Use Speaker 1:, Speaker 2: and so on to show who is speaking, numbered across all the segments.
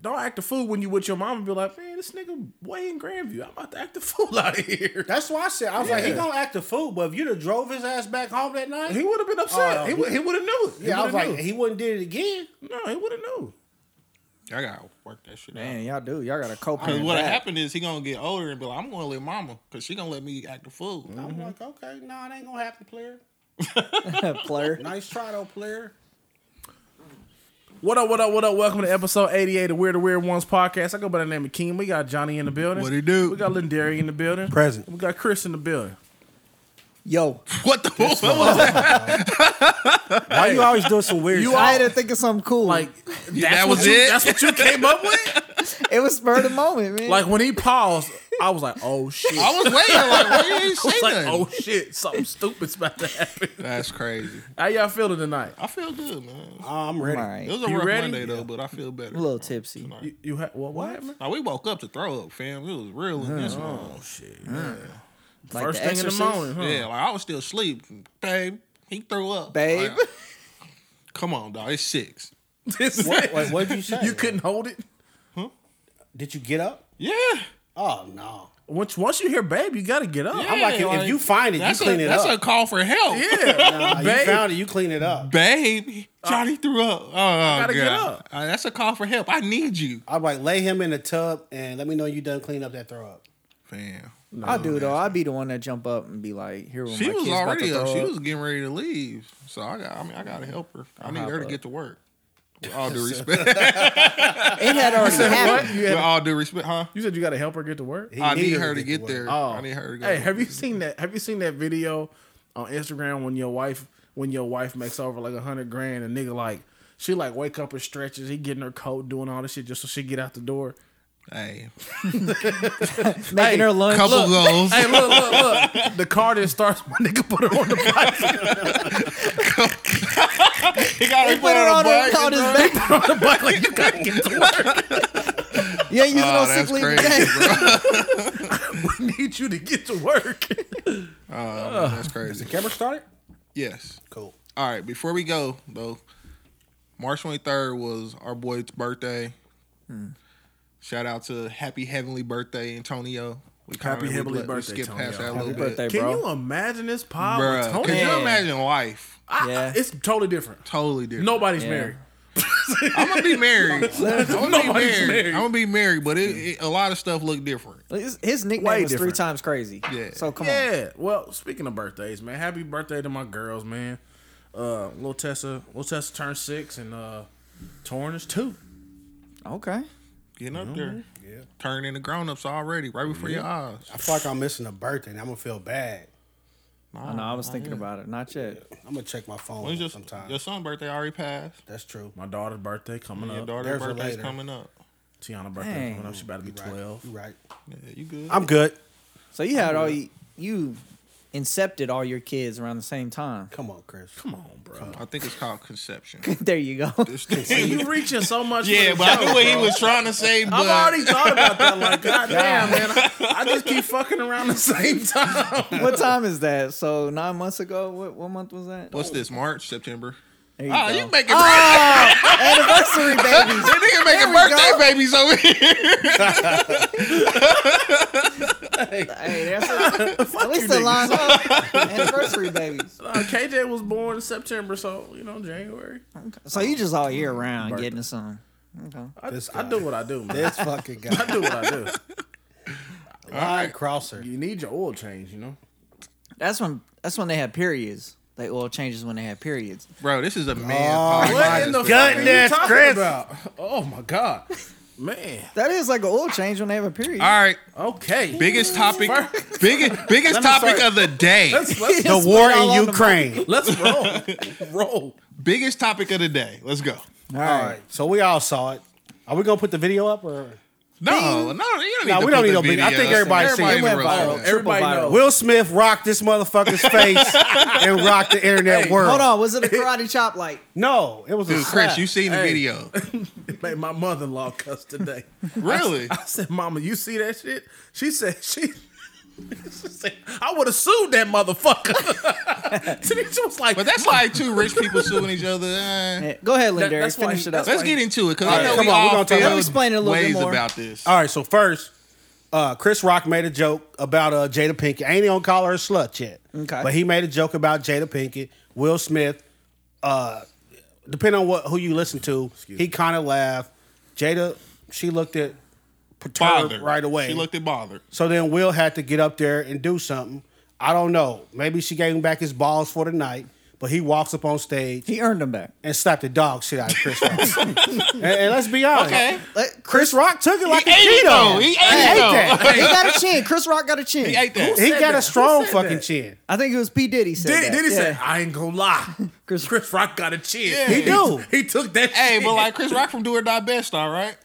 Speaker 1: Don't act a fool when you with your mom and be like, man, this nigga way in Grandview. I'm about to act a fool out of here.
Speaker 2: That's why I said I was like, he
Speaker 1: Yeah.
Speaker 2: gonna act a fool, but if you'd have drove his ass back home that night,
Speaker 1: He would have been upset.
Speaker 2: Oh,
Speaker 1: he would, he would have knew. He
Speaker 2: yeah, I was
Speaker 1: would've
Speaker 2: like,
Speaker 1: knew.
Speaker 2: he wouldn't did it again.
Speaker 1: no, he would have knew.
Speaker 3: I gotta work that shit out.
Speaker 4: Man, y'all do. Y'all got to
Speaker 3: Because
Speaker 4: co-parent.
Speaker 3: what
Speaker 4: that.
Speaker 3: happened is he gonna get older and be like, I'm gonna let mama, cause she gonna let me act a fool.
Speaker 2: I'm like, okay, no, it ain't gonna happen, player.
Speaker 4: player?
Speaker 2: Nice try though, player.
Speaker 1: What up, what up, what up? Welcome to episode 88 of Weird the Weird Ones podcast. I go by the name of King. We got Johnny in the building.
Speaker 3: What he do?
Speaker 1: We got Lindari in the building.
Speaker 2: Present.
Speaker 1: We got Chris in the building.
Speaker 4: Yo,
Speaker 3: What the fuck was that?
Speaker 2: Why you always doing some weird?
Speaker 4: I had to think of something cool.
Speaker 1: Like,
Speaker 3: That
Speaker 1: what
Speaker 3: was
Speaker 1: you-
Speaker 3: it.
Speaker 1: That's what you came up with?
Speaker 4: it was spur of the moment, man.
Speaker 1: Like, when he paused, I was like, oh shit.
Speaker 3: I was waiting. Like, why you ain't
Speaker 1: I was
Speaker 3: say
Speaker 1: like,
Speaker 3: nothing?
Speaker 1: oh shit, something stupid's about to happen.
Speaker 3: That's crazy.
Speaker 1: How y'all feeling tonight?
Speaker 3: I feel good, man.
Speaker 2: I'm
Speaker 4: All
Speaker 2: ready.
Speaker 3: It
Speaker 4: right.
Speaker 3: was a
Speaker 1: You
Speaker 3: rough
Speaker 1: ready?
Speaker 3: Monday though, but I feel better.
Speaker 4: a little tipsy.
Speaker 1: You, you ha- what, what happened?
Speaker 3: Now we woke up to throw up, fam. It was real in this one.
Speaker 1: Oh shit.
Speaker 4: Like
Speaker 1: First
Speaker 4: the
Speaker 1: thing
Speaker 4: Exorcist?
Speaker 1: in the morning, huh?
Speaker 3: Yeah, like I was still asleep, babe. He threw up,
Speaker 4: Babe.
Speaker 3: Like, come on, dog. It's six.
Speaker 1: This-
Speaker 2: Wait, what did you say?
Speaker 1: you couldn't hold it?
Speaker 2: Did you get up?
Speaker 3: Yeah,
Speaker 2: Oh no.
Speaker 1: Once, once you hear babe, you gotta get up.
Speaker 2: I'm like,
Speaker 3: Yeah,
Speaker 2: if you find it, you
Speaker 3: that's
Speaker 2: clean
Speaker 3: a,
Speaker 2: it
Speaker 3: that's
Speaker 2: up.
Speaker 3: a call for help.
Speaker 1: Yeah.
Speaker 2: Nah, you
Speaker 1: Babe.
Speaker 2: found it, you clean it up.
Speaker 3: babe. Johnny threw up. Oh, I
Speaker 1: Uh, gotta get up.
Speaker 3: that's a call for help. I need you,
Speaker 2: I'm like, lay him in the tub and let me know you done clean up that throw up.
Speaker 3: fam.
Speaker 4: I do though. I'd be the one that jump up and be like, "Here, when
Speaker 3: She
Speaker 4: my
Speaker 3: was
Speaker 4: kid's about
Speaker 3: already
Speaker 4: to
Speaker 3: up.
Speaker 4: throw
Speaker 3: She was getting ready to leave. So I got. I mean, I gotta help her. I need
Speaker 4: hop
Speaker 3: her to
Speaker 4: up.
Speaker 3: get to work. With all due respect.
Speaker 4: It had already happened.
Speaker 1: What? You,
Speaker 3: With
Speaker 1: had-
Speaker 3: all due respect, huh?
Speaker 1: you said you gotta help her get to work?
Speaker 2: He
Speaker 3: I
Speaker 2: needed
Speaker 3: need her to get
Speaker 2: work.
Speaker 3: there.
Speaker 1: Oh.
Speaker 3: I need her to go.
Speaker 1: Hey, have you seen that? Have you seen that video on Instagram when your wife when your wife makes over like a hundred grand and nigga like she like wake up and stretches, he getting her coat, doing all this shit just so she get out the door.
Speaker 3: Hey,
Speaker 4: Making her lunch.
Speaker 3: couple goals.
Speaker 1: Hey, look, look, look! The car that starts, my nigga put her on the bike.
Speaker 3: He got
Speaker 4: He put her on, her, on his back.
Speaker 1: on the bike, like you gotta get to work.
Speaker 4: You ain't using no
Speaker 3: Oh,
Speaker 4: sick
Speaker 3: that's
Speaker 4: leave
Speaker 3: crazy,
Speaker 4: today.
Speaker 3: bro.
Speaker 1: We need you to get to work.
Speaker 3: Oh, man, that's crazy.
Speaker 2: Camera started?
Speaker 3: Yes.
Speaker 2: Cool.
Speaker 3: All right. Before we go though, March twenty third was our boy's birthday.
Speaker 1: Hmm.
Speaker 3: Shout out to Happy Heavenly Birthday, Antonio. We kinda-
Speaker 1: Happy
Speaker 3: we
Speaker 1: heavenly
Speaker 3: let- we
Speaker 1: birthday,
Speaker 3: skipped past
Speaker 1: Antonio.
Speaker 3: that a
Speaker 1: Happy
Speaker 3: little
Speaker 4: birthday,
Speaker 3: bit.
Speaker 1: Can
Speaker 4: bro.
Speaker 1: you imagine this pod with
Speaker 3: Bruh, could
Speaker 1: Tony?
Speaker 3: you
Speaker 4: Man.
Speaker 3: imagine life?
Speaker 1: I- I-
Speaker 4: Yeah.
Speaker 1: It's totally different.
Speaker 3: Totally different.
Speaker 1: Nobody's
Speaker 4: Yeah.
Speaker 1: married.
Speaker 3: I'm gonna be married. I'm gonna be
Speaker 1: Nobody's
Speaker 3: married.
Speaker 1: married.
Speaker 3: I'm gonna be married, but it, it, a lot of stuff look different.
Speaker 4: His, his nickname
Speaker 1: Way
Speaker 4: was three
Speaker 1: different.
Speaker 4: times crazy.
Speaker 3: Yeah.
Speaker 4: So come on.
Speaker 1: Yeah. Well, speaking of birthdays, man, happy birthday to my girls, man. Uh, little Tessa, little Tessa turned six, and uh, Torn is two.
Speaker 4: Okay.
Speaker 3: Getting up there,
Speaker 1: Mm-hmm.
Speaker 3: yeah. Turning into grown ups already, right before your eyes.
Speaker 2: I feel like I'm missing a birthday and I'm gonna feel bad.
Speaker 4: I know. I was thinking about it. Not yet.
Speaker 2: I'm gonna check my phone
Speaker 3: When's your,
Speaker 2: sometime.
Speaker 3: your son's birthday already passed?
Speaker 2: That's true.
Speaker 1: My daughter's birthday coming
Speaker 3: Your
Speaker 1: up.
Speaker 3: daughter's
Speaker 2: there's a
Speaker 3: birthday's
Speaker 2: later.
Speaker 3: coming up.
Speaker 1: Tiana's birthday
Speaker 4: Dang.
Speaker 1: coming up. She about to be
Speaker 2: Right.
Speaker 1: twelve.
Speaker 2: You right.
Speaker 3: Yeah, you good?
Speaker 2: I'm good.
Speaker 4: So you had all you, you incepted all your kids around the same time.
Speaker 2: Come on, Chris.
Speaker 1: Come on, bro.
Speaker 3: I think it's called conception.
Speaker 4: there you go.
Speaker 1: Hey, you reaching so much. for
Speaker 3: yeah,
Speaker 1: the
Speaker 3: but I
Speaker 1: show,
Speaker 3: knew what he
Speaker 1: bro.
Speaker 3: was trying to say. But
Speaker 1: I've already thought about that. Like, goddamn, man, I, I just keep fucking around the same time.
Speaker 4: what time is that? So nine months ago. What what month was that?
Speaker 3: what's this? March, September.
Speaker 4: There
Speaker 1: Ah,
Speaker 3: Oh,
Speaker 4: go.
Speaker 3: you making birthday?
Speaker 4: anniversary babies.
Speaker 3: That nigga making
Speaker 4: we
Speaker 3: birthday
Speaker 4: go.
Speaker 3: babies over here.
Speaker 4: Hey, that's at least the lines up. anniversary babies.
Speaker 1: Uh, KJ was born in September, so you know January.
Speaker 4: So you just all year round getting some. Okay.
Speaker 1: I,
Speaker 2: This
Speaker 1: I
Speaker 2: guy.
Speaker 1: do what I do, man.
Speaker 2: This fucking guy.
Speaker 1: I do what I do.
Speaker 2: Ryan Crosser.
Speaker 1: You need your oil change, you know.
Speaker 4: That's when that's when they had periods. They oil changes when they had periods.
Speaker 3: Bro, this is a man.
Speaker 2: Oh,
Speaker 3: podcast.
Speaker 1: What in the fuck are you
Speaker 2: goodness,
Speaker 1: talking
Speaker 2: Chris.
Speaker 1: about? Oh my god, man.
Speaker 4: That is like an oil change when they have a period.
Speaker 3: All right,
Speaker 1: Okay,
Speaker 3: biggest topic,
Speaker 1: First-
Speaker 3: biggest biggest
Speaker 1: me
Speaker 3: topic
Speaker 1: start.
Speaker 3: of the day.
Speaker 1: Let's let's,
Speaker 2: The war
Speaker 4: all
Speaker 2: in
Speaker 4: on the
Speaker 2: Ukraine.
Speaker 1: let's roll, roll.
Speaker 3: biggest topic of the day. Let's go.
Speaker 4: All
Speaker 2: All right. So we all saw it. Are we gonna put the video up or
Speaker 3: No, no, you don't need.
Speaker 2: No, we
Speaker 3: to
Speaker 2: don't
Speaker 3: put the
Speaker 2: need no video. I think everybody seen
Speaker 3: everybody
Speaker 2: it.
Speaker 3: even
Speaker 4: It went viral.
Speaker 3: realized that.
Speaker 1: Everybody
Speaker 4: viral.
Speaker 1: knows.
Speaker 2: Will Smith rocked this motherfucker's face and rocked the internet world?
Speaker 4: Hold on, was it a karate chop like
Speaker 2: No, it was a
Speaker 3: Dude, Chris,
Speaker 2: slap.
Speaker 3: you seen the
Speaker 1: Hey.
Speaker 3: video?
Speaker 1: It made my mother-in-law cuss today.
Speaker 3: Really?
Speaker 1: I said, "Mama, you see that shit?" She said, "She." I would have sued that motherfucker. Tanisha was like,
Speaker 3: But that's like two rich people suing each other. eh.
Speaker 4: Yeah, Go ahead, Lindari.
Speaker 1: that's why
Speaker 4: finish
Speaker 1: he-
Speaker 4: it up.
Speaker 1: that's
Speaker 3: Let's get into it because I
Speaker 1: Yeah.
Speaker 3: know
Speaker 1: Come
Speaker 3: we
Speaker 2: on, we're
Speaker 3: all
Speaker 2: gonna talk
Speaker 3: feel
Speaker 2: about-
Speaker 4: Explain it a little bit
Speaker 3: ways
Speaker 4: more.
Speaker 3: about this.
Speaker 2: All right, so first, uh, Chris Rock made a joke about uh, Jada Pinkett. I ain't gonna call her a slut yet.
Speaker 4: Okay.
Speaker 2: But he made a joke about Jada Pinkett, Will Smith. Uh, depending on what who you listen to, he kind of laughed. Jada, she looked at perturbed
Speaker 3: Bothered
Speaker 2: right away.
Speaker 3: She looked at bothered.
Speaker 2: so then Will had to get up there and do something. I don't know. Maybe she gave him back his balls for the night, but he walks up on stage
Speaker 4: He earned them back.
Speaker 2: and slapped the dog shit out of Chris Rock. and, and let's be honest.
Speaker 3: Okay.
Speaker 4: Let-
Speaker 2: Chris Rock took it like
Speaker 3: He
Speaker 2: a
Speaker 3: ate it
Speaker 2: Cheeto.
Speaker 3: though. He ate
Speaker 2: He
Speaker 3: it
Speaker 2: ate
Speaker 3: though.
Speaker 2: that.
Speaker 4: he got a chin. Chris Rock got a chin.
Speaker 3: He ate that.
Speaker 2: He
Speaker 1: said
Speaker 2: got
Speaker 1: that?
Speaker 2: a strong
Speaker 1: Who said
Speaker 2: fucking
Speaker 1: that?
Speaker 2: chin.
Speaker 4: I think it was P Diddy said
Speaker 1: Did,
Speaker 4: that.
Speaker 1: did he say,
Speaker 4: Yeah.
Speaker 1: I ain't gonna lie. Chris,
Speaker 4: Chris-
Speaker 1: Rock got a chin.
Speaker 3: Yeah. He
Speaker 2: do.
Speaker 1: He, took that
Speaker 3: Hey,
Speaker 1: shit.
Speaker 3: but like Chris Rock from Do or Die Best, all right.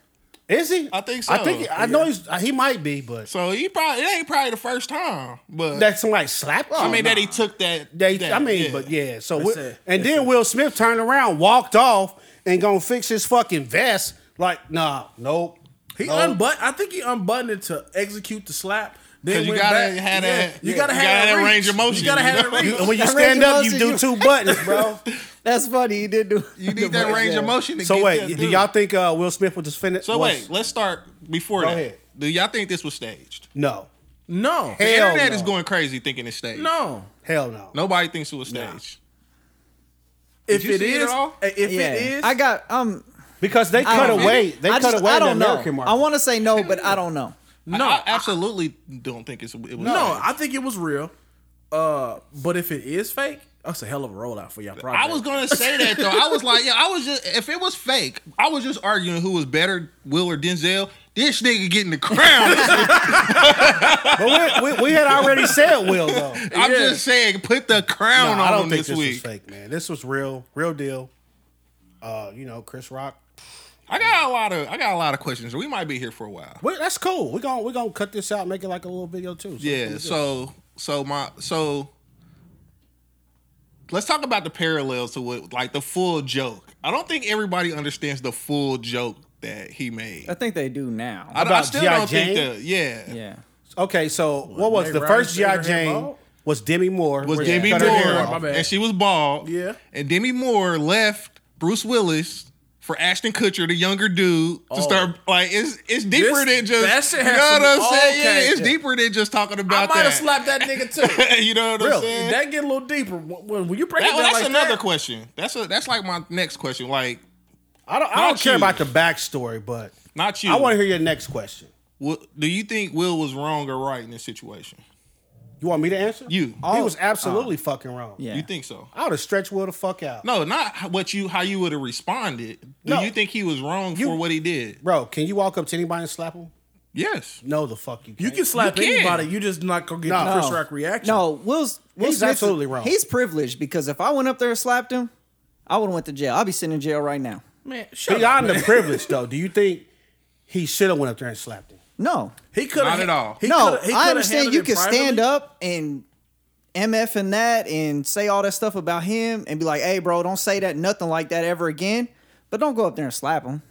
Speaker 2: Is he?
Speaker 3: I think
Speaker 2: I
Speaker 3: so.
Speaker 2: think I know he's uh, he might be, but
Speaker 3: So he probably it ain't probably the first time, but
Speaker 2: that somebody slapped him.
Speaker 3: I mean that he took that.
Speaker 2: They-
Speaker 3: that,
Speaker 2: I mean,
Speaker 3: yeah.
Speaker 2: but yeah. So
Speaker 1: That's
Speaker 2: Wi-
Speaker 1: it.
Speaker 2: and
Speaker 1: That's
Speaker 2: then
Speaker 1: it.
Speaker 2: Will Smith turned around, walked off, and gonna fix his fucking vest. Like, nah, nope.
Speaker 1: He
Speaker 2: nope.
Speaker 1: unbuttoned. I think he unbuttoned it to execute the slap. Then
Speaker 3: Because you
Speaker 1: went
Speaker 3: gotta
Speaker 1: back.
Speaker 3: have
Speaker 1: Yeah,
Speaker 3: that-
Speaker 1: You
Speaker 3: yeah,
Speaker 1: gotta
Speaker 3: you
Speaker 1: have that
Speaker 3: gotta have range
Speaker 1: reach.
Speaker 3: of motion,
Speaker 1: You gotta
Speaker 3: you
Speaker 1: have
Speaker 3: know?
Speaker 1: that reach.
Speaker 2: And when you
Speaker 4: That
Speaker 2: stand
Speaker 4: range of
Speaker 2: up, you
Speaker 4: motion,
Speaker 2: do
Speaker 4: you-
Speaker 2: two buttons, bro.
Speaker 4: That's funny. He did do.
Speaker 3: you need that range of motion. To
Speaker 2: so
Speaker 3: get
Speaker 2: wait,
Speaker 3: that
Speaker 2: do
Speaker 3: through.
Speaker 2: y'all think uh, Will Smith was just finished?
Speaker 3: So wait, let's start before
Speaker 2: Go
Speaker 3: that.
Speaker 2: ahead.
Speaker 3: Do y'all think this was staged?
Speaker 2: no,
Speaker 1: no,
Speaker 3: The
Speaker 2: Hell
Speaker 3: internet
Speaker 2: no.
Speaker 3: is going crazy thinking it's staged.
Speaker 1: no.
Speaker 2: hell no.
Speaker 3: Nobody thinks it was staged.
Speaker 1: If
Speaker 3: you
Speaker 1: it
Speaker 3: see it
Speaker 1: is,
Speaker 3: at all?
Speaker 1: if
Speaker 4: Yeah.
Speaker 1: it is,
Speaker 4: I got um.
Speaker 2: Because they
Speaker 4: I
Speaker 2: cut
Speaker 4: don't-
Speaker 2: away. They
Speaker 4: I
Speaker 2: cut
Speaker 4: just-
Speaker 2: away
Speaker 4: I
Speaker 2: the
Speaker 4: don't know.
Speaker 2: American
Speaker 4: I
Speaker 2: market.
Speaker 4: want to say no, but I don't know.
Speaker 1: no,
Speaker 3: I, I absolutely don't think it's. It was
Speaker 1: no.
Speaker 3: staged.
Speaker 1: I think it was real. Uh, but if it is fake, that's a hell of a rollout for y'all.
Speaker 3: I
Speaker 1: Project.
Speaker 3: was gonna say that though. I was like, yeah, I was just if it was fake, I was just arguing who was better, Will or Denzel. This nigga getting the crown.
Speaker 2: But we, we, we had already said Will though.
Speaker 3: I'm
Speaker 1: Yeah.
Speaker 3: just saying, put the crown
Speaker 2: No,
Speaker 3: on
Speaker 2: I don't
Speaker 3: him
Speaker 2: think
Speaker 3: this,
Speaker 2: this was
Speaker 3: week.
Speaker 2: fake, man. This was real, real deal. Uh, you know, Chris Rock.
Speaker 3: I got a lot of I got a lot of questions. We might be here for a while.
Speaker 2: Well, that's cool. We're gonna we're gonna cut this out, and make it like a little video too. So
Speaker 3: Yeah. So so my so let's talk about the parallels to what like the full joke. I don't think everybody understands the full joke that he made.
Speaker 4: I think they do now.
Speaker 3: I, I
Speaker 2: About
Speaker 3: still
Speaker 2: G.I.
Speaker 3: don't think
Speaker 2: Jane?
Speaker 3: that. Yeah.
Speaker 4: yeah.
Speaker 2: okay, so what was
Speaker 1: Meg
Speaker 2: the
Speaker 1: Ryan
Speaker 2: first G.I.
Speaker 1: shaved her hair
Speaker 2: Jane
Speaker 1: bald?
Speaker 2: was Demi Moore.
Speaker 3: was
Speaker 2: where she
Speaker 3: Demi
Speaker 2: cut her hair
Speaker 1: Yeah,
Speaker 3: Moore,
Speaker 2: off.
Speaker 1: my bad.
Speaker 3: and she was bald.
Speaker 1: Yeah.
Speaker 3: and Demi Moore left Bruce Willis for Ashton Kutcher, the younger dude, to start like it's it's deeper
Speaker 1: Oh. This-
Speaker 3: than just
Speaker 1: that shit
Speaker 3: you
Speaker 1: has
Speaker 3: know what
Speaker 1: some-
Speaker 3: I'm saying.
Speaker 1: okay,
Speaker 3: yeah, it's
Speaker 1: yeah.
Speaker 3: deeper than just talking
Speaker 1: I
Speaker 3: about
Speaker 1: might have
Speaker 3: that.
Speaker 1: slapped that nigga too.
Speaker 3: you know what I'm
Speaker 1: really,
Speaker 3: saying?
Speaker 1: that get a little deeper when, when- when you break
Speaker 3: That-
Speaker 1: it
Speaker 3: well,
Speaker 1: down
Speaker 3: that's
Speaker 1: like
Speaker 3: another
Speaker 1: that.
Speaker 3: question. That's a, that's like my next question. Like
Speaker 2: I don't I don't
Speaker 3: Not
Speaker 2: care
Speaker 3: you.
Speaker 2: about the backstory, but
Speaker 3: not you.
Speaker 2: I want to hear your next question.
Speaker 3: Wha- do you think Will was wrong or right in this situation?
Speaker 2: You want me to answer?
Speaker 3: You.
Speaker 2: he was absolutely fucking wrong.
Speaker 4: Yeah.
Speaker 3: You think so?
Speaker 2: I would have stretched Will the fuck out,
Speaker 3: No, not h- what you how you would have responded. Do
Speaker 2: No.
Speaker 3: you think he was wrong
Speaker 2: You-
Speaker 3: for what he did?
Speaker 2: bro. Can you walk up to anybody and slap him?
Speaker 3: Yes.
Speaker 2: No, the fuck you.
Speaker 1: You
Speaker 2: can't.
Speaker 1: can slap
Speaker 3: You can.
Speaker 1: anybody. You just not gonna get the
Speaker 2: No.
Speaker 1: Chris Rock reaction.
Speaker 4: No, Will's Will
Speaker 2: He's
Speaker 4: Smith's-
Speaker 2: absolutely wrong.
Speaker 4: He's privileged because if I went up there and slapped him, I would have went to jail. I'd be sitting in jail right now.
Speaker 1: man, shut up.
Speaker 2: Beyond the privilege, though, do you think he should have went up there and slapped him?
Speaker 4: No,
Speaker 1: He could
Speaker 3: Not at all.
Speaker 4: no. I understand you can stand up and mf and that and say all that stuff about him and be like, "Hey, bro, don't say that nothing like that ever again." But don't go up there and slap him.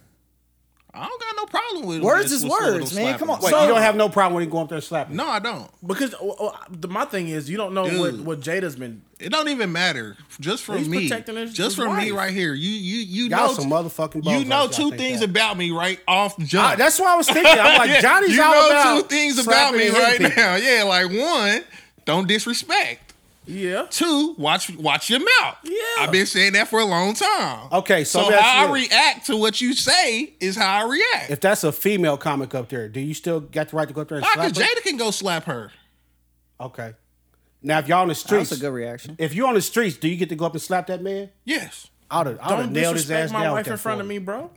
Speaker 3: I don't got no problem with
Speaker 4: Words
Speaker 3: with-
Speaker 4: is
Speaker 3: with someone
Speaker 4: words,
Speaker 3: who
Speaker 4: man.
Speaker 3: slapping
Speaker 4: Come on.
Speaker 3: us.
Speaker 2: Wait,
Speaker 4: So-
Speaker 2: you don't have no problem when he go up there and slap him?
Speaker 3: No, I don't.
Speaker 1: because well, well, the, my thing is you don't know what,
Speaker 3: Dude.
Speaker 1: what Jada's been.
Speaker 3: It don't even matter. Just from
Speaker 1: He's
Speaker 3: me,
Speaker 1: protecting his-
Speaker 3: just
Speaker 1: his
Speaker 3: from me
Speaker 1: wife.
Speaker 3: right here. You you you
Speaker 2: Y'all
Speaker 3: know
Speaker 2: some motherfucking
Speaker 3: You
Speaker 2: bozos,
Speaker 3: know
Speaker 2: y'all
Speaker 3: two
Speaker 2: think
Speaker 3: things
Speaker 2: that.
Speaker 3: about me right off
Speaker 2: I-
Speaker 3: jump.
Speaker 2: that's what I was thinking. I'm like,
Speaker 3: Yeah,
Speaker 2: Johnny's
Speaker 3: you
Speaker 2: all
Speaker 3: know
Speaker 2: about
Speaker 3: two things about
Speaker 2: slapping
Speaker 3: me
Speaker 2: and hitting
Speaker 3: right
Speaker 2: people.
Speaker 3: now. Yeah, like one, don't disrespect.
Speaker 1: Yeah,
Speaker 3: Two, watch watch your mouth.
Speaker 1: Yeah.
Speaker 3: I've been saying that for a long time.
Speaker 2: Okay, so
Speaker 3: so,
Speaker 2: let me ask
Speaker 3: how
Speaker 2: you
Speaker 3: I
Speaker 2: this.
Speaker 3: react to what you say is how I react.
Speaker 2: If that's a female comic up there, do you still got the right to go up there and
Speaker 3: Why?
Speaker 2: slap
Speaker 3: Because
Speaker 2: her?
Speaker 3: Jada can go slap her.
Speaker 2: Okay. Now, if y'all on the streets,
Speaker 4: That's a good reaction.
Speaker 2: if you're on the streets, do you get to go up and slap that man?
Speaker 3: Yes.
Speaker 2: I would have
Speaker 1: don't
Speaker 2: nailed his ass
Speaker 1: disrespect my
Speaker 2: down.
Speaker 1: wife in front of me, bro.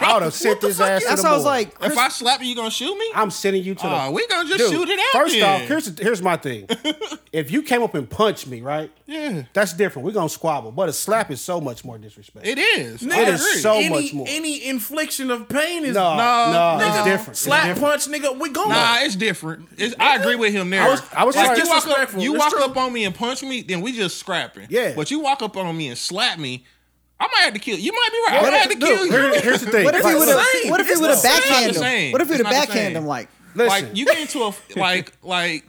Speaker 2: I would have sent his ass to
Speaker 4: That's
Speaker 2: the
Speaker 4: why I was
Speaker 2: board.
Speaker 4: like,
Speaker 3: if I slap you, you gonna shoot me?
Speaker 2: I'm sending you to the.
Speaker 3: Aw, we gonna
Speaker 2: Dude,
Speaker 3: just shoot it out.
Speaker 2: First
Speaker 3: then.
Speaker 2: off, here's the- here's my thing. if you came up and punched me, right?
Speaker 3: Yeah.
Speaker 2: That's different. We're gonna squabble, but a slap is so much more disrespectful.
Speaker 3: It is. I
Speaker 2: It is
Speaker 3: agree.
Speaker 2: so
Speaker 1: any,
Speaker 2: much more.
Speaker 1: Any infliction of pain is
Speaker 2: no, no,
Speaker 3: no.
Speaker 2: it's different. It's
Speaker 1: slap
Speaker 2: different.
Speaker 1: punch, nigga. We going.
Speaker 3: Nah, it's different. It's, I agree with him there.
Speaker 2: I was- I was
Speaker 3: like,
Speaker 2: sorry.
Speaker 3: you walk, up,
Speaker 1: Disrespectful.
Speaker 3: you
Speaker 1: It's
Speaker 3: walk
Speaker 1: true.
Speaker 3: up on me and punch me, then we just scrapping.
Speaker 2: Yeah.
Speaker 3: But you walk up on me and slap me, I might have to kill you. might be right. I
Speaker 2: What
Speaker 3: might
Speaker 2: if-
Speaker 3: have to
Speaker 2: dude,
Speaker 3: kill you.
Speaker 2: here- here's the thing.
Speaker 4: what if he
Speaker 2: Like,
Speaker 4: would have?
Speaker 1: same.
Speaker 4: What if he
Speaker 1: It's
Speaker 4: would have
Speaker 1: the same.
Speaker 3: It's
Speaker 4: backhanded
Speaker 3: not the
Speaker 4: him?
Speaker 3: same.
Speaker 4: What if he would
Speaker 3: It's
Speaker 4: have
Speaker 3: not the
Speaker 4: backhanded
Speaker 3: same.
Speaker 4: him like?
Speaker 2: Listen.
Speaker 3: Like you get into a like like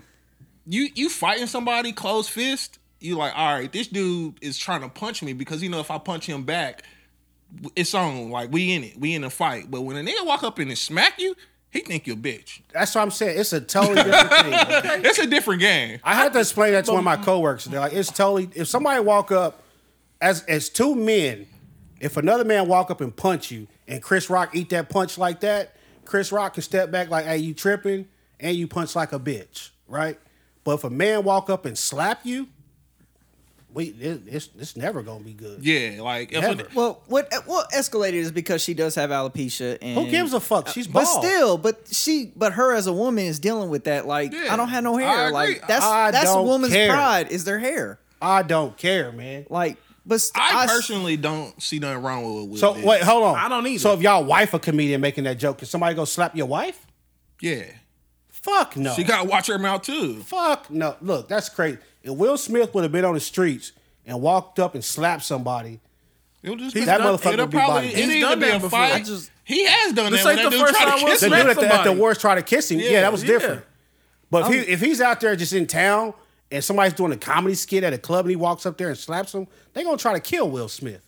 Speaker 3: you you fighting somebody close fist. You like all right, this dude is trying to punch me because you know if I punch him back, it's on. Like we in it, we in a fight. But when a nigga walk up and smack you, he think you a bitch.
Speaker 2: That's what I'm saying. It's a totally different thing.
Speaker 3: It's a different game.
Speaker 2: I had to explain that to one of my coworkers. They're like, it's totally. If somebody walk up as as two men, if another man walk up and punch you, and Chris Rock eat that punch like that, Chris Rock can step back like, "Hey, you tripping?" and you punch like a bitch, right? But if a man walk up and slap you, we it, it's it's never gonna be good.
Speaker 3: Yeah, like if
Speaker 2: Never.
Speaker 4: Well, what what escalated is because she does have alopecia, and
Speaker 2: Who gives a fuck? She's
Speaker 4: But
Speaker 2: bald.
Speaker 4: still, but she, but her as a woman is dealing with that. Like,
Speaker 3: Yeah,
Speaker 4: I don't have no
Speaker 3: I
Speaker 4: hair.
Speaker 3: agree.
Speaker 4: Like, that's
Speaker 2: I
Speaker 4: that's a
Speaker 2: don't
Speaker 4: woman's
Speaker 2: care.
Speaker 4: pride is their hair.
Speaker 2: I don't care, man.
Speaker 4: Like, but st-
Speaker 3: I,
Speaker 4: s-
Speaker 3: personally don't see nothing wrong with what Will
Speaker 2: So
Speaker 3: did.
Speaker 2: wait, hold on.
Speaker 1: I don't either.
Speaker 2: So if y'all wife a comedian making that joke, can somebody go slap your wife?
Speaker 3: yeah,
Speaker 2: Fuck no.
Speaker 3: she gotta watch her mouth too.
Speaker 2: Fuck no. Look, that's crazy. If Will Smith would have been on the streets and walked up and slapped somebody,
Speaker 3: It'll just
Speaker 2: That
Speaker 3: it'll
Speaker 2: motherfucker
Speaker 3: it'll
Speaker 2: be
Speaker 3: probably
Speaker 2: bodied.
Speaker 3: it
Speaker 1: He's
Speaker 3: ain't
Speaker 1: done
Speaker 3: gonna be
Speaker 1: that
Speaker 3: a
Speaker 1: before. I
Speaker 3: fight.
Speaker 1: just-
Speaker 3: he has done
Speaker 1: This
Speaker 3: that. when
Speaker 1: ain't
Speaker 3: that
Speaker 1: the
Speaker 3: dude
Speaker 1: first
Speaker 3: tried to
Speaker 1: time Will
Speaker 3: kiss
Speaker 2: the
Speaker 1: Smith-
Speaker 3: him.
Speaker 2: dude at the, at the
Speaker 1: somebody.
Speaker 2: wars try to kiss him. Yeah,
Speaker 3: Yeah,
Speaker 2: that was different.
Speaker 1: yeah.
Speaker 2: But if, he, if he's out there just in town and somebody's doing a comedy skit at a club and he walks up there and slaps him, they gonna try to kill Will Smith.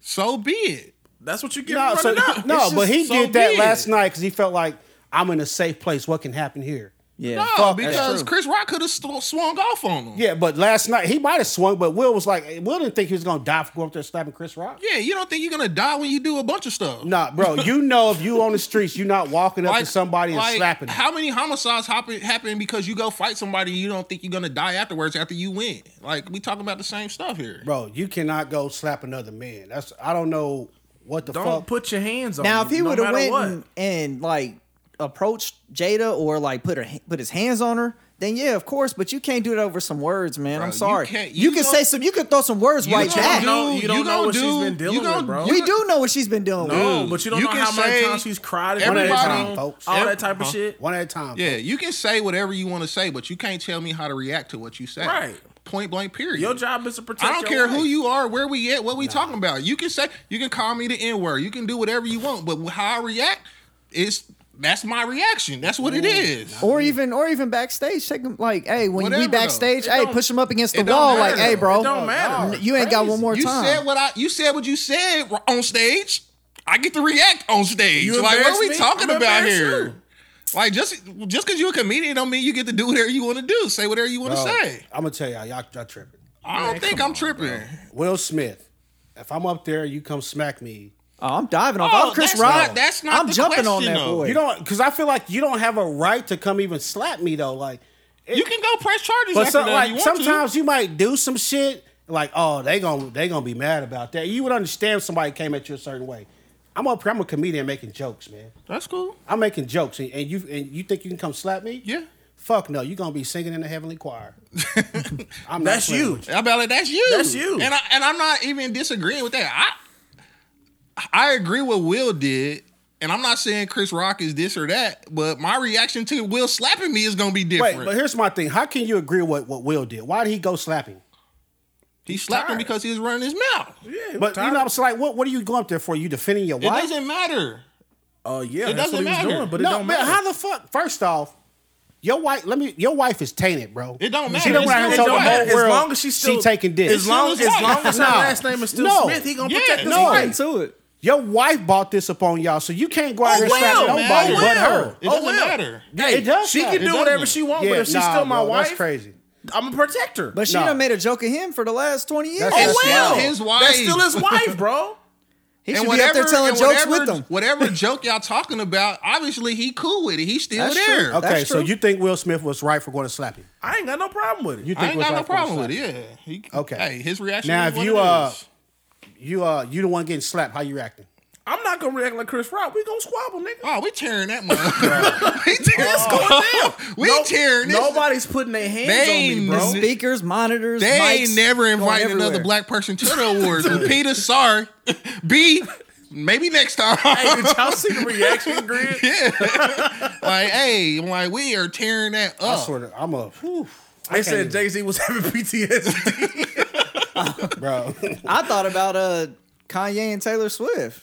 Speaker 3: So be it.
Speaker 1: That's what you get
Speaker 2: No,
Speaker 1: for
Speaker 2: so,
Speaker 1: running out.
Speaker 2: no,
Speaker 1: It's
Speaker 2: but
Speaker 1: just-
Speaker 2: he
Speaker 3: so
Speaker 2: did that
Speaker 3: big.
Speaker 2: last night because he felt like I'm in a safe place. What can happen here?
Speaker 4: yeah.
Speaker 3: No,
Speaker 2: Fuck
Speaker 3: because
Speaker 4: that.
Speaker 3: Chris Rock could have swung off on him.
Speaker 2: Yeah, but last night he might have swung, but Will was like, Will didn't think he was gonna die for going up there slapping Chris Rock.
Speaker 3: Yeah, you don't think you're gonna die when you do a bunch of stuff.
Speaker 2: Nah, bro, you know if you on the streets, you're not walking up to somebody and
Speaker 3: like,
Speaker 2: slapping them.
Speaker 3: How many homicides happen, happen because you go fight somebody and you don't think you're gonna die afterwards after you win? Like we talking about the same stuff here.
Speaker 2: Bro, you cannot go slap another man. That's I don't know what the
Speaker 1: Don't
Speaker 2: fuck.
Speaker 1: put your hands on.
Speaker 4: Now,
Speaker 1: me,
Speaker 4: if he
Speaker 1: no
Speaker 4: would have
Speaker 1: matter
Speaker 4: went
Speaker 1: what.
Speaker 4: and, and, like approached Jada or like put her put his hands on her, then yeah, of course. But you can't do it over some words, man.
Speaker 3: Bro,
Speaker 4: I'm
Speaker 3: you
Speaker 4: sorry. You,
Speaker 3: can't- you
Speaker 4: can
Speaker 3: know-
Speaker 4: say some. You can throw some words right
Speaker 3: gonna
Speaker 4: back.
Speaker 1: You don't, you don't
Speaker 3: You
Speaker 1: know
Speaker 3: gonna
Speaker 1: what she's
Speaker 3: do-
Speaker 1: been dealing
Speaker 3: you gonna-
Speaker 1: with, bro.
Speaker 3: you
Speaker 4: we do know what she's been dealing with.
Speaker 1: no,
Speaker 3: Dude,
Speaker 1: but you don't
Speaker 3: you
Speaker 1: know
Speaker 3: can
Speaker 1: how many
Speaker 3: say
Speaker 1: times she's cried. at
Speaker 2: One at a
Speaker 1: one
Speaker 3: everybody-
Speaker 1: time,
Speaker 2: folks.
Speaker 1: All that
Speaker 3: Every-
Speaker 1: type of
Speaker 3: huh?
Speaker 1: shit.
Speaker 2: One at a time.
Speaker 3: Yeah, you can say whatever you want to say, but you can't tell me how to react to what you say.
Speaker 1: Right.
Speaker 3: Point blank. Period.
Speaker 1: Your job is to protect.
Speaker 3: I don't care
Speaker 1: your
Speaker 3: who
Speaker 1: life.
Speaker 3: you are, where we at, what we talking about. You can say, you can call me the N word. You can do whatever you want, but how I react is that's my reaction. That's what it is.
Speaker 4: Or even, or even backstage, take them like, hey, when
Speaker 3: Whatever,
Speaker 4: we
Speaker 3: though.
Speaker 4: backstage,
Speaker 1: It
Speaker 4: hey,
Speaker 1: don't-
Speaker 4: push them up against
Speaker 3: it
Speaker 4: the
Speaker 3: don't
Speaker 4: wall, like,
Speaker 3: matter,
Speaker 4: hey,
Speaker 3: though.
Speaker 4: bro,
Speaker 1: It don't matter.
Speaker 4: you ain't got one more
Speaker 3: You
Speaker 4: time.
Speaker 3: said what I. You said what you said on stage. I get to react on stage.
Speaker 1: You
Speaker 3: like what are we
Speaker 1: embarrass me,
Speaker 3: talking
Speaker 1: I'm
Speaker 3: about
Speaker 1: embarrassed
Speaker 3: here?
Speaker 1: too.
Speaker 3: Like just just because you're a comedian don't mean you get to do whatever you want to do, say whatever you want to say.
Speaker 2: I'm gonna tell y'all, y'all, y'all tripping.
Speaker 3: I don't think I'm tripping.
Speaker 2: Will Smith, if I'm up there, you come smack me.
Speaker 4: Oh, I'm diving off.
Speaker 3: Oh,
Speaker 4: I'm Chris
Speaker 3: that's
Speaker 4: Rock.
Speaker 3: not- that's not
Speaker 4: I'm
Speaker 3: the
Speaker 4: jumping on
Speaker 3: question,
Speaker 4: that
Speaker 3: though.
Speaker 4: boy.
Speaker 2: You don't, because I feel like you don't have a right to come even slap me though. Like,
Speaker 3: You can go press charges.
Speaker 2: but
Speaker 3: after
Speaker 2: some,
Speaker 3: that if you
Speaker 2: like
Speaker 3: want to.
Speaker 2: sometimes you might do some shit. Like, oh, they gonna they gonna be mad about that. You would understand if somebody came at you a certain way. I'm up here. I'm a comedian making jokes, man.
Speaker 3: that's cool.
Speaker 2: I'm making jokes, and, and you and you think you can come slap me?
Speaker 3: Yeah.
Speaker 2: Fuck no, you gonna be singing in the heavenly choir. I'm not
Speaker 1: That's
Speaker 2: playing
Speaker 1: you.
Speaker 2: with
Speaker 3: I'm about like, that's you.
Speaker 1: That's you.
Speaker 3: And I, and I'm not even disagreeing with that. I I agree with Will did, and I'm not saying Chris Rock is this or that, but my reaction to Will slapping me is gonna be different.
Speaker 2: Wait, but here's my thing. How can you agree with what Will did? Why did he go slapping?
Speaker 3: he slapped him
Speaker 1: tired.
Speaker 3: because he was running his mouth.
Speaker 1: Yeah,
Speaker 2: But you know, I'm like, what? What are you going up there for? You defending your
Speaker 3: It
Speaker 2: wife?
Speaker 3: doesn't matter.
Speaker 1: Oh yeah, that's what he was
Speaker 3: doesn't matter.
Speaker 1: doing, but it
Speaker 2: no,
Speaker 1: don't
Speaker 2: man.
Speaker 1: matter.
Speaker 2: How the fuck? First off, your wife. Let me. Your wife is tainted, bro.
Speaker 3: It don't matter.
Speaker 2: She don't
Speaker 3: It's
Speaker 2: want to
Speaker 3: still
Speaker 2: tell
Speaker 3: his
Speaker 2: the
Speaker 3: wife.
Speaker 2: whole
Speaker 1: as
Speaker 2: world.
Speaker 1: long as she's still
Speaker 2: she taking dick.
Speaker 1: As long as,
Speaker 3: It's still
Speaker 1: as
Speaker 3: his
Speaker 1: long as her
Speaker 2: wife.
Speaker 1: last name is still
Speaker 2: No.
Speaker 1: Smith, he gonna
Speaker 3: Yeah,
Speaker 1: protect his
Speaker 2: no.
Speaker 1: wife.
Speaker 4: to it.
Speaker 2: your wife bought this upon y'all, so you can't go out here
Speaker 1: Oh, Well,
Speaker 2: slapping
Speaker 1: man.
Speaker 2: nobody
Speaker 1: Well,
Speaker 2: but her.
Speaker 3: It doesn't
Speaker 1: well.
Speaker 3: matter.
Speaker 1: Hey,
Speaker 2: It does
Speaker 1: She
Speaker 2: matter.
Speaker 1: can
Speaker 2: It
Speaker 1: do
Speaker 3: does
Speaker 1: whatever
Speaker 3: matter.
Speaker 1: she wants, but if she's
Speaker 2: nah,
Speaker 1: still my
Speaker 2: bro,
Speaker 1: wife,
Speaker 2: That's crazy.
Speaker 1: I'm gonna protect her.
Speaker 4: But she
Speaker 2: No.
Speaker 4: done made a joke of him for the last 20 years.
Speaker 2: That's-
Speaker 1: oh
Speaker 2: that's
Speaker 1: well,
Speaker 3: still his wife.
Speaker 1: That's still his wife, bro.
Speaker 4: he should be up there telling
Speaker 3: and
Speaker 4: jokes
Speaker 3: whatever-
Speaker 4: with them.
Speaker 3: Whatever joke y'all talking about, obviously he cool with it. He's still
Speaker 4: That's
Speaker 3: there.
Speaker 4: true.
Speaker 2: Okay,
Speaker 4: That's
Speaker 2: so
Speaker 4: true.
Speaker 2: you think Will Smith was right for going to slap him?
Speaker 1: I ain't got no problem with it.
Speaker 2: You think
Speaker 3: I ain't
Speaker 2: was
Speaker 3: got no
Speaker 2: right for going to
Speaker 3: problem with
Speaker 2: slap
Speaker 3: it.
Speaker 2: him?
Speaker 3: Yeah. He-
Speaker 2: Okay.
Speaker 3: Hey, his reaction.
Speaker 2: Now,
Speaker 3: is
Speaker 2: if
Speaker 3: what
Speaker 2: you
Speaker 3: it
Speaker 2: uh,
Speaker 3: is.
Speaker 2: you uh, you the one getting slapped. How you reacting?
Speaker 1: I'm not gonna react like Chris Rock. We gonna squabble, nigga.
Speaker 3: Oh, we tearing that motherfucker. we tearing this going down. We
Speaker 1: No-
Speaker 3: tearing this.
Speaker 1: Nobody's putting their hands on me,
Speaker 3: Names.
Speaker 1: bro.
Speaker 4: Speakers, monitors,
Speaker 3: they
Speaker 4: mics,
Speaker 3: ain't never
Speaker 4: going
Speaker 3: inviting another
Speaker 4: everywhere.
Speaker 3: black person to the awards. Peter, sorry. B, maybe next time.
Speaker 1: Hey, did y'all see the reaction grid?
Speaker 3: like, hey, I'm like, we are tearing that
Speaker 2: I
Speaker 1: Uh.
Speaker 3: up.
Speaker 2: swear to, I'm a whew,
Speaker 1: They said Jay Z was having PTSD.
Speaker 2: bro.
Speaker 4: I thought about uh, Kanye and Taylor Swift.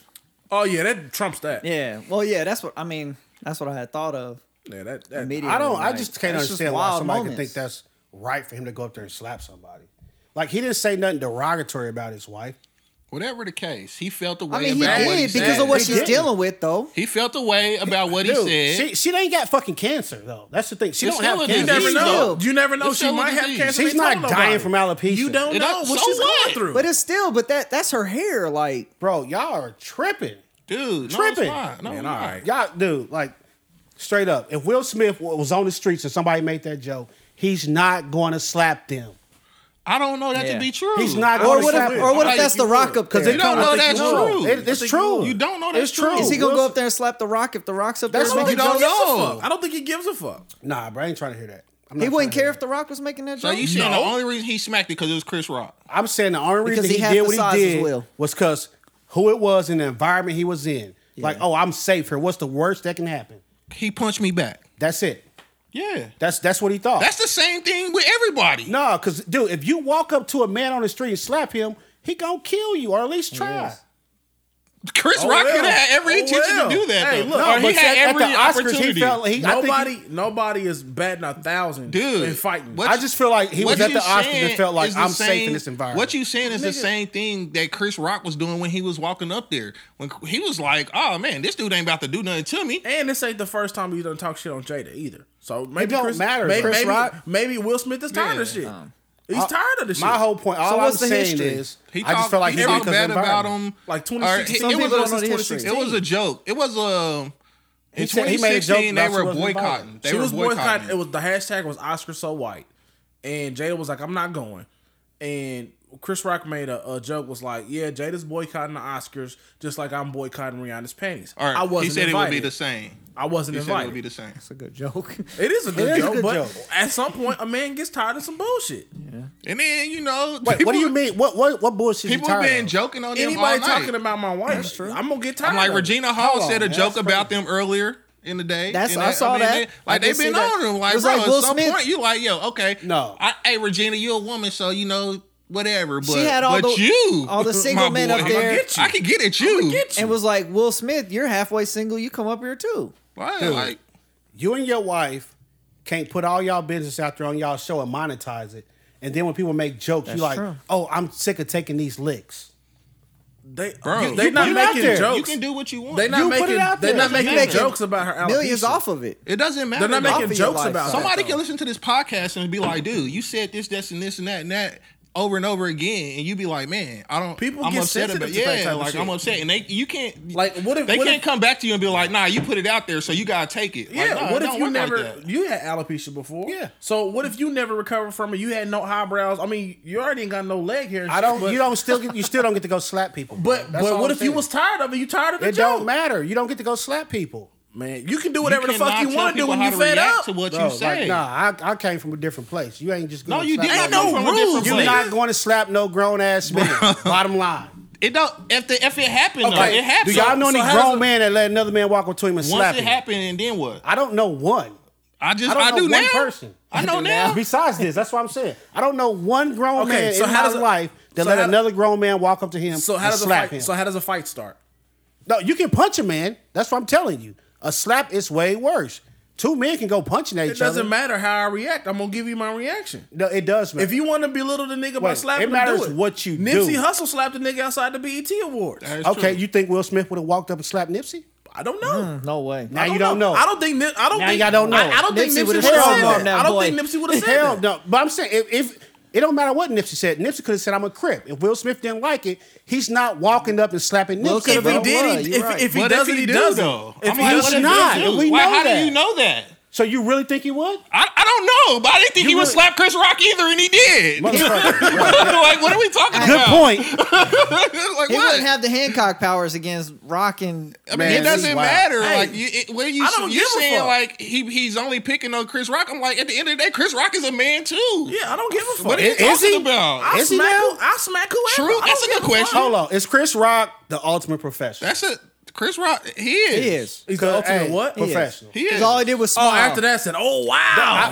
Speaker 1: oh yeah, that trumps that.
Speaker 4: Yeah. Well, yeah, that's what I mean. That's what I had thought of.
Speaker 1: Yeah, that, that
Speaker 4: Immediately.
Speaker 2: I don't. I
Speaker 4: like,
Speaker 2: just can't
Speaker 4: that's just
Speaker 2: understand why
Speaker 4: wild
Speaker 2: somebody can think
Speaker 4: moments.
Speaker 2: that's right for him to go up there and slap somebody. Like he didn't say nothing derogatory about his wife.
Speaker 3: Whatever the case, he felt the way
Speaker 4: I mean, he
Speaker 3: about what he
Speaker 4: did because
Speaker 3: said.
Speaker 4: of what
Speaker 2: He
Speaker 4: she's
Speaker 2: didn't.
Speaker 4: dealing with, though.
Speaker 3: He felt the way about what
Speaker 2: Dude,
Speaker 3: he said.
Speaker 2: she she ain't got fucking cancer though. That's the thing. She
Speaker 3: It's
Speaker 2: don't have
Speaker 3: still a
Speaker 2: cancer.
Speaker 1: You never
Speaker 4: Disease,
Speaker 1: know.
Speaker 4: though.
Speaker 1: You never know.
Speaker 3: It's
Speaker 1: she
Speaker 3: still a
Speaker 1: might have
Speaker 3: disease.
Speaker 1: cancer.
Speaker 2: She's
Speaker 1: They
Speaker 2: not
Speaker 1: told nobody.
Speaker 2: dying from alopecia.
Speaker 1: You don't
Speaker 3: It
Speaker 1: know
Speaker 3: don't-
Speaker 1: what
Speaker 3: so
Speaker 1: she's
Speaker 3: what?
Speaker 1: going through.
Speaker 4: But it's still, but that that's her hair. Like
Speaker 2: bro. Y'all are tripping.
Speaker 3: Dude, no,
Speaker 2: Tripping.
Speaker 3: it's not. No,
Speaker 1: Man,
Speaker 3: it's
Speaker 1: all
Speaker 3: not.
Speaker 1: right.
Speaker 2: Y'all, dude, like straight up. If Will Smith wa- was on the streets and somebody made that joke, he's not going to slap them.
Speaker 3: I don't know that
Speaker 4: Yeah.
Speaker 3: to be true.
Speaker 2: He's not
Speaker 4: Or
Speaker 2: going to
Speaker 4: what
Speaker 2: slap
Speaker 4: if, or
Speaker 2: them.
Speaker 4: what
Speaker 3: I
Speaker 4: if that's
Speaker 3: think
Speaker 4: the
Speaker 3: you
Speaker 4: rock
Speaker 1: would.
Speaker 4: up there?
Speaker 2: they
Speaker 3: You don't
Speaker 2: come- I
Speaker 3: know
Speaker 2: think
Speaker 3: that's
Speaker 2: you will.
Speaker 3: true.
Speaker 2: It- it's
Speaker 1: I think you
Speaker 2: true.
Speaker 1: will.
Speaker 3: You don't know
Speaker 2: It's
Speaker 3: that's
Speaker 2: true.
Speaker 3: true.
Speaker 4: Is he gonna go
Speaker 2: Wilson-
Speaker 4: up there and slap the rock if the rock's up
Speaker 2: That's
Speaker 4: there?
Speaker 2: what
Speaker 4: making
Speaker 3: we don't
Speaker 4: jokes?
Speaker 3: know.
Speaker 1: Fuck. I don't think he gives a fuck.
Speaker 2: Nah, bro, I ain't trying to hear that. I'm
Speaker 4: He
Speaker 2: not
Speaker 4: wouldn't
Speaker 2: trying to hear
Speaker 4: care if
Speaker 2: that.
Speaker 4: the rock was making that
Speaker 3: So
Speaker 4: joke.
Speaker 3: you saying the only reason he smacked it because it was Chris Rock?
Speaker 2: I'm saying the only reason
Speaker 4: Because he
Speaker 2: he,
Speaker 4: half
Speaker 2: did
Speaker 4: the
Speaker 2: what
Speaker 4: size
Speaker 2: he
Speaker 4: as
Speaker 2: did
Speaker 4: Will.
Speaker 2: was because who it was and the environment he was in. Like,
Speaker 4: Yeah.
Speaker 2: oh, I'm safe here. What's the worst that can happen?
Speaker 3: He punched me back.
Speaker 2: That's it.
Speaker 3: Yeah,
Speaker 2: That's that's what he thought.
Speaker 3: that's the same thing with everybody.
Speaker 2: no, because dude, if you walk up to a man on the street and slap him, he gonna kill you or at least try.
Speaker 3: Chris
Speaker 1: Oh,
Speaker 3: Rock
Speaker 1: well.
Speaker 3: could have had every
Speaker 1: Oh,
Speaker 3: intention
Speaker 1: well.
Speaker 3: to do that.
Speaker 1: Hey,
Speaker 3: though.
Speaker 1: look,
Speaker 3: Or he
Speaker 2: but
Speaker 3: had
Speaker 2: at- at
Speaker 3: every
Speaker 2: the Oscars,
Speaker 3: opportunity.
Speaker 2: He felt like he, I think he-
Speaker 1: Nobody, nobody is batting a thousand
Speaker 3: Dude,
Speaker 1: and fighting.
Speaker 3: what
Speaker 2: I just feel like he
Speaker 3: What
Speaker 2: was at
Speaker 3: you
Speaker 2: the Oscars and
Speaker 3: saying
Speaker 2: felt like
Speaker 3: is the
Speaker 2: I'm safe
Speaker 3: same-
Speaker 2: in this environment.
Speaker 3: What you saying is the same thing that Chris Rock was doing when he was walking up there. When he was like, "Oh man, this dude ain't about to do nothing to me."
Speaker 1: and this ain't the first time you done talk shit on Jada either. So maybe
Speaker 2: don't
Speaker 1: Chris,
Speaker 2: matter,
Speaker 1: Maybe,
Speaker 2: though. Chris
Speaker 1: maybe,
Speaker 2: Rock-
Speaker 1: maybe Will Smith is tired of
Speaker 3: Yeah.
Speaker 1: shit. He's tired of the shit.
Speaker 2: my whole point, all I'm
Speaker 4: what's the
Speaker 2: saying
Speaker 4: history?
Speaker 2: is,
Speaker 3: He
Speaker 2: I just
Speaker 3: talked-
Speaker 2: felt like
Speaker 3: he
Speaker 2: he did
Speaker 3: talked
Speaker 2: 'cause of
Speaker 3: bad
Speaker 2: the
Speaker 3: about
Speaker 2: environment.
Speaker 3: him.
Speaker 1: like
Speaker 3: Or
Speaker 1: 2016.
Speaker 3: he-
Speaker 4: some
Speaker 3: it
Speaker 1: It
Speaker 4: people
Speaker 1: was
Speaker 4: don't
Speaker 1: on
Speaker 4: know the history.
Speaker 3: It
Speaker 1: 2016.
Speaker 3: was a joke. It was um in
Speaker 2: He said- he made a joke
Speaker 3: 2016 they
Speaker 2: about she
Speaker 3: were
Speaker 2: wasn't invited.
Speaker 3: boycotting. They
Speaker 1: she
Speaker 3: were
Speaker 1: was boycotting.
Speaker 3: boycotting.
Speaker 1: It was the hashtag was Oscar so white, and Jada was like, "I'm not going." And Chris Rock made a, a joke was like, "Yeah, Jada's boycotting the Oscars just like I'm boycotting Rihanna's panties."
Speaker 3: All right,
Speaker 1: I wasn't
Speaker 3: he said
Speaker 1: invited.
Speaker 3: it would be the same.
Speaker 1: I wasn't
Speaker 3: He said it
Speaker 1: invited.
Speaker 3: would be the same.
Speaker 4: That's a good joke.
Speaker 1: it is a good
Speaker 2: It is a
Speaker 1: joke,
Speaker 2: good
Speaker 1: but
Speaker 2: joke.
Speaker 1: at some point, a man gets tired of some bullshit.
Speaker 3: And then you know,
Speaker 2: Wait,
Speaker 3: people,
Speaker 2: what do you mean? What what what bullshit? you
Speaker 3: People
Speaker 2: tired
Speaker 3: been
Speaker 2: of?
Speaker 3: joking on them all
Speaker 1: Anybody
Speaker 3: night.
Speaker 1: talking about my wife, I'm gonna get tired.
Speaker 3: I'm like
Speaker 1: of it.
Speaker 3: Regina Hall
Speaker 2: Hold
Speaker 3: said
Speaker 2: on,
Speaker 3: a
Speaker 2: man,
Speaker 3: joke
Speaker 2: that's
Speaker 3: about them earlier in the day.
Speaker 4: That's-
Speaker 3: And
Speaker 4: I saw that.
Speaker 3: they- like
Speaker 4: I did
Speaker 3: they've been
Speaker 4: see that.
Speaker 3: on them.
Speaker 4: It
Speaker 3: Like,
Speaker 4: was
Speaker 3: bro,
Speaker 4: like
Speaker 3: at
Speaker 4: Will
Speaker 3: some
Speaker 4: Smith.
Speaker 3: point you like, yo, okay,
Speaker 2: No.
Speaker 3: I, hey Regina, you a woman, so you know whatever. But
Speaker 4: had all
Speaker 3: but
Speaker 4: the-
Speaker 3: you,
Speaker 4: all the
Speaker 3: my
Speaker 4: single men up
Speaker 3: boy,
Speaker 4: there.
Speaker 3: I, get you. I can get at you.
Speaker 1: Get you.
Speaker 4: and was like, Will Smith, you're halfway single. You come up here too.
Speaker 3: Like,
Speaker 2: Dude.
Speaker 3: like,
Speaker 2: you and your wife can't put all y'all business out there on y'all show and monetize it. And then when people make jokes, you
Speaker 4: That's
Speaker 2: like,
Speaker 4: true.
Speaker 2: oh, I'm sick of taking these licks.
Speaker 1: they,
Speaker 3: Bro,
Speaker 1: you-
Speaker 3: you
Speaker 1: they
Speaker 3: put
Speaker 1: not
Speaker 2: it out
Speaker 1: making
Speaker 2: there.
Speaker 1: jokes.
Speaker 3: You can do what you want.
Speaker 1: They
Speaker 2: You
Speaker 1: not
Speaker 2: put it
Speaker 1: making.
Speaker 2: out
Speaker 1: They
Speaker 2: there.
Speaker 1: not
Speaker 2: You're
Speaker 1: making
Speaker 4: making
Speaker 1: jokes about her.
Speaker 4: Millions
Speaker 1: alopecia.
Speaker 4: off of it.
Speaker 3: it doesn't matter.
Speaker 1: They're not
Speaker 3: though.
Speaker 4: off
Speaker 1: making
Speaker 4: of your
Speaker 1: jokes
Speaker 4: life.
Speaker 1: about. that,
Speaker 3: Somebody
Speaker 1: though.
Speaker 3: can listen to this podcast and be like, dude, you said this, this, and this, and that, and that over and over again, and you be like, man, I don't.
Speaker 1: People
Speaker 3: I'm
Speaker 1: get
Speaker 3: upset
Speaker 1: sensitive
Speaker 3: about
Speaker 1: to that
Speaker 3: yeah,
Speaker 1: type of
Speaker 3: like
Speaker 1: shit.
Speaker 3: I'm upset, and they you can't
Speaker 1: Like, what if-
Speaker 3: they
Speaker 1: what
Speaker 3: can't
Speaker 1: if-
Speaker 3: come back to you and be like, nah, you put it out there, so you gotta take it. Like,
Speaker 1: Yeah.
Speaker 3: nah,
Speaker 1: what
Speaker 3: it
Speaker 1: if
Speaker 3: don't
Speaker 1: you
Speaker 3: work like
Speaker 1: never?
Speaker 3: that.
Speaker 1: you had alopecia before.
Speaker 2: Yeah.
Speaker 1: So what if you never recovered from it? You had no eyebrows. I mean, you already ain't got no leg hair. and
Speaker 2: I
Speaker 1: shit,
Speaker 2: don't.
Speaker 1: But,
Speaker 2: you don't still. Get, you still don't get to go slap people. bro.
Speaker 1: But
Speaker 2: That's
Speaker 1: but
Speaker 2: all
Speaker 1: what
Speaker 2: I'm
Speaker 1: if you
Speaker 2: saying.
Speaker 1: was tired of it? You tired of the
Speaker 2: It
Speaker 1: joke?
Speaker 2: don't matter. You don't get to go slap people.
Speaker 1: Man, you can do whatever the fuck
Speaker 3: cannot
Speaker 1: you
Speaker 3: tell
Speaker 1: want to do
Speaker 3: people
Speaker 1: when
Speaker 3: how
Speaker 1: you
Speaker 3: to
Speaker 1: fed
Speaker 3: react
Speaker 1: up.
Speaker 3: to what
Speaker 2: Bro,
Speaker 3: you say.
Speaker 2: like, nah, I, I came from a different place. You ain't just.
Speaker 3: No,
Speaker 2: gonna
Speaker 3: you
Speaker 2: slap
Speaker 3: didn't.
Speaker 1: Ain't
Speaker 3: You
Speaker 1: no
Speaker 3: from a different
Speaker 1: rules.
Speaker 3: place.
Speaker 2: You're not going to slap no grown ass man. bottom line.
Speaker 3: It don't. If the, if it happened, though,
Speaker 2: Like,
Speaker 3: it happened.
Speaker 2: Do y'all know
Speaker 1: So
Speaker 2: any
Speaker 1: how does
Speaker 2: grown
Speaker 1: it-
Speaker 2: man that let another man walk up to him and
Speaker 3: once
Speaker 2: slap
Speaker 3: it
Speaker 2: him?
Speaker 3: happened, and then what?
Speaker 2: I don't know one.
Speaker 3: I just
Speaker 2: I
Speaker 3: I,
Speaker 2: don't know
Speaker 3: do
Speaker 2: one
Speaker 3: now.
Speaker 2: person.
Speaker 3: I know now.
Speaker 2: Besides this, that's what I'm saying. I don't know one grown
Speaker 1: Okay,
Speaker 2: man
Speaker 1: so
Speaker 2: in
Speaker 1: how
Speaker 2: my
Speaker 1: does it-
Speaker 2: life that
Speaker 1: so
Speaker 2: let
Speaker 1: how-
Speaker 2: another grown man walk up to him
Speaker 1: So how
Speaker 2: and
Speaker 1: does a
Speaker 2: slap
Speaker 1: fight?
Speaker 2: him.
Speaker 1: So how does a fight start?
Speaker 2: no, you can punch a man. That's what I'm telling you. A slap is way worse. Two men can go punching
Speaker 1: It
Speaker 2: at each other.
Speaker 1: doesn't matter how I react. I'm gonna give you my reaction.
Speaker 2: No, it does matter.
Speaker 1: If you want to belittle the nigga by
Speaker 2: Wait,
Speaker 1: slapping,
Speaker 2: it matters
Speaker 1: him, do it.
Speaker 2: what you do.
Speaker 1: Nipsey Hussle slapped the nigga outside the BET Awards.
Speaker 3: That's
Speaker 2: okay,
Speaker 3: true.
Speaker 2: you think Will Smith would have walked up and slapped Nipsey?
Speaker 1: I don't know.
Speaker 4: No way.
Speaker 2: Now you don't know.
Speaker 1: I don't think. Nip- I don't
Speaker 2: Now
Speaker 1: think.
Speaker 2: y'all don't know.
Speaker 1: I, I don't
Speaker 4: Nipsey
Speaker 1: think Nipsey would have
Speaker 4: would've
Speaker 1: said
Speaker 4: strong
Speaker 1: that.
Speaker 4: armed that
Speaker 1: I don't
Speaker 4: boy.
Speaker 1: think Nipsey would have said
Speaker 2: Hell
Speaker 1: that.
Speaker 2: no. But I'm saying if, if it don't matter what Nipsey said, Nipsey could have said I'm a crip. If Will Smith didn't like it, he's not walking up and slapping
Speaker 4: Will
Speaker 2: Nipsey.
Speaker 1: If
Speaker 4: Bro,
Speaker 1: he
Speaker 2: bro.
Speaker 1: did,
Speaker 4: what?
Speaker 1: he,
Speaker 4: You're
Speaker 1: if,
Speaker 4: right.
Speaker 1: if he
Speaker 3: But
Speaker 1: does
Speaker 3: if
Speaker 1: it,
Speaker 3: he
Speaker 1: he
Speaker 3: do,
Speaker 1: does
Speaker 3: though,
Speaker 1: it. If
Speaker 3: I'm
Speaker 1: he
Speaker 3: like,
Speaker 1: does it,
Speaker 2: He's
Speaker 3: what if
Speaker 1: he
Speaker 3: he
Speaker 2: not.
Speaker 1: does
Speaker 3: do?
Speaker 1: it.
Speaker 2: And we
Speaker 3: Like,
Speaker 2: know
Speaker 3: how
Speaker 2: that.
Speaker 3: do you know that?
Speaker 2: So you really think he would?
Speaker 3: I, I don't know, but I didn't think he would
Speaker 2: really-
Speaker 3: slap Chris Rock either, and he did.
Speaker 2: Motherfucker.
Speaker 3: like, what are we talking
Speaker 2: Good
Speaker 3: about?
Speaker 2: point.
Speaker 3: like,
Speaker 4: He
Speaker 3: what?
Speaker 4: wouldn't have the Hancock powers against Rock and
Speaker 3: I mean,
Speaker 2: Man,
Speaker 3: it
Speaker 2: this is
Speaker 3: doesn't
Speaker 2: wild.
Speaker 3: matter.
Speaker 1: Hey,
Speaker 3: like, you, it, what are you?
Speaker 1: I don't
Speaker 3: you're
Speaker 1: give a
Speaker 3: saying
Speaker 1: fuck.
Speaker 3: like he he's only picking on Chris Rock. I'm like, at the end of the day, Chris Rock is a man too.
Speaker 1: Yeah, I don't give a fuck.
Speaker 3: What are you
Speaker 2: Is- is
Speaker 3: talking
Speaker 2: he?
Speaker 3: about?
Speaker 1: I
Speaker 2: Is he
Speaker 1: smack
Speaker 2: now?
Speaker 1: who? I smack whoever.
Speaker 3: True,
Speaker 1: I don't
Speaker 3: that's a
Speaker 1: give
Speaker 3: good question.
Speaker 1: fuck.
Speaker 2: Hold on. Is Chris Rock the ultimate professional?
Speaker 3: That's it. Chris Rock. He is.
Speaker 4: he is.
Speaker 1: He's the ultimate
Speaker 2: Hey,
Speaker 1: what?
Speaker 4: He is.
Speaker 2: Professional.
Speaker 3: He is.
Speaker 4: Because all he did was smile.
Speaker 1: Oh, after that said, oh wow.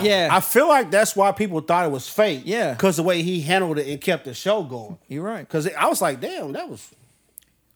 Speaker 2: I-
Speaker 4: Yeah.
Speaker 2: I feel like that's why people thought it was fake.
Speaker 4: Yeah.
Speaker 2: Because the way he handled it and kept the show going.
Speaker 4: You're right.
Speaker 2: Because I was like, damn, that was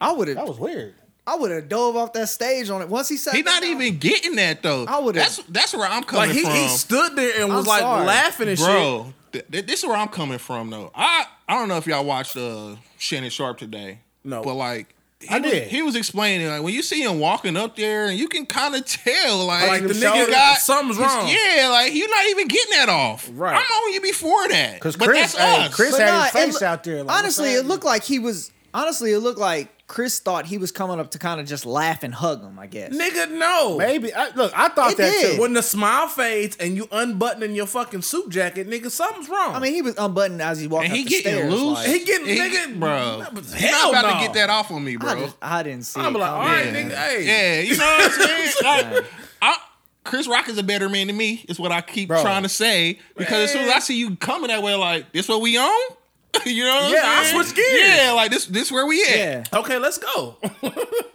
Speaker 4: I would
Speaker 2: that
Speaker 4: have.
Speaker 2: was weird.
Speaker 4: I would have dove off that stage on it. Once he sat,
Speaker 3: He not
Speaker 4: down-
Speaker 3: even getting that though.
Speaker 4: I would've-
Speaker 3: That's that's where I'm coming
Speaker 1: Like he,
Speaker 3: from.
Speaker 1: he stood there and was
Speaker 4: I'm
Speaker 1: like
Speaker 4: sorry.
Speaker 1: laughing and shit.
Speaker 3: bro. Th- th- this is where I'm coming from though. I I don't know if y'all watched uh Shannon Sharp today.
Speaker 1: No.
Speaker 3: but like. He
Speaker 2: I
Speaker 3: was,
Speaker 2: did.
Speaker 3: He was explaining like when you see him walking up there, and you can kind of tell like,
Speaker 1: Like, the
Speaker 3: he
Speaker 1: nigga-
Speaker 3: got
Speaker 1: something's
Speaker 3: he's-
Speaker 1: wrong.
Speaker 3: Yeah, like you're not even getting that off.
Speaker 1: Right.
Speaker 3: I'm on you before that.
Speaker 2: Because
Speaker 3: But
Speaker 2: Chris,
Speaker 3: that's
Speaker 2: hey,
Speaker 3: us.
Speaker 2: Chris
Speaker 4: But
Speaker 2: had
Speaker 4: nah,
Speaker 2: his face
Speaker 4: it loo-
Speaker 2: out there. Like,
Speaker 4: honestly,
Speaker 2: what's
Speaker 4: it looked like he was. Honestly, it looked like Chris thought he was coming up to kind of just laugh and hug him. I guess.
Speaker 1: Nigga, no.
Speaker 2: Maybe I, look, I thought
Speaker 4: It
Speaker 2: that
Speaker 4: did.
Speaker 2: too.
Speaker 1: When the smile fades and you unbuttoning your fucking suit jacket, nigga, something's wrong.
Speaker 4: I mean, he was unbuttoned as he walked
Speaker 3: and
Speaker 4: up
Speaker 3: he
Speaker 4: the
Speaker 3: getting
Speaker 4: stairs,
Speaker 3: loose.
Speaker 4: like,
Speaker 1: He getting-
Speaker 3: He-
Speaker 1: nigga,
Speaker 3: bro.
Speaker 1: hell
Speaker 3: Hell about
Speaker 1: no.
Speaker 3: to get that off on me, bro.
Speaker 4: I, just- I didn't see.
Speaker 1: I'm
Speaker 4: it
Speaker 1: like,
Speaker 4: coming.
Speaker 1: all right,
Speaker 3: yeah.
Speaker 1: nigga, hey.
Speaker 3: Yeah, you know what I'm saying? Like, I, Chris Rock is a better man than me, is what I keep
Speaker 2: Bro.
Speaker 3: trying to say. Because as soon as I see you coming that way, like, this what we on? you know what
Speaker 1: Yeah, I
Speaker 3: I'm saying?
Speaker 1: switch gears.
Speaker 3: Yeah, like this this where we at.
Speaker 4: Yeah.
Speaker 1: Okay, let's go.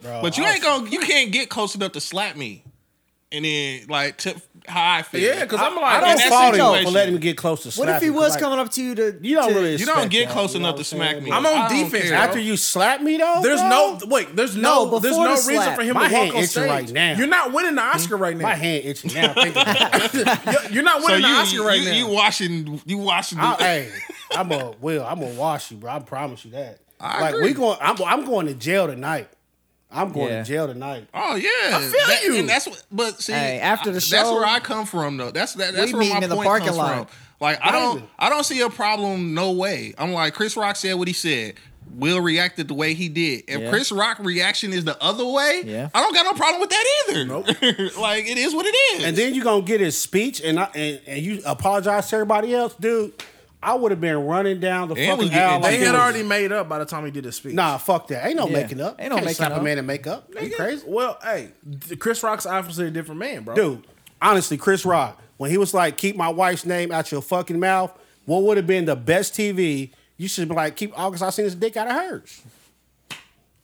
Speaker 2: Bro,
Speaker 3: But you
Speaker 2: I-
Speaker 3: ain't gonna you can't get close enough to slap me. And then like tip how I feel.
Speaker 1: yeah, because I'm like,
Speaker 2: I
Speaker 3: in
Speaker 2: don't
Speaker 3: that
Speaker 2: fault him for
Speaker 3: situation-
Speaker 2: letting him get close to.
Speaker 4: What if
Speaker 2: slapping,
Speaker 4: he
Speaker 2: 'cause,
Speaker 4: was
Speaker 2: like,
Speaker 4: coming up to you to?
Speaker 2: You don't
Speaker 4: to-
Speaker 2: really.
Speaker 3: you don't
Speaker 2: expect
Speaker 3: get
Speaker 2: that,
Speaker 3: close
Speaker 2: you know
Speaker 3: enough
Speaker 2: what
Speaker 3: to
Speaker 2: I'm
Speaker 3: smack
Speaker 2: saying?
Speaker 3: me.
Speaker 1: I'm on
Speaker 3: I don't
Speaker 1: defense,
Speaker 3: care.
Speaker 1: bro.
Speaker 2: After you slap me though,
Speaker 1: There's
Speaker 2: bro?
Speaker 1: no wait. There's no.
Speaker 4: No,
Speaker 1: there's
Speaker 4: before
Speaker 1: no
Speaker 4: the
Speaker 1: reason
Speaker 4: slap.
Speaker 1: for him
Speaker 2: My
Speaker 1: to walk
Speaker 2: hand
Speaker 1: on
Speaker 2: itching
Speaker 1: stage.
Speaker 2: right now.
Speaker 1: You're not winning the Oscar
Speaker 3: Hmm?
Speaker 1: right now.
Speaker 2: My hand itching now. thinking about it.
Speaker 1: You're- You're not
Speaker 3: So
Speaker 1: winning
Speaker 3: you,
Speaker 1: the Oscar right
Speaker 3: you,
Speaker 1: now.
Speaker 3: you washing you washing
Speaker 2: I,
Speaker 3: the,
Speaker 2: hey, I'm a will. I'm gonna wash you, bro. I promise you that.
Speaker 3: I
Speaker 2: like
Speaker 3: agree.
Speaker 2: we going. I'm, I'm going to jail tonight. I'm going
Speaker 4: Yeah.
Speaker 2: to jail tonight.
Speaker 3: Oh yeah, I
Speaker 1: feel you.
Speaker 3: And that's what, but see,
Speaker 4: Hey, after
Speaker 3: I-
Speaker 4: the
Speaker 3: that's
Speaker 4: show-
Speaker 3: where I come from though. That's that, that's
Speaker 4: We
Speaker 3: where my
Speaker 4: meeting in the
Speaker 3: point
Speaker 4: parking
Speaker 3: comes
Speaker 4: lot.
Speaker 3: from. Like I don't,
Speaker 2: Driving.
Speaker 3: I don't see a problem. No way. I'm like Chris Rock said what he said. Will reacted the way he did. If
Speaker 4: Yeah.
Speaker 3: Chris Rock reaction is the other way,
Speaker 4: Yeah.
Speaker 3: I don't got no problem with that either. Nope. like it is what it is.
Speaker 2: And then you gonna get his speech, and I, and, and you apologize to everybody else, dude. I would have been running down the
Speaker 3: And we
Speaker 2: fucking
Speaker 3: getting-
Speaker 2: aisle.
Speaker 1: they
Speaker 2: Like
Speaker 1: had
Speaker 2: it was-
Speaker 1: already made up by the time he did his speech.
Speaker 2: Nah, fuck that. Ain't no
Speaker 4: Yeah.
Speaker 2: making up.
Speaker 4: Ain't no
Speaker 2: Can't
Speaker 4: making
Speaker 2: slap
Speaker 4: up.
Speaker 2: a man and make up. Are you
Speaker 1: Nigga,
Speaker 2: crazy?
Speaker 1: Well, hey, th- Chris Rock's obviously a different man, bro.
Speaker 2: Dude, honestly, Chris Rock, when he was like, keep my wife's name out your fucking mouth, what would have been the best TV? You should be like, keep August, I seen his dick out of hers.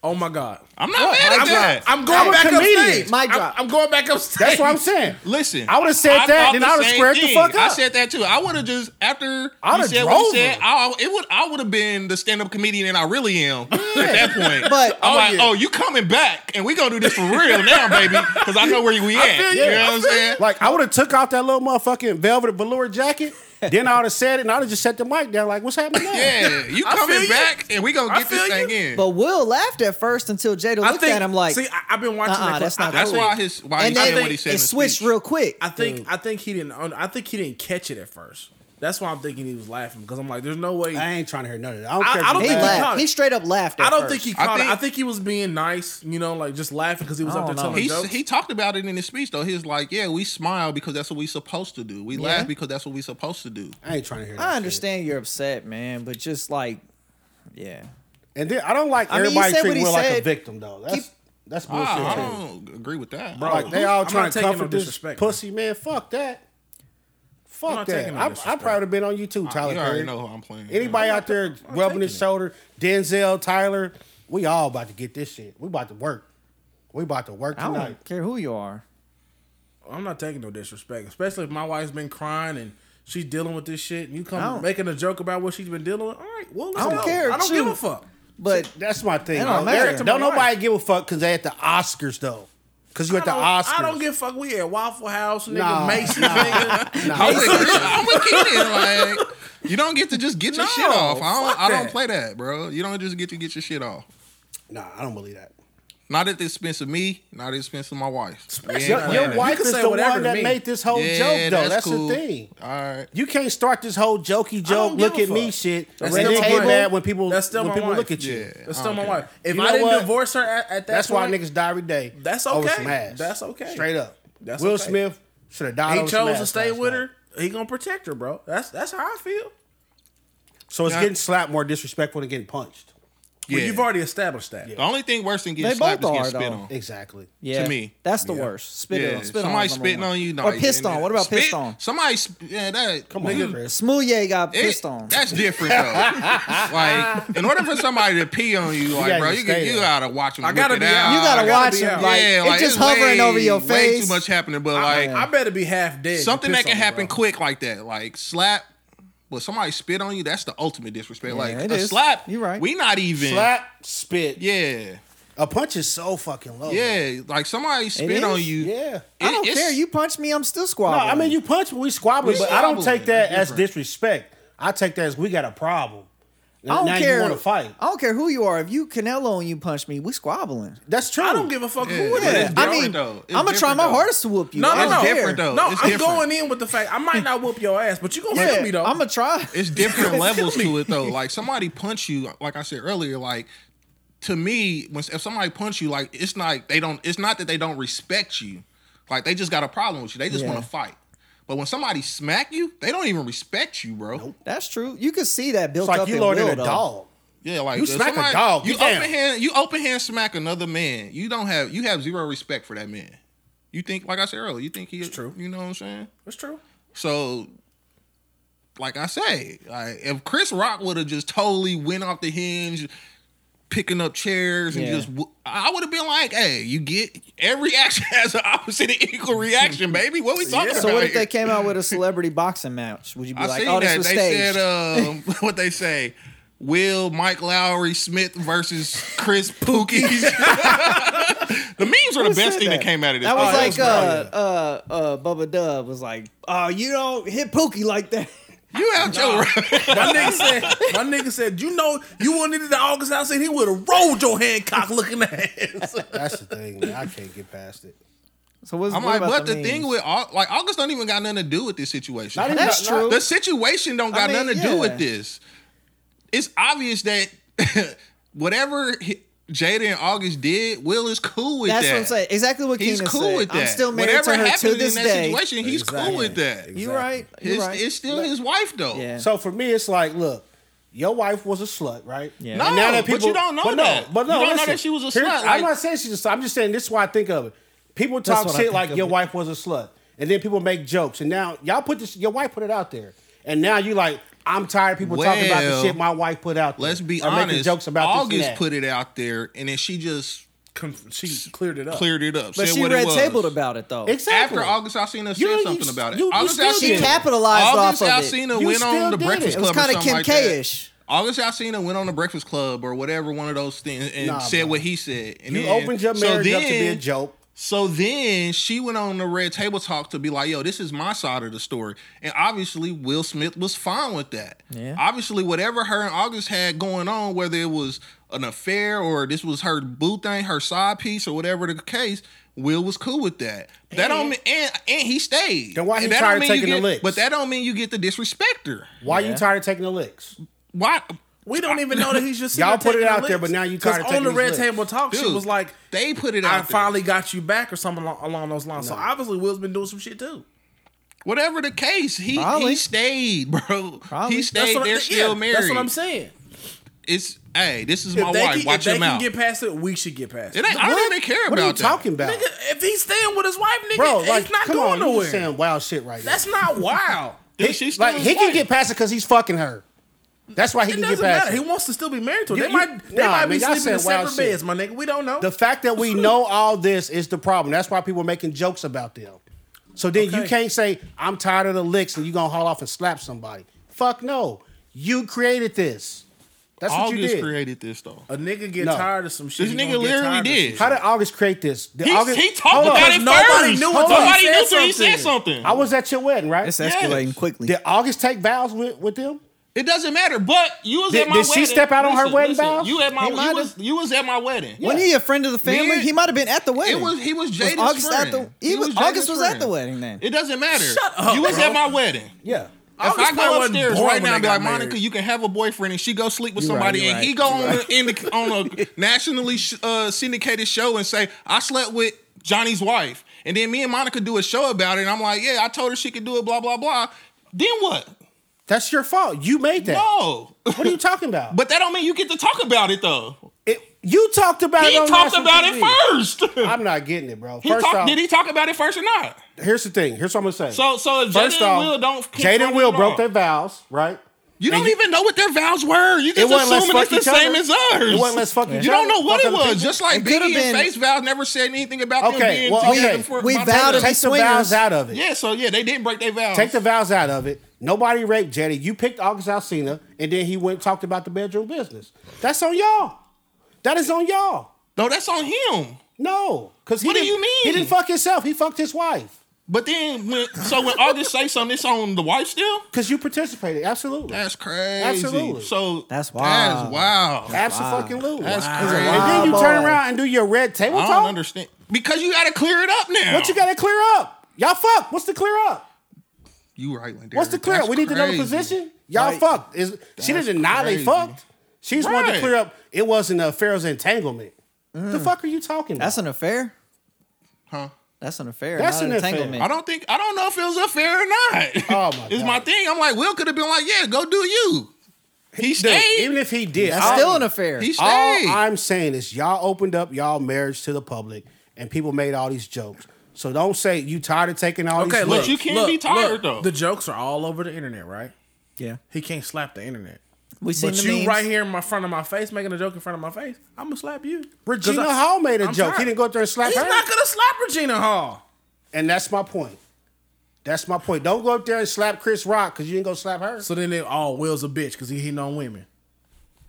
Speaker 1: oh my god,
Speaker 3: I'm not mad at
Speaker 1: I'm,
Speaker 3: that.
Speaker 1: I'm going
Speaker 2: I'm a
Speaker 1: back
Speaker 2: comedian.
Speaker 1: upstage.
Speaker 4: Mic
Speaker 1: I'm-
Speaker 4: drop.
Speaker 1: I'm, going back upstage.
Speaker 2: That's what I'm saying.
Speaker 3: Listen,
Speaker 2: I would've said that,
Speaker 3: thought
Speaker 2: then
Speaker 3: the
Speaker 2: I would've
Speaker 3: same
Speaker 2: squared the
Speaker 3: thing.
Speaker 2: fuck
Speaker 3: I
Speaker 2: up.
Speaker 3: said that too. I would have just after I
Speaker 2: I'd've
Speaker 3: said what
Speaker 2: drove
Speaker 3: he said.
Speaker 2: him.
Speaker 3: I, it would. I would have been the stand up comedian that I really am at that point.
Speaker 4: But-
Speaker 3: I'm
Speaker 1: Oh,
Speaker 3: like,
Speaker 1: yeah.
Speaker 3: oh, you coming back, and we gonna do this for real now, baby, because I know where we at.
Speaker 1: feel
Speaker 3: you
Speaker 1: you.
Speaker 3: know
Speaker 1: I
Speaker 3: what I'm saying?
Speaker 2: Like, I would have took off that little motherfucking velvet velour jacket. then I would have said it, and I would have just set the mic down, like, what's happening now?
Speaker 3: yeah, you
Speaker 1: I feel
Speaker 3: coming
Speaker 1: you.
Speaker 3: back, and we gonna
Speaker 1: I
Speaker 3: get this
Speaker 1: feel
Speaker 3: thing
Speaker 1: you.
Speaker 3: in.
Speaker 4: But Will laughed at first until Jada
Speaker 1: I
Speaker 4: looked
Speaker 1: think
Speaker 4: at him like,
Speaker 1: see, I, have been watching. that
Speaker 4: Uh-uh, that's
Speaker 1: clip.
Speaker 4: not
Speaker 1: I-
Speaker 3: That's
Speaker 4: cool.
Speaker 3: why his why he
Speaker 4: and
Speaker 3: said
Speaker 4: then
Speaker 3: what he said.
Speaker 4: it
Speaker 3: in the
Speaker 4: switched
Speaker 3: speech.
Speaker 4: real quick.
Speaker 1: I think I think he didn't. un- I think he didn't catch it at first. That's why I'm thinking he was laughing because I'm like, there's no way.
Speaker 2: I
Speaker 1: I,
Speaker 2: ain't trying to hear none of that. I don't
Speaker 1: I-
Speaker 2: care. if
Speaker 1: I don't
Speaker 2: you
Speaker 4: He
Speaker 1: think
Speaker 2: laugh.
Speaker 1: he caught
Speaker 4: laughed.
Speaker 1: it.
Speaker 4: He straight up laughed. At
Speaker 1: don't
Speaker 4: first.
Speaker 1: think he
Speaker 3: I
Speaker 1: caught
Speaker 3: think-
Speaker 1: it. I think he was being nice, you know, like just laughing because he was
Speaker 4: I
Speaker 1: up there
Speaker 4: don't know.
Speaker 1: telling
Speaker 3: He,
Speaker 1: jokes.
Speaker 3: he talked about it in his speech though. He was like, "Yeah, we smile because that's what we supposed to do. We
Speaker 4: Yeah.
Speaker 3: laugh because that's what we supposed to do."
Speaker 2: I ain't trying to hear that
Speaker 4: I
Speaker 2: shit.
Speaker 4: understand you're upset, man, but just like, yeah,
Speaker 2: And then I don't like
Speaker 4: mean, you
Speaker 2: everybody
Speaker 4: said what
Speaker 2: treating
Speaker 4: he
Speaker 2: Will like a
Speaker 4: said.
Speaker 2: victim, though. That's,
Speaker 4: Keep-
Speaker 2: that's bullshit,
Speaker 3: Ah, I
Speaker 2: too.
Speaker 3: don't agree with that,
Speaker 1: Oh, Bro,
Speaker 2: Like they all
Speaker 1: I'm not
Speaker 2: trying to
Speaker 1: taking
Speaker 2: comfort
Speaker 1: no
Speaker 2: this
Speaker 1: disrespect, man.
Speaker 2: pussy man. Fuck that. Fuck
Speaker 1: not
Speaker 2: that.
Speaker 1: taking no
Speaker 2: I, I
Speaker 1: disrespect. Uh,
Speaker 2: probably would have been on you too, Tyler.
Speaker 3: You already
Speaker 2: Perry.
Speaker 3: know who I'm playing.
Speaker 2: Anybody out there rubbing his shoulder, Denzel, Tyler, we all about to get this shit. We about to work. We about to work
Speaker 4: I don't
Speaker 2: tonight.
Speaker 4: care who you are.
Speaker 1: I'm not taking no disrespect, especially if my wife's been crying and she's dealing with this shit, and you
Speaker 4: I
Speaker 1: come
Speaker 4: don't-
Speaker 1: making a joke about what she's been dealing with. All right, well, let's
Speaker 4: I don't
Speaker 1: go.
Speaker 4: care,
Speaker 1: I don't
Speaker 4: shoot.
Speaker 1: give a fuck.
Speaker 4: But
Speaker 2: That's my thing.
Speaker 4: It don't
Speaker 2: bro.
Speaker 4: matter.
Speaker 2: There- Don't nobody give a fuck because they at the Oscars though. Because you
Speaker 1: I
Speaker 2: at the
Speaker 1: don't,
Speaker 2: Oscars.
Speaker 1: I don't give a fuck. We at Waffle House, nigga,
Speaker 2: Nah,
Speaker 1: Macy's,
Speaker 2: nah,
Speaker 1: nigga.
Speaker 3: I'm with, I'm with Kenan. Like, you don't get to just get your
Speaker 1: No,
Speaker 3: shit off. I
Speaker 1: fuck
Speaker 3: don't. I don't
Speaker 1: that.
Speaker 3: play that, bro. You don't just get to get your shit off.
Speaker 2: Nah, I don't believe that.
Speaker 3: Not at the expense of me. Not at the expense of my wife. We ain't
Speaker 2: Your,
Speaker 3: playing
Speaker 2: your
Speaker 3: that.
Speaker 2: wife
Speaker 1: can
Speaker 2: is
Speaker 1: say
Speaker 2: the
Speaker 1: whatever
Speaker 2: one
Speaker 1: to
Speaker 2: that
Speaker 1: me.
Speaker 2: made this whole
Speaker 3: Yeah,
Speaker 2: joke though. That's,
Speaker 3: cool.
Speaker 2: the thing.
Speaker 3: All right.
Speaker 2: You can't start this whole jokey joke.
Speaker 1: give
Speaker 2: Look
Speaker 1: a
Speaker 2: at me,
Speaker 1: fuck.
Speaker 2: shit.
Speaker 1: That's
Speaker 2: and then
Speaker 1: still
Speaker 2: get
Speaker 1: my-
Speaker 2: mad when people
Speaker 1: That's still
Speaker 2: when
Speaker 1: my
Speaker 2: people
Speaker 1: wife.
Speaker 2: look at you.
Speaker 3: Yeah.
Speaker 1: That's still
Speaker 3: I
Speaker 1: my
Speaker 3: don't
Speaker 1: wife. If
Speaker 2: You
Speaker 1: I
Speaker 2: know
Speaker 1: didn't
Speaker 2: what?
Speaker 1: divorce her at, at that
Speaker 2: That's why
Speaker 1: point,
Speaker 2: niggas die every day.
Speaker 1: That's
Speaker 2: Over
Speaker 1: okay.
Speaker 2: some ass.
Speaker 1: That's okay.
Speaker 2: Straight up.
Speaker 1: That's
Speaker 2: Will
Speaker 1: okay.
Speaker 2: Smith should have died.
Speaker 1: he
Speaker 2: over some
Speaker 1: chose to
Speaker 2: ass
Speaker 1: stay
Speaker 2: last
Speaker 1: with
Speaker 2: night.
Speaker 1: her. He gonna protect her, bro. That's that's how I feel.
Speaker 2: So it's
Speaker 3: Yeah.
Speaker 2: getting slapped more disrespectful than getting punched.
Speaker 1: Well,
Speaker 3: Yeah.
Speaker 1: you've already established that.
Speaker 3: The only thing worse than
Speaker 4: They
Speaker 3: getting slapped is
Speaker 4: both
Speaker 3: getting
Speaker 4: are,
Speaker 3: spit
Speaker 4: though.
Speaker 3: on.
Speaker 2: Exactly.
Speaker 4: yeah,
Speaker 3: me.
Speaker 4: that's the
Speaker 2: Yeah.
Speaker 4: worst. Spit
Speaker 3: yeah.
Speaker 4: on, spit on.
Speaker 3: somebody
Speaker 4: is number
Speaker 3: spitting
Speaker 4: one.
Speaker 3: on you. Nah,
Speaker 4: or
Speaker 3: you
Speaker 4: pissed
Speaker 3: ain't-
Speaker 4: on. What about
Speaker 3: Spit-
Speaker 4: pissed on?
Speaker 3: Somebody. sp- Yeah, that.
Speaker 2: Come on, Chris.
Speaker 4: Smouye got pissed
Speaker 3: It-
Speaker 4: on.
Speaker 3: That's different though. like, in order for somebody to pee on you, like,
Speaker 2: gotta
Speaker 3: bro,
Speaker 2: just
Speaker 3: you, can,
Speaker 2: stay
Speaker 3: you
Speaker 2: there.
Speaker 3: gotta watch them.
Speaker 1: I gotta
Speaker 3: it
Speaker 1: be
Speaker 3: out.
Speaker 1: out.
Speaker 4: You gotta
Speaker 1: I
Speaker 4: watch
Speaker 1: be
Speaker 4: him,
Speaker 1: out.
Speaker 4: like-
Speaker 3: yeah,
Speaker 4: it's
Speaker 3: like,
Speaker 4: just hovering
Speaker 3: way-
Speaker 4: over your
Speaker 3: Way
Speaker 4: face.
Speaker 3: too much happening, but
Speaker 1: I,
Speaker 3: like
Speaker 1: I better be half dead. to
Speaker 3: something
Speaker 1: piss
Speaker 3: that can
Speaker 1: on her,
Speaker 3: happen
Speaker 1: bro.
Speaker 3: quick like that, like slap. But somebody spit on you, that's the ultimate disrespect. like
Speaker 4: it
Speaker 3: a
Speaker 4: is.
Speaker 3: slap,
Speaker 4: You right.
Speaker 3: We not even.
Speaker 2: Slap, spit.
Speaker 3: Yeah,
Speaker 2: A punch is so fucking low.
Speaker 3: Yeah, like somebody spit
Speaker 4: is?
Speaker 3: on you.
Speaker 2: Yeah.
Speaker 4: I don't
Speaker 3: it's-
Speaker 4: care. You punch me, I'm still
Speaker 2: No,
Speaker 4: squabbling.
Speaker 2: Oh, I mean you punch, we squabbling,
Speaker 3: We
Speaker 2: but I don't
Speaker 3: squabbling.
Speaker 2: take that
Speaker 3: It's
Speaker 2: as
Speaker 3: different.
Speaker 2: disrespect. I take that as we got a problem.
Speaker 4: I don't
Speaker 2: now
Speaker 4: care.
Speaker 2: you want to fight.
Speaker 4: I don't care who you are. If you Canelo and you punch me, we squabbling.
Speaker 2: That's true.
Speaker 1: I don't give a fuck
Speaker 3: Yeah,
Speaker 1: who it
Speaker 3: but
Speaker 1: is.
Speaker 3: it's
Speaker 4: I
Speaker 3: different,
Speaker 4: mean,
Speaker 3: though. It's
Speaker 4: I'm gonna try
Speaker 3: different,
Speaker 4: my
Speaker 3: though.
Speaker 4: hardest to whoop you.
Speaker 1: No,
Speaker 4: I
Speaker 1: no,
Speaker 4: don't
Speaker 1: no.
Speaker 4: care.
Speaker 3: different, though.
Speaker 1: No,
Speaker 3: It's
Speaker 1: I'm
Speaker 3: different.
Speaker 1: going in with the fact I might not whoop your ass, but you gonna
Speaker 4: Yeah,
Speaker 1: hit me though.
Speaker 4: I'm gonna try.
Speaker 3: It's different levels to it though. Like somebody punch you, like I said earlier, like to me, when if somebody punch you, like it's not they don't it's not that they don't respect you. Like they just got a problem with you. They just
Speaker 4: Yeah.
Speaker 3: want to fight. But when somebody smack you, they don't even respect you, bro.
Speaker 4: That's true. You can see that built
Speaker 2: It's like
Speaker 4: up
Speaker 2: you
Speaker 4: in
Speaker 2: loaded
Speaker 4: will,
Speaker 2: a
Speaker 4: though.
Speaker 2: dog.
Speaker 3: Yeah, like
Speaker 2: You
Speaker 3: if
Speaker 2: smack a dog,
Speaker 3: You
Speaker 2: get down.
Speaker 3: open hand, you open hand smack another man. You don't have you have zero respect for that man. You think, like I said earlier, you think he's
Speaker 1: true.
Speaker 3: You know what I'm saying?
Speaker 1: That's true.
Speaker 3: So, like I say, like if Chris Rock would have just totally went off the hinge, picking up chairs and
Speaker 4: Yeah.
Speaker 3: just, w- I would have been like, "Hey, you get every action has an opposite and equal reaction, baby. What we talking about?"
Speaker 4: So what if
Speaker 3: here?
Speaker 4: they came out with a celebrity boxing match? Would you be
Speaker 3: I
Speaker 4: like,
Speaker 3: seen
Speaker 4: "Oh, this
Speaker 3: that
Speaker 4: was
Speaker 3: they
Speaker 4: staged"?
Speaker 3: said um, what they say. Will Mike Lowry Smith versus Chris Pookies? the memes were the best
Speaker 4: said
Speaker 3: thing that? came out of this.
Speaker 4: That was
Speaker 3: Oh,
Speaker 4: like
Speaker 3: brilliant.
Speaker 4: uh, uh, uh, Bubba Dub was like, "Oh, you don't hit Pookie like uh, that."
Speaker 3: you out your
Speaker 1: My nigga said, my nigga said, you know, you wanted it to August I said he would have rolled your Hancock looking ass.
Speaker 2: That's the thing, man. I can't get past it.
Speaker 4: So what's
Speaker 3: I'm
Speaker 4: what
Speaker 3: like,
Speaker 4: about
Speaker 3: but the
Speaker 4: the
Speaker 3: thing
Speaker 4: memes?
Speaker 3: with Au- like August don't even got nothing to do with this situation.
Speaker 2: Not even-
Speaker 4: That's
Speaker 2: not-
Speaker 4: true.
Speaker 3: the situation don't got
Speaker 4: mean,
Speaker 3: nothing to do
Speaker 4: yeah.
Speaker 3: with this. It's obvious that whatever he- Jada and August did, Will is cool with
Speaker 4: That's
Speaker 3: that.
Speaker 4: what I'm saying. Exactly what
Speaker 3: He's
Speaker 4: Keenan
Speaker 3: cool
Speaker 4: said.
Speaker 3: with that.
Speaker 4: I'm still married
Speaker 3: whatever
Speaker 4: to her
Speaker 3: happened
Speaker 4: to
Speaker 3: in
Speaker 4: this
Speaker 3: that
Speaker 4: day.
Speaker 3: situation, he's
Speaker 1: Exactly.
Speaker 3: cool with that.
Speaker 4: You right? You
Speaker 3: It's,
Speaker 4: right?
Speaker 3: it's still his wife though.
Speaker 4: yeah.
Speaker 2: So for me, it's like, look, your wife was a slut, right?
Speaker 4: Yeah.
Speaker 3: No,
Speaker 2: And now that
Speaker 3: but you don't know
Speaker 2: but
Speaker 3: that.
Speaker 2: No, but no,
Speaker 3: You don't know
Speaker 2: listen,
Speaker 3: that she was a
Speaker 2: here-
Speaker 3: slut, like-
Speaker 2: I'm not saying she's a slut. I'm just saying this is why I think of it. People talk
Speaker 4: what I
Speaker 2: shit
Speaker 4: think
Speaker 2: like
Speaker 4: of
Speaker 2: your
Speaker 4: it.
Speaker 2: wife was a slut, and then people make jokes, and now y'all put this. Your wife put it out there, and now you like, I'm tired. of People talking about the
Speaker 3: Well,
Speaker 2: shit my wife put out. There,
Speaker 3: Let's be
Speaker 2: Or
Speaker 3: honest.
Speaker 2: Making jokes about this
Speaker 3: August
Speaker 2: and that.
Speaker 3: put it out there, and then she just
Speaker 1: Conf- she cleared it up.
Speaker 3: cleared it up.
Speaker 4: but
Speaker 3: said
Speaker 4: she
Speaker 3: what it
Speaker 4: red
Speaker 3: was.
Speaker 4: tabled about it though.
Speaker 2: exactly.
Speaker 3: After August Alsina said
Speaker 2: You- you-
Speaker 3: something about it.
Speaker 2: you- you
Speaker 3: August
Speaker 2: still
Speaker 3: Alsina,
Speaker 2: did it. She
Speaker 4: capitalized
Speaker 3: August
Speaker 4: off of it.
Speaker 3: Alsina
Speaker 2: You
Speaker 3: went on
Speaker 2: still
Speaker 3: the
Speaker 2: did it.
Speaker 3: Breakfast
Speaker 2: It
Speaker 4: was
Speaker 3: Club. or
Speaker 4: kinda
Speaker 3: something
Speaker 4: Kim
Speaker 3: like that.
Speaker 4: K-ish.
Speaker 3: August Alsina went on the Breakfast Club or whatever one of those things and
Speaker 2: Nah,
Speaker 3: said
Speaker 2: bro.
Speaker 3: what he said. And
Speaker 2: You
Speaker 3: then,
Speaker 2: opened your
Speaker 3: so
Speaker 2: marriage up to be a
Speaker 3: then-
Speaker 2: joke.
Speaker 3: So then she went on the Red Table Talk to be like, yo, this is my side of the story. And obviously, Will Smith was fine with that.
Speaker 4: Yeah.
Speaker 3: Obviously, whatever her and August had going on, whether it was an affair or this was her boo thing, her side piece, or whatever the case, Will was cool with that. that don't mean, and, and he stayed.
Speaker 2: Then why he
Speaker 3: And that
Speaker 2: tired
Speaker 3: don't
Speaker 2: of
Speaker 3: mean you
Speaker 2: taking the
Speaker 3: get-
Speaker 2: licks?
Speaker 3: But that don't mean you get to disrespect her.
Speaker 2: Why you tired of taking the licks?
Speaker 3: Why?
Speaker 1: We don't even know that he's just
Speaker 2: Y'all put
Speaker 1: sitting
Speaker 2: it
Speaker 1: taking
Speaker 2: out
Speaker 1: the
Speaker 2: there,
Speaker 1: licks.
Speaker 2: but now you
Speaker 1: 'Cause
Speaker 2: tired of
Speaker 1: on
Speaker 2: taking
Speaker 1: the
Speaker 2: these
Speaker 1: red
Speaker 2: licks.
Speaker 1: table talk. she
Speaker 3: Dude,
Speaker 1: was like,
Speaker 3: they put it out
Speaker 1: "I
Speaker 3: there.
Speaker 1: finally got you back" or something along, along those lines. So obviously, Will's been doing some shit too.
Speaker 3: Whatever the case, he
Speaker 4: Probably.
Speaker 3: he stayed, bro. He
Speaker 4: Probably.
Speaker 1: That's
Speaker 3: stayed.
Speaker 1: what, I'm-
Speaker 3: They're
Speaker 1: yeah,
Speaker 3: still married.
Speaker 1: That's what I'm saying.
Speaker 3: It's hey, this is
Speaker 1: If
Speaker 3: my
Speaker 1: they,
Speaker 3: wife.
Speaker 1: can, if
Speaker 3: Watch
Speaker 1: they
Speaker 3: him
Speaker 1: can
Speaker 3: out.
Speaker 1: get past it, we should get past it.
Speaker 3: it ain't, I don't even care
Speaker 2: What
Speaker 3: about
Speaker 2: are you
Speaker 3: that.
Speaker 2: talking about,
Speaker 1: Nigga, if he's staying with his wife, nigga,
Speaker 2: bro?
Speaker 1: he's
Speaker 2: Like,
Speaker 1: not
Speaker 2: come
Speaker 1: going
Speaker 2: on, you
Speaker 1: nowhere.
Speaker 2: just saying wild shit right now.
Speaker 1: That's not wild.
Speaker 3: Dude, she's still
Speaker 2: like
Speaker 3: his
Speaker 2: he can
Speaker 3: wife.
Speaker 2: get past it because he's fucking her. That's why he
Speaker 1: It
Speaker 2: can get
Speaker 1: doesn't
Speaker 2: past
Speaker 1: matter.
Speaker 2: it.
Speaker 1: He wants to still be married to her.
Speaker 2: You-
Speaker 1: They
Speaker 2: you-
Speaker 1: might, they
Speaker 2: nah,
Speaker 1: might be
Speaker 2: man, y'all
Speaker 1: sleeping in
Speaker 2: said wild
Speaker 1: separate
Speaker 2: shit.
Speaker 1: beds, my nigga. We don't know.
Speaker 2: The fact that we know all this is the problem. That's why people are making jokes about them. So then you
Speaker 1: Okay.
Speaker 2: can't say I'm tired of the licks and you gonna haul off and slap somebody. Fuck no, you created this. That's what you
Speaker 3: August
Speaker 2: did.
Speaker 3: created this though.
Speaker 1: a nigga get
Speaker 2: No.
Speaker 1: tired of some shit.
Speaker 3: This
Speaker 1: he
Speaker 3: nigga
Speaker 1: Uh, gonna get
Speaker 3: literally
Speaker 1: tired of some
Speaker 3: did.
Speaker 1: shit.
Speaker 2: How did August create this? Did August,
Speaker 3: he talked
Speaker 2: Hold on.
Speaker 3: about it
Speaker 1: nobody
Speaker 3: first.
Speaker 1: knew
Speaker 2: until
Speaker 3: Nobody
Speaker 1: he
Speaker 3: knew
Speaker 1: said
Speaker 3: until he said
Speaker 1: something.
Speaker 3: something.
Speaker 2: I was at your wedding, right?
Speaker 4: It's escalating quickly.
Speaker 2: Did August take vows with, with them?
Speaker 3: it doesn't matter. But you was
Speaker 2: Did-
Speaker 3: at my
Speaker 2: did she
Speaker 3: wedding.
Speaker 2: step out on her wedding vows?
Speaker 3: You at my
Speaker 4: He
Speaker 3: you
Speaker 4: might've-
Speaker 3: was, you was at my wedding.
Speaker 4: Wasn't he a friend of the family?
Speaker 3: Man,
Speaker 4: he might have been at the wedding.
Speaker 3: It was he was Jada's
Speaker 4: August
Speaker 3: friend.
Speaker 4: at the- he was-
Speaker 3: Jada's
Speaker 4: August was at
Speaker 3: friend.
Speaker 4: the wedding then.
Speaker 3: It doesn't matter.
Speaker 1: Shut up,
Speaker 3: You was
Speaker 1: bro.
Speaker 3: at my wedding.
Speaker 2: Yeah.
Speaker 1: August
Speaker 3: if I
Speaker 1: probably
Speaker 3: go
Speaker 1: wasn't
Speaker 3: upstairs
Speaker 1: born
Speaker 3: right
Speaker 1: when
Speaker 3: now and be
Speaker 1: they
Speaker 3: like,
Speaker 1: got
Speaker 3: Monica,
Speaker 1: married.
Speaker 3: you can have a boyfriend, and she go sleep with
Speaker 2: You right,
Speaker 3: somebody,
Speaker 2: you
Speaker 3: and he
Speaker 2: right,
Speaker 3: go
Speaker 2: you
Speaker 3: on, the, in the, on a nationally sh- uh, syndicated show and say, I slept with Johnny's wife. And then me and Monica do a show about it, and I'm like, yeah, I told her she could do it, blah, blah, blah. Then what?
Speaker 2: That's your fault. You made that.
Speaker 3: No.
Speaker 2: What are you talking about?
Speaker 3: But that don't mean you get to talk about it, though.
Speaker 2: It- you talked about
Speaker 3: He
Speaker 2: it. on
Speaker 3: talked
Speaker 2: national
Speaker 3: about
Speaker 2: TV.
Speaker 3: it first.
Speaker 2: I'm not getting it, bro.
Speaker 3: He
Speaker 2: First
Speaker 3: talked-
Speaker 2: off,
Speaker 3: did he talk about it first or not?
Speaker 2: here's the thing. Here's what I'm gonna say.
Speaker 3: So, so if
Speaker 2: First
Speaker 3: Jada
Speaker 2: off,
Speaker 3: and Will don't.
Speaker 2: Jada and Will broke their
Speaker 3: that.
Speaker 2: vows, right?
Speaker 3: You
Speaker 2: and
Speaker 3: don't
Speaker 2: you-
Speaker 3: even know what their vows were. You
Speaker 2: It
Speaker 3: just
Speaker 2: wasn't let's
Speaker 3: assuming
Speaker 2: fuck
Speaker 3: it's the
Speaker 2: each
Speaker 3: same
Speaker 2: other.
Speaker 3: as ours.
Speaker 2: It wasn't let's fuck each
Speaker 3: You don't
Speaker 2: other,
Speaker 3: know what
Speaker 2: fuck
Speaker 3: it
Speaker 2: other
Speaker 3: was.
Speaker 2: people.
Speaker 3: Just like
Speaker 4: It could've
Speaker 3: Biggie and
Speaker 4: been-
Speaker 3: Face vows never said anything about them
Speaker 2: Okay,
Speaker 3: being
Speaker 2: well,
Speaker 3: together
Speaker 2: okay.
Speaker 3: for
Speaker 4: We
Speaker 3: about
Speaker 4: vowed
Speaker 3: that.
Speaker 4: to be-
Speaker 2: Take the vows
Speaker 4: swingers.
Speaker 2: out of it.
Speaker 3: Yeah, so yeah, they didn't break their vows.
Speaker 2: Take the vows out of it. Nobody raped Jada. You picked August Alsina, and then he went and talked about the bedroom business. That's on y'all. That is on y'all.
Speaker 3: No, that's on him.
Speaker 2: No, because he
Speaker 3: What do
Speaker 2: didn't-
Speaker 3: you mean?
Speaker 2: He didn't fuck himself. He fucked his wife
Speaker 3: But then when so when August say something, it's on the wife still.
Speaker 2: because you participated. Absolutely,
Speaker 3: That's crazy.
Speaker 2: Absolutely.
Speaker 3: So
Speaker 4: That's
Speaker 3: That's
Speaker 4: wild.
Speaker 3: wild.
Speaker 2: absolutely.
Speaker 3: That's
Speaker 2: And
Speaker 3: crazy.
Speaker 2: then you
Speaker 4: Wild
Speaker 2: turn
Speaker 4: boy.
Speaker 2: around and do your red table
Speaker 3: I don't
Speaker 2: talk.
Speaker 3: understand because you got to clear it up now.
Speaker 2: What you got to clear up? Y'all fuck. What's the clear up?
Speaker 3: You right, Landry.
Speaker 2: What's the clear up?
Speaker 3: That's
Speaker 2: We need to know the
Speaker 3: crazy.
Speaker 2: position. Y'all
Speaker 4: Like,
Speaker 2: fucked. Is she didn't deny they
Speaker 3: crazy.
Speaker 2: fucked? She just wanted to
Speaker 3: Right.
Speaker 2: clear up. It wasn't a Pharaoh's entanglement. The fuck are you talking?
Speaker 4: That's
Speaker 2: about?
Speaker 4: an affair.
Speaker 3: Huh?
Speaker 4: That's an affair.
Speaker 2: That's
Speaker 4: not
Speaker 2: an
Speaker 4: an
Speaker 2: affair.
Speaker 4: entanglement.
Speaker 3: I don't think I don't know if it was affair or not.
Speaker 2: Oh, my
Speaker 3: It's
Speaker 2: God.
Speaker 3: my thing. I'm like Will could have been like, yeah, go do you. He
Speaker 2: Dude,
Speaker 3: stayed.
Speaker 2: even if he did,
Speaker 4: That's
Speaker 2: all-
Speaker 4: still an affair.
Speaker 3: He
Speaker 2: All
Speaker 3: stayed.
Speaker 2: I'm saying is y'all opened up y'all marriage to the public, and people made all these jokes. So don't say you tired of taking all
Speaker 1: Okay,
Speaker 2: these.
Speaker 1: look,
Speaker 2: looks.
Speaker 3: you can't
Speaker 1: look,
Speaker 3: be tired,
Speaker 1: look.
Speaker 3: though.
Speaker 1: The jokes are all over the internet, right?
Speaker 4: Yeah,
Speaker 1: He can't slap the internet.
Speaker 4: we seen
Speaker 1: But
Speaker 4: the
Speaker 1: you
Speaker 4: memes.
Speaker 1: right here in my front of my face, making a joke in front of my face, I'm gonna slap you. 'Cause
Speaker 2: Regina
Speaker 1: I-
Speaker 2: Hall made a
Speaker 1: I'm
Speaker 2: joke.
Speaker 1: tired.
Speaker 2: He didn't go up there and slap
Speaker 1: He's
Speaker 2: her,
Speaker 1: not gonna slap Regina Hall.
Speaker 2: and that's my point. That's my point. Don't go up there and slap Chris Rock because you didn't go slap her.
Speaker 1: So then they all Will's a bitch because he hitting on women.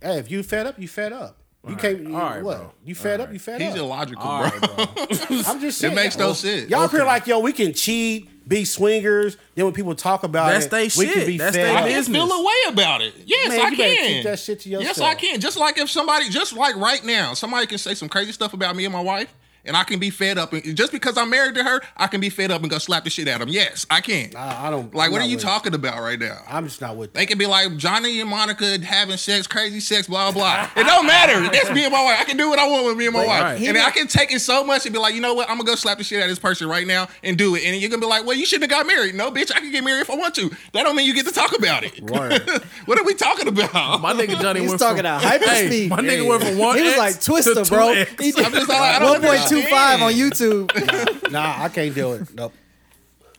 Speaker 2: Hey, if you fed up, you fed up. You
Speaker 1: right.
Speaker 2: can't. you-
Speaker 1: All right,
Speaker 2: what?
Speaker 1: bro.
Speaker 2: You fed
Speaker 1: All
Speaker 2: up. You
Speaker 1: right.
Speaker 2: fed
Speaker 3: He's
Speaker 2: up.
Speaker 3: illogical,
Speaker 1: All
Speaker 3: bro.
Speaker 1: right, bro.
Speaker 2: I'm just saying.
Speaker 3: makes no sense.
Speaker 2: Y'all appear
Speaker 1: Okay.
Speaker 2: like yo, we can cheat, be swingers. Then when people talk about
Speaker 1: That's
Speaker 2: it,
Speaker 1: they
Speaker 2: we can
Speaker 1: shit.
Speaker 2: be
Speaker 1: That's
Speaker 2: fed
Speaker 1: they
Speaker 2: up.
Speaker 3: I can
Speaker 1: business.
Speaker 3: feel a way about it. Yes,
Speaker 2: Man,
Speaker 3: I
Speaker 2: you better
Speaker 3: can.
Speaker 2: keep that shit to
Speaker 3: Yes,
Speaker 2: yourself.
Speaker 3: I can. Just like if somebody, just like right now, somebody can say some crazy stuff about me and my wife, and I can be fed up. And just because I'm married to her, I can be fed up and go slap the shit out of them. Yes, I can.
Speaker 2: I, I don't
Speaker 3: like,
Speaker 2: I'm
Speaker 3: what
Speaker 2: not
Speaker 3: are you
Speaker 2: with it.
Speaker 3: talking about right now?
Speaker 2: I'm just not with. that.
Speaker 3: They can be like Johnny and Monica having sex, crazy sex, blah blah. It don't matter. That's me and my wife. I can do what I want with me and my wife,
Speaker 1: right.
Speaker 3: and I can take it so much and be like, you know what? I'm gonna go slap the shit out of this person right now and do it. And you're gonna be like, well, you shouldn't have got married. No, bitch, I can get married if I want to. That don't mean you get to talk about it.
Speaker 1: Word.
Speaker 3: what are we talking about?
Speaker 1: My nigga Johnny
Speaker 4: He's
Speaker 1: went
Speaker 4: talking
Speaker 1: from,
Speaker 4: at hyperspeed.
Speaker 1: Hey, my nigga went from one.
Speaker 4: He was
Speaker 1: X
Speaker 4: like
Speaker 1: to
Speaker 4: Twister,
Speaker 1: two
Speaker 4: bro.
Speaker 1: X.
Speaker 4: He
Speaker 3: I'm
Speaker 4: did
Speaker 3: just like, I don't
Speaker 4: one point two five
Speaker 3: understand.
Speaker 4: on YouTube.
Speaker 2: Nah, I can't do it. Nope.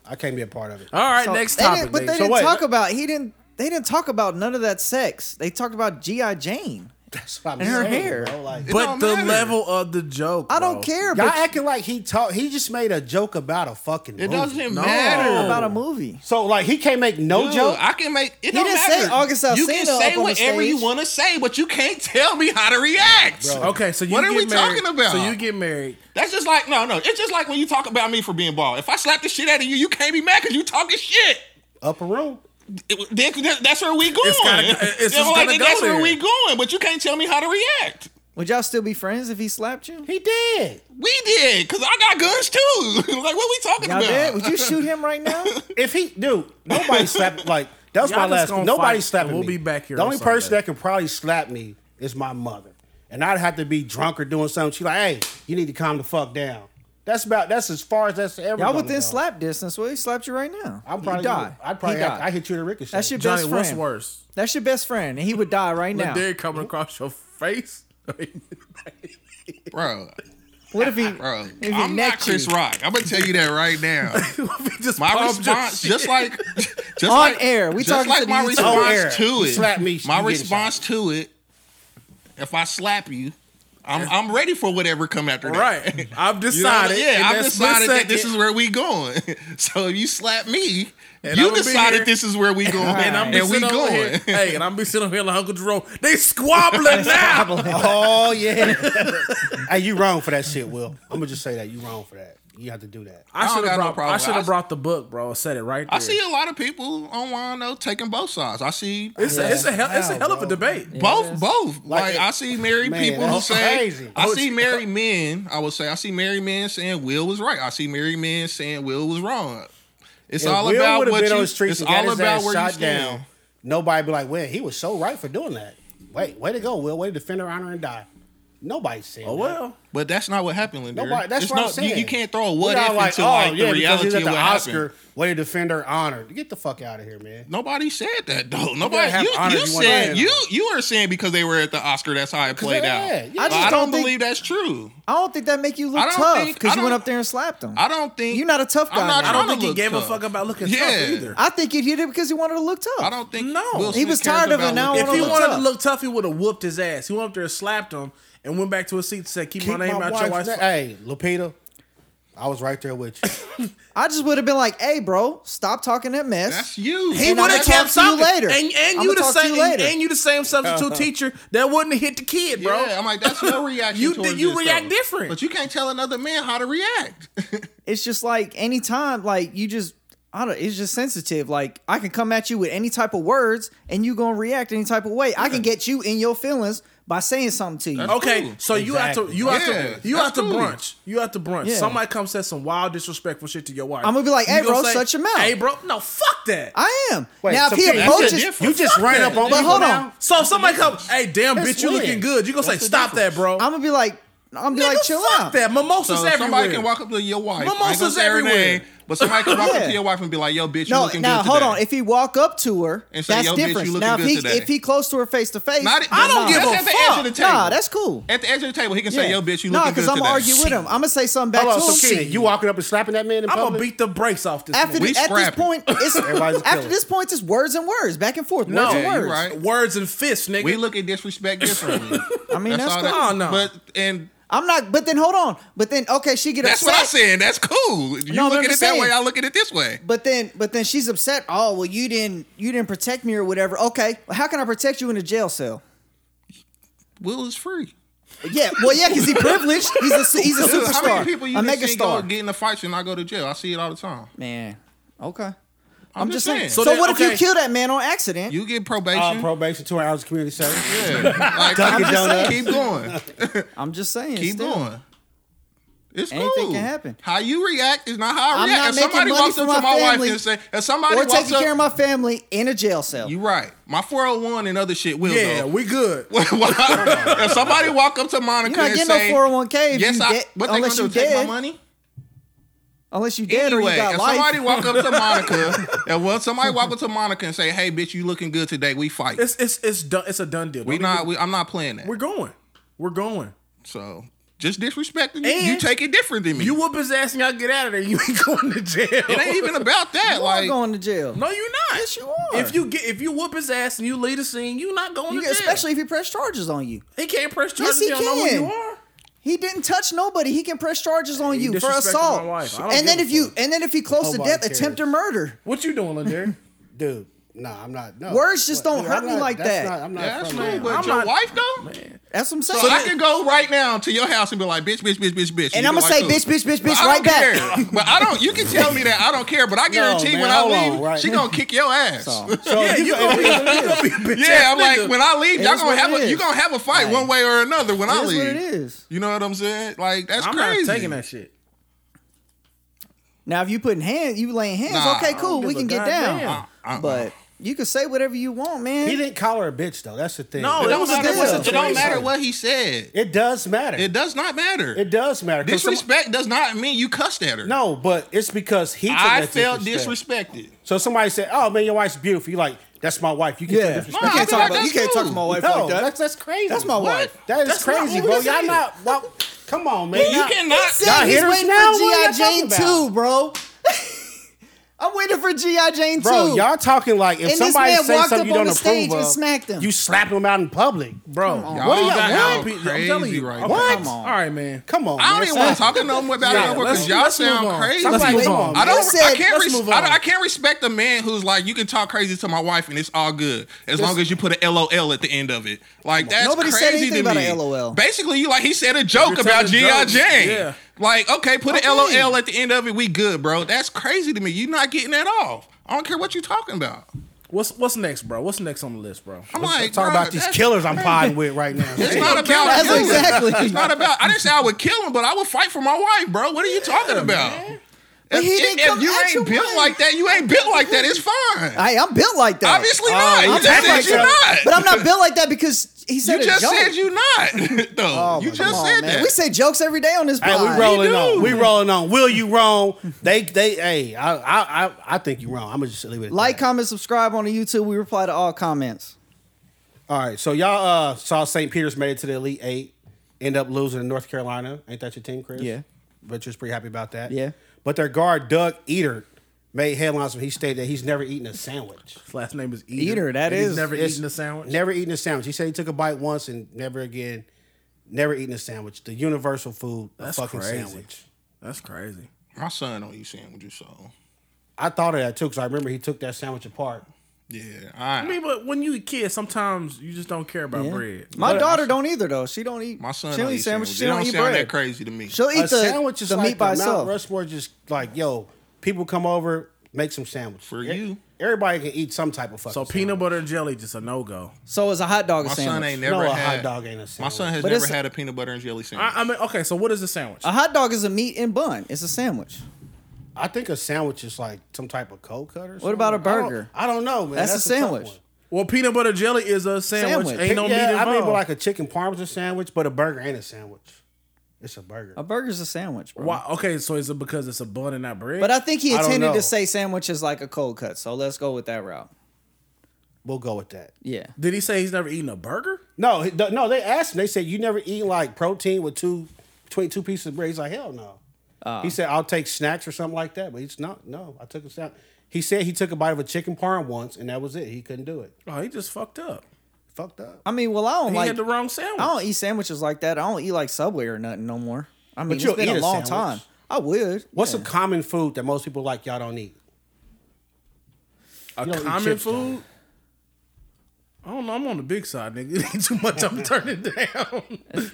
Speaker 2: I can't be a part of it.
Speaker 1: All right,
Speaker 4: So
Speaker 1: next
Speaker 4: they
Speaker 1: topic.
Speaker 4: didn't- but they
Speaker 1: nigga.
Speaker 4: didn't
Speaker 2: wait,
Speaker 4: talk
Speaker 2: let-
Speaker 4: about he didn't. They didn't talk about none of that sex. They talked about GI Jane.
Speaker 2: That's what I'm
Speaker 4: And her
Speaker 2: saying,
Speaker 4: hair.
Speaker 2: bro. Like,
Speaker 3: It
Speaker 1: but
Speaker 3: don't
Speaker 1: the
Speaker 3: matter.
Speaker 1: level of the joke.
Speaker 4: I don't
Speaker 1: bro.
Speaker 4: care.
Speaker 2: y'all
Speaker 4: But
Speaker 2: acting like he talk. He just made a joke about a fucking.
Speaker 3: It
Speaker 2: movie.
Speaker 3: doesn't
Speaker 1: Oh, No.
Speaker 3: matter.
Speaker 4: about a movie.
Speaker 2: So like he can't make no
Speaker 3: Dude,
Speaker 2: joke.
Speaker 3: I can make it.
Speaker 4: He
Speaker 3: don't
Speaker 4: didn't
Speaker 3: matter.
Speaker 4: say August
Speaker 3: You
Speaker 4: Alsina
Speaker 3: can
Speaker 4: up
Speaker 3: say
Speaker 4: on the
Speaker 3: whatever you
Speaker 4: stage.
Speaker 3: want to say, but you can't tell me how to react.
Speaker 1: Okay, so you
Speaker 3: What are
Speaker 1: get
Speaker 3: we
Speaker 1: married-
Speaker 3: talking about?
Speaker 1: So you get married.
Speaker 3: That's just like no, no. It's just like when you talk about me for being bald. If I slap the shit out of you, you can't be mad because you talking shit.
Speaker 2: Upper room.
Speaker 3: It- then- then that's where we going.
Speaker 1: gotta- it's just
Speaker 3: You know, like,
Speaker 1: gotta go
Speaker 3: that's where
Speaker 1: there.
Speaker 3: we going. But you can't tell me how to react.
Speaker 4: Would y'all still be friends if he slapped you?
Speaker 2: He did.
Speaker 3: We did because I got guns too. like what we talking
Speaker 4: Y'all
Speaker 3: about?
Speaker 4: did? Would you shoot him right now?
Speaker 2: If he dude, nobody slapped like that was
Speaker 1: Y'all
Speaker 2: my
Speaker 1: just
Speaker 2: last.
Speaker 1: gonna
Speaker 2: Nobody
Speaker 1: fight,
Speaker 2: slapped
Speaker 1: and we'll
Speaker 2: me.
Speaker 1: be back here
Speaker 2: The
Speaker 1: on
Speaker 2: only person
Speaker 1: Sunday.
Speaker 2: that could probably slap me is my mother, and I'd have to be drunk or doing something. She like, hey, you need to calm the fuck down. That's about. That's as far as that's ever.
Speaker 4: Y'all
Speaker 2: gonna
Speaker 4: within
Speaker 2: go.
Speaker 4: slap distance. Well, he slapped you right now.
Speaker 2: I'm
Speaker 4: You
Speaker 2: probably.
Speaker 4: die.
Speaker 2: I'd probably.
Speaker 4: He die.
Speaker 2: I, I hit you in a ricochet.
Speaker 4: That's your
Speaker 1: Johnny,
Speaker 4: best
Speaker 1: what's
Speaker 4: friend.
Speaker 1: worse?
Speaker 4: That's your best friend, and he would die right
Speaker 1: The
Speaker 4: now.
Speaker 1: dick coming across your face.
Speaker 3: bro?
Speaker 4: What if he?
Speaker 3: Bro,
Speaker 4: if he
Speaker 3: I'm not
Speaker 4: necked you
Speaker 3: Chris Rock. I'm gonna tell you that right now.
Speaker 1: just
Speaker 3: My
Speaker 1: pumped your
Speaker 3: response,
Speaker 1: shit.
Speaker 3: just like just
Speaker 4: On
Speaker 3: like,
Speaker 4: air. We
Speaker 3: just
Speaker 4: talking
Speaker 3: like
Speaker 4: to
Speaker 3: my
Speaker 4: the
Speaker 3: response
Speaker 2: On air.
Speaker 3: to
Speaker 2: You
Speaker 3: it.
Speaker 2: slap me,
Speaker 3: my
Speaker 2: you get
Speaker 3: response to it. If I slap you, I'm I'm ready for whatever come after that.
Speaker 1: right. I've
Speaker 3: You know what I'm-
Speaker 1: decided. in
Speaker 3: yeah, I've
Speaker 1: that split
Speaker 3: decided that this
Speaker 1: second-
Speaker 3: is where we going. so if you slap me,
Speaker 1: And
Speaker 3: you
Speaker 1: I'ma be
Speaker 3: decided
Speaker 1: here.
Speaker 3: this is where we going,
Speaker 1: And
Speaker 3: and,
Speaker 1: I'm be
Speaker 3: we
Speaker 1: sitting over here.
Speaker 3: going.
Speaker 1: Hey, and I'm be sitting over here like Uncle Jerome. They squabbling now.
Speaker 2: Oh yeah. hey, you wrong for that shit, Will. I'm gonna just say that you wrong for that. You have to do that.
Speaker 1: I
Speaker 3: don't
Speaker 1: should
Speaker 3: got no
Speaker 1: have brought.
Speaker 3: problem.
Speaker 1: I should
Speaker 3: I-
Speaker 1: have brought the book, bro. I said it right there.
Speaker 3: I see a lot of people online though taking both sides. I see
Speaker 1: It's a, it's a hell. It's a
Speaker 2: Wow,
Speaker 1: hell of a
Speaker 2: bro.
Speaker 1: debate.
Speaker 3: both both
Speaker 2: Like,
Speaker 3: like,
Speaker 2: it-
Speaker 3: i see married
Speaker 2: Man,
Speaker 3: people who
Speaker 2: that's
Speaker 3: say
Speaker 2: crazy.
Speaker 3: i see married men i would say i see married men saying will was right i see married men saying will was wrong it's
Speaker 2: If
Speaker 3: all
Speaker 2: Will
Speaker 3: about
Speaker 2: would've
Speaker 3: what
Speaker 2: been
Speaker 3: you
Speaker 2: on the streets
Speaker 3: it's
Speaker 2: and got
Speaker 3: all
Speaker 2: his
Speaker 3: about
Speaker 2: ass
Speaker 3: where you
Speaker 2: shot
Speaker 3: stand
Speaker 2: down. Nobody be like, "Well, he was so right for doing that." Wait, way to go, Will. Way to defend her honor and die. Nobody saying.
Speaker 1: Oh
Speaker 2: that.
Speaker 1: well.
Speaker 3: but that's not what happened Lindari.
Speaker 2: Nobody. That's
Speaker 3: It's
Speaker 2: what I'm
Speaker 3: not- you-
Speaker 2: saying.
Speaker 3: You, can't throw a
Speaker 2: We
Speaker 3: what
Speaker 2: all oh,
Speaker 3: if into like, the
Speaker 2: because he's at
Speaker 3: reality of what
Speaker 2: Oscar.
Speaker 3: happened
Speaker 2: Way to defend her honor. Get the fuck out of here, man.
Speaker 3: Nobody said that though.
Speaker 2: gotta
Speaker 3: Nobody.
Speaker 2: have
Speaker 3: You,
Speaker 2: honor
Speaker 3: you
Speaker 2: if you wanna
Speaker 3: said
Speaker 2: win.
Speaker 3: you you are saying because they were at the Oscar. That's how it played
Speaker 2: yeah,
Speaker 3: out.
Speaker 2: yeah.
Speaker 3: I,
Speaker 4: I just
Speaker 3: I don't
Speaker 4: don't think-
Speaker 3: believe that's true.
Speaker 4: I don't think that make you
Speaker 3: I
Speaker 4: look
Speaker 3: don't
Speaker 4: tough
Speaker 3: think- I
Speaker 4: because you went
Speaker 3: don't-
Speaker 4: up there and slapped him.
Speaker 3: I don't think
Speaker 4: You're not a tough guy
Speaker 3: I'm not
Speaker 4: now.
Speaker 1: I don't
Speaker 3: tryna
Speaker 1: think he
Speaker 3: look
Speaker 1: gave a
Speaker 3: tough.
Speaker 1: fuck about looking
Speaker 3: Yeah.
Speaker 1: tough either.
Speaker 4: I think he did it because he wanted to look tough.
Speaker 3: I don't think
Speaker 1: No.
Speaker 3: Will
Speaker 1: He
Speaker 3: Smith
Speaker 4: was
Speaker 3: cares
Speaker 4: tired of it
Speaker 3: about
Speaker 4: now
Speaker 3: looking
Speaker 4: I
Speaker 1: If
Speaker 4: wanna
Speaker 1: he
Speaker 4: look
Speaker 1: wanted
Speaker 4: tough.
Speaker 1: to look tough, he would have whooped his ass. He went up there and slapped him and went back to his seat and said, "Keep,
Speaker 2: Keep
Speaker 1: my name
Speaker 2: my
Speaker 1: out your
Speaker 2: wife's
Speaker 1: wife's."
Speaker 2: name- Hey, Lupita. I was right there with you.
Speaker 4: I just would have been like, "Hey, bro, stop talking that mess."
Speaker 3: That's you.
Speaker 1: He
Speaker 4: And I'ma
Speaker 1: would have
Speaker 4: talk
Speaker 1: kept
Speaker 4: to you
Speaker 1: something.
Speaker 4: later.
Speaker 1: And, and
Speaker 4: I'ma
Speaker 1: you the
Speaker 4: talk to
Speaker 1: same
Speaker 4: you later.
Speaker 1: and you the same substitute teacher that wouldn't have hit the kid, bro.
Speaker 3: Yeah, I'm like, that's your reaction.
Speaker 1: You-
Speaker 3: towards
Speaker 1: you
Speaker 3: this,
Speaker 1: react
Speaker 3: though.
Speaker 1: different.
Speaker 3: but you can't tell another man how to react.
Speaker 4: it's just like anytime like you just I don't it's just sensitive. Like I can come at you with any type of words and you gonna react any type of way. I can get you in your feelings by saying something to you.
Speaker 1: Okay,
Speaker 3: cool.
Speaker 1: so you have to
Speaker 2: Exactly.
Speaker 1: you have
Speaker 3: Yeah,
Speaker 1: to you
Speaker 3: that's
Speaker 1: have to
Speaker 3: cool.
Speaker 1: brunch. You have to brunch.
Speaker 4: Yeah.
Speaker 1: Somebody comes says some wild disrespectful shit to your wife.
Speaker 4: I'ma be like,
Speaker 1: You
Speaker 4: "Hey,
Speaker 1: gonna
Speaker 4: bro, shut your mouth."
Speaker 1: Hey, bro, no, fuck that.
Speaker 4: I am.
Speaker 2: Wait,
Speaker 4: now if
Speaker 2: so
Speaker 4: he
Speaker 2: can- that's
Speaker 4: approaches
Speaker 3: different.
Speaker 2: you just ran up on
Speaker 4: But
Speaker 2: me.
Speaker 4: hold
Speaker 2: now?
Speaker 4: on.
Speaker 1: so if somebody comes, hey, damn,
Speaker 2: That's
Speaker 1: bitch, you
Speaker 2: weird.
Speaker 1: looking good. You gonna say,
Speaker 3: the
Speaker 1: stop that, bro?
Speaker 4: I'm gonna be like I'm gonna be
Speaker 1: Nigga,
Speaker 4: like chill
Speaker 1: fuck
Speaker 4: out.
Speaker 1: That mimosas
Speaker 3: so
Speaker 1: everywhere.
Speaker 3: somebody can walk up to your wife. I ain't gonna
Speaker 1: Mimosas
Speaker 3: say her
Speaker 1: everywhere.
Speaker 3: name, but somebody can walk up
Speaker 4: Yeah.
Speaker 3: to your wife and be like, "Yo, bitch, you
Speaker 4: No,
Speaker 3: looking
Speaker 4: now
Speaker 3: good
Speaker 4: hold
Speaker 3: today."
Speaker 4: on. If he walk up to her,
Speaker 3: And say,
Speaker 4: that's
Speaker 3: "Yo, bitch, you
Speaker 4: different.
Speaker 3: looking
Speaker 4: now if
Speaker 3: good
Speaker 4: he
Speaker 3: today."
Speaker 4: if he close to her face to face,
Speaker 3: Not-
Speaker 1: I don't
Speaker 3: nah,
Speaker 1: give
Speaker 3: that's
Speaker 1: a
Speaker 3: at the edge
Speaker 1: fuck.
Speaker 3: of the table.
Speaker 4: Nah, that's cool.
Speaker 3: At the edge of the table, he can say,
Speaker 4: Yeah.
Speaker 3: "Yo, bitch, you
Speaker 4: Nah,
Speaker 3: looking good
Speaker 4: I'm gonna
Speaker 3: today."
Speaker 4: argue with him. I'm gonna say something back
Speaker 2: Hold on.
Speaker 4: to him.
Speaker 2: So Keenan, you walking up and slapping that man in
Speaker 1: I'm
Speaker 2: public?
Speaker 1: gonna beat the brakes off this.
Speaker 4: after
Speaker 1: nigga.
Speaker 3: We
Speaker 4: the, at this
Speaker 3: scrapping.
Speaker 4: point, it's
Speaker 2: Everybody's
Speaker 4: after
Speaker 2: killing.
Speaker 4: this point, it's words and words, back and forth,
Speaker 1: No.
Speaker 4: words and
Speaker 1: Yeah,
Speaker 3: you
Speaker 4: words.
Speaker 3: right.
Speaker 1: words and fists, nigga.
Speaker 3: We look at disrespect differently.
Speaker 4: I mean, that's
Speaker 3: all
Speaker 4: cool.
Speaker 1: Oh, no.
Speaker 3: But and
Speaker 4: I'm not. But then hold on. But then okay, she get
Speaker 3: that's
Speaker 4: upset.
Speaker 3: what I said. That's cool. You
Speaker 4: No, but
Speaker 3: look
Speaker 4: I'm
Speaker 3: at it
Speaker 4: just
Speaker 3: that
Speaker 4: saying-
Speaker 3: way. I look at it this way.
Speaker 4: But then, but then she's upset. Oh well, you didn't, you didn't protect me or whatever. Okay, well, how can I protect you in a jail cell?
Speaker 3: Will is free.
Speaker 4: Yeah, well, yeah, because he privileged. He's a su- he's a
Speaker 3: Dude,
Speaker 4: superstar,
Speaker 3: How many people you
Speaker 4: a
Speaker 3: done
Speaker 4: mega
Speaker 3: seen go
Speaker 4: star.
Speaker 3: get in the fights and not go to jail? I see it all the time.
Speaker 4: Man, okay. I'm,
Speaker 3: just
Speaker 4: just
Speaker 3: saying.
Speaker 4: saying.
Speaker 3: So
Speaker 4: So,
Speaker 1: then-
Speaker 4: what if
Speaker 1: okay.
Speaker 4: you kill that man on accident?
Speaker 3: You get probation.
Speaker 2: Uh, probation, two hours of community service.
Speaker 3: yeah. like, I'm just
Speaker 2: Donuts.
Speaker 3: saying, keep going.
Speaker 4: I'm just saying.
Speaker 3: Keep
Speaker 4: still.
Speaker 3: going. It's
Speaker 4: Anything
Speaker 3: cool.
Speaker 4: can happen.
Speaker 3: How you react is not how I
Speaker 4: I'm
Speaker 3: react. if
Speaker 4: not making
Speaker 3: somebody
Speaker 4: money
Speaker 3: walks
Speaker 4: for
Speaker 3: up to
Speaker 4: my
Speaker 3: my wife
Speaker 4: family
Speaker 3: and say, if somebody
Speaker 4: Or
Speaker 3: walks
Speaker 4: taking
Speaker 3: up,
Speaker 4: care of my family in a jail cell.
Speaker 3: you right. My 401 and other shit will
Speaker 1: yeah,
Speaker 3: though.
Speaker 1: we good.
Speaker 3: if somebody walk up to Monica
Speaker 4: You're not
Speaker 3: and
Speaker 4: getting
Speaker 3: say,
Speaker 4: no 401k if
Speaker 3: yes,
Speaker 4: you
Speaker 3: I,
Speaker 4: de-
Speaker 3: what they gonna
Speaker 4: unless
Speaker 3: do?
Speaker 4: you
Speaker 3: Take my
Speaker 4: dead.
Speaker 3: money?
Speaker 4: Unless you dead or
Speaker 3: Anyway,
Speaker 4: you got
Speaker 3: if
Speaker 4: life.
Speaker 3: somebody walk up to Monica, and well, somebody walk up to Monica and say, "Hey, bitch, you looking good today? We fight.
Speaker 1: It's it's it's done. It's a done deal.
Speaker 3: we
Speaker 1: Don't
Speaker 3: not.
Speaker 1: even-
Speaker 3: We, I'm not playing that.
Speaker 1: We're going. We're going.
Speaker 3: So just disrespecting you.
Speaker 1: And-
Speaker 3: You take it different than me.
Speaker 1: You whoop his ass and y'all get out of there. You ain't going to jail.
Speaker 3: it ain't even about that.
Speaker 4: You are
Speaker 3: like
Speaker 4: going to jail.
Speaker 1: No, you're not.
Speaker 4: Yes, you are.
Speaker 1: If you get if you whoop his ass and you leave the scene, you not going
Speaker 4: You
Speaker 1: to
Speaker 4: get-
Speaker 1: jail.
Speaker 4: especially if he press charges on you.
Speaker 1: he can't press
Speaker 4: Yes,
Speaker 1: charges.
Speaker 4: he
Speaker 1: he don't know who
Speaker 4: can.
Speaker 1: you are.
Speaker 4: He didn't touch nobody. He can press charges on
Speaker 1: He
Speaker 4: you for
Speaker 1: disrespected
Speaker 4: assault.
Speaker 1: my wife. I don't
Speaker 4: And then
Speaker 1: give
Speaker 4: if
Speaker 1: a
Speaker 4: you
Speaker 1: fuck.
Speaker 4: and then if he close to
Speaker 2: Nobody
Speaker 4: death,
Speaker 2: cares.
Speaker 4: attempted murder.
Speaker 1: What you doing, Lindari?
Speaker 2: Dude, nah, I'm not. No.
Speaker 4: Words just don't
Speaker 2: Dude,
Speaker 4: hurt
Speaker 2: I'm
Speaker 4: me
Speaker 2: not-
Speaker 4: like
Speaker 2: that's
Speaker 4: that.
Speaker 2: Not, I'm not
Speaker 3: yeah, that's
Speaker 2: from
Speaker 3: cool.
Speaker 2: there.
Speaker 3: But
Speaker 1: I'm
Speaker 3: your
Speaker 1: not-
Speaker 3: wife though.
Speaker 4: That's what I'm saying.
Speaker 3: So I could go right now to your house and be like, bitch, bitch, bitch, bitch, bitch.
Speaker 4: And
Speaker 3: You
Speaker 4: I'ma
Speaker 3: be
Speaker 4: say,
Speaker 3: "Cool."
Speaker 4: bitch, bitch, bitch,
Speaker 3: But
Speaker 4: bitch,
Speaker 3: I don't
Speaker 4: right back.
Speaker 3: care. but I don't. You can tell me that I don't care, but I guarantee
Speaker 2: man,
Speaker 3: when I
Speaker 2: hold on,
Speaker 3: leave,
Speaker 2: right.
Speaker 3: she gonna kick your ass. Oh,
Speaker 2: So
Speaker 1: Yeah,
Speaker 2: you,
Speaker 1: you gonna be, you gonna be a bitch.
Speaker 3: Yeah, I'm like when I leave, y'all
Speaker 4: is
Speaker 3: gonna
Speaker 4: what
Speaker 3: have
Speaker 4: it
Speaker 3: a,
Speaker 4: is.
Speaker 3: you gonna have a fight one way or another when I
Speaker 4: That's
Speaker 3: leave.
Speaker 4: what it is.
Speaker 3: You know what I'm saying? Like that's
Speaker 1: I'm
Speaker 3: crazy.
Speaker 1: not taking that shit.
Speaker 4: Now if you putting hands, you laying hands.
Speaker 3: Nah, I
Speaker 4: okay,
Speaker 3: don't
Speaker 4: cool. We
Speaker 1: give a
Speaker 4: can get
Speaker 1: goddamn.
Speaker 4: down.
Speaker 3: Uh, uh,
Speaker 4: But you can say whatever you want,
Speaker 2: he
Speaker 4: man.
Speaker 2: didn't call her a bitch though. That's the thing.
Speaker 1: No, that
Speaker 3: It don't,
Speaker 1: was a
Speaker 3: matter
Speaker 1: different
Speaker 3: what, it don't
Speaker 1: situation.
Speaker 3: matter what he said.
Speaker 2: It does matter.
Speaker 3: It
Speaker 2: It,
Speaker 3: does not matter.
Speaker 2: does matter. 'Cause some-
Speaker 3: disrespect does not mean you cussed at her.
Speaker 2: no, but it's because he. Took
Speaker 3: I
Speaker 2: that
Speaker 3: felt
Speaker 2: disrespect.
Speaker 3: disrespected.
Speaker 2: So somebody said, "Oh man, your wife's beautiful." You like, that's my wife. You get
Speaker 4: Yeah.
Speaker 2: yeah.
Speaker 4: You
Speaker 3: No, I
Speaker 2: disrespect.
Speaker 3: feel
Speaker 4: can't talk
Speaker 3: like
Speaker 4: about you
Speaker 3: that's
Speaker 4: can't talk
Speaker 3: cool.
Speaker 4: to my wife
Speaker 2: No,
Speaker 4: like that.
Speaker 2: that's that's crazy.
Speaker 4: That's my wife.
Speaker 2: That is
Speaker 1: That's not
Speaker 2: crazy,
Speaker 1: what
Speaker 2: bro.
Speaker 1: we
Speaker 2: Y'all
Speaker 1: said.
Speaker 2: not. Well, come on, man.
Speaker 3: You
Speaker 2: Y'all-
Speaker 3: cannot.
Speaker 4: Said he's
Speaker 2: hear us
Speaker 4: waiting
Speaker 2: now?
Speaker 4: for
Speaker 2: What are y'all
Speaker 4: GI Jane
Speaker 2: talking about?
Speaker 4: too, bro. I'm waiting for GI Jane
Speaker 2: Bro,
Speaker 4: too.
Speaker 2: y'all talking like if
Speaker 4: And this
Speaker 2: somebody
Speaker 4: man
Speaker 2: says
Speaker 4: walked
Speaker 2: something
Speaker 4: up
Speaker 2: you
Speaker 4: on
Speaker 2: don't
Speaker 4: the stage
Speaker 2: approve
Speaker 4: and
Speaker 2: of,
Speaker 4: smacked him.
Speaker 2: you slap him out in public.
Speaker 1: Bro,
Speaker 3: What are y'all-
Speaker 1: got
Speaker 3: y'all
Speaker 1: wild pe- I'm
Speaker 3: crazy
Speaker 1: telling you.
Speaker 3: right
Speaker 1: Okay.
Speaker 3: now.
Speaker 2: What?
Speaker 4: Come
Speaker 1: All
Speaker 4: on.
Speaker 1: right, man.
Speaker 2: Come on,
Speaker 3: I
Speaker 2: man.
Speaker 3: don't even want to
Speaker 2: Stop.
Speaker 3: talk to no more about
Speaker 1: Yeah,
Speaker 3: it
Speaker 1: let's-
Speaker 3: because y'all
Speaker 1: let's
Speaker 3: sound
Speaker 1: move on.
Speaker 3: crazy.
Speaker 1: Somebody
Speaker 2: Somebody
Speaker 1: move
Speaker 2: come
Speaker 1: on.
Speaker 2: on,
Speaker 3: I
Speaker 2: man.
Speaker 3: don't.
Speaker 4: You
Speaker 3: I
Speaker 4: said-
Speaker 3: can't.
Speaker 1: let's
Speaker 3: Res-
Speaker 1: move
Speaker 3: I, don't-
Speaker 1: on.
Speaker 3: I can't respect a man who's like, you can talk crazy to my wife and it's all good as long as you put a LOL at the end of it. Like that's
Speaker 4: Nobody
Speaker 3: crazy
Speaker 4: said anything
Speaker 3: to
Speaker 4: about
Speaker 3: me.
Speaker 4: a LOL.
Speaker 3: Basically, you like he said a joke
Speaker 1: You're
Speaker 3: about GI
Speaker 1: telling jokes.
Speaker 3: Jane.
Speaker 1: Yeah.
Speaker 3: Like okay, put
Speaker 4: Okay.
Speaker 3: a LOL at the end of it. We good, bro. That's crazy to me. You're not getting that off. I don't care what you're talking about.
Speaker 1: What's what's next, bro? What's next on the list, bro?
Speaker 3: I'm
Speaker 1: What's-
Speaker 3: like,
Speaker 2: Talk
Speaker 3: bro,
Speaker 2: about these
Speaker 3: that's
Speaker 2: killers I'm podding with right now.
Speaker 3: It's not about
Speaker 4: That's
Speaker 3: killing.
Speaker 4: exactly-
Speaker 3: It's not about. I didn't say I would kill him, but I would fight for my wife, bro. What are you talking about? If,
Speaker 4: But he
Speaker 3: if-
Speaker 4: didn't
Speaker 3: if
Speaker 4: come
Speaker 3: you
Speaker 4: at
Speaker 3: ain't
Speaker 4: your
Speaker 3: built
Speaker 4: wife.
Speaker 3: like that, you ain't built like that. It's fine.
Speaker 4: I, I'm built like that.
Speaker 3: Obviously not. Oh, You just
Speaker 4: I'm built
Speaker 3: said
Speaker 4: like
Speaker 3: you're
Speaker 4: that.
Speaker 3: not.
Speaker 4: But I'm not built like that because he said
Speaker 3: you
Speaker 4: a
Speaker 3: just
Speaker 4: joke.
Speaker 3: said you not, though.
Speaker 4: Oh,
Speaker 3: you
Speaker 4: my-
Speaker 3: just
Speaker 4: come on,
Speaker 3: said
Speaker 4: man.
Speaker 3: that.
Speaker 4: We say jokes every day on this
Speaker 2: Hey,
Speaker 4: pod.
Speaker 2: we rolling on. We rolling on. Will you wrong? They they hey, I I I, I think you wrong. I'm gonna just leave it. At
Speaker 4: Like,
Speaker 2: that.
Speaker 4: comment, subscribe on the YouTube. We reply to all comments.
Speaker 2: All right, so y'all uh saw St. Peter's made it to the Elite Eight, end up losing to North Carolina. Ain't that your team, Chris?
Speaker 4: Yeah.
Speaker 2: But you're pretty happy about that.
Speaker 4: Yeah.
Speaker 2: But their guard Doug Eater made headlines when he stated that he's never eaten a sandwich.
Speaker 1: His last name is Eater.
Speaker 4: Eater, that
Speaker 1: and he's
Speaker 4: is-
Speaker 1: never
Speaker 2: It's-
Speaker 1: eaten a sandwich.
Speaker 2: Never eaten a sandwich. He said he took a bite once and never again. Never eaten a sandwich. The universal food, a
Speaker 1: That's
Speaker 2: fucking
Speaker 1: crazy.
Speaker 2: sandwich.
Speaker 1: That's crazy.
Speaker 3: My son don't eat sandwiches, so
Speaker 2: I thought of that too because I remember he took that sandwich apart.
Speaker 3: yeah. I,
Speaker 1: I mean, but when you a kid, sometimes you just don't care about
Speaker 4: Yeah.
Speaker 1: bread.
Speaker 4: My
Speaker 2: But-
Speaker 4: daughter don't either though. She don't eat.
Speaker 3: my son
Speaker 4: she
Speaker 3: don't
Speaker 4: don't
Speaker 3: eat sandwiches.
Speaker 4: She
Speaker 3: it
Speaker 4: don't
Speaker 3: don't
Speaker 4: eat
Speaker 3: sound
Speaker 4: bread.
Speaker 3: that crazy to me.
Speaker 4: She'll eat
Speaker 2: a
Speaker 4: the,
Speaker 2: sandwich is
Speaker 4: the
Speaker 2: like
Speaker 4: meat by
Speaker 2: the Mount
Speaker 4: itself.
Speaker 2: Rushmore. Just like yo, people come over, make some sandwich
Speaker 3: For
Speaker 2: E-
Speaker 3: you.
Speaker 2: Everybody can eat some type of fucking.
Speaker 1: So peanut butter and jelly just a no go.
Speaker 4: So is a hot dog a
Speaker 3: my
Speaker 4: sandwich.
Speaker 3: son ain't
Speaker 2: sandwich.
Speaker 3: never
Speaker 2: No, a
Speaker 3: had
Speaker 2: hot dog ain't a sandwich.
Speaker 3: My son has
Speaker 4: But
Speaker 3: never
Speaker 4: it's-
Speaker 3: had a peanut butter and jelly sandwich.
Speaker 1: I, I mean, okay. So what is a sandwich?
Speaker 4: A hot dog is a meat and bun. It's a sandwich.
Speaker 2: I think a sandwich is like some type of cold cut or something.
Speaker 4: about a
Speaker 2: I don't-
Speaker 4: burger?
Speaker 2: I don't, know, man.
Speaker 4: That's a
Speaker 2: tough
Speaker 4: sandwich.
Speaker 2: one.
Speaker 1: well, peanut butter jelly is a sandwich.
Speaker 4: Sandwich.
Speaker 1: Ain't no
Speaker 2: yeah,
Speaker 1: meat involved.
Speaker 2: I mean, but like a chicken parmesan sandwich, but a burger ain't a sandwich. It's a burger.
Speaker 4: A burger's a sandwich, bro.
Speaker 1: Why? Okay, so is it because it's a bun and not bread?
Speaker 4: But I think he
Speaker 2: I don't
Speaker 4: intended
Speaker 2: know.
Speaker 4: to say sandwich is like a cold cut. So let's go with that route.
Speaker 2: We'll go with that.
Speaker 4: Yeah.
Speaker 1: did he say he's never eaten a burger?
Speaker 2: No, he- no, they asked him. They said you never eat like protein with two between two pieces of bread. He's like, hell no. he said I'll take snacks or something like that, but he's not. No, I took a snack. He said he took a bite of a chicken parm once, and that was it. He couldn't do it.
Speaker 1: Oh, he just fucked up.
Speaker 2: Fucked up.
Speaker 4: I mean, well, I don't
Speaker 1: He
Speaker 4: like.
Speaker 1: had the wrong
Speaker 4: I
Speaker 1: sandwich.
Speaker 4: don't eat sandwiches like that. I don't eat like Subway or nothing no more. I mean,
Speaker 2: you'll
Speaker 4: it's been
Speaker 2: eat
Speaker 4: a
Speaker 2: a
Speaker 4: long
Speaker 2: sandwich.
Speaker 4: time. I would.
Speaker 2: What's
Speaker 4: yeah.
Speaker 2: a common food that most people like y'all don't eat?
Speaker 1: A
Speaker 2: You don't eat
Speaker 1: common
Speaker 2: chips,
Speaker 1: food. I don't know. I'm on the big side, nigga. It ain't too much. I'm turning down.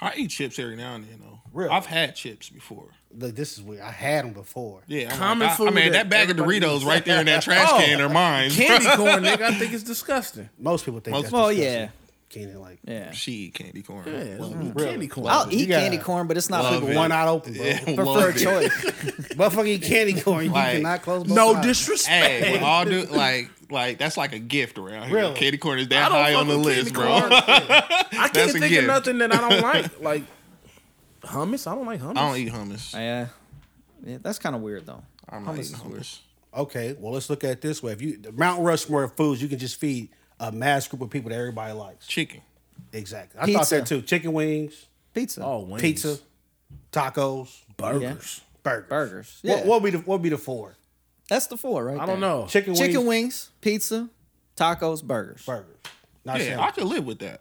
Speaker 3: I eat chips every now and then though.
Speaker 2: Really?
Speaker 3: I've had chips before.
Speaker 2: Look, this is weird. I had them before.
Speaker 3: Yeah, I'm
Speaker 1: Common
Speaker 3: like, I,
Speaker 1: food
Speaker 3: I
Speaker 1: that
Speaker 3: mean, that bag of
Speaker 1: everybody
Speaker 3: Doritos
Speaker 1: eats.
Speaker 3: right there in that trash
Speaker 1: Oh,
Speaker 3: can are mine.
Speaker 1: Candy corn, nigga. I think it's disgusting.
Speaker 2: Most people think.
Speaker 3: Most-
Speaker 2: that's
Speaker 4: Well,
Speaker 2: disgusting.
Speaker 4: yeah.
Speaker 2: Keenan, like,
Speaker 4: Yeah.
Speaker 3: She eat candy corn.
Speaker 1: Yeah, mm,
Speaker 3: Yeah,
Speaker 1: it's candy corn.
Speaker 4: I'll
Speaker 2: You
Speaker 4: eat
Speaker 2: gotta
Speaker 4: candy corn, but it's not
Speaker 3: love
Speaker 4: for
Speaker 3: it.
Speaker 2: one eye open, bro.
Speaker 4: preferred
Speaker 3: love it.
Speaker 4: choice.
Speaker 2: Motherfucker eat candy corn. You
Speaker 3: Like,
Speaker 2: cannot close. both
Speaker 1: no
Speaker 2: eyes.
Speaker 1: disrespect.
Speaker 3: Hey, with all do like like that's like a gift around here.
Speaker 2: Really?
Speaker 3: Candy corn is
Speaker 1: I
Speaker 3: that
Speaker 1: don't
Speaker 3: high
Speaker 1: fuck
Speaker 3: on the
Speaker 1: with candy
Speaker 3: list, bro.
Speaker 1: corn.
Speaker 3: I
Speaker 1: I can't
Speaker 3: That's a
Speaker 1: think of
Speaker 3: gift.
Speaker 1: nothing that I don't like. Like hummus. I don't like hummus.
Speaker 3: don't eat hummus. I,
Speaker 4: yeah. yeah. That's kind of weird though.
Speaker 3: am not eating
Speaker 4: is weird.
Speaker 3: hummus.
Speaker 2: Okay, well let's look at it this way. If you the Mount Rushmore of foods, you can just feed a mass group of people that everybody likes.
Speaker 3: Chicken.
Speaker 2: Exactly. I thought
Speaker 4: Pizza.
Speaker 2: that too. Chicken wings,
Speaker 4: Pizza.
Speaker 1: Oh, wings.
Speaker 2: pizza, tacos,
Speaker 1: burgers.
Speaker 2: burgers.
Speaker 4: Burgers.
Speaker 2: What
Speaker 4: Yeah.
Speaker 2: what be the what be the four?
Speaker 4: That's the four, right?
Speaker 1: I don't
Speaker 4: there.
Speaker 1: know.
Speaker 2: Chicken,
Speaker 4: Chicken
Speaker 2: wings,
Speaker 4: wings, pizza, tacos, burgers.
Speaker 2: burgers. Not
Speaker 3: yeah, I
Speaker 2: sandwich.
Speaker 3: could live with that.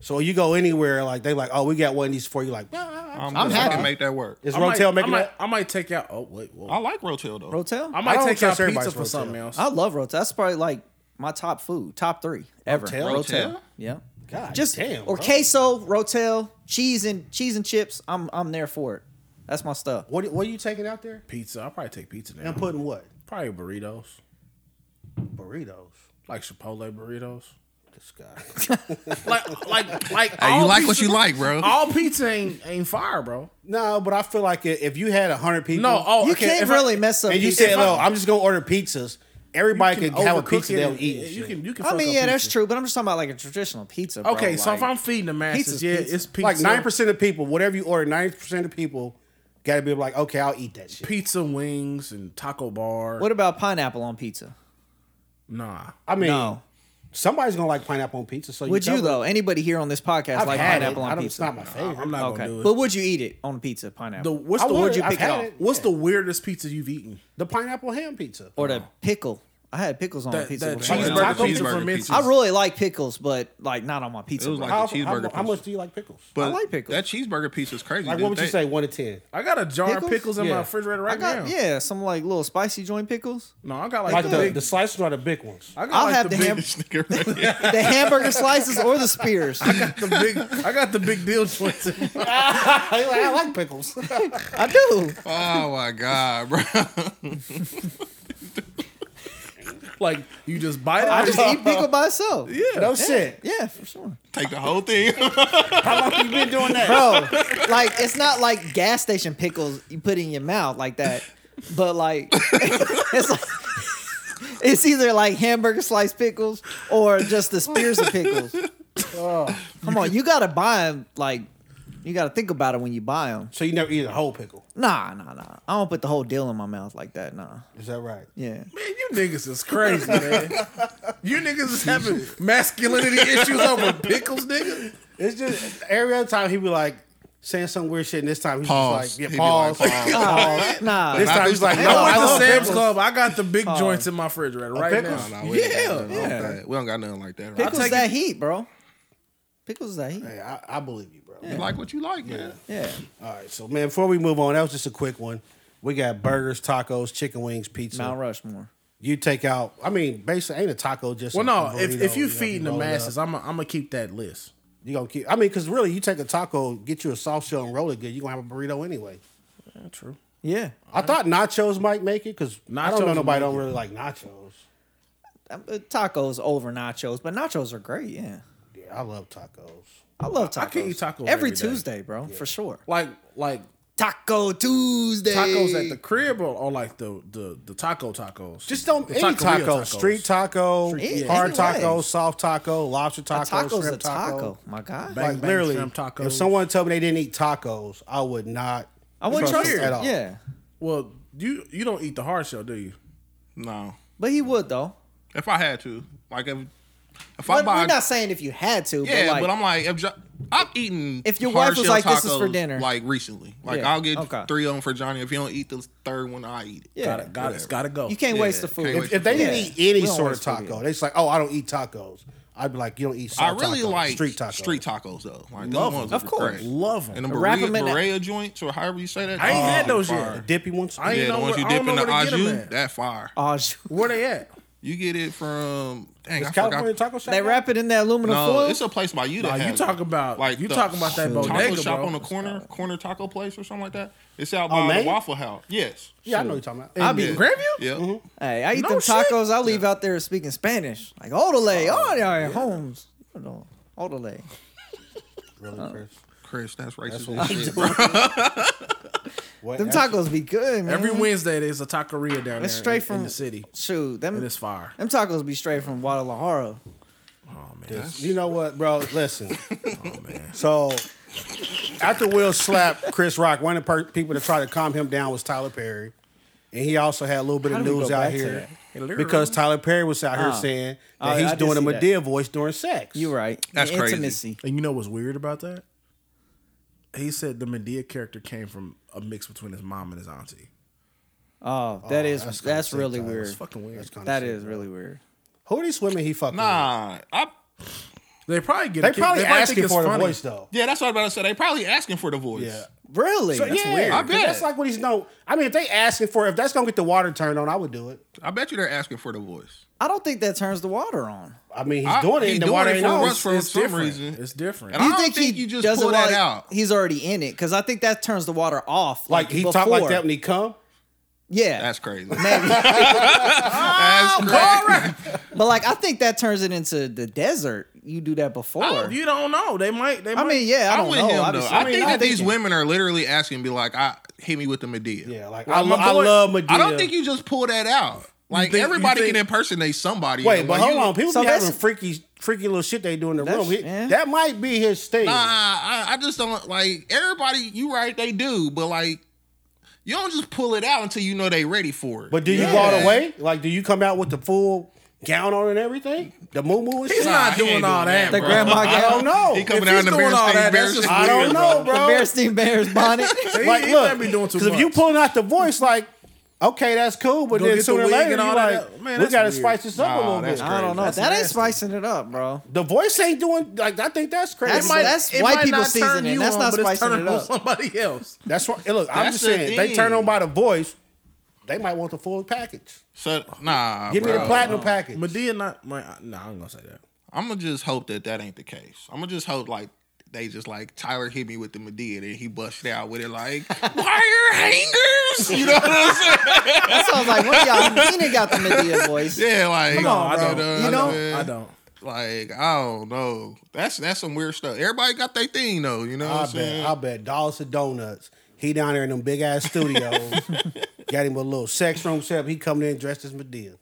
Speaker 2: So you go anywhere like they like, oh, we got one of these for you. Like,
Speaker 3: I'm,
Speaker 4: I'm
Speaker 3: I
Speaker 4: happy.
Speaker 3: can make that work.
Speaker 2: is
Speaker 1: I might-
Speaker 2: Rotel
Speaker 1: I
Speaker 2: making
Speaker 1: might,
Speaker 2: that?
Speaker 1: I might take out. Oh wait, whoa.
Speaker 3: I like Rotel though.
Speaker 4: Rotel.
Speaker 1: I
Speaker 4: i
Speaker 1: might
Speaker 2: don't
Speaker 1: take out
Speaker 2: trust
Speaker 1: pizza
Speaker 2: everybody's
Speaker 1: for something
Speaker 2: Rotel.
Speaker 1: else.
Speaker 4: love Rotel. That's probably like my top food, top three ever.
Speaker 2: Rotel?
Speaker 3: Rotel?
Speaker 4: Yeah.
Speaker 2: God
Speaker 4: Just
Speaker 2: damn.
Speaker 4: or
Speaker 2: bro.
Speaker 4: queso, Rotel, cheese and cheese and chips. I'm I'm there for it. That's my stuff.
Speaker 2: What what are you taking out there?
Speaker 1: pizza. I'll probably take pizza now.
Speaker 2: And putting what?
Speaker 1: Probably burritos,
Speaker 2: Burritos.
Speaker 1: like Chipotle burritos.
Speaker 2: This guy.
Speaker 1: Like, like, like.
Speaker 3: Hey, you
Speaker 1: all
Speaker 3: like what
Speaker 1: pizza-
Speaker 3: you like, bro.
Speaker 1: All pizza ain't ain't fire, bro.
Speaker 2: no, but I feel like if you had hundred people,
Speaker 1: No, oh,
Speaker 4: You
Speaker 1: okay,
Speaker 4: can't
Speaker 1: if I-
Speaker 4: really mess up.
Speaker 2: and you
Speaker 4: pizza.
Speaker 2: said,
Speaker 1: I-
Speaker 2: "Oh, I'm just gonna order pizzas." Everybody
Speaker 1: you
Speaker 2: can, have a
Speaker 1: overcook
Speaker 2: pizza
Speaker 1: it
Speaker 2: they'll
Speaker 1: and-
Speaker 2: eat. and
Speaker 1: You
Speaker 2: shit.
Speaker 1: can, you can.
Speaker 4: I
Speaker 1: fuck
Speaker 4: mean,
Speaker 1: up
Speaker 4: yeah, that's
Speaker 1: pizza.
Speaker 4: true, but I'm just talking about like a traditional pizza. Bro.
Speaker 1: Okay, so if
Speaker 4: like-
Speaker 1: I'm feeding the masses,
Speaker 4: pizza's
Speaker 1: yeah,
Speaker 4: pizza.
Speaker 1: it's pizza.
Speaker 2: Like nine percent of people, whatever you order, ninety percent of people got to be like, "Okay, I'll eat that shit."
Speaker 1: Pizza wings and taco bar.
Speaker 4: what about pineapple on pizza?
Speaker 1: Nah,
Speaker 2: I mean,
Speaker 4: No.
Speaker 2: somebody's gonna like pineapple on pizza. So
Speaker 4: Would you
Speaker 2: cover it.
Speaker 4: though? Anybody here on this podcast
Speaker 2: I've
Speaker 4: like
Speaker 2: had
Speaker 4: pineapple
Speaker 2: it. I
Speaker 4: on
Speaker 2: don't, It's not
Speaker 4: pizza?
Speaker 2: my favorite.
Speaker 1: I'm not
Speaker 4: okay,
Speaker 1: gonna do it.
Speaker 4: but would you eat it on pizza?
Speaker 1: the
Speaker 4: Pineapple
Speaker 1: what's
Speaker 2: I
Speaker 1: the word
Speaker 2: would.
Speaker 1: you
Speaker 2: I've
Speaker 1: pick it
Speaker 2: had
Speaker 1: off?
Speaker 2: it,
Speaker 1: What's
Speaker 2: yeah.
Speaker 1: the weirdest pizza you've eaten?
Speaker 2: the pineapple ham pizza.
Speaker 4: or the pickle? I had pickles on
Speaker 1: That,
Speaker 4: pizza.
Speaker 1: that
Speaker 4: before.
Speaker 3: cheese-
Speaker 1: cheeseburger,
Speaker 3: Taco
Speaker 1: pizza
Speaker 3: pizza.
Speaker 1: from Mince's.
Speaker 4: I really like pickles, but like not on my pizza.
Speaker 3: It was
Speaker 4: bro.
Speaker 3: like-
Speaker 2: how,
Speaker 3: the
Speaker 2: how,
Speaker 3: cheeseburger
Speaker 2: how
Speaker 3: pizza.
Speaker 2: much do you like pickles?
Speaker 3: But
Speaker 4: I like pickles.
Speaker 3: That cheeseburger piece is crazy.
Speaker 2: Like,
Speaker 3: dude.
Speaker 2: what would you
Speaker 3: They-
Speaker 2: say? One to ten.
Speaker 1: I got a jar
Speaker 4: Pickles?
Speaker 1: of pickles in
Speaker 2: Yeah.
Speaker 1: my refrigerator
Speaker 4: I
Speaker 1: right
Speaker 4: got
Speaker 1: now.
Speaker 4: yeah, some like little spicy joint pickles.
Speaker 1: No, I got like,
Speaker 2: Like
Speaker 1: the,
Speaker 2: the,
Speaker 1: big.
Speaker 2: the slices are the big ones.
Speaker 1: I got
Speaker 4: I'll
Speaker 1: like
Speaker 4: have
Speaker 1: the,
Speaker 4: the
Speaker 1: big,
Speaker 4: ham-
Speaker 3: Snicker right there.
Speaker 4: The hamburger slices or the spears. I
Speaker 1: the big. I got the big deal joints. in my-
Speaker 2: I like- I like pickles.
Speaker 4: do.
Speaker 3: Oh my god, bro!
Speaker 1: like you just bite it.
Speaker 4: I
Speaker 1: and
Speaker 4: just eat pickle by itself. Yeah,
Speaker 2: no shit.
Speaker 4: yeah, for sure,
Speaker 3: Take the whole thing.
Speaker 2: How long you been doing that?
Speaker 4: bro. Like it's not like gas station pickles you put in your mouth like that, but like it's like. It's either like hamburger slice pickles or just the spears of pickles. Come on, you gotta buy them. Like, you gotta think about it when you buy them.
Speaker 2: So you never eat a whole pickle.
Speaker 4: Nah, nah, nah. I don't put the whole deal in my mouth like that. Nah.
Speaker 2: Is that right?
Speaker 4: Yeah.
Speaker 1: Man, you niggas is crazy, man. You niggas is having masculinity issues over pickles, nigga.
Speaker 2: It's just every other time he be like saying some weird shit, and this time he's
Speaker 3: Pause.
Speaker 2: just like, yeah,
Speaker 3: He be
Speaker 2: pause.
Speaker 3: like,
Speaker 2: pause.
Speaker 4: Oh, Nah.
Speaker 2: This time he's like, no,
Speaker 1: I went
Speaker 2: I
Speaker 1: to
Speaker 2: love
Speaker 1: Sam's
Speaker 2: pickles.
Speaker 1: Club. I got the big joints in my refrigerator right
Speaker 2: pickles?
Speaker 1: now.
Speaker 3: Nah, we ain't got
Speaker 1: yeah,
Speaker 3: nothing like that. We don't got nothing like that. Right?
Speaker 4: Pickles
Speaker 1: take
Speaker 4: that
Speaker 1: it-
Speaker 4: heat, bro. Pickles that heat.
Speaker 2: Hey, I, I believe you, bro.
Speaker 3: You like what you like, man.
Speaker 4: Yeah.
Speaker 2: All right, so man, before we move on, that was just a quick one. We got burgers, tacos, chicken wings, pizza.
Speaker 4: Mount Rushmore.
Speaker 2: You take out. I mean, basically, ain't a taco just.
Speaker 1: Well,
Speaker 2: a
Speaker 1: no, if,
Speaker 2: burrito,
Speaker 1: if you
Speaker 2: know,
Speaker 1: feeding the
Speaker 2: roll it up.
Speaker 1: masses, I'm going to keep that list.
Speaker 2: you gonna keep. I mean, because really, you take a taco, get you a soft shell and roll it good. You gonna have a burrito anyway.
Speaker 1: true.
Speaker 4: Yeah.
Speaker 2: I thought nachos might make it because I don't know
Speaker 1: Nachos
Speaker 2: nobody
Speaker 1: make
Speaker 2: don't
Speaker 1: it.
Speaker 2: really like nachos.
Speaker 4: Uh, Tacos over nachos, but nachos are great. Yeah.
Speaker 2: Yeah, I love tacos.
Speaker 4: I love tacos.
Speaker 1: I can eat tacos
Speaker 4: every,
Speaker 1: every day.
Speaker 4: Tuesday, bro, for sure.
Speaker 1: Like, like
Speaker 4: Taco Tuesday.
Speaker 1: tacos at the crib or, or like the, the, the taco tacos?
Speaker 2: Just don't
Speaker 1: The
Speaker 2: any
Speaker 1: taqueria
Speaker 2: taco,
Speaker 1: tacos.
Speaker 2: street taco,
Speaker 4: Street-
Speaker 2: hard
Speaker 4: yeah, any
Speaker 2: taco,
Speaker 4: way.
Speaker 2: soft taco, lobster
Speaker 4: A
Speaker 2: taco,
Speaker 4: taco's
Speaker 2: shrimp
Speaker 4: a taco.
Speaker 2: taco.
Speaker 4: My God.
Speaker 1: Bang,
Speaker 2: Like
Speaker 1: bang,
Speaker 2: literally,
Speaker 1: shrimp tacos.
Speaker 2: if someone told me they didn't eat tacos, I would not.
Speaker 4: I wouldn't
Speaker 2: trust
Speaker 4: trust
Speaker 2: it
Speaker 4: him.
Speaker 2: at all.
Speaker 4: Yeah.
Speaker 1: Well, you you don't eat the hard shell, do you?
Speaker 3: No,
Speaker 4: But he would, though.
Speaker 3: if I had to, like if if I
Speaker 4: But
Speaker 3: buy,
Speaker 4: we're not saying if you had to,
Speaker 3: yeah,
Speaker 4: but like,
Speaker 3: but I'm like, if jo- I've eaten.
Speaker 4: If your
Speaker 3: hard
Speaker 4: wife was
Speaker 3: shell
Speaker 4: like, "This is for
Speaker 3: tacos,
Speaker 4: dinner."
Speaker 3: like recently, like
Speaker 4: Yeah,
Speaker 3: I'll get
Speaker 4: okay.
Speaker 3: three of them for Johnny. If he don't eat the third one, I eat it.
Speaker 4: yeah.
Speaker 1: Got it. Got it. Got to go.
Speaker 4: You can't
Speaker 3: Yeah,
Speaker 4: waste the food.
Speaker 3: can't
Speaker 2: If, if they didn't
Speaker 4: Yeah.
Speaker 2: eat any
Speaker 4: We don't
Speaker 2: sort of
Speaker 4: waste food
Speaker 2: taco,
Speaker 4: either.
Speaker 2: they just like, oh, I don't eat tacos. I'd be like, you don't eat.
Speaker 3: I
Speaker 2: Soft
Speaker 3: really
Speaker 2: tacos,
Speaker 3: like
Speaker 2: street tacos.
Speaker 3: Street tacos though. Like them
Speaker 1: Love
Speaker 3: ones
Speaker 1: 'em.
Speaker 3: are
Speaker 4: Of course.
Speaker 3: great.
Speaker 1: Love 'em.
Speaker 3: And the
Speaker 4: Wrap 'em
Speaker 3: burrito,
Speaker 4: in that-
Speaker 3: burrito joints or however you say that.
Speaker 1: I ain't
Speaker 3: oh,
Speaker 1: had those
Speaker 3: fire.
Speaker 2: The
Speaker 1: yet.
Speaker 2: dippy ones.
Speaker 1: I
Speaker 3: Yeah,
Speaker 1: ain't
Speaker 3: the
Speaker 1: know
Speaker 3: ones
Speaker 1: where,
Speaker 3: you
Speaker 1: I
Speaker 3: dip
Speaker 1: don't
Speaker 3: in
Speaker 1: know
Speaker 3: the
Speaker 1: where to get them
Speaker 3: ajou,
Speaker 1: at.
Speaker 3: that fire.
Speaker 4: Au jus.
Speaker 1: Where they at?
Speaker 3: You get it from dang,
Speaker 2: Is
Speaker 3: I
Speaker 2: California
Speaker 3: forgot.
Speaker 2: taco shop.
Speaker 4: They
Speaker 2: out?
Speaker 4: wrap it in that aluminum
Speaker 3: No,
Speaker 4: foil.
Speaker 3: it's a place by you that
Speaker 1: Nah, you
Speaker 3: has
Speaker 1: talking
Speaker 3: it.
Speaker 1: about
Speaker 3: like
Speaker 1: you
Speaker 3: the
Speaker 1: talking about that
Speaker 4: taco
Speaker 1: bodega,
Speaker 3: taco shop
Speaker 1: bro.
Speaker 3: on the corner, corner taco place or something like that. It's out by
Speaker 2: Main?
Speaker 3: the Waffle House. Yes.
Speaker 2: Yeah, I know what you're talking about.
Speaker 4: I'll be
Speaker 3: Yeah.
Speaker 1: Grandview?
Speaker 3: Yeah.
Speaker 4: Hey, I eat
Speaker 1: No
Speaker 4: them
Speaker 1: shit.
Speaker 4: tacos. I leave out there speaking Spanish. Like, Odele. Oh, yeah, Holmes. You know, Odele. Oh.
Speaker 2: really, Chris.
Speaker 3: Chris, that's racist.
Speaker 2: what
Speaker 3: as shit, bro.
Speaker 2: What
Speaker 4: Them
Speaker 2: actually-
Speaker 4: tacos be good, man.
Speaker 1: Every Wednesday there's a taqueria down there
Speaker 4: Mm-hmm. It's straight
Speaker 1: in,
Speaker 4: from
Speaker 1: in the city,
Speaker 4: Shoot, them,
Speaker 1: and it's fire.
Speaker 4: them tacos be straight from Guadalajara.
Speaker 2: You know what, bro? Listen.
Speaker 1: Oh,
Speaker 2: So after Will slapped Chris Rock, one of the per- people to try to calm him down was Tyler Perry. And he also had a little bit
Speaker 4: How
Speaker 2: of
Speaker 4: did we
Speaker 2: news
Speaker 4: go
Speaker 2: out
Speaker 4: back to
Speaker 2: here
Speaker 1: that?
Speaker 2: because Tyler Perry was out here
Speaker 4: Oh.
Speaker 2: saying
Speaker 4: Oh,
Speaker 2: that
Speaker 4: yeah, I
Speaker 2: he's
Speaker 4: did
Speaker 2: doing a
Speaker 4: see that.
Speaker 2: Medea voice during sex.
Speaker 4: You right.
Speaker 3: That's
Speaker 4: the
Speaker 3: crazy.
Speaker 4: intimacy.
Speaker 1: And you know what's weird about that? He said the Medea character came from a mix between his mom and his auntie.
Speaker 4: Oh, that is
Speaker 2: that's
Speaker 4: that's,
Speaker 2: kinda sick,
Speaker 4: really
Speaker 2: dog.
Speaker 4: weird.
Speaker 1: It's fucking weird.
Speaker 2: kinda
Speaker 4: That
Speaker 2: sick,
Speaker 4: is
Speaker 2: bro.
Speaker 4: really weird.
Speaker 2: Who are these women he fucking? with?
Speaker 3: Nah, I
Speaker 1: They probably get. a
Speaker 2: they
Speaker 1: kick-
Speaker 2: probably
Speaker 1: might think
Speaker 2: asking
Speaker 1: it's
Speaker 2: for the
Speaker 1: funny.
Speaker 2: voice though.
Speaker 3: yeah, that's what I'm about to say. They probably asking for the voice.
Speaker 2: Yeah,
Speaker 4: Really?
Speaker 2: So, yeah,
Speaker 3: weird. I
Speaker 2: 'cause
Speaker 3: bet.
Speaker 2: that's like what he's no. I mean, if they asking for, if that's gonna get the water turned on, I would do it.
Speaker 3: I bet you they're asking for the voice.
Speaker 4: I don't think that turns the water on.
Speaker 2: I mean, he's
Speaker 3: I-
Speaker 2: doing it.
Speaker 3: he
Speaker 2: and the
Speaker 3: doing
Speaker 2: water
Speaker 3: it
Speaker 2: ain't
Speaker 3: for
Speaker 2: on.
Speaker 3: Russ for
Speaker 1: It's
Speaker 3: some
Speaker 1: different.
Speaker 3: reason.
Speaker 1: It's different.
Speaker 3: And I- don't think you just
Speaker 4: doesn't
Speaker 3: pull that
Speaker 4: like-
Speaker 3: out.
Speaker 4: He's already in it because I think that turns the water off.
Speaker 2: Like he talk like
Speaker 4: before.
Speaker 2: that when he come.
Speaker 4: Yeah,
Speaker 3: That's crazy.
Speaker 4: maybe.
Speaker 3: that's
Speaker 1: Oh,
Speaker 3: crazy.
Speaker 4: but like I think that turns it into the desert. You do that before.
Speaker 1: you don't know. They might. They
Speaker 4: I
Speaker 1: might.
Speaker 4: mean, yeah, I
Speaker 3: I'm
Speaker 4: don't
Speaker 3: with
Speaker 4: know.
Speaker 3: him though.
Speaker 4: obviously.
Speaker 3: I, think
Speaker 4: I'm
Speaker 3: that these
Speaker 4: thinking.
Speaker 3: women are literally asking, be like, "I hit me with the Medea."
Speaker 2: Yeah, like
Speaker 1: Well,
Speaker 2: I,
Speaker 1: my
Speaker 2: lo- I
Speaker 1: boy-
Speaker 2: love Medea.
Speaker 3: I don't think you just pull that out. Like
Speaker 1: think- you
Speaker 3: everybody
Speaker 1: think-
Speaker 3: can impersonate somebody.
Speaker 2: Wait,
Speaker 3: And
Speaker 2: but
Speaker 3: when
Speaker 2: hold
Speaker 3: you-
Speaker 2: on. People
Speaker 4: So
Speaker 2: be having
Speaker 4: that's-
Speaker 2: freaky, freaky little shit they do in the
Speaker 4: That's-
Speaker 2: room. He-
Speaker 4: yeah.
Speaker 2: That might be his thing.
Speaker 3: Nah, Uh, I, I just don't like everybody. You right, they do, but like you don't just pull it out until you know they ready for it.
Speaker 2: But do you
Speaker 4: Yeah.
Speaker 2: go all the way? Like, do you come out with the full gown on and everything? The moo moo and
Speaker 1: he's
Speaker 2: shit?
Speaker 3: Nah,
Speaker 1: not
Speaker 3: he
Speaker 1: doing
Speaker 3: ain't
Speaker 1: all
Speaker 3: doing
Speaker 1: that.
Speaker 3: that,
Speaker 1: bro.
Speaker 4: The grandma
Speaker 2: I don't know.
Speaker 3: he coming
Speaker 1: if
Speaker 3: out
Speaker 1: he's
Speaker 3: in the
Speaker 1: doing
Speaker 3: bear
Speaker 1: all
Speaker 3: state,
Speaker 1: that,
Speaker 3: bear
Speaker 1: that's just
Speaker 3: state.
Speaker 2: I don't know,
Speaker 4: The
Speaker 2: bro.
Speaker 4: Bearstein Bears bonnet.
Speaker 1: He-
Speaker 2: like,
Speaker 1: he
Speaker 2: look,
Speaker 1: can't be doing too
Speaker 2: 'cause if you
Speaker 1: much.
Speaker 2: pulling out the voice, like, okay, that's cool, but
Speaker 1: Go
Speaker 2: then
Speaker 1: get the
Speaker 2: sooner or
Speaker 1: wig
Speaker 2: later,
Speaker 1: and all
Speaker 2: you
Speaker 1: that.
Speaker 2: like,
Speaker 1: Man,
Speaker 2: we
Speaker 1: that's
Speaker 2: gotta
Speaker 1: weird.
Speaker 2: spice this up a
Speaker 3: Nah,
Speaker 2: little
Speaker 3: that's
Speaker 2: bit.
Speaker 3: crazy.
Speaker 4: I don't know.
Speaker 1: That's
Speaker 4: that ain't
Speaker 1: nasty.
Speaker 4: spicing it up, bro.
Speaker 2: The voice ain't doing like I think that's crazy.
Speaker 4: That's-
Speaker 2: It might-
Speaker 4: that's white
Speaker 1: not
Speaker 4: people
Speaker 1: turn
Speaker 4: seasoning.
Speaker 1: you
Speaker 4: That's not
Speaker 1: but it's
Speaker 4: spicing
Speaker 1: turning
Speaker 4: it
Speaker 1: on
Speaker 4: up.
Speaker 1: Somebody else.
Speaker 2: that's what. Look, I'm
Speaker 3: That's
Speaker 2: just
Speaker 3: the
Speaker 2: saying, they
Speaker 3: thing.
Speaker 2: turn on by the voice, they might want the full package.
Speaker 3: So nah,
Speaker 2: Give me the
Speaker 3: bro.
Speaker 2: platinum package.
Speaker 1: Medea not. My, no, I'm gonna say that.
Speaker 3: I'm gonna just hope that that ain't the case. I'm gonna just hope like they just like Tyler hit me with the Medea and he busted out with it like wire hangers. You know what I'm saying?
Speaker 4: That sounds like one of y'all Nina got the Medea voice.
Speaker 3: Yeah, like
Speaker 1: Come on,
Speaker 3: you
Speaker 1: bro.
Speaker 3: know,
Speaker 1: You know,
Speaker 3: man.
Speaker 1: I don't.
Speaker 3: Like I don't know. That's that's some weird stuff. Everybody got their thing though. You know what
Speaker 2: I
Speaker 3: I'm
Speaker 2: bet.
Speaker 3: saying?
Speaker 2: I bet. Dollars to donuts. He down there in them big ass studios. got him a little sex room set. up. He coming in dressed as Medea.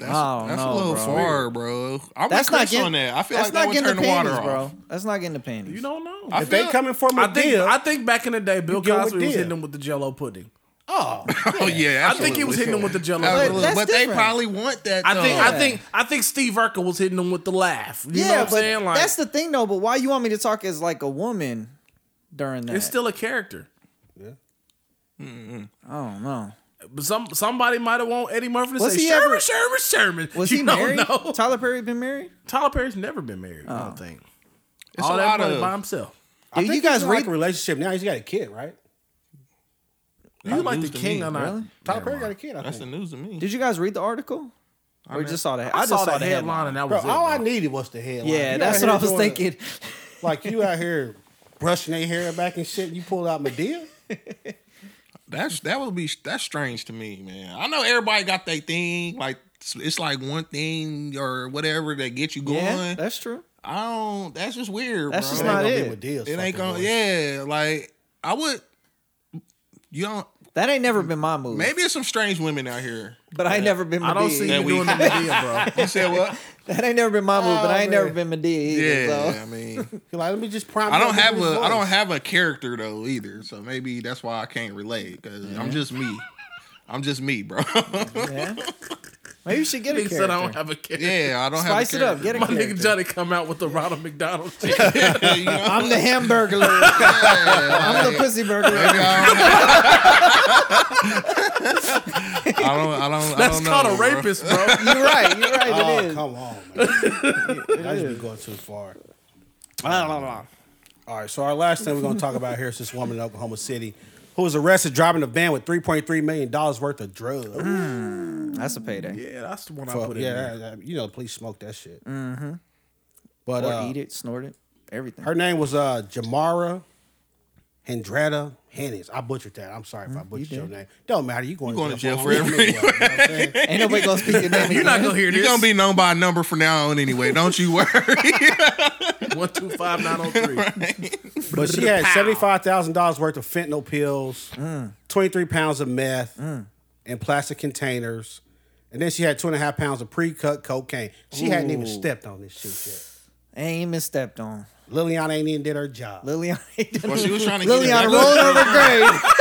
Speaker 3: That's,
Speaker 4: I don't
Speaker 3: that's
Speaker 4: know,
Speaker 3: a little
Speaker 4: bro.
Speaker 3: far, bro. I'm
Speaker 4: That's
Speaker 3: with Chris
Speaker 4: not getting.
Speaker 3: on that. I feel
Speaker 4: that's
Speaker 3: like that
Speaker 4: not
Speaker 3: would
Speaker 4: getting
Speaker 3: turn
Speaker 4: the
Speaker 3: the water
Speaker 4: panties, bro.
Speaker 3: off.
Speaker 4: That's not getting the panties.
Speaker 1: You don't know.
Speaker 3: I
Speaker 2: If they
Speaker 3: feel-
Speaker 2: coming for
Speaker 1: I think
Speaker 2: Medea,
Speaker 1: I think back in the day, Bill
Speaker 2: get
Speaker 1: Cosby was
Speaker 2: Medea.
Speaker 1: hitting them with the Jello pudding.
Speaker 2: oh,
Speaker 3: Oh yeah,
Speaker 1: I think he was hitting them with the Jello.
Speaker 3: Absolutely.
Speaker 1: pudding.
Speaker 4: That's
Speaker 3: but they
Speaker 4: different.
Speaker 3: probably want that.
Speaker 1: I think
Speaker 3: though.
Speaker 1: I think I think Steve Urkel was hitting them with the laugh. You know
Speaker 4: yeah,
Speaker 1: what I'm
Speaker 4: but
Speaker 1: saying? Like
Speaker 4: that's the thing though. But why you want me to talk as like a woman during that?
Speaker 1: it's still a character.
Speaker 4: I don't know.
Speaker 1: But some somebody might have wanted Eddie Murphy to
Speaker 4: Was
Speaker 1: say
Speaker 4: he
Speaker 1: Sherman,
Speaker 4: ever-
Speaker 1: Sherman, Sherman.
Speaker 4: Was
Speaker 1: you
Speaker 4: he
Speaker 1: don't
Speaker 4: married? Oh.
Speaker 1: know.
Speaker 4: Tyler Perry been married?
Speaker 1: Tyler Perry's never been married. I don't think.
Speaker 3: it's
Speaker 1: All
Speaker 3: a
Speaker 1: that
Speaker 3: lot
Speaker 1: money by
Speaker 3: of
Speaker 1: himself.
Speaker 2: I
Speaker 4: Do you
Speaker 2: think
Speaker 4: guys
Speaker 2: he's in,
Speaker 4: read?
Speaker 2: like a relationship now? He's got a kid, right?
Speaker 1: You like the
Speaker 3: news to
Speaker 1: king
Speaker 3: me.
Speaker 1: or not?
Speaker 4: Really?
Speaker 2: Tyler
Speaker 1: Never
Speaker 2: Perry
Speaker 1: mind.
Speaker 2: got a kid. I
Speaker 3: That's the
Speaker 2: think.
Speaker 3: news to me.
Speaker 4: did you guys read the article? Or just saw the? I,
Speaker 1: I,
Speaker 4: just
Speaker 1: saw, the headline,
Speaker 4: headline.
Speaker 1: and that
Speaker 2: Bro,
Speaker 1: was it.
Speaker 2: all
Speaker 1: bro.
Speaker 2: I needed was the headline.
Speaker 4: Yeah,
Speaker 2: You
Speaker 4: that's
Speaker 2: out
Speaker 4: what I
Speaker 2: here
Speaker 4: was
Speaker 2: doing-
Speaker 4: thinking.
Speaker 2: Like you out here brushing their hair back and shit. You pulled out Medea.
Speaker 3: That's that would be that's strange to me, man. I know everybody got their thing, like it's- it's like one thing or whatever that get you going.
Speaker 4: Yeah, that's true.
Speaker 3: I don't. That's just weird.
Speaker 4: That's
Speaker 3: bro.
Speaker 2: It
Speaker 4: just
Speaker 2: ain't
Speaker 4: not
Speaker 2: gonna
Speaker 4: it.
Speaker 2: be Medea's
Speaker 3: It ain't
Speaker 2: fucking
Speaker 3: gonna.
Speaker 2: voice.
Speaker 3: Yeah, like I would. You don't.
Speaker 4: That ain't never been my move.
Speaker 3: Maybe it's some strange women out here.
Speaker 4: but I ain't never been.
Speaker 1: I
Speaker 4: Medea.
Speaker 1: don't see
Speaker 3: That
Speaker 1: you
Speaker 3: we-
Speaker 1: doing the Medea, bro.
Speaker 3: You said what? Oh,
Speaker 4: That ain't never been my move. But I ain't
Speaker 2: man.
Speaker 4: never been Medea either.
Speaker 3: Yeah,
Speaker 4: So.
Speaker 3: I mean,
Speaker 2: You're like, let me just prime.
Speaker 3: I don't
Speaker 2: you up
Speaker 3: have
Speaker 2: with
Speaker 3: a
Speaker 2: his
Speaker 3: I don't
Speaker 2: voice.
Speaker 3: have a character though either. So maybe that's why I can't relate because I'm just me. I'm just me, bro.
Speaker 4: Yeah. Maybe you should get a
Speaker 1: He
Speaker 4: character.
Speaker 1: said I don't have a kid.
Speaker 3: yeah, I don't
Speaker 4: Spice it up.
Speaker 3: have.
Speaker 4: Get a
Speaker 1: My
Speaker 4: character.
Speaker 1: nigga Johnny come out with the Ronald McDonald shit.
Speaker 3: it up. you know?
Speaker 4: I'm the hamburger. I'm the pussy burglar.
Speaker 3: I don't. I don't. I don't
Speaker 1: That's
Speaker 3: know,
Speaker 1: called a
Speaker 3: bro.
Speaker 1: rapist, bro.
Speaker 4: You're right. You're right. it
Speaker 2: Oh
Speaker 4: is.
Speaker 2: come on, man. I just be going too far. All right, so our last thing we're going to talk about here is this woman in Oklahoma City who was arrested driving a van with 3.3 million dollars worth of drugs.
Speaker 4: That's a payday.
Speaker 1: yeah, that's the one I
Speaker 2: Fuck,
Speaker 1: put in
Speaker 2: yeah,
Speaker 1: there.
Speaker 2: that- that- you know, the police smoke that shit. Mm-hmm. But
Speaker 4: Or
Speaker 2: uh,
Speaker 4: eat it, snort it, everything.
Speaker 2: her name was uh, Jamara Hendrada Hennis. I butchered that. I'm
Speaker 4: Mm,
Speaker 2: sorry if I butchered your name. Don't matter. You going,
Speaker 3: going to jail
Speaker 2: for
Speaker 3: for
Speaker 2: it anyway, you know what I'm saying?
Speaker 4: Ain't nobody gonna speak your name.
Speaker 1: You're not gonna hear
Speaker 3: You're
Speaker 1: this.
Speaker 3: gonna be known by a number from now on anyway. Don't you worry.
Speaker 1: one two five nine zero three.
Speaker 2: But she had seventy-five thousand dollars worth of fentanyl pills,
Speaker 3: Mm.
Speaker 2: twenty-three pounds of meth in plastic containers, and then she had two and a half pounds of pre-cut cocaine. She hadn't even stepped on this shit yet.
Speaker 4: I ain't even stepped on.
Speaker 2: Liliana ain't even did her job.
Speaker 4: Liliana.
Speaker 3: Well, she was trying to get it
Speaker 4: Liliana
Speaker 3: back.
Speaker 4: rolled over grave.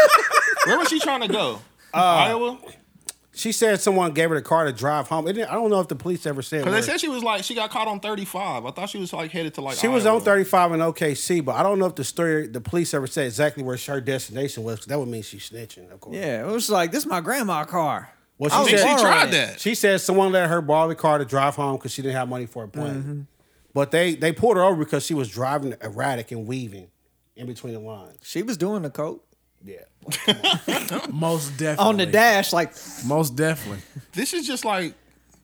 Speaker 3: Where was she trying to go?
Speaker 4: Uh,
Speaker 3: Iowa.
Speaker 2: she said someone gave her the car to drive home. It didn't- I don't know if the police ever said.
Speaker 3: Because
Speaker 2: where-
Speaker 3: they said she was like she got caught on 35. I thought she was like headed to like.
Speaker 2: she was
Speaker 3: Iowa.
Speaker 2: on thirty-five in OKC, but I don't know if the story the police ever said exactly where her destination was. 'cause that would mean she's snitching, of course.
Speaker 4: Yeah, it was like this. Is my grandma car.
Speaker 2: Well,
Speaker 4: I
Speaker 2: she
Speaker 4: was
Speaker 3: Think she
Speaker 4: borrowing
Speaker 3: tried
Speaker 4: it.
Speaker 3: that.
Speaker 2: She said someone let her borrow the car to drive home because she didn't have money for a plane. But they they pulled her over because she was driving erratic and weaving in between the lines.
Speaker 4: She was doing the coke
Speaker 2: Yeah.
Speaker 1: Most definitely
Speaker 4: on the dash, like
Speaker 1: Most definitely.
Speaker 3: This is just like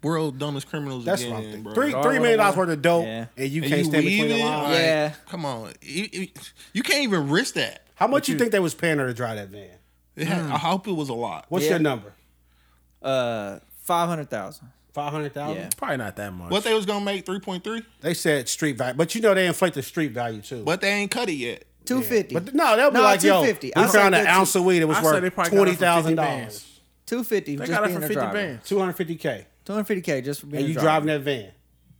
Speaker 3: world dumbest criminals.
Speaker 2: That's
Speaker 3: again,
Speaker 2: what I'm thinking.
Speaker 3: bro.
Speaker 2: Three
Speaker 3: And
Speaker 2: three million dollars worth of dope
Speaker 4: Yeah.
Speaker 2: and you
Speaker 3: you
Speaker 2: can't stand
Speaker 3: weave
Speaker 2: between the
Speaker 3: it?
Speaker 2: lines.
Speaker 3: Like,
Speaker 4: Yeah.
Speaker 3: Come on. You, you- you can't even risk that.
Speaker 2: How much you think they was paying her to drive that van?
Speaker 3: It
Speaker 2: Mm.
Speaker 3: had- I hope it was a lot.
Speaker 2: What's
Speaker 4: Yeah.
Speaker 2: your number?
Speaker 4: uh five hundred thousand.
Speaker 2: Five hundred thousand.
Speaker 4: Yeah.
Speaker 1: Probably not that much.
Speaker 3: What they was gonna make 3.3,
Speaker 2: They said street value, but you know they inflate the street value too.
Speaker 3: but they ain't cut it yet.
Speaker 4: Two fifty.
Speaker 2: But no, they'll be
Speaker 4: No,
Speaker 2: like, yo, we
Speaker 4: 250. I say
Speaker 2: found an
Speaker 4: good
Speaker 2: ounce
Speaker 4: two-
Speaker 2: of weed that was
Speaker 1: I say they
Speaker 2: worth
Speaker 1: probably got
Speaker 2: twenty
Speaker 1: it for 50
Speaker 2: thousand
Speaker 1: bands.
Speaker 2: dollars,
Speaker 4: Two fifty.
Speaker 1: They
Speaker 4: Just
Speaker 1: got it
Speaker 4: being
Speaker 1: for
Speaker 4: a
Speaker 1: 50
Speaker 4: driver.
Speaker 1: bands.
Speaker 2: two hundred fifty k,
Speaker 4: Two hundred fifty k just for being.
Speaker 2: and
Speaker 4: a
Speaker 2: you
Speaker 4: driver.
Speaker 2: driving that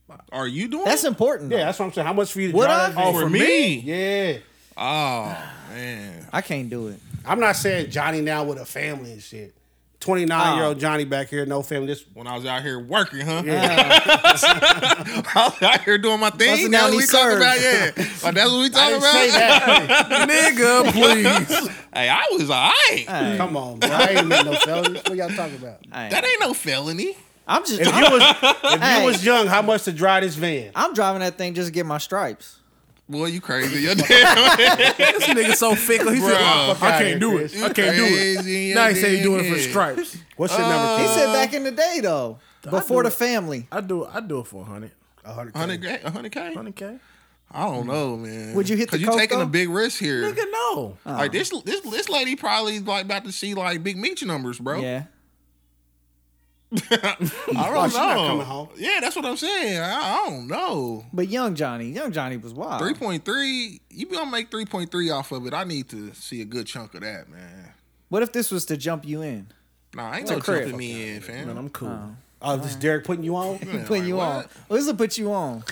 Speaker 2: van.
Speaker 3: Are you doing?
Speaker 4: That's
Speaker 3: it?
Speaker 4: important.
Speaker 2: Yeah,
Speaker 4: Yeah.
Speaker 2: that's what I'm saying. How much for you to
Speaker 4: Would
Speaker 2: drive
Speaker 4: I?
Speaker 2: that van?
Speaker 3: for, me.
Speaker 2: Yeah.
Speaker 3: Oh man.
Speaker 4: I can't do it.
Speaker 2: I'm not saying Johnny now with a family and shit. 29
Speaker 3: Oh.
Speaker 2: year old Johnny back here, no family. This
Speaker 3: When I was out here working, huh? I was out here doing my
Speaker 4: Busting
Speaker 3: thing.
Speaker 4: down
Speaker 3: That's what we
Speaker 4: these
Speaker 3: talking
Speaker 4: serves.
Speaker 3: about. Yeah, Like, that's what we
Speaker 2: I
Speaker 3: talking
Speaker 2: didn't
Speaker 3: about.
Speaker 2: say that.
Speaker 1: nigga, please.
Speaker 3: Hey, I was all right.
Speaker 4: Hey,
Speaker 2: Come on, bro. I ain't mean no felonies. What y'all talking about?
Speaker 4: hey.
Speaker 3: That ain't no felony.
Speaker 4: I'm just.
Speaker 2: If
Speaker 4: I'm,
Speaker 2: you was if
Speaker 4: Hey.
Speaker 2: you was young, how much to drive this van?
Speaker 4: I'm driving that thing just to get my stripes.
Speaker 3: Boy, you crazy. You're damn
Speaker 1: this nigga so fickle. He said,
Speaker 3: Bro.
Speaker 1: I can't do it.
Speaker 2: You
Speaker 1: I can't do it.
Speaker 3: crazy in
Speaker 1: Now he
Speaker 3: your
Speaker 1: said he doing it
Speaker 3: damn
Speaker 1: for
Speaker 3: head.
Speaker 1: stripes.
Speaker 2: What's your
Speaker 3: Uh,
Speaker 2: number,
Speaker 4: He
Speaker 2: kid?
Speaker 4: said back in the day though, before
Speaker 1: do
Speaker 4: the
Speaker 1: it.
Speaker 4: family.
Speaker 1: I do. I do it for a hundred.
Speaker 2: 100
Speaker 3: 100 grand, 100k.
Speaker 1: Hundred Mm-hmm. k.
Speaker 3: I don't know, man.
Speaker 4: Would you hit the
Speaker 3: you
Speaker 4: coke,
Speaker 3: taking a
Speaker 4: though?
Speaker 3: big risk here.
Speaker 1: Nigga, no.
Speaker 3: Like this, this, this lady probably like about to see like big meat numbers, bro.
Speaker 4: Yeah.
Speaker 3: I don't
Speaker 2: Oh,
Speaker 3: know.
Speaker 2: she not coming home.
Speaker 3: Yeah, that's what I'm saying. I, I don't know.
Speaker 4: But young Johnny, young Johnny was wild.
Speaker 3: Three point three. You gonna make three point three off of it? I need to see a good chunk of that, man.
Speaker 4: What if this was to jump you in?
Speaker 3: Nah, I ain't
Speaker 4: Well,
Speaker 3: no
Speaker 4: crap.
Speaker 3: tripping me in, fam.
Speaker 1: Man, I'm cool.
Speaker 2: Oh, this Derek putting you on?
Speaker 3: Yeah,
Speaker 4: Put
Speaker 3: like,
Speaker 4: you
Speaker 3: what?
Speaker 4: on. Well, this will put you on.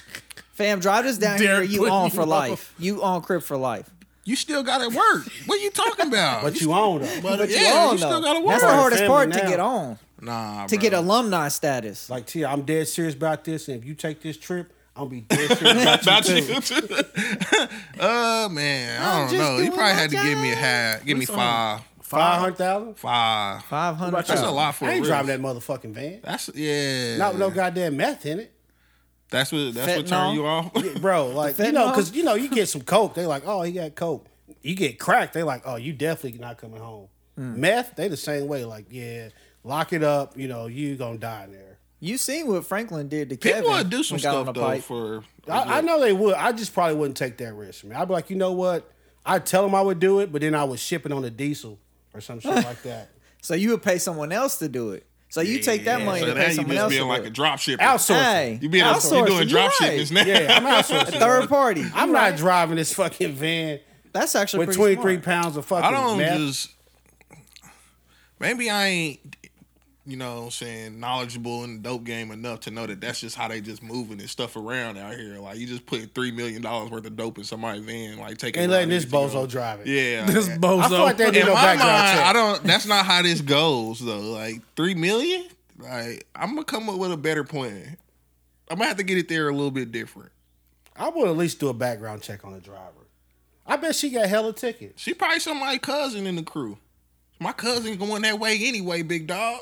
Speaker 4: Fam, drive this down
Speaker 1: Derek
Speaker 4: here. You
Speaker 1: put
Speaker 4: on
Speaker 1: you
Speaker 4: for
Speaker 1: on.
Speaker 4: life. You on crib for life.
Speaker 3: You still got to work. what you talking about?
Speaker 2: But you on though.
Speaker 3: But,
Speaker 4: But
Speaker 3: yeah,
Speaker 4: you on
Speaker 3: you
Speaker 4: though.
Speaker 3: still got to work.
Speaker 4: That's the hardest
Speaker 2: Family
Speaker 4: part to
Speaker 2: now.
Speaker 4: get on,
Speaker 3: nah,
Speaker 4: to
Speaker 3: bro.
Speaker 4: get alumni status.
Speaker 2: Like, Tia, I'm dead serious about this, and if you take this trip, I'm gonna be dead serious about you.
Speaker 3: about you. uh man, I
Speaker 4: I'm
Speaker 3: don't
Speaker 4: just
Speaker 3: know. He
Speaker 4: doing
Speaker 3: probably
Speaker 4: my
Speaker 3: had to give me a
Speaker 4: job.
Speaker 3: hat. Give me
Speaker 1: What's on?
Speaker 3: five,
Speaker 2: Five hundred thousand?
Speaker 3: five.
Speaker 4: Five hundred.
Speaker 1: What about
Speaker 3: That's
Speaker 1: y'all?
Speaker 3: a lot for
Speaker 2: I
Speaker 3: a
Speaker 2: ain't
Speaker 3: risk.
Speaker 2: driving that motherfucking van.
Speaker 3: That's yeah.
Speaker 2: Not with no goddamn meth in it.
Speaker 3: That's what that's what
Speaker 4: Fentanyl?
Speaker 3: turned you off.
Speaker 2: bro. Like you know,
Speaker 4: fentanyl?
Speaker 2: because you know, you get some coke. They like, oh, he got coke. You get crack. They like, oh, you definitely not coming home.
Speaker 4: Hmm.
Speaker 2: Meth. They the same way. Like, yeah, lock it up. You know, you gonna die in there.
Speaker 4: You seen what Franklin did to Kevin?
Speaker 3: People would do some
Speaker 4: when he got on
Speaker 3: stuff
Speaker 4: the
Speaker 3: though
Speaker 4: pipe.
Speaker 3: for.
Speaker 2: I, I know they would. I just probably wouldn't take that risk, man. I'd be like, you know what? I'd tell them I would do it, but then I was shipping on a diesel or some shit like that.
Speaker 4: So you would pay someone else to do it. So you take that
Speaker 3: Yeah,
Speaker 4: money
Speaker 3: so
Speaker 4: to
Speaker 3: now
Speaker 4: pay
Speaker 3: you
Speaker 4: someone
Speaker 3: just
Speaker 4: else to
Speaker 3: being
Speaker 4: do
Speaker 3: like a
Speaker 4: it.
Speaker 3: drop shipper.
Speaker 2: Outsourcing.
Speaker 4: Hey,
Speaker 3: You being a, you doing
Speaker 4: outsourcing,
Speaker 3: drop
Speaker 4: right.
Speaker 3: shipments now.
Speaker 2: Yeah, I'm outsourcing.
Speaker 4: Third party.
Speaker 2: I'm not driving this fucking van
Speaker 4: That's actually
Speaker 2: with
Speaker 4: pretty
Speaker 2: 23
Speaker 4: smart.
Speaker 2: pounds of fucking
Speaker 3: I don't
Speaker 2: meth.
Speaker 3: just maybe I ain't you know what I'm saying knowledgeable in the dope game enough to know that that's just how they just moving and stuff around out here. Like you just putting three million dollars worth of dope in somebody's van, like taking
Speaker 2: and letting this
Speaker 3: niggas to
Speaker 2: bozo
Speaker 3: go-
Speaker 2: drive it.
Speaker 3: Yeah,
Speaker 1: This
Speaker 3: in
Speaker 1: bozo.
Speaker 2: I feel like they do
Speaker 3: my
Speaker 2: no
Speaker 3: mind,
Speaker 2: background check.
Speaker 3: I don't. That's not how this goes though. Like three million, like I'm gonna come up with a better plan. I'm gonna have to get it there a little bit different.
Speaker 2: I would at least do a background check on the driver. I bet she got hella tickets,
Speaker 3: She probably somebody cousin in the crew. My cousin going that way anyway, big dog.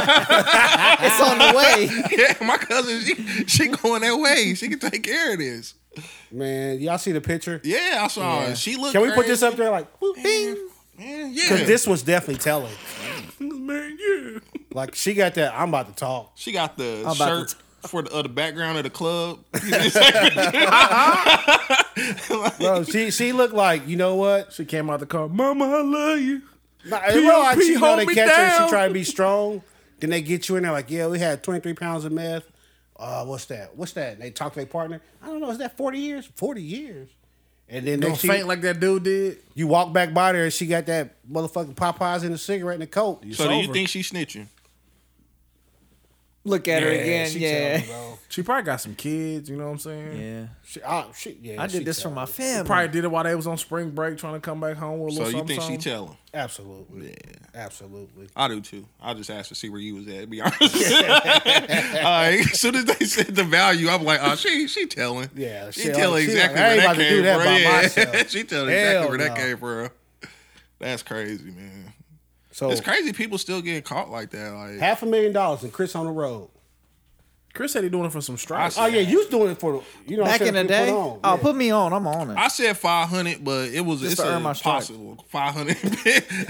Speaker 4: It's on the way.
Speaker 3: yeah, my cousin, she, she going that way. She can take care of this.
Speaker 2: man. Y'all see the picture?
Speaker 3: Yeah, I saw her. She looked.
Speaker 2: Can we put this
Speaker 3: crazy.
Speaker 2: up there? Like, whoop, bing.
Speaker 3: Man, yeah,
Speaker 2: Because this was definitely telling.
Speaker 1: Man, yeah.
Speaker 2: Like, she got that. I'm about to talk.
Speaker 3: she got the
Speaker 4: I'm about to
Speaker 3: shirt for the, uh, the background of the club.
Speaker 2: Bro, she she looked like you know what?
Speaker 1: She came out the car. Mama, I love you.
Speaker 2: Nah, it looked like
Speaker 1: P.O.P.,
Speaker 2: she know
Speaker 1: hold
Speaker 2: they
Speaker 1: me
Speaker 2: catch her. and
Speaker 1: down.
Speaker 2: She try to be strong. Then they get you in there like, yeah, we had 23 pounds of meth. Uh, what's that? What's that? And they talk to their partner. I don't know. Is that 40 years? 40 years. And then they
Speaker 1: Don't faint like that dude did.
Speaker 2: you walk back by there and she got that motherfucking Popeyes and a cigarette and a coat.
Speaker 3: so do you think she snitching?
Speaker 4: Look at her again.
Speaker 2: she
Speaker 4: Yeah.
Speaker 2: telling, bro.
Speaker 1: She probably got some kids. You know what I'm saying?
Speaker 4: Yeah.
Speaker 2: She, I, she, yeah,
Speaker 4: I
Speaker 2: she
Speaker 4: did this for
Speaker 2: telling.
Speaker 4: my family.
Speaker 1: Probably did it while they was on spring break, trying to come back home with a
Speaker 3: So
Speaker 1: little
Speaker 3: you
Speaker 1: something.
Speaker 3: think she
Speaker 1: something.
Speaker 3: telling?
Speaker 2: Absolutely.
Speaker 3: Yeah.
Speaker 2: Absolutely.
Speaker 3: I do too. I just asked to see where you was at. to Be honest. like, as soon as they said the value, I'm like, oh, she she telling.
Speaker 2: Yeah,
Speaker 3: she,
Speaker 2: she-
Speaker 3: tell
Speaker 2: she like,
Speaker 3: exactly
Speaker 2: I
Speaker 3: where
Speaker 2: ain't
Speaker 3: that
Speaker 2: about to do
Speaker 3: came
Speaker 2: that by
Speaker 3: from. Yeah,
Speaker 2: myself.
Speaker 3: she telling
Speaker 2: Hell
Speaker 3: exactly where that
Speaker 2: no.
Speaker 3: came from. That's crazy, man.
Speaker 2: So
Speaker 3: It's crazy. People still getting caught like that. Like,
Speaker 2: half a million dollars and Chris on the road.
Speaker 1: Chris said he doing it for some strikes.
Speaker 3: I
Speaker 2: Oh
Speaker 3: see.
Speaker 2: yeah, you was doing it for the you know
Speaker 4: Back
Speaker 2: what I'm
Speaker 4: in the
Speaker 2: saying,
Speaker 4: day.
Speaker 2: put on.
Speaker 4: Oh,
Speaker 2: Yeah.
Speaker 4: put me on. I'm on it.
Speaker 3: I said five hundred, but it was
Speaker 4: Just
Speaker 3: it's
Speaker 4: to earn
Speaker 3: a
Speaker 4: my stripes.
Speaker 3: possible five hundred.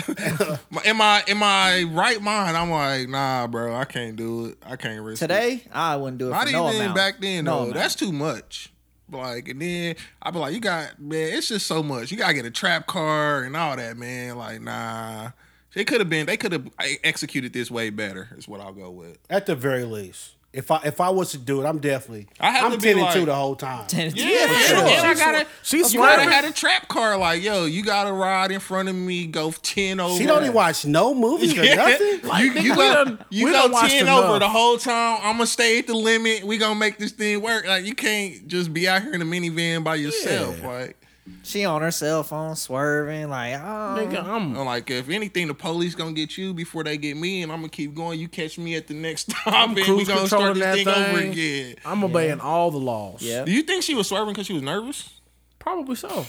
Speaker 3: in my in my right mind, I'm like, nah, bro, I can't do it. I can't risk it.
Speaker 4: Today, I wouldn't do it.
Speaker 3: Not
Speaker 4: for
Speaker 3: even
Speaker 4: no amount.
Speaker 3: back then
Speaker 4: No
Speaker 3: though.
Speaker 4: amount.
Speaker 3: That's too much. Like and then I be like, you got man, it's just so much. You gotta get a trap car and all that, man. Like nah, they could have been. They could have executed this way better. Is what I'll go with.
Speaker 2: At the very least. If I if I was to do it, I'm definitely
Speaker 3: I
Speaker 2: I'm
Speaker 3: have to be
Speaker 2: 10 and
Speaker 3: like-
Speaker 2: 2 the whole time.
Speaker 4: yeah,
Speaker 3: Yeah,
Speaker 4: for
Speaker 3: and-
Speaker 4: sure.
Speaker 3: and I
Speaker 1: She
Speaker 3: gotta.
Speaker 1: sw- she
Speaker 3: you
Speaker 1: swerving.
Speaker 3: gotta had a trap car. Like, yo, you gotta ride in front of me, go ten over.
Speaker 2: She don't even watch no movies or nothing.
Speaker 3: you you
Speaker 1: we
Speaker 3: go,
Speaker 1: done-
Speaker 3: you
Speaker 1: we
Speaker 3: go
Speaker 1: done watched
Speaker 3: ten over
Speaker 1: enough.
Speaker 3: the whole time. I'm gonna stay at the limit. We gonna make this thing work. Like, you can't just be out here in a minivan by yourself. Like,
Speaker 4: She on her cell phone swerving like, oh,
Speaker 1: Nigga, I'm
Speaker 3: I'm like, if anything, the police gonna get you before they get me, and I'm gonna keep going. You catch me at the next stop, and we
Speaker 1: cruise
Speaker 3: gonna
Speaker 1: controlling
Speaker 3: start this
Speaker 1: that
Speaker 3: thing,
Speaker 1: thing.
Speaker 3: over again.
Speaker 1: I'm obeying all the laws.
Speaker 4: yeah.
Speaker 3: Do you think she was swerving because she was nervous?
Speaker 1: probably so.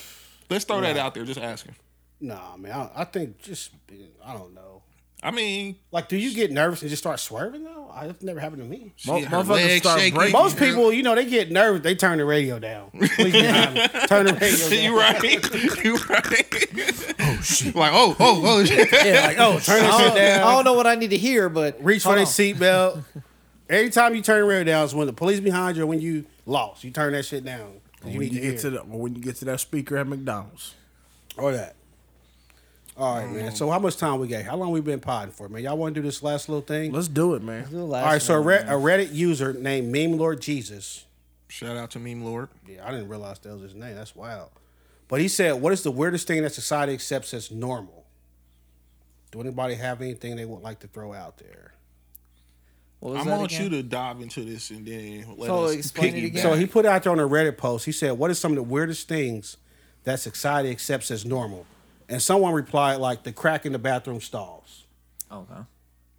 Speaker 3: Let's throw that out there. Just asking.
Speaker 2: Nah, man. I, I think just I don't know.
Speaker 3: I mean,
Speaker 2: Like, do you get nervous and just start swerving though? I, it's never happened to me.
Speaker 1: Mo-
Speaker 3: she- her
Speaker 1: motherfuckers
Speaker 3: legs
Speaker 1: start
Speaker 3: shaking.
Speaker 1: breaking.
Speaker 2: Most people, you know, they get nervous. They turn the radio down. Please be honest. turn the radio down.
Speaker 3: you right. you right. Oh shit. Like oh oh oh. Shit.
Speaker 2: oh, turn the
Speaker 4: I
Speaker 2: shit
Speaker 4: don't,
Speaker 2: down.
Speaker 4: I don't know what I need to hear, but
Speaker 2: Reach for
Speaker 4: hold
Speaker 2: their
Speaker 4: on.
Speaker 2: seatbelt. Every time you turn the radio down is when the police behind you or when you lost. You turn that shit down. 'Cause You
Speaker 1: When
Speaker 2: need
Speaker 1: you
Speaker 2: to hear.
Speaker 1: get to the, when you get to that speaker at McDonald's,
Speaker 2: or that. All right, man. So how much time we got? How long we been podding for, man? Y'all want to do this last little thing?
Speaker 1: let's do it, man.
Speaker 4: The last
Speaker 2: All right. So a,
Speaker 4: one,
Speaker 2: Re-
Speaker 4: man.
Speaker 2: a Reddit user named Meme Lord Jesus.
Speaker 3: Shout out to Meme Lord.
Speaker 2: Yeah, I didn't realize that was his name. That's wild. But he said, "What is the weirdest thing that society accepts as normal?" Do anybody have anything they would like to throw out there?
Speaker 4: What was
Speaker 3: I
Speaker 4: that
Speaker 3: want
Speaker 4: again?
Speaker 3: you to dive into this and then let
Speaker 4: So
Speaker 3: us
Speaker 4: explain it
Speaker 3: piggyback.
Speaker 4: again.
Speaker 2: So he put out there on a Reddit post. He said, "What is some of the weirdest things that society accepts as normal?" And someone replied, "Like the crack in the bathroom stalls.
Speaker 4: Okay.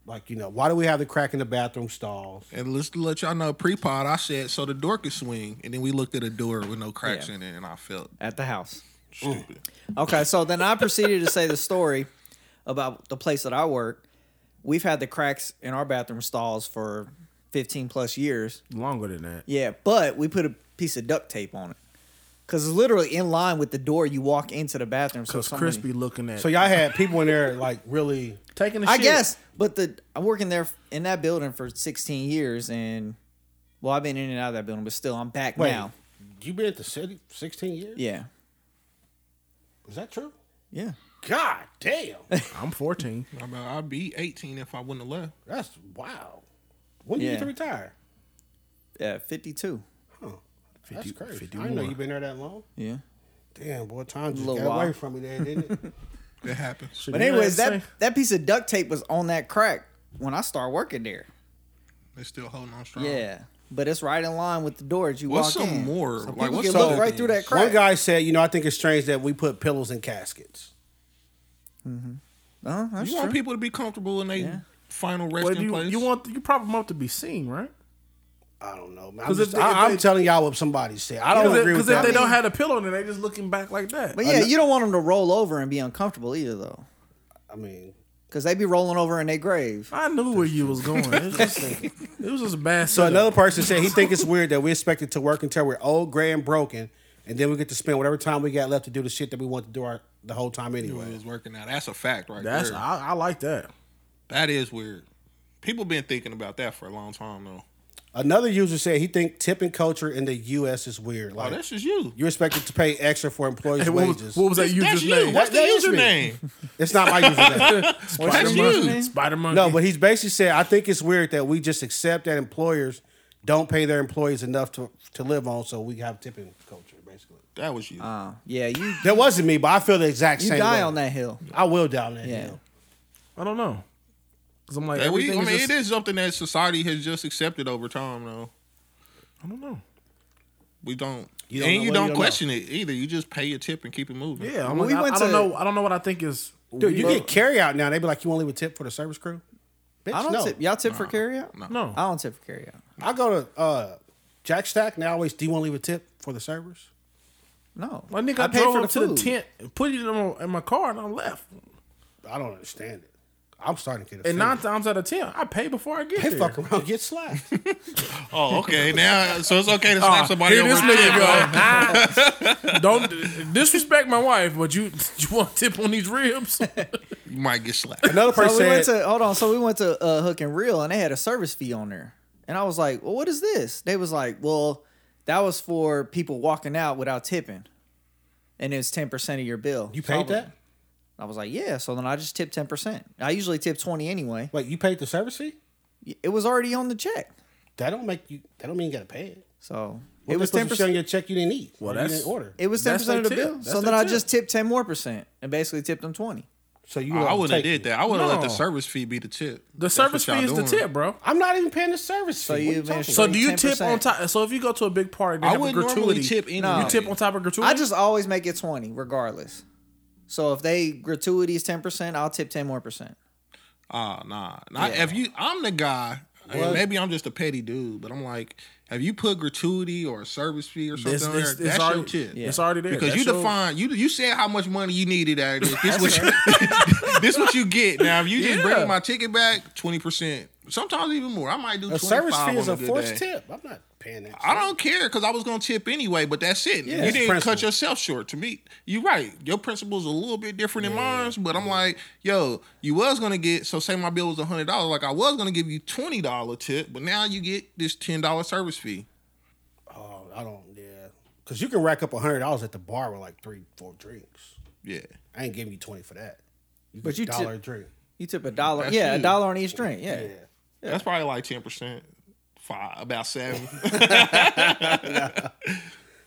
Speaker 2: Like you know, why do we have the crack in the bathroom stalls?"
Speaker 3: And let's let y'all know pre-pod. I said so the door could swing, and then we looked at a door with no cracks
Speaker 4: Yeah.
Speaker 3: in it, and I felt
Speaker 4: At the house.
Speaker 3: stupid.
Speaker 4: Okay, so then I proceeded to say the story about the place that I work. We've had the cracks in our bathroom stalls for 15 plus years.
Speaker 1: Longer than that.
Speaker 4: Yeah, but we put a piece of duct tape on it. Cause it's literally in line with the door you walk into the bathroom. So
Speaker 1: Cause
Speaker 4: somebody-
Speaker 1: crispy looking at.
Speaker 2: So y'all had people in there like really.
Speaker 1: taking. The
Speaker 4: I
Speaker 1: shit.
Speaker 4: guess, but the I'm working there in that building for 16 years, and well, I've been in and out of that building, but still, I'm back
Speaker 2: Wait,
Speaker 4: now.
Speaker 2: you been at the city sixteen years?
Speaker 4: Yeah,
Speaker 2: Is that true?
Speaker 4: yeah.
Speaker 2: God damn,
Speaker 1: I'm 14.
Speaker 3: I mean, I'd be 18 if I wouldn't have left.
Speaker 2: that's wow. When did you get to
Speaker 4: Yeah.
Speaker 2: retire?
Speaker 4: Yeah, 52.
Speaker 2: That's
Speaker 1: 50
Speaker 2: crazy. I
Speaker 1: 51.
Speaker 2: didn't know you been there that long.
Speaker 4: Yeah.
Speaker 2: Damn, boy, time just
Speaker 4: Little
Speaker 2: got away
Speaker 4: while.
Speaker 2: from me there, didn't it?
Speaker 3: That happens.
Speaker 4: But
Speaker 1: You know
Speaker 4: anyways,
Speaker 1: what I'm
Speaker 4: that
Speaker 1: saying?
Speaker 4: that piece of duct tape was on that crack when I started working there.
Speaker 3: They're still holding on strong.
Speaker 4: Yeah. But it's right in line with the door as you
Speaker 3: Oh. What's
Speaker 4: walk
Speaker 3: some
Speaker 4: in.
Speaker 3: more?
Speaker 4: So
Speaker 3: Like, what's
Speaker 4: people can
Speaker 3: some
Speaker 4: look
Speaker 3: other
Speaker 4: right through that
Speaker 3: things?
Speaker 4: crack.
Speaker 2: One guy said, you know, I think it's strange that we put pillows in caskets.
Speaker 4: Uh, that's
Speaker 3: You want
Speaker 4: true.
Speaker 3: people to be comfortable in their
Speaker 4: Yeah.
Speaker 3: final
Speaker 1: Well,
Speaker 3: resting
Speaker 1: you,
Speaker 3: place.
Speaker 1: you want you prop them up to be seen, right?
Speaker 2: I don't know, man. I'm,
Speaker 1: 'Cause if
Speaker 2: just,
Speaker 1: they-
Speaker 2: I,
Speaker 1: if
Speaker 2: am
Speaker 1: they-
Speaker 2: telling y'all what somebody said. I don't
Speaker 1: Because
Speaker 2: agree
Speaker 1: if,
Speaker 2: with
Speaker 1: 'cause if
Speaker 2: that.
Speaker 1: they don't have a pillow, then they just looking back like that.
Speaker 4: But yeah, you don't want them to roll over and be uncomfortable either, though.
Speaker 2: I mean,
Speaker 4: Because they be rolling over in their grave.
Speaker 1: I knew where you was going. It was just, it was just a bad.
Speaker 2: so
Speaker 1: setup.
Speaker 2: another person said he think it's weird that we expected to work until we're old, gray, and broken, and then we get to spend whatever time we got left to do the shit that we want to do our, the whole time
Speaker 3: Well,
Speaker 2: anyway.
Speaker 3: it's working out. That's a fact, right
Speaker 1: That's
Speaker 3: there.
Speaker 1: I, I like that.
Speaker 3: that is weird. People been thinking about that for a long time though.
Speaker 2: Another user said he think tipping culture in the U.S. is weird.
Speaker 3: Oh,
Speaker 2: Like
Speaker 3: that's just you.
Speaker 2: you're expected to pay extra for employees'
Speaker 1: Hey, what, was,
Speaker 2: wages.
Speaker 1: what was that
Speaker 3: That's
Speaker 1: user's
Speaker 3: you.
Speaker 1: name?
Speaker 3: What's the
Speaker 2: That- that is me.
Speaker 3: username?
Speaker 2: it's not my username.
Speaker 1: Spider
Speaker 3: you.
Speaker 1: Monkey. Spider Monkey.
Speaker 2: No, but he's basically said, I think it's weird that we just accept that employers don't pay their employees enough to, to live on, so we have tipping culture, basically.
Speaker 3: that was you.
Speaker 4: Uh, yeah, you
Speaker 2: That wasn't me, but I feel the exact
Speaker 4: you
Speaker 2: same
Speaker 4: die
Speaker 2: way.
Speaker 4: on that hill.
Speaker 2: I will die on that
Speaker 4: Yeah.
Speaker 2: hill.
Speaker 1: I don't know. Cause I'm like
Speaker 3: That we-
Speaker 1: everything.
Speaker 3: I mean,
Speaker 1: is just,
Speaker 3: it is something that society has just accepted over time though.
Speaker 1: I don't know.
Speaker 3: We don't.
Speaker 2: You don't
Speaker 3: and
Speaker 2: know
Speaker 3: you
Speaker 2: what
Speaker 3: don't
Speaker 2: you don't
Speaker 3: question it either. You just pay your tip and keep it moving.
Speaker 1: Yeah, I'm
Speaker 4: When
Speaker 1: like,
Speaker 4: we went
Speaker 1: I, I don't
Speaker 4: to-
Speaker 1: know. I don't know what I think is.
Speaker 2: Dude, you get carry out now. They be like, you want to leave a tip for the service crew? Bitch,
Speaker 4: I don't
Speaker 2: no.
Speaker 4: tip. Y'all tip for carryout? No.
Speaker 1: no.
Speaker 4: I don't tip for carryout.
Speaker 2: I go to uh, Jack Stack, and I always, do you want to leave a tip for the servers?
Speaker 4: No.
Speaker 1: My nigga, I,
Speaker 4: paid
Speaker 1: drove up to the
Speaker 4: food.
Speaker 1: tent, and put it in my, in my car, and I left.
Speaker 2: I don't understand it. I'm starting to get
Speaker 1: And
Speaker 2: offended.
Speaker 1: nine times out of ten, I pay before I get
Speaker 2: They
Speaker 1: there.
Speaker 2: fuck around, get slapped.
Speaker 3: Oh, okay. now, so it's okay to slap
Speaker 1: Ah,
Speaker 3: somebody
Speaker 1: here
Speaker 3: over.
Speaker 1: this nigga go. Don't disrespect my wife, but you you want to tip on these ribs?
Speaker 3: You might get slapped.
Speaker 2: Another person
Speaker 4: So we went
Speaker 2: said,
Speaker 4: to hold on. So we went to uh, Hook and Reel, and they had a service fee on there. And I was like, "Well, what is this?" They was like, "Well, that was for people walking out without tipping, and it was ten percent of your bill."
Speaker 2: you
Speaker 4: So I
Speaker 2: paid
Speaker 4: was-
Speaker 2: that?
Speaker 4: I was like, "Yeah." So then I just tipped ten percent. I usually tip twenty anyway.
Speaker 2: Wait, you paid the service fee?
Speaker 4: It was already on the check,
Speaker 2: That don't make you, that don't mean you got to pay it.
Speaker 4: so
Speaker 2: What
Speaker 4: it was ten
Speaker 2: on
Speaker 4: percent.
Speaker 2: your check you didn't eat.
Speaker 1: Well,
Speaker 2: Well,
Speaker 1: that's-
Speaker 2: you didn't order.
Speaker 4: It was ten
Speaker 1: That's
Speaker 4: percent of
Speaker 1: they
Speaker 4: the
Speaker 1: tip.
Speaker 4: bill.
Speaker 1: That's
Speaker 4: so
Speaker 1: they
Speaker 4: then I
Speaker 1: tip.
Speaker 4: just tipped ten more percent and basically tipped them twenty.
Speaker 2: so you.
Speaker 3: I
Speaker 2: don't
Speaker 3: wouldn't have
Speaker 2: take
Speaker 3: did
Speaker 2: it.
Speaker 3: that. I would have let the
Speaker 1: No.
Speaker 3: service fee be the tip.
Speaker 1: The
Speaker 3: That's
Speaker 1: service
Speaker 3: what
Speaker 1: fee
Speaker 3: y'all
Speaker 1: is the
Speaker 3: doing.
Speaker 1: tip, bro.
Speaker 2: I'm not even paying the service
Speaker 4: So
Speaker 2: fee. What
Speaker 4: you
Speaker 2: you talking
Speaker 4: administer-
Speaker 1: So
Speaker 4: Like
Speaker 1: do you tip
Speaker 4: 10%.
Speaker 1: on top? So if you go to a big party, they
Speaker 3: I
Speaker 1: have a
Speaker 3: would normally
Speaker 1: gratuity.
Speaker 3: tip anyway.
Speaker 4: No.
Speaker 1: You tip on top of gratuity.
Speaker 4: I just always make it twenty, regardless. So if they gratuity is ten percent, I'll tip ten more percent.
Speaker 3: Ah, nah. Nah, If you, I'm the guy. I mean,
Speaker 2: What?
Speaker 3: maybe I'm just a petty dude, but I'm like, have you put gratuity or a service fee or something?
Speaker 1: It's-
Speaker 3: on
Speaker 1: it's-
Speaker 3: there?
Speaker 1: it's
Speaker 3: That's your
Speaker 1: already-
Speaker 3: tip.
Speaker 1: it's already there.
Speaker 3: Because
Speaker 1: That's
Speaker 3: you
Speaker 1: your-
Speaker 3: define you you said how much money you needed out of this. This what you, this what you get. Now if you just
Speaker 1: Yeah.
Speaker 3: bring my ticket back, twenty percent. Sometimes even more. I might do
Speaker 2: about? A
Speaker 3: twenty five.
Speaker 2: service fee is
Speaker 3: on
Speaker 2: a
Speaker 3: a good
Speaker 2: forced
Speaker 3: day.
Speaker 2: tip. I'm not paying that.
Speaker 3: I don't care because I was gonna tip anyway, but that's it.
Speaker 2: Yeah,
Speaker 3: you
Speaker 2: it's
Speaker 3: didn't cut
Speaker 2: principle.
Speaker 3: yourself short. To me, you're right. Your principles a little bit different than mine, but I'm like, yo, you was gonna get so say my bill was hundred dollars. Like I was gonna give you twenty dollar tip, but now you get this ten dollar service fee.
Speaker 2: shit. Oh, I don't. Yeah, because you can rack up hundred dollars at the bar with like three, four drinks.
Speaker 3: Yeah,
Speaker 2: I ain't giving you twenty for that. You
Speaker 4: But
Speaker 2: get
Speaker 4: you
Speaker 2: a dollar
Speaker 4: tip-
Speaker 2: a drink.
Speaker 4: You tip a dollar.
Speaker 3: That's
Speaker 4: yeah, a
Speaker 3: huge.
Speaker 4: dollar on each drink. Yeah.
Speaker 2: Yeah.
Speaker 3: that's probably like ten percent, five about seven.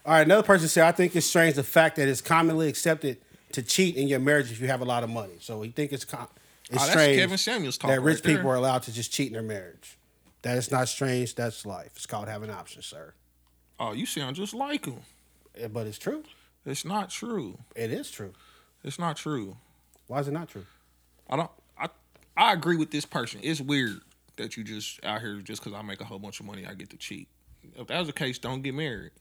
Speaker 2: All right. Another person said, I think it's strange the fact that it's commonly accepted to cheat in your marriage if you have a lot of money. So you think it's com- it's
Speaker 3: Oh, that's
Speaker 2: strange
Speaker 3: Kevin Samuels talk
Speaker 2: that rich
Speaker 3: right there.
Speaker 2: people are allowed to just cheat in their marriage. That is not strange. That's life. It's called having options, sir.
Speaker 3: oh, you sound just like him.
Speaker 2: Eh, But it's true.
Speaker 3: It's not true.
Speaker 2: It is true.
Speaker 3: It's not true.
Speaker 2: Why is it not true?
Speaker 3: I don't. I I agree with this person. It's weird that you just out here just because I make a whole bunch of money, I get to cheat. If that was the case, don't get married.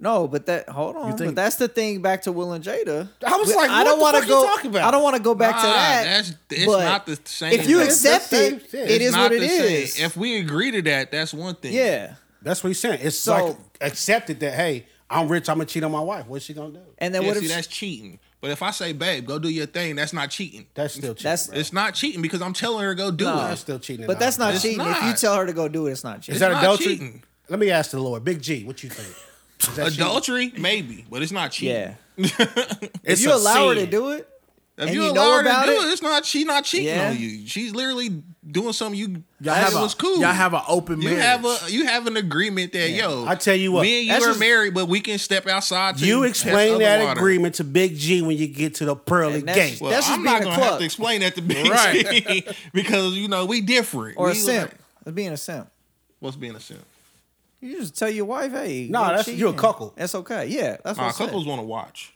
Speaker 4: No, but that hold on.
Speaker 1: think-
Speaker 4: but that's the thing. Back to Will and Jada.
Speaker 2: I was
Speaker 4: We-
Speaker 2: like, what the
Speaker 4: wanna
Speaker 2: fuck you
Speaker 4: go.
Speaker 2: talking about?
Speaker 4: I don't want to go back to
Speaker 3: Nah,
Speaker 4: that.
Speaker 3: that's- it's
Speaker 4: but
Speaker 3: not the same
Speaker 4: If you
Speaker 3: thing.
Speaker 4: accept
Speaker 2: It's the
Speaker 4: it,
Speaker 2: same
Speaker 4: it
Speaker 2: thing.
Speaker 4: is
Speaker 3: not
Speaker 4: what it
Speaker 3: the same.
Speaker 4: is.
Speaker 3: If we agree to that, that's one thing.
Speaker 4: yeah,
Speaker 2: That's what he's saying. It's
Speaker 4: So-
Speaker 2: like accepted that hey, I'm rich. I'm gonna cheat on my wife. What's she gonna do?
Speaker 4: and then
Speaker 3: Yeah,
Speaker 4: what
Speaker 3: see,
Speaker 4: if
Speaker 3: that's cheating. But if I say, babe, go do your thing, that's not cheating.
Speaker 2: That's still cheating.
Speaker 4: That's-
Speaker 2: bro.
Speaker 3: It's not cheating because I'm telling her go do
Speaker 4: No.
Speaker 2: that's
Speaker 3: it.
Speaker 2: still cheating.
Speaker 4: But that's not
Speaker 3: It's
Speaker 4: cheating. If you
Speaker 3: not.
Speaker 4: tell her to go do it, it's not cheating.
Speaker 2: Is that
Speaker 3: not
Speaker 2: adultery?
Speaker 3: cheating.
Speaker 2: Let me ask the Lord, Big G, what you think? Is that cheating?
Speaker 3: Adultery, maybe, but it's not cheating.
Speaker 4: yeah.
Speaker 2: It's
Speaker 4: If you
Speaker 2: a
Speaker 4: allow her to
Speaker 2: sin.
Speaker 4: do it,
Speaker 3: If
Speaker 4: and
Speaker 3: you,
Speaker 4: you,
Speaker 3: allow
Speaker 4: know
Speaker 3: her
Speaker 4: about
Speaker 3: to do
Speaker 4: it,
Speaker 3: it, it's not she not cheating
Speaker 4: Yeah.
Speaker 3: on you. She's literally doing something you
Speaker 1: Y'all
Speaker 3: said
Speaker 1: have a,
Speaker 3: was cool.
Speaker 1: Y'all have an open
Speaker 3: you
Speaker 1: marriage.
Speaker 3: have a you have an agreement that yo.
Speaker 2: I tell you what,
Speaker 3: me and you
Speaker 4: that's
Speaker 3: are
Speaker 4: just-
Speaker 3: married, but we can step outside. To
Speaker 2: You
Speaker 3: test
Speaker 2: explain
Speaker 3: other
Speaker 2: that
Speaker 3: water.
Speaker 2: agreement to Big G when you get to the pearly
Speaker 4: And that's-
Speaker 2: gate.
Speaker 3: Well,
Speaker 4: That's just
Speaker 3: I'm not
Speaker 4: being a
Speaker 3: gonna
Speaker 4: cluck.
Speaker 3: have to explain that to Big
Speaker 1: Right.
Speaker 3: G because you know we different.
Speaker 4: or
Speaker 3: we
Speaker 4: a simp,
Speaker 3: like-
Speaker 4: It's being a simp.
Speaker 3: what's being a simp?
Speaker 4: You just tell your wife, hey,
Speaker 2: Nah,
Speaker 4: you're
Speaker 2: that's-
Speaker 4: cheating.
Speaker 2: you're a cuckold.
Speaker 4: That's okay. Yeah, that's what
Speaker 3: Nah,
Speaker 4: I'm saying.
Speaker 3: Uh, couples want to watch.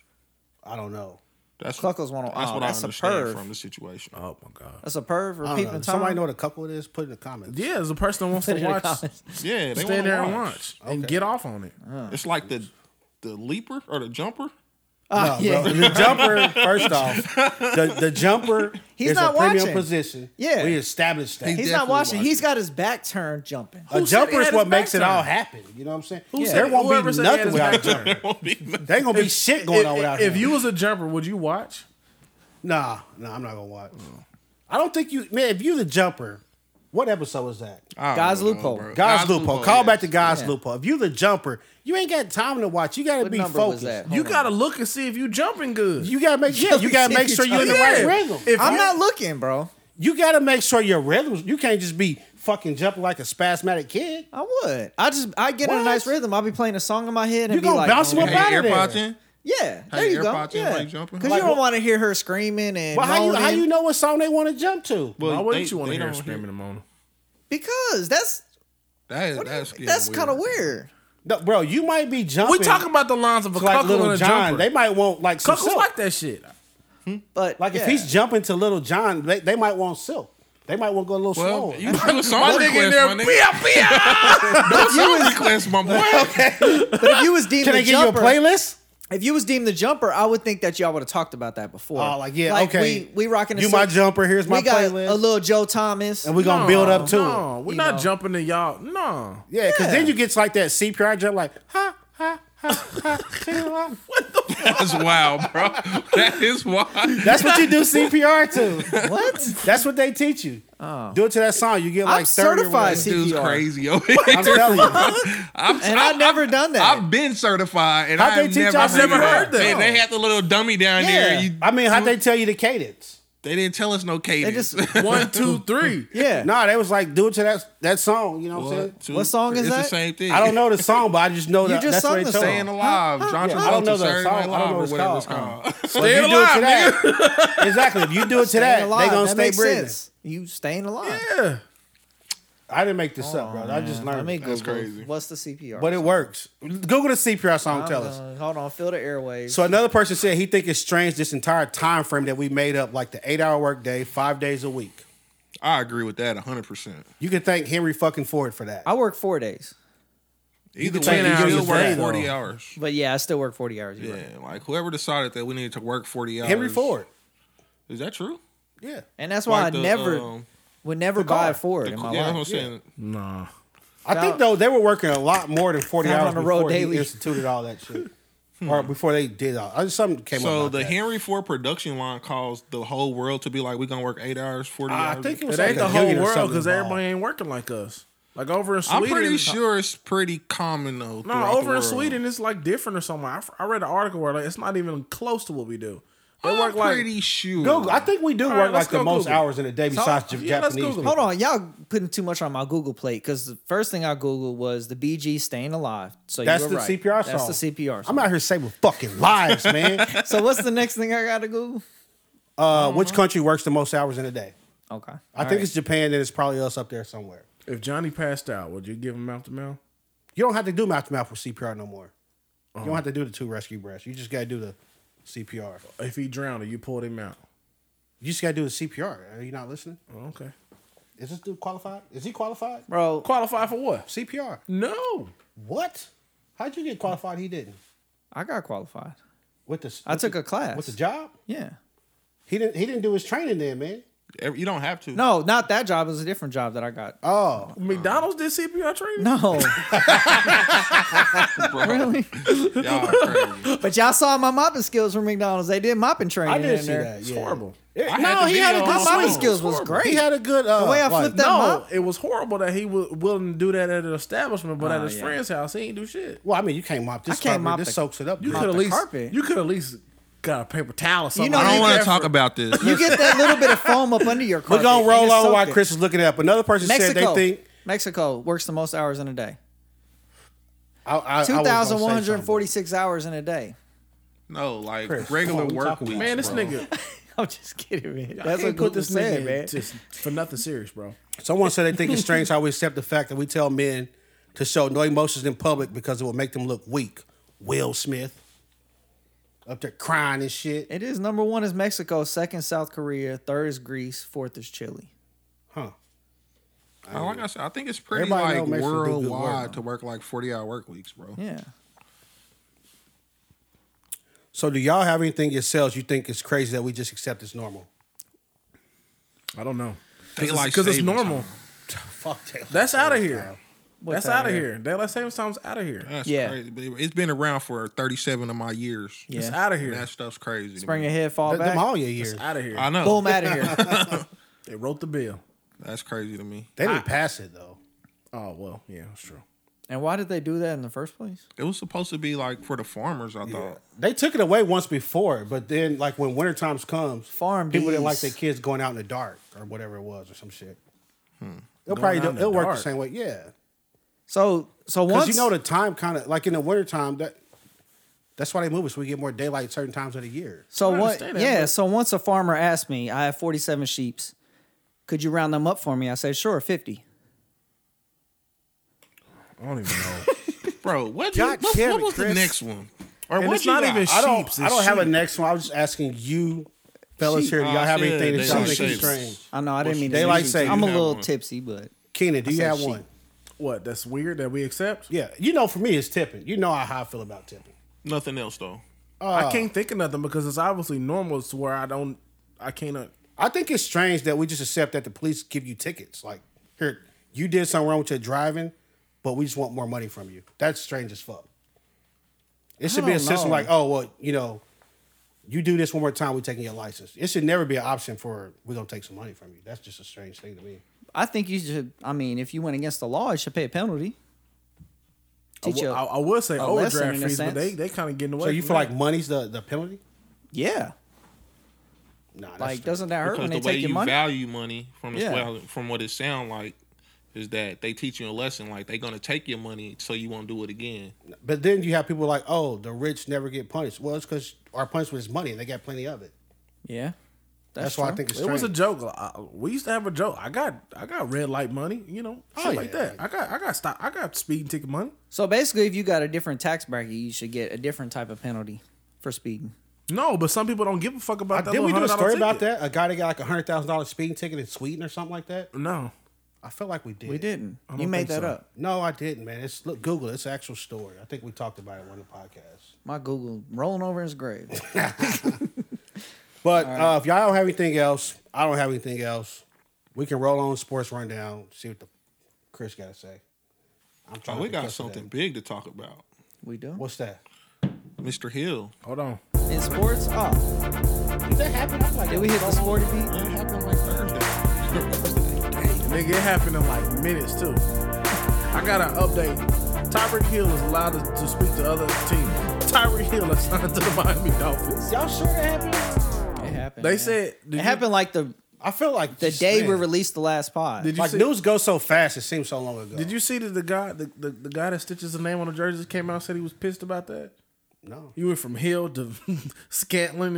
Speaker 2: I don't know.
Speaker 3: That's
Speaker 4: Cuckolds wanna-
Speaker 3: That's
Speaker 4: oh,
Speaker 3: what
Speaker 4: that's a
Speaker 3: I understand
Speaker 4: perv.
Speaker 3: from the situation.
Speaker 1: Oh my god.
Speaker 4: That's a perv
Speaker 2: I
Speaker 4: or
Speaker 2: don't know.
Speaker 4: peeping
Speaker 2: Does Somebody
Speaker 4: tom.
Speaker 2: know what a couple it is? Put it in the comments.
Speaker 1: Yeah, as a person that wants to
Speaker 4: In the
Speaker 1: watch,
Speaker 4: comments.
Speaker 3: yeah, they
Speaker 1: stand there
Speaker 3: wanna
Speaker 1: and
Speaker 3: watch.
Speaker 1: watch and get off on it.
Speaker 3: It's like the the leaper or the jumper.
Speaker 2: No,
Speaker 4: Ah, yeah.
Speaker 2: Oh, bro. The jumper, first off, the, the jumper
Speaker 4: He's
Speaker 2: is
Speaker 4: not
Speaker 2: a premium
Speaker 4: watching.
Speaker 2: position.
Speaker 4: Yeah.
Speaker 2: We established that.
Speaker 4: He's not
Speaker 3: definitely
Speaker 4: watching.
Speaker 3: watching.
Speaker 4: He's got his back turned jumping.
Speaker 2: a
Speaker 1: Who said he
Speaker 2: jumper is
Speaker 1: had
Speaker 2: what
Speaker 1: his
Speaker 2: makes it
Speaker 1: back
Speaker 2: all
Speaker 1: turned?
Speaker 2: happen. You know what I'm saying?
Speaker 1: said-
Speaker 2: there won't
Speaker 1: whoever
Speaker 2: be
Speaker 1: said he had
Speaker 2: nothing
Speaker 1: his
Speaker 2: without a
Speaker 1: back turned?
Speaker 2: jumper.
Speaker 3: Won't be nothing.
Speaker 2: There ain't gonna be shit going
Speaker 1: if,
Speaker 2: on without
Speaker 1: if
Speaker 2: him.
Speaker 1: you was a jumper, would you watch?
Speaker 2: Nah, nah, I'm not gonna watch. I don't think you man, if you the jumper, what episode was that?
Speaker 3: I don't
Speaker 4: God's
Speaker 3: know, bro.
Speaker 4: loophole.
Speaker 3: God's
Speaker 2: God's, loophole. Call
Speaker 3: yeah.
Speaker 2: back to God's
Speaker 4: Yeah.
Speaker 2: loophole. If you the jumper, you ain't got time to watch. You gotta
Speaker 4: What
Speaker 2: be
Speaker 4: number was
Speaker 2: focused.
Speaker 4: that?
Speaker 1: you
Speaker 4: Hold on.
Speaker 1: gotta look and see if you jumping good.
Speaker 2: You gotta make yeah, you gotta make sure you're in the right rhythm.
Speaker 1: If
Speaker 4: I'm
Speaker 1: you-
Speaker 4: not looking, bro.
Speaker 2: you gotta make sure your rhythms. You can't just be fucking jumping like a spasmatic kid.
Speaker 4: I would. I just I get in a
Speaker 2: What?
Speaker 4: nice rhythm. I'll be playing a song in my head and
Speaker 2: You
Speaker 4: be
Speaker 2: gonna
Speaker 4: like,
Speaker 2: bounce him
Speaker 4: oh,
Speaker 2: up
Speaker 3: Hey,
Speaker 2: outta
Speaker 3: AirPods
Speaker 2: there.
Speaker 3: in?
Speaker 4: yeah,
Speaker 3: How
Speaker 4: there
Speaker 3: you
Speaker 4: you go,
Speaker 3: AirPods in while
Speaker 4: yeah,
Speaker 3: you jumping?
Speaker 4: because
Speaker 2: Like,
Speaker 4: you don't
Speaker 2: what-
Speaker 4: want to hear her screaming and
Speaker 2: But how you how
Speaker 4: moaning.
Speaker 2: you know what song they want to jump to?
Speaker 3: Well,
Speaker 1: Why wouldn't
Speaker 3: they-
Speaker 1: you want
Speaker 3: they
Speaker 1: to hear
Speaker 3: don't
Speaker 1: screaming and moaning?
Speaker 4: because that's
Speaker 3: That is,
Speaker 4: what do you-
Speaker 3: that's getting
Speaker 4: that's kind of weird.
Speaker 2: No, bro, you might be jumping.
Speaker 1: We talking about the lines of a
Speaker 2: to like
Speaker 1: cuckoo and
Speaker 2: Little
Speaker 1: a
Speaker 2: John.
Speaker 1: jumper.
Speaker 2: They might want like some
Speaker 1: Cuckoos
Speaker 2: silk.
Speaker 1: like
Speaker 2: Like,
Speaker 1: that shit.
Speaker 4: But yeah.
Speaker 2: if he's jumping to Little John, they, they might want silk. They might want to go a little
Speaker 3: Well,
Speaker 2: slower.
Speaker 3: you do a song
Speaker 1: That nigga in
Speaker 3: request,
Speaker 1: there,
Speaker 3: my
Speaker 1: pia,
Speaker 3: nigga.
Speaker 1: pia.
Speaker 3: Do a song request, my boy.
Speaker 4: but if you was deemed
Speaker 2: Can
Speaker 4: the
Speaker 2: I give
Speaker 4: jumper,
Speaker 2: you a playlist?
Speaker 4: if you was deemed the jumper, I would think that y'all would have talked about that before.
Speaker 2: Oh, like yeah, okay.
Speaker 4: We, we rocking. the
Speaker 2: You my
Speaker 4: silk-
Speaker 2: jumper. Here's my
Speaker 4: we got
Speaker 2: playlist,
Speaker 4: a little Joe Thomas.
Speaker 2: and we're gonna build up to
Speaker 1: no,
Speaker 2: it.
Speaker 1: we're
Speaker 4: you
Speaker 1: not
Speaker 4: know.
Speaker 1: jumping to y'all. No.
Speaker 2: Yeah, because
Speaker 4: Yeah.
Speaker 2: then you get to like that CPR jump, like ha ha ha ha.
Speaker 1: What the fuck?
Speaker 3: That's wild, bro. That is wild.
Speaker 2: That's what you do CPR to.
Speaker 4: what?
Speaker 2: That's what they teach you. Do it to that song. You get like
Speaker 4: Oh. I'm
Speaker 2: 30 or
Speaker 4: certified
Speaker 2: whatever.
Speaker 4: CPR.
Speaker 3: Dude's crazy over
Speaker 2: I'm
Speaker 3: here.
Speaker 2: telling you.
Speaker 3: I'm,
Speaker 4: And I've never done that.
Speaker 3: I've been certified, and
Speaker 2: How'd they
Speaker 3: I've
Speaker 2: teach
Speaker 3: never,
Speaker 2: y'all
Speaker 3: heard,
Speaker 1: never
Speaker 3: that.
Speaker 1: heard that?
Speaker 3: They, they had the little dummy down
Speaker 4: Yeah.
Speaker 3: there. You,
Speaker 2: I mean, how'd they tell you the cadence?
Speaker 3: they didn't tell us no
Speaker 4: They
Speaker 3: cadence.
Speaker 4: just
Speaker 1: One, two, three.
Speaker 4: yeah.
Speaker 2: No, nah, they was like, do it to that that song. You know what I'm
Speaker 3: One,
Speaker 2: saying?
Speaker 3: two,
Speaker 4: What song
Speaker 3: three.
Speaker 4: is
Speaker 3: it's
Speaker 4: that?
Speaker 3: The same thing.
Speaker 2: I don't know the song, but I just know that.
Speaker 4: just
Speaker 2: that's what
Speaker 4: sung
Speaker 2: they
Speaker 4: the
Speaker 2: told
Speaker 4: song.
Speaker 3: Staying
Speaker 2: them.
Speaker 3: alive, John
Speaker 2: Yeah, I don't know
Speaker 3: Travolta,
Speaker 2: the
Speaker 3: Saturday
Speaker 2: song. I
Speaker 3: Night
Speaker 2: don't know
Speaker 3: Live, or
Speaker 2: what it's
Speaker 3: whatever
Speaker 2: called.
Speaker 3: it's called.
Speaker 2: But if
Speaker 1: Staying
Speaker 2: you do it to
Speaker 1: alive,
Speaker 2: that- Exactly. If you do it to
Speaker 4: Staying
Speaker 2: that, they
Speaker 4: alive.
Speaker 2: gonna
Speaker 4: that
Speaker 2: stay
Speaker 4: makes
Speaker 2: Britney.
Speaker 4: sense. You staying alive.
Speaker 1: Yeah.
Speaker 2: I didn't make this up, bro. I just
Speaker 4: Oh, Let
Speaker 2: learned.
Speaker 4: me
Speaker 2: it.
Speaker 4: Google.
Speaker 3: crazy.
Speaker 4: What's the CPR?
Speaker 2: But it works. Google the CPR song.
Speaker 4: I'm
Speaker 2: Tell
Speaker 4: gonna-
Speaker 2: us.
Speaker 4: Hold on. Fill the airways.
Speaker 2: So another person said he think it's strange this entire time frame that we made up, like the eight hour work day, five days a week.
Speaker 3: I agree with that 100. percent
Speaker 2: You can thank Henry fucking Ford for that.
Speaker 4: I work four days,
Speaker 3: Either
Speaker 2: take
Speaker 3: way,
Speaker 1: it
Speaker 3: you
Speaker 1: out
Speaker 3: still
Speaker 1: of
Speaker 2: your day,
Speaker 3: work
Speaker 2: though.
Speaker 3: 40 hours.
Speaker 4: but yeah, I still work forty hours. You're
Speaker 3: Yeah,
Speaker 4: right.
Speaker 3: like whoever decided that we needed to work 40 hours.
Speaker 2: Henry Ford.
Speaker 3: Is that true?
Speaker 2: Yeah.
Speaker 4: And that's why
Speaker 3: Like
Speaker 4: I
Speaker 3: the,
Speaker 4: never
Speaker 3: um,
Speaker 4: would never
Speaker 2: car.
Speaker 4: buy a Ford
Speaker 3: the-
Speaker 4: in my
Speaker 3: yeah, that's
Speaker 4: life.
Speaker 3: what I'm saying.
Speaker 1: Nah.
Speaker 2: I think
Speaker 4: Found-
Speaker 2: though they were working a lot more than forty
Speaker 4: Found
Speaker 2: hours
Speaker 4: on the road
Speaker 2: before he
Speaker 4: daily.
Speaker 2: instituted all that shit, or before they did all. I just something came up.
Speaker 3: So
Speaker 2: about
Speaker 3: the
Speaker 2: that.
Speaker 3: Henry Ford production line caused the whole world to be like, we're gonna work eight hours, forty
Speaker 2: I
Speaker 3: hours.
Speaker 2: think it was
Speaker 1: It
Speaker 2: like
Speaker 1: ain't
Speaker 2: a
Speaker 1: the whole
Speaker 2: union or
Speaker 1: world
Speaker 2: something
Speaker 1: because
Speaker 2: involved.
Speaker 1: everybody ain't working like us. Like over in
Speaker 3: I'm
Speaker 1: Sweden.
Speaker 3: pretty sure it's pretty common though.
Speaker 1: No,
Speaker 3: throughout the
Speaker 1: over in
Speaker 3: world.
Speaker 1: Sweden, it's like different or something. I, f- I read an article where like it's not even close to what we do. They
Speaker 3: I'm
Speaker 1: work like
Speaker 3: pretty sure.
Speaker 2: Google. I think we do
Speaker 1: All right,
Speaker 2: work
Speaker 1: let's
Speaker 2: like the
Speaker 1: go
Speaker 2: most
Speaker 1: Google.
Speaker 2: hours in a day besides
Speaker 1: yeah, let's
Speaker 2: Japanese.
Speaker 1: Google.
Speaker 2: people.
Speaker 4: Hold on, y'all putting too much on my Google plate because the first thing I googled was the BG staying alive. So
Speaker 2: That's
Speaker 4: you
Speaker 2: the
Speaker 4: were right.
Speaker 2: CPR song.
Speaker 4: That's the CPR. Song.
Speaker 2: I'm out here saving fucking lives, man.
Speaker 4: so what's the next thing I gotta Google?
Speaker 2: Uh,
Speaker 4: Uh-huh.
Speaker 2: which country works the most hours in a day?
Speaker 4: Okay.
Speaker 2: I think it's Japan, and it's probably us up there somewhere.
Speaker 1: If Johnny passed out, would you give him mouth to mouth?
Speaker 2: You don't have to do mouth to mouth with CPR no more. You don't have to do the two rescue breaths. You just gotta do the CPR.
Speaker 1: If he drowned, you pulled him out.
Speaker 2: You just gotta do the CPR. Are you not listening?
Speaker 1: Oh, okay.
Speaker 2: Is this dude qualified? Is he qualified?
Speaker 4: bro.
Speaker 1: Qualify for what?
Speaker 2: CPR.
Speaker 1: No.
Speaker 2: What? How'd you get qualified? He didn't.
Speaker 4: I got qualified.
Speaker 2: With the
Speaker 4: I
Speaker 2: with
Speaker 4: took
Speaker 2: the-
Speaker 4: a class.
Speaker 2: with the job.
Speaker 4: Yeah.
Speaker 2: He didn't. He didn't do his training then, man.
Speaker 3: Every- You don't have to.
Speaker 4: No, not that job. It was a different job that I got.
Speaker 2: Oh,
Speaker 1: McDonald's did CPR training.
Speaker 4: No,
Speaker 3: bro.
Speaker 4: really.
Speaker 3: Y'all are crazy.
Speaker 4: But y'all saw my mopping skills from McDonald's. They did mopping training.
Speaker 2: I did
Speaker 4: in
Speaker 2: see
Speaker 4: there.
Speaker 2: that.
Speaker 1: It's
Speaker 2: Yeah.
Speaker 1: horrible.
Speaker 2: Yeah,
Speaker 3: I
Speaker 2: no,
Speaker 3: had the
Speaker 2: he had a good
Speaker 3: video on
Speaker 4: My mopping
Speaker 3: Horrible.
Speaker 4: skills was
Speaker 1: Horrible.
Speaker 4: great.
Speaker 2: He had a good. Uh,
Speaker 4: way I
Speaker 2: like-
Speaker 4: flipped that-
Speaker 1: No,
Speaker 4: mop?
Speaker 1: it was horrible that he was willing to do that at an establishment, but at
Speaker 4: Oh,
Speaker 1: his
Speaker 4: yeah.
Speaker 1: friend's house, he ain't do shit.
Speaker 2: Well, I mean, you can't mop this.
Speaker 4: I can't
Speaker 2: carpet.
Speaker 4: mop
Speaker 2: This
Speaker 4: the-
Speaker 2: soaks it up.
Speaker 1: You
Speaker 2: dude.
Speaker 1: could at
Speaker 4: the
Speaker 1: least
Speaker 4: carpet.
Speaker 1: you could at least got a paper towel or something.
Speaker 4: know
Speaker 3: I
Speaker 4: they
Speaker 3: don't want
Speaker 4: get
Speaker 3: to talk about this.
Speaker 4: You get that little bit of foam up under your carpet.
Speaker 2: We're gonna
Speaker 4: and
Speaker 2: roll
Speaker 4: it
Speaker 2: on
Speaker 4: soak
Speaker 2: while
Speaker 4: it.
Speaker 2: Chris is looking it up. Another person
Speaker 4: Mexico.
Speaker 2: said they think.
Speaker 4: Mexico works the most hours in a day.
Speaker 2: I- I- I was gonna say something.
Speaker 4: 2,146 hours in a day.
Speaker 3: no, like
Speaker 2: Chris,
Speaker 3: regular
Speaker 2: come on, we
Speaker 3: work
Speaker 2: talking
Speaker 3: week.
Speaker 2: about
Speaker 1: Man, this
Speaker 3: bro.
Speaker 1: nigga,
Speaker 4: I'm just kidding, man.
Speaker 1: I
Speaker 4: That's
Speaker 1: can't put
Speaker 4: what
Speaker 1: this nigga
Speaker 4: said,
Speaker 1: in
Speaker 4: man.
Speaker 1: just for nothing serious, bro.
Speaker 2: Someone said they think it's strange how we accept the fact that we tell men to show no emotions in public because it will make them look weak. Will Smith up there crying and shit.
Speaker 4: It is number one is Mexico, second South Korea, third is Greece, fourth is Chile.
Speaker 2: Huh?
Speaker 3: Oh, like I said, I think it's pretty
Speaker 2: Everybody know
Speaker 3: like
Speaker 2: Mason do good work,
Speaker 3: worldwide
Speaker 2: though.
Speaker 3: to work like forty hour work weeks, bro.
Speaker 4: Yeah.
Speaker 2: So do y'all have anything yourselves you think is crazy that we just accept as normal?
Speaker 1: I don't know
Speaker 3: They
Speaker 1: because
Speaker 3: like
Speaker 1: it's
Speaker 3: saving
Speaker 1: normal.
Speaker 2: Fuck that.
Speaker 1: That's out of here.
Speaker 4: What's
Speaker 1: That's out of here. Daylight savings time's out of here.
Speaker 3: That's
Speaker 4: Yeah.
Speaker 3: crazy. But it- it's been around for thirty seven of my years.
Speaker 4: Yeah.
Speaker 1: It's out of
Speaker 3: And
Speaker 1: here.
Speaker 3: that stuff's crazy. to
Speaker 4: Spring
Speaker 3: me.
Speaker 4: ahead, fall
Speaker 2: Them all
Speaker 4: back.
Speaker 2: your years.
Speaker 1: It's out of here.
Speaker 3: I know.
Speaker 4: Boom, out of here.
Speaker 1: They wrote the bill.
Speaker 3: That's crazy to me.
Speaker 2: They didn't pass it though.
Speaker 1: Oh well, yeah, that's true.
Speaker 4: and why did they do that in the first place?
Speaker 3: It was supposed to be like for the farmers. I thought.
Speaker 2: They took it away once before, but then like when winter times comes,
Speaker 4: Farm
Speaker 2: people didn't like
Speaker 4: bees.
Speaker 2: their kids going out in the dark or whatever it was or some shit. They'll probably
Speaker 1: Hmm. out in the
Speaker 2: they'll work the
Speaker 1: dark.
Speaker 2: same way. Yeah,
Speaker 4: So, so
Speaker 2: because
Speaker 4: once
Speaker 2: you know the time kind of like in the winter time that that's why they move it so we get more daylight certain times of the year.
Speaker 4: So
Speaker 1: I
Speaker 4: what?
Speaker 1: understand that,
Speaker 4: yeah.
Speaker 1: but-
Speaker 4: So once a farmer asked me, I have forty-seven sheeps. Could you round them up for me? I said, sure, fifty.
Speaker 1: I don't even know.
Speaker 3: Bro, what,
Speaker 2: God
Speaker 3: what, what
Speaker 2: damn it,
Speaker 3: was the
Speaker 2: Chris.
Speaker 3: next one? Or
Speaker 1: And
Speaker 3: what
Speaker 1: it's
Speaker 3: you
Speaker 1: not
Speaker 3: got?
Speaker 1: even
Speaker 2: I don't
Speaker 1: Sheeps is
Speaker 2: I don't have a
Speaker 1: sheep.
Speaker 2: next one. I was just asking you, fellas
Speaker 1: Sheep.
Speaker 2: here. Do y'all
Speaker 3: Oh,
Speaker 2: have
Speaker 3: shit,
Speaker 2: anything that
Speaker 3: they
Speaker 2: y'all
Speaker 3: like
Speaker 2: think is
Speaker 3: shapes.
Speaker 2: strange?
Speaker 4: I know I didn't mean to.
Speaker 2: Daylight
Speaker 4: use you.
Speaker 2: savings.
Speaker 4: I'm a
Speaker 3: That
Speaker 4: little
Speaker 3: one.
Speaker 4: tipsy, but
Speaker 2: Keenan, do you
Speaker 4: said
Speaker 2: have
Speaker 4: sheep.
Speaker 2: one?
Speaker 1: what? That's weird that we accept.
Speaker 2: Yeah, you know, for me, it's tipping. You know how I feel about tipping.
Speaker 3: Nothing else though.
Speaker 4: Uh,
Speaker 1: I can't think of nothing because it's obviously normal to where I don't. I can't. uh,
Speaker 2: I think it's strange that we just accept that the police give you tickets. Like, here, you did something wrong with your driving, but we just want more money from you. That's strange as fuck. It should be a
Speaker 4: don't
Speaker 2: system
Speaker 4: know.
Speaker 2: like, oh, well, you know, you do this one more time, we're taking your license. It should never be an option for we're gonna take some money from you. That's just a strange thing to me.
Speaker 4: I think you should. I mean, if you went against the law, you should pay a penalty.
Speaker 1: I,
Speaker 4: Teach
Speaker 1: w-
Speaker 4: you.
Speaker 1: I, I would say
Speaker 4: a lesson
Speaker 1: overdraft
Speaker 4: in a
Speaker 1: fees, but they
Speaker 4: sense.
Speaker 1: they kind of getting away.
Speaker 2: So you
Speaker 1: from
Speaker 2: feel
Speaker 1: that.
Speaker 2: like money's the, the penalty?
Speaker 4: yeah.
Speaker 2: Nah, that's
Speaker 4: Like,
Speaker 2: strange.
Speaker 4: doesn't that hurt
Speaker 3: Because
Speaker 4: when
Speaker 3: the
Speaker 4: they
Speaker 3: way
Speaker 4: take
Speaker 3: you
Speaker 4: your money?
Speaker 3: value money from this
Speaker 4: Yeah.
Speaker 3: well, from what it sound like is that they teach you a lesson. Like they're gonna take your money so you won't do it again.
Speaker 2: But then you have people like, oh, the rich never get punished. Well, it's because our punishment is money and they got plenty of it.
Speaker 4: yeah.
Speaker 2: That's, why I think it's
Speaker 1: It was a
Speaker 2: strange.
Speaker 1: joke. I, we used to have a joke. I got I got red light money, you know, shit
Speaker 2: Oh,
Speaker 1: like
Speaker 2: yeah.
Speaker 1: that. I got I got stop. I got speeding ticket money.
Speaker 4: So basically, if you got a different tax bracket, you should get a different type of penalty for speeding.
Speaker 1: No, but some people don't give a fuck about that.
Speaker 2: Didn't we do
Speaker 1: little
Speaker 2: a story
Speaker 1: $100
Speaker 2: about
Speaker 1: ticket.
Speaker 2: that? A guy that got like a hundred thousand dollar speeding ticket in Sweden or something like that.
Speaker 1: No,
Speaker 2: I feel like we did.
Speaker 4: We didn't.
Speaker 1: don't
Speaker 4: You made
Speaker 1: think
Speaker 4: that
Speaker 1: so.
Speaker 4: up.
Speaker 2: No, I didn't, man. It's look Google. it. It's an actual story. I think we talked about it on the podcast.
Speaker 4: My Google rolling over in his grave.
Speaker 2: But uh, if y'all don't have anything else, I don't have anything else. We can roll on sports rundown. See what the Chris got to say. I'm
Speaker 3: Oh,
Speaker 2: trying.
Speaker 3: we
Speaker 2: to
Speaker 3: got
Speaker 2: catch
Speaker 3: something
Speaker 2: That.
Speaker 3: big to talk about.
Speaker 4: we do
Speaker 2: What's that?
Speaker 3: Mr. Hill.
Speaker 1: hold on.
Speaker 4: in sports. Oh,
Speaker 2: Did that happen? I'm like,
Speaker 4: did we hit the sporty beat?
Speaker 3: It happened like Thursday.
Speaker 1: Nigga, it happened in like minutes too. I got an update. Tyreek Hill is allowed to, to speak to other teams. Tyreek Hill is signed to the Miami Dolphins.
Speaker 2: Y'all sure that happened?
Speaker 4: It happened.
Speaker 1: They
Speaker 4: yeah.
Speaker 1: said
Speaker 4: it happened like the
Speaker 2: I feel like
Speaker 4: the
Speaker 2: just,
Speaker 4: day we
Speaker 2: man,
Speaker 4: released the last pod.
Speaker 1: Did you
Speaker 2: Like
Speaker 1: see?
Speaker 2: news goes so fast. It seems so long ago.
Speaker 1: Did you see that the guy the, the, the guy that stitches the name on the jerseys came out and said he was pissed about that?
Speaker 2: No.
Speaker 1: You went from Hill to Scantlin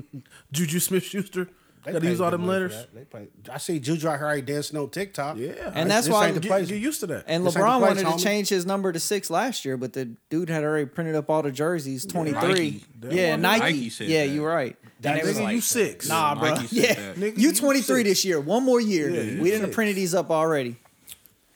Speaker 1: and Juju Smith Schuster.
Speaker 2: They
Speaker 1: Got to
Speaker 2: paid
Speaker 1: use all
Speaker 2: good
Speaker 1: them
Speaker 2: money for
Speaker 1: letters.
Speaker 2: that. They paid- I see Juju out here already dancing on TikTok.
Speaker 1: Yeah.
Speaker 4: And
Speaker 1: I-
Speaker 4: that's
Speaker 1: this
Speaker 4: why-
Speaker 1: ain't the
Speaker 2: Get-
Speaker 1: place.
Speaker 2: get
Speaker 1: Get used to that.
Speaker 4: and
Speaker 2: this ain't the
Speaker 4: LeBron
Speaker 2: place,
Speaker 4: wanted
Speaker 2: homie.
Speaker 4: to change his number to six last year, but the dude had already printed up all the jerseys, twenty three.
Speaker 3: Nike.
Speaker 4: Yeah,
Speaker 1: That
Speaker 4: Nike.
Speaker 3: Nike said
Speaker 4: yeah,
Speaker 3: that.
Speaker 4: you're right.
Speaker 2: That
Speaker 4: And it was
Speaker 1: nigga,
Speaker 4: like,
Speaker 1: you six.
Speaker 4: Nah, bro.
Speaker 3: Nike said
Speaker 4: yeah,
Speaker 3: that.
Speaker 1: Nigga,
Speaker 4: you
Speaker 1: you
Speaker 4: twenty three
Speaker 1: six.
Speaker 4: this year. One more year.
Speaker 1: Yeah, you
Speaker 4: we didn't
Speaker 1: six.
Speaker 4: print these up already.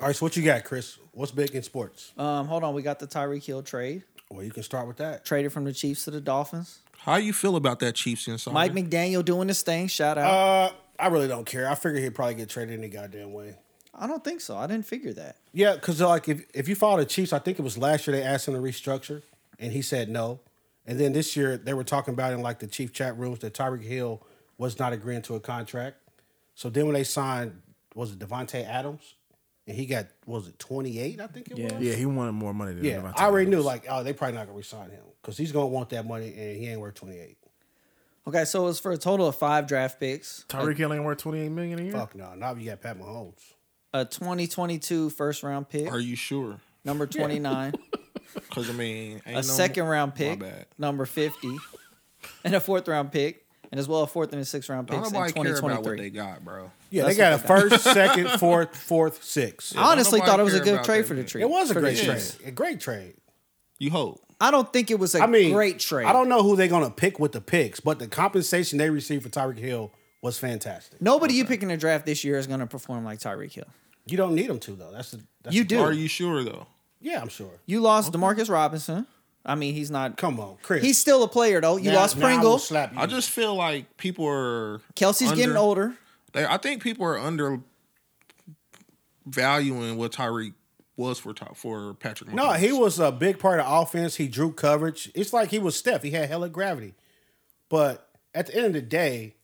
Speaker 2: All right, so what you got, Chris? What's big in sports?
Speaker 4: Um, hold on, we got the Tyreek Hill trade.
Speaker 2: Well, you can start with that.
Speaker 4: Traded from the Chiefs to the Dolphins.
Speaker 3: How you feel about that Chiefs insider?
Speaker 4: Mike McDaniel doing his thing. Shout out.
Speaker 2: Uh, I really don't care. I figure he'd probably get traded any goddamn way.
Speaker 4: I don't think so. I didn't figure that.
Speaker 2: Yeah, because like if if you follow the Chiefs, I think it was last year they asked him to restructure, and he said no. And then this year they were talking about in like the chief chat rooms that Tyreek Hill was not agreeing to a contract. So then when they signed, was it Devonte Adams, and he got was it twenty eight? I think it was.
Speaker 1: Yeah, he wanted more money than
Speaker 2: Yeah,
Speaker 1: Devontae
Speaker 2: I already knew
Speaker 1: Adams.
Speaker 2: like oh they probably not gonna resign him because he's gonna want that money and he ain't worth twenty eight.
Speaker 4: Okay, so it's for a total of five draft picks,
Speaker 1: Tyreek Hill ain't worth twenty eight million a year.
Speaker 2: Fuck no, not if you got Pat Mahomes.
Speaker 4: a 2022 first round pick,
Speaker 3: Are you sure?
Speaker 4: number 29,
Speaker 3: Because I mean, ain't
Speaker 4: a second round pick,
Speaker 3: bad.
Speaker 4: number 50, and a fourth round pick, and as well a fourth and a sixth round
Speaker 3: Don't
Speaker 4: picks in
Speaker 3: nobody care about what they
Speaker 4: 2023.
Speaker 3: got, bro.
Speaker 2: Yeah,
Speaker 4: That's
Speaker 2: they got a
Speaker 4: what they
Speaker 2: first, second, fourth, fourth, sixth.
Speaker 4: I honestly
Speaker 3: Don't nobody
Speaker 4: thought it was a
Speaker 3: care
Speaker 4: good
Speaker 3: about
Speaker 4: trade
Speaker 3: that,
Speaker 4: for the
Speaker 3: man.
Speaker 4: tree.
Speaker 2: It was a
Speaker 4: for the
Speaker 2: great
Speaker 4: Chiefs.
Speaker 2: trade.
Speaker 3: Chiefs.
Speaker 2: A great trade.
Speaker 3: You hope.
Speaker 4: I don't think it was a
Speaker 2: I mean,
Speaker 4: great trade.
Speaker 2: I don't know who they're going to pick with the picks, but the compensation they received for Tyreek Hill was fantastic.
Speaker 4: Nobody you pick in the draft this year is going to perform like Tyreek Hill.
Speaker 2: You don't need them to though. That's the that's
Speaker 4: You
Speaker 2: the-
Speaker 4: do.
Speaker 3: Are you sure though?
Speaker 2: Yeah, I'm sure.
Speaker 4: You lost Demarcus Robinson. I mean, he's not.
Speaker 2: Come on, Chris.
Speaker 4: He's still a player though. You
Speaker 2: Now-
Speaker 4: lost
Speaker 2: now I will
Speaker 4: Pringle.
Speaker 2: slap you.
Speaker 3: I just feel like people are
Speaker 4: Kelsey's
Speaker 3: under-
Speaker 4: getting older.
Speaker 3: They, I think people are under valuing what Tyreek was for Ty- for Patrick.
Speaker 2: no,
Speaker 3: Mahomes.
Speaker 2: he was a big part of offense. He drew coverage. It's like he was Steph. He had hella gravity. But at the end of the day,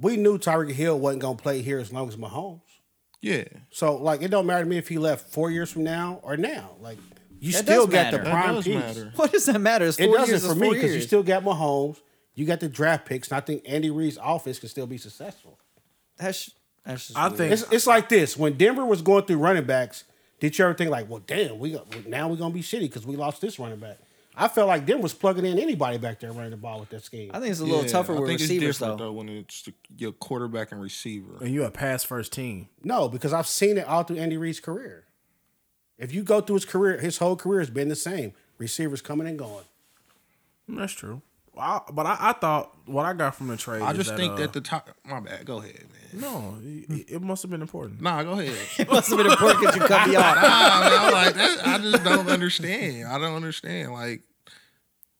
Speaker 2: we knew Tyreek Hill wasn't going to play here as long as Mahomes.
Speaker 3: yeah.
Speaker 2: So like, it don't matter to me if he left four years from now or now. Like, you
Speaker 4: That
Speaker 2: still
Speaker 4: does
Speaker 2: got the
Speaker 4: matter.
Speaker 3: That
Speaker 2: prime
Speaker 3: does
Speaker 2: piece.
Speaker 3: matter.
Speaker 4: What does that matter? It's four
Speaker 2: it doesn't
Speaker 4: years,
Speaker 2: for
Speaker 4: it's
Speaker 2: me
Speaker 4: four
Speaker 2: because you
Speaker 4: years.
Speaker 2: still got Mahomes. You got the draft picks, and I think Andy Reid's offense can still be successful.
Speaker 4: That's that's just
Speaker 1: I
Speaker 4: weird.
Speaker 1: think
Speaker 2: It's, it's like this: when Denver was going through running backs, did you ever think like, "Well, damn, we got, now we're gonna be shitty because we lost this running back"? I felt like Denver was plugging in anybody back there running the ball with that scheme.
Speaker 4: I think it's a little
Speaker 3: Yeah,
Speaker 4: tougher
Speaker 3: I
Speaker 4: with
Speaker 3: think it's
Speaker 4: receivers though.
Speaker 3: different, When it's the- your quarterback and receiver,
Speaker 1: and you a pass first team.
Speaker 2: no, because I've seen it all through Andy Reid's career. If you go through his career, his whole career has been the same: receivers coming and going.
Speaker 1: Mm, That's true. I, but I, I thought what I got from the trade.
Speaker 3: I
Speaker 1: is
Speaker 3: just think
Speaker 1: uh,
Speaker 3: that the top. My bad. Go ahead, man.
Speaker 1: no, it, it must have been important.
Speaker 3: Nah, go ahead.
Speaker 4: Must have been important because you cut me off.
Speaker 3: nah, man, I'm like that. I just don't understand. I don't understand. Like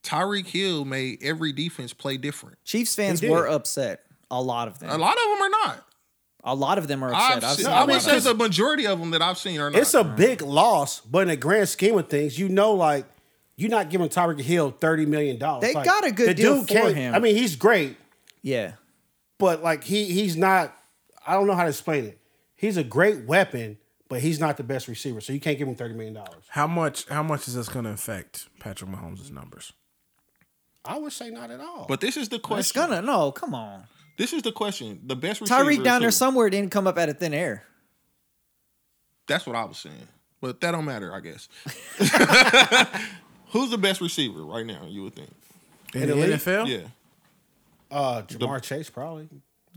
Speaker 3: Tyreek Hill made every defense play different.
Speaker 4: Chiefs fans
Speaker 2: He did.
Speaker 4: were upset. A lot of them.
Speaker 3: A lot of them are not.
Speaker 4: A lot of them are
Speaker 3: I've
Speaker 4: upset. I've
Speaker 3: seen,
Speaker 4: seen
Speaker 3: I
Speaker 4: a
Speaker 3: mean,
Speaker 4: lot of
Speaker 3: it's a majority of them that I've seen are not.
Speaker 2: It's a big loss, but in the grand scheme of things, you know, like you're not giving Tyreek Hill thirty million dollars.
Speaker 4: They
Speaker 2: Like,
Speaker 4: got a good deal for
Speaker 2: can't-
Speaker 4: him.
Speaker 2: I mean, he's great,
Speaker 4: yeah.
Speaker 2: but like he he's not. I don't know how to explain it. He's a great weapon, but he's not the best receiver, so you can't give him thirty million dollars.
Speaker 1: How much? How much is this going to affect Patrick Mahomes' numbers?
Speaker 2: I would say not at all.
Speaker 3: But this is the question.
Speaker 4: It's gonna no. Come on,
Speaker 3: This is the question. The best receiver.
Speaker 4: Tyreek down there
Speaker 3: is who?
Speaker 4: somewhere didn't come up out of thin air.
Speaker 3: That's what I was saying. But that don't matter, I guess. Who's the best receiver right now? You would think.
Speaker 1: In,
Speaker 2: In
Speaker 1: the
Speaker 2: the league?
Speaker 1: NFL?
Speaker 3: Yeah.
Speaker 2: uh, Jamar Chase probably.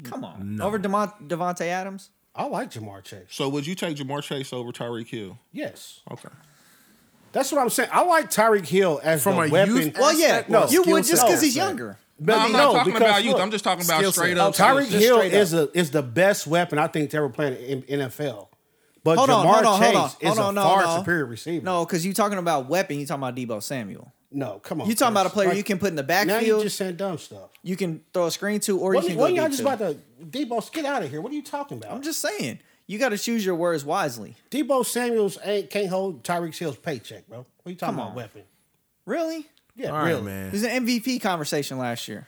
Speaker 4: Come on, over Demont- Devontae Adams.
Speaker 2: I like Jamar Chase.
Speaker 3: So would you take Jamar Chase over Tyreek Hill?
Speaker 2: Yes,
Speaker 3: Okay.
Speaker 2: that's what I'm saying. I like Tyreek Hill as
Speaker 1: From
Speaker 2: the
Speaker 1: a
Speaker 2: weapon.
Speaker 1: youth-
Speaker 4: Well, yeah,
Speaker 1: Aspect- no,
Speaker 4: you would
Speaker 1: skill
Speaker 4: just because
Speaker 1: set.
Speaker 4: he's younger.
Speaker 2: But
Speaker 3: No, I'm
Speaker 2: no,
Speaker 3: not talking
Speaker 2: because
Speaker 3: about youth.
Speaker 2: look,
Speaker 3: I'm just talking about
Speaker 1: skill set.
Speaker 3: straight up.
Speaker 1: Oh,
Speaker 2: Tyreek
Speaker 3: skill set.
Speaker 2: Hill
Speaker 4: straight up.
Speaker 2: is a is the best weapon I think to ever play in the M- NFL. But
Speaker 4: Hold on,
Speaker 2: Jamar
Speaker 4: hold on,
Speaker 2: Chase
Speaker 4: hold on,
Speaker 2: is
Speaker 4: hold on.
Speaker 2: a
Speaker 4: No,
Speaker 2: far
Speaker 4: no.
Speaker 2: superior receiver.
Speaker 4: No, because you talking about weapon. You talking about Debo Samuel.
Speaker 2: no, come on.
Speaker 4: You talking about a
Speaker 2: Chris.
Speaker 4: player
Speaker 2: Like,
Speaker 4: you can put in the
Speaker 2: now you
Speaker 4: backfield.
Speaker 2: just saying dumb stuff.
Speaker 4: you can throw a screen to, or
Speaker 2: What are
Speaker 4: you can
Speaker 2: what are
Speaker 4: go
Speaker 2: y'all
Speaker 4: deep
Speaker 2: just
Speaker 4: to.
Speaker 2: about to Debo? Get out of here. What are you talking about?
Speaker 4: I'm just saying you got to choose your words wisely.
Speaker 2: Debo Samuel's ain't can't hold Tyreek Hill's paycheck, bro. What are you talking
Speaker 4: Come
Speaker 2: about
Speaker 4: on.
Speaker 2: weapon?
Speaker 4: Really?
Speaker 2: Yeah,
Speaker 1: All right,
Speaker 2: really.
Speaker 1: man.
Speaker 4: It was an MVP conversation last year.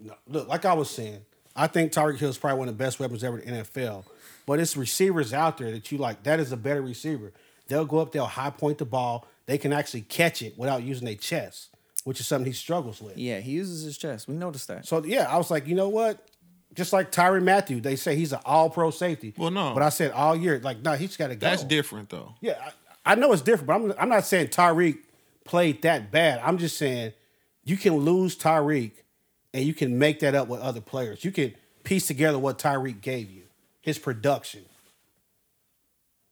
Speaker 2: No, look, like I was saying, I think Tyreek Hill is probably one of the best weapons ever in the NFL. But it's receivers out there that you like. That is a better receiver. They'll go up, they'll high point the ball. They can actually catch it without using their chest, which is something he struggles with.
Speaker 4: Yeah, he uses his chest. We noticed that.
Speaker 2: So yeah, I was like, you know what? Just like Tyron Matthew, they say he's an All-Pro safety.
Speaker 3: Well, no.
Speaker 2: but I said all year, like, no, he's got to go.
Speaker 3: That's different though.
Speaker 2: Yeah, I, I know it's different, but I'm I'm not saying Tyreek played that bad. I'm just saying you can lose Tyreek and you can make that up with other players. You can piece together what Tyreek gave you, his production.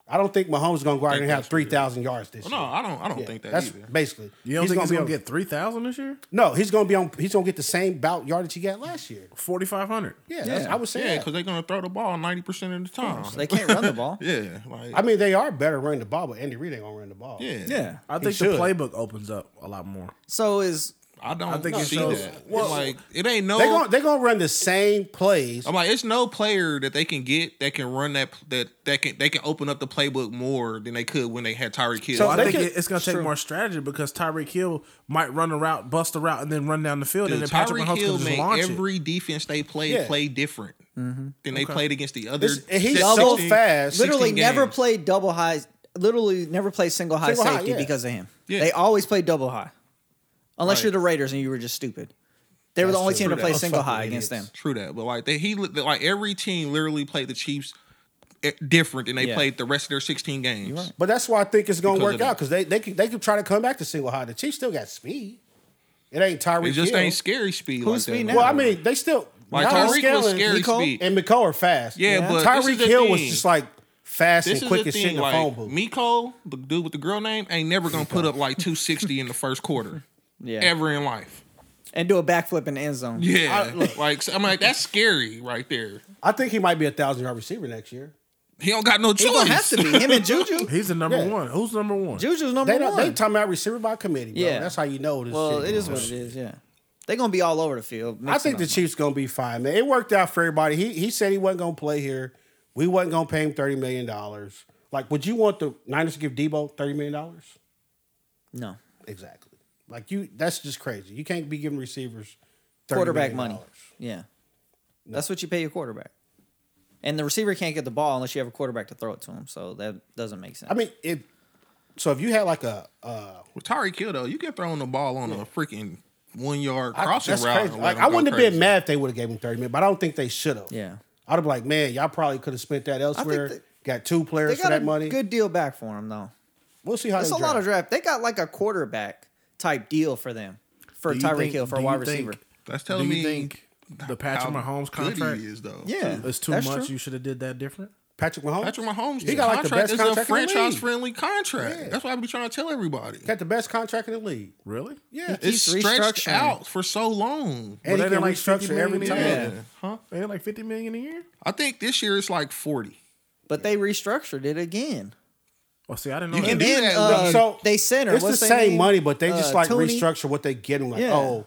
Speaker 2: I don't think Mahomes is gonna go out
Speaker 3: Think
Speaker 2: and have
Speaker 3: that's
Speaker 2: three thousand yards this
Speaker 3: No,
Speaker 2: year.
Speaker 3: I don't. I don't
Speaker 2: Yeah,
Speaker 3: think that
Speaker 2: that's
Speaker 3: either.
Speaker 2: basically.
Speaker 1: You don't think he's
Speaker 2: be
Speaker 1: gonna
Speaker 2: on-
Speaker 1: get three thousand this year?
Speaker 2: No, he's gonna be on. He's gonna get the same bout yardage he got last year.
Speaker 1: Forty five hundred.
Speaker 2: Yeah, that's-
Speaker 4: Yeah.
Speaker 2: I would say.
Speaker 3: Yeah,
Speaker 2: that.
Speaker 3: because they're gonna throw the ball ninety percent of the
Speaker 1: Oh.
Speaker 3: time.
Speaker 4: They can't run the ball.
Speaker 3: yeah, like,
Speaker 2: I mean, they are better running the ball, but Andy Reid ain't gonna run the ball.
Speaker 3: yeah,
Speaker 4: Yeah.
Speaker 1: I think the
Speaker 2: should.
Speaker 1: playbook opens up a lot more.
Speaker 4: So is
Speaker 3: I don't
Speaker 1: I think it
Speaker 3: see
Speaker 1: shows-
Speaker 3: that.
Speaker 1: well-
Speaker 3: like it ain't
Speaker 2: They're
Speaker 3: no.
Speaker 2: gonna, they gonna run the same plays.
Speaker 3: I'm like, it's no player that they can get that can run that that that can they can open up the playbook more than they could when Oh, they had Tyreek Hill.
Speaker 2: So
Speaker 1: I
Speaker 2: They
Speaker 1: think
Speaker 2: can-
Speaker 1: it- it's going to take more strategy because Tyreek Hill might run a route, bust a route, and then run down the field,
Speaker 3: Dude,
Speaker 1: and then Patrick Mahomes
Speaker 3: Tyreek Hill
Speaker 1: can just
Speaker 3: made
Speaker 1: launch it.
Speaker 3: every defense they played
Speaker 2: Yeah.
Speaker 3: play different than they played against the other.
Speaker 2: This- and he's
Speaker 3: that
Speaker 2: so
Speaker 4: double
Speaker 3: 16
Speaker 2: fast.
Speaker 4: literally
Speaker 3: 16
Speaker 4: never
Speaker 3: games.
Speaker 4: played double high. Literally never played single high
Speaker 2: Single high,
Speaker 4: safety
Speaker 2: yeah.
Speaker 4: because of him.
Speaker 3: Yeah.
Speaker 4: They always played double high, unless
Speaker 3: Right.
Speaker 4: you're the Raiders and you were just stupid. They were the
Speaker 2: That's
Speaker 4: only
Speaker 2: true.
Speaker 4: team to
Speaker 2: True
Speaker 4: play
Speaker 2: that.
Speaker 4: single
Speaker 2: Fucking
Speaker 4: high against them.
Speaker 2: idiots.
Speaker 3: True that, but like they, he like every team literally played the Chiefs eh, different than they
Speaker 4: Yeah.
Speaker 3: played the rest of their 16 games.
Speaker 2: But that's why I think it's gonna
Speaker 3: Because of
Speaker 2: work
Speaker 3: that.
Speaker 2: out because they they can they can try to come back to single high. The Chiefs still got speed. It ain't Tyreek.
Speaker 3: It just
Speaker 2: Hill.
Speaker 3: ain't scary speed. like
Speaker 4: Who's
Speaker 3: that
Speaker 4: speed
Speaker 3: no
Speaker 4: now?
Speaker 2: Well,
Speaker 3: more.
Speaker 2: I mean, they still
Speaker 3: like
Speaker 2: Niall
Speaker 3: Tyreek was
Speaker 2: Scanlon
Speaker 3: scary
Speaker 4: Nico?
Speaker 3: speed.
Speaker 2: and McCall are fast.
Speaker 3: Yeah,
Speaker 4: Yeah.
Speaker 3: but this is
Speaker 2: Tyreek
Speaker 3: the
Speaker 2: Hill was
Speaker 3: thing.
Speaker 2: just like fast and
Speaker 3: This is
Speaker 2: quick
Speaker 3: the
Speaker 2: as shit in
Speaker 3: thing.
Speaker 2: the phone
Speaker 3: Like
Speaker 2: booth.
Speaker 3: Miko, the dude with the girl name, ain't never gonna put up like 260 in the first quarter,
Speaker 4: Yeah,
Speaker 3: ever in life.
Speaker 4: and do a backflip in the end zone.
Speaker 3: Yeah, like so I'm like that's scary right there.
Speaker 2: I think he might be a thousand yard receiver next year.
Speaker 3: He don't got no choice.
Speaker 4: He gonna have to be him and Juju.
Speaker 1: He's the number
Speaker 2: Yeah.
Speaker 1: one. Who's number one?
Speaker 4: Juju's number
Speaker 2: They don't, they
Speaker 4: one.
Speaker 2: talking about receiver by committee. Bro.
Speaker 4: Yeah.
Speaker 2: that's how you know this.
Speaker 4: well,
Speaker 2: shit
Speaker 4: it is
Speaker 2: going
Speaker 4: what
Speaker 2: on.
Speaker 4: it is. Yeah, they're gonna be all over the field.
Speaker 2: I think the
Speaker 4: mixing
Speaker 2: Chiefs gonna be fine, man. It worked out for everybody. He he said he wasn't gonna play here. We wasn't gonna pay him thirty million dollars. Like, would you want the Niners to give Debo thirty million dollars?
Speaker 4: them up.
Speaker 2: Exactly. Like you, that's just crazy. You can't be giving receivers
Speaker 4: no
Speaker 2: $30
Speaker 4: quarterback
Speaker 2: million
Speaker 4: money.
Speaker 2: dollars.
Speaker 4: Yeah, that's what you pay your quarterback. And the receiver can't get the ball unless you have a quarterback to throw it to him. So that doesn't make sense.
Speaker 2: I mean, if so, if you had like a uh,
Speaker 3: With Tyreek Hill though, you get thrown the ball on a freaking one yard
Speaker 2: I,
Speaker 3: crossing
Speaker 2: that's
Speaker 3: route.
Speaker 2: crazy.
Speaker 3: and let
Speaker 2: Like,
Speaker 3: him
Speaker 2: I
Speaker 3: go
Speaker 2: wouldn't have
Speaker 3: crazy.
Speaker 2: been mad if they would have gave him thirty million, but I don't think they should have.
Speaker 4: Yeah.
Speaker 2: I'd have like, man, y'all probably could have spent that elsewhere.
Speaker 4: they-
Speaker 2: got two
Speaker 4: they
Speaker 2: players
Speaker 4: got
Speaker 2: for that
Speaker 4: a
Speaker 2: money.
Speaker 4: good deal back for him though.
Speaker 2: We'll see how
Speaker 4: That's
Speaker 2: they
Speaker 4: a lot of
Speaker 2: draft.
Speaker 4: draft. They got like a quarterback type deal for them for
Speaker 1: Do you
Speaker 4: Tyreek
Speaker 1: think-
Speaker 4: Hill for a
Speaker 1: do
Speaker 4: wide
Speaker 1: you think-
Speaker 4: receiver.
Speaker 3: That's
Speaker 1: Do
Speaker 3: telling
Speaker 1: you
Speaker 3: me
Speaker 1: think the Patrick
Speaker 3: how
Speaker 1: Mahomes
Speaker 3: good
Speaker 1: contract
Speaker 3: he is though.
Speaker 4: Yeah,
Speaker 1: is too
Speaker 4: that's
Speaker 1: much?
Speaker 4: true.
Speaker 1: You should have did that different.
Speaker 2: Patrick Mahomes.
Speaker 3: Patrick Mahomes,
Speaker 2: He got like the
Speaker 3: contract
Speaker 2: best
Speaker 3: is a
Speaker 2: contract in the league.
Speaker 3: franchise friendly contract. That's what I be trying to tell everybody.
Speaker 2: Got the best contract in the league.
Speaker 1: Really?
Speaker 2: Yeah,
Speaker 3: It's
Speaker 4: He's
Speaker 3: stretched
Speaker 4: restructuring.
Speaker 3: out for so
Speaker 2: and
Speaker 3: long.
Speaker 1: Well,
Speaker 2: he
Speaker 1: they
Speaker 2: can
Speaker 1: didn't like
Speaker 2: restructure
Speaker 1: 50
Speaker 2: every
Speaker 1: million
Speaker 2: time.
Speaker 1: either.
Speaker 4: Yeah.
Speaker 3: Huh?
Speaker 1: They had like fifty million a year.
Speaker 3: I think this year it's like 40.
Speaker 4: But they restructured it again.
Speaker 1: Oh, see, I didn't know.
Speaker 3: You
Speaker 1: that.
Speaker 3: can
Speaker 4: And
Speaker 3: do
Speaker 4: then
Speaker 3: that,
Speaker 4: uh,
Speaker 3: Lee.
Speaker 2: So
Speaker 4: they sent her.
Speaker 2: It's
Speaker 4: What's
Speaker 2: the
Speaker 4: their
Speaker 2: same
Speaker 4: name?
Speaker 2: money, but they
Speaker 4: Uh,
Speaker 2: just like
Speaker 4: Tooney?
Speaker 2: restructure what they get them like
Speaker 4: Yeah.
Speaker 2: oh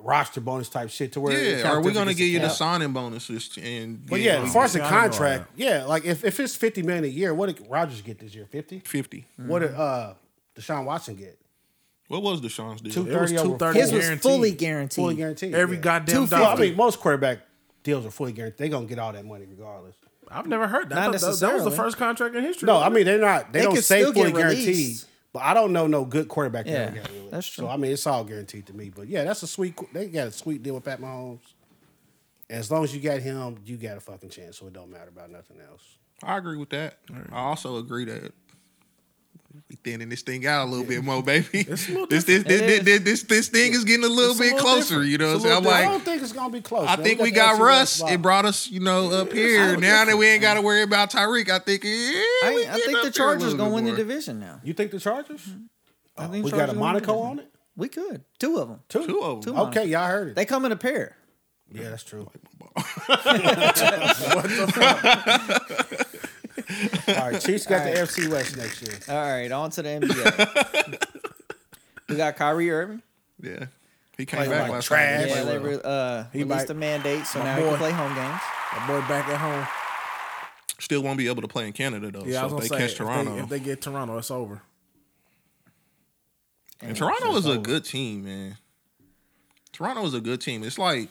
Speaker 2: roster bonus type shit to where it
Speaker 3: Yeah,
Speaker 2: kinda
Speaker 3: are we
Speaker 2: different
Speaker 3: gonna
Speaker 2: against
Speaker 3: give you the
Speaker 2: cap.
Speaker 3: signing bonuses t- and
Speaker 2: But
Speaker 3: get,
Speaker 2: yeah,
Speaker 3: like,
Speaker 2: as far as the
Speaker 1: Yeah, I know all
Speaker 2: contract, yeah, like if, if it's fifty million a year, what did Rogers get this year? Fifty.
Speaker 3: 50.
Speaker 2: What
Speaker 4: Mm-hmm.
Speaker 2: did uh, Deshaun Watson get?
Speaker 3: What was Deshaun's deal?
Speaker 2: Two
Speaker 1: It was
Speaker 2: thirty over
Speaker 1: two thirty.
Speaker 4: His
Speaker 2: four.
Speaker 4: was
Speaker 1: guaranteed.
Speaker 4: fully guaranteed.
Speaker 2: fully guaranteed.
Speaker 1: Every
Speaker 2: yeah.
Speaker 1: goddamn
Speaker 4: Two
Speaker 2: Well, I
Speaker 1: dollar.
Speaker 2: mean, most quarterback deals are fully guaranteed. They're gonna get all that money regardless.
Speaker 1: I've never heard that. I
Speaker 4: Not
Speaker 1: thought That, that was the
Speaker 4: necessarily.
Speaker 1: first contract in history.
Speaker 2: No, I mean they're not. They,
Speaker 4: They
Speaker 2: don't
Speaker 4: could
Speaker 2: say
Speaker 4: still get
Speaker 2: fully guaranteed.
Speaker 4: released.
Speaker 2: But I don't know no good quarterback that
Speaker 4: Yeah,
Speaker 2: ever got released.
Speaker 4: that's true.
Speaker 2: So I mean, it's all guaranteed to me. But yeah, that's a sweet. They got a sweet deal with Pat Mahomes. As long as you got him, you got a fucking chance. So it don't matter about nothing else.
Speaker 3: I agree with that. I also agree that we thinning this thing out a little bit more, baby.
Speaker 1: a little
Speaker 3: this, this, this,
Speaker 4: It
Speaker 3: this,
Speaker 4: is.
Speaker 3: this, this, thing is getting a little
Speaker 1: It's a
Speaker 3: bit
Speaker 1: little
Speaker 3: closer.
Speaker 1: different.
Speaker 3: You know
Speaker 1: It's
Speaker 3: what
Speaker 1: a
Speaker 3: I'm saying?
Speaker 1: little
Speaker 2: I
Speaker 3: I'm
Speaker 2: don't
Speaker 3: like,
Speaker 2: think it's gonna be close.
Speaker 3: I
Speaker 2: man.
Speaker 3: think we got
Speaker 2: the AFC West
Speaker 3: Russ. It
Speaker 2: locked.
Speaker 3: brought us, you know, up here.
Speaker 1: little
Speaker 3: Now that we ain't got to worry about Tyreek, I think. eh,
Speaker 4: I,
Speaker 3: we
Speaker 4: I
Speaker 3: getting
Speaker 4: think
Speaker 3: up
Speaker 4: the
Speaker 3: there a
Speaker 4: Chargers
Speaker 3: little
Speaker 4: gonna
Speaker 3: bit
Speaker 4: win the
Speaker 3: more.
Speaker 4: division now.
Speaker 2: You think the Chargers?
Speaker 4: I think
Speaker 2: We
Speaker 4: Chargers
Speaker 2: got a
Speaker 4: gonna win the
Speaker 2: Monaco
Speaker 4: division.
Speaker 2: on it.
Speaker 4: We could two of them.
Speaker 3: Two of
Speaker 4: Two
Speaker 3: them.
Speaker 4: Monaco.
Speaker 2: Okay, y'all heard it.
Speaker 4: They come in a pair.
Speaker 2: yeah, that's true. All right, Chiefs got the AFC West next year.
Speaker 4: All right, on to the NBA. we got Kyrie Irving.
Speaker 3: Yeah. He came
Speaker 2: Playing
Speaker 3: back
Speaker 2: like
Speaker 3: last
Speaker 2: trash.
Speaker 3: night.
Speaker 4: Yeah, they
Speaker 2: well.
Speaker 4: re- uh, released
Speaker 1: might-
Speaker 4: the mandate, so
Speaker 1: my
Speaker 4: now he
Speaker 1: boy.
Speaker 4: can play home games.
Speaker 1: my boy back at home.
Speaker 3: Still won't be able to play in Canada, though.
Speaker 1: Yeah,
Speaker 3: so
Speaker 1: I was
Speaker 3: if they
Speaker 1: gonna
Speaker 3: catch
Speaker 1: say
Speaker 3: Toronto.
Speaker 1: If, they, if they get Toronto, it's over.
Speaker 3: And Toronto is a good team, man. Toronto is a good team. It's like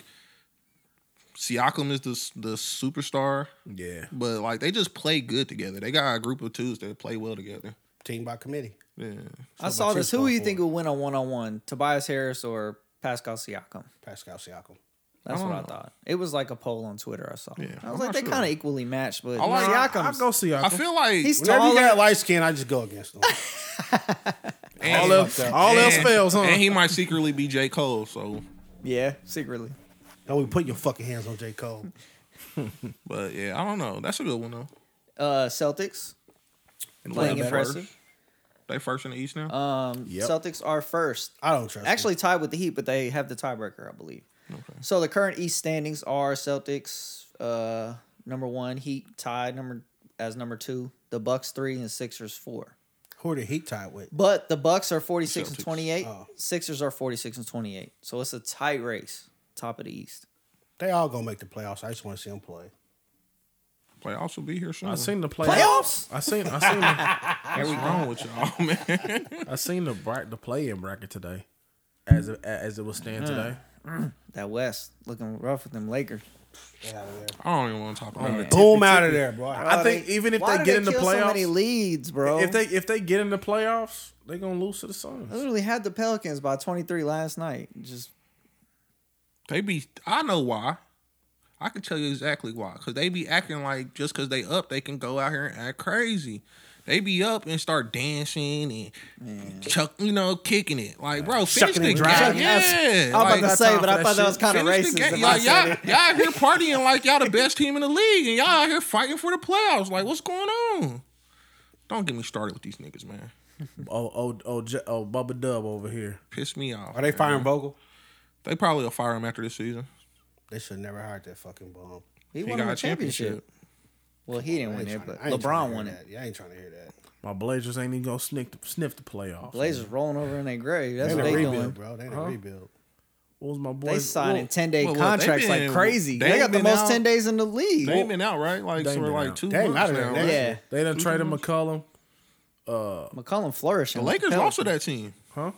Speaker 3: Siakam is the the superstar,
Speaker 1: Yeah,
Speaker 3: but like they just play good together. They got a group of twos that play well together.
Speaker 2: Team by committee.
Speaker 3: Yeah,
Speaker 4: I saw this.
Speaker 2: Batismo
Speaker 4: Who do you
Speaker 2: for
Speaker 4: think will win on one on one? Tobias Harris or Pascal Siakam?
Speaker 2: Pascal Siakam.
Speaker 4: That's
Speaker 3: don't
Speaker 4: what I
Speaker 3: know.
Speaker 4: thought. It was like a poll on Twitter I saw. I
Speaker 3: I'm
Speaker 4: was like,
Speaker 3: not
Speaker 4: they
Speaker 3: sure.
Speaker 4: kind of equally matched, but
Speaker 3: like- I-
Speaker 1: I
Speaker 4: Siakam's
Speaker 1: go see
Speaker 3: I feel like
Speaker 4: he's
Speaker 2: Whenever you
Speaker 4: taller.
Speaker 2: got light skin, I just go against them.
Speaker 3: and,
Speaker 1: all else,
Speaker 2: fucked up.
Speaker 1: all else
Speaker 3: and-
Speaker 1: fails, huh?
Speaker 3: And he might secretly be J Cole. So,
Speaker 4: Yeah, secretly.
Speaker 2: Don't we put your fucking hands on J. Cole.
Speaker 3: but yeah, I don't know. That's a good one though.
Speaker 4: Uh, Celtics.
Speaker 3: And
Speaker 4: Playing
Speaker 3: Atlanta first.
Speaker 4: impressive.
Speaker 3: They first in the East now.
Speaker 1: Uh, Yep.
Speaker 4: Um, Celtics are first.
Speaker 2: I don't trust.
Speaker 4: Actually tied with the Heat, but they have the tiebreaker, I believe. So the current East standings are Celtics uh, number one, Heat tied number as number two, the Bucks three, and Sixers four.
Speaker 2: them. who are the Heat tied with?
Speaker 4: But the Bucks are forty six and
Speaker 3: Celtics.
Speaker 4: twenty eight.
Speaker 2: Oh.
Speaker 4: Sixers are forty six and twenty eight. So it's a tight race, top of the East.
Speaker 2: They all gonna make the playoffs. I just want to see them play.
Speaker 3: Playoffs will be here soon.
Speaker 1: I seen the playoffs.
Speaker 4: Playoffs?
Speaker 1: I seen I seen the,
Speaker 3: What's wrong with y'all, man?
Speaker 1: I seen the bra- the play in bracket today, as it, as it was stand today.
Speaker 4: That West looking rough with them Lakers.
Speaker 2: Get out of there.
Speaker 3: I don't even want to talk about it.
Speaker 2: Boom out of there, boy.
Speaker 1: I think even if
Speaker 4: Why
Speaker 1: they
Speaker 4: do
Speaker 1: get in the
Speaker 4: kill so many
Speaker 1: playoffs,
Speaker 4: leads, bro.
Speaker 1: if they if they get in the playoffs, they gonna lose to the Suns.
Speaker 4: literally had the Pelicans by twenty three last night, just
Speaker 3: They be. I know why. I can tell you exactly why. Cause they be acting like just cause they up, they can go out here and act crazy. They be up and start dancing and chuck, you know, kicking it. Like, bro, finish
Speaker 2: Shucking
Speaker 3: the
Speaker 2: and
Speaker 3: game.
Speaker 2: driving.
Speaker 3: Yeah,
Speaker 4: I was
Speaker 3: like,
Speaker 4: about to say,
Speaker 1: time for
Speaker 4: but I
Speaker 1: that
Speaker 4: thought that
Speaker 1: shit.
Speaker 4: was kind of
Speaker 3: finish
Speaker 4: racist.
Speaker 3: the game.
Speaker 4: if I
Speaker 3: Y'all,
Speaker 4: said
Speaker 3: y'all,
Speaker 4: it.
Speaker 3: y'all out here partying like y'all the best team in the league, and y'all out here fighting for the playoffs. Like, what's going on? Don't get me started with these niggas, man.
Speaker 1: Oh oh oh J- oh Bubba Dub over here.
Speaker 3: Piss me off.
Speaker 2: Are they
Speaker 3: man.
Speaker 2: firing Vogel?
Speaker 3: They probably will fire him after this season.
Speaker 2: They should never hired that fucking bum.
Speaker 4: He
Speaker 3: He
Speaker 4: won
Speaker 3: got
Speaker 4: him
Speaker 3: a championship.
Speaker 4: Well, he didn't
Speaker 2: I
Speaker 4: win
Speaker 2: ain't
Speaker 4: it,
Speaker 2: tryna-
Speaker 4: but
Speaker 2: I ain't tryna
Speaker 4: LeBron
Speaker 2: hear
Speaker 4: won it.
Speaker 2: that. Yeah, I ain't trying to hear that.
Speaker 1: My Blazers ain't even gonna sniff the, sniff the playoffs.
Speaker 4: Blazers rolling over in their grave.
Speaker 2: They
Speaker 4: That's what
Speaker 2: in
Speaker 4: they
Speaker 2: a rebuild,
Speaker 4: doing.
Speaker 2: bro. They in
Speaker 4: Uh-huh.
Speaker 2: a rebuild.
Speaker 1: What was my boy?
Speaker 4: They signing ten day
Speaker 3: well, well, they
Speaker 4: contracts
Speaker 3: been-
Speaker 4: like crazy. They,
Speaker 3: they
Speaker 4: got the
Speaker 3: been
Speaker 4: most
Speaker 3: out-
Speaker 4: ten days in the league.
Speaker 3: They ain't been out, right? Like,
Speaker 1: They ain't
Speaker 3: so we're
Speaker 1: been
Speaker 3: like
Speaker 1: out.
Speaker 3: two
Speaker 2: They ain't
Speaker 3: months
Speaker 2: out of there.
Speaker 3: now,
Speaker 2: They-
Speaker 3: right?
Speaker 4: yeah,
Speaker 1: They done traded McCollum,
Speaker 4: McCollum flourishing.
Speaker 3: The
Speaker 4: with
Speaker 3: Lakers
Speaker 4: Pelicans.
Speaker 3: lost to that team.
Speaker 1: huh?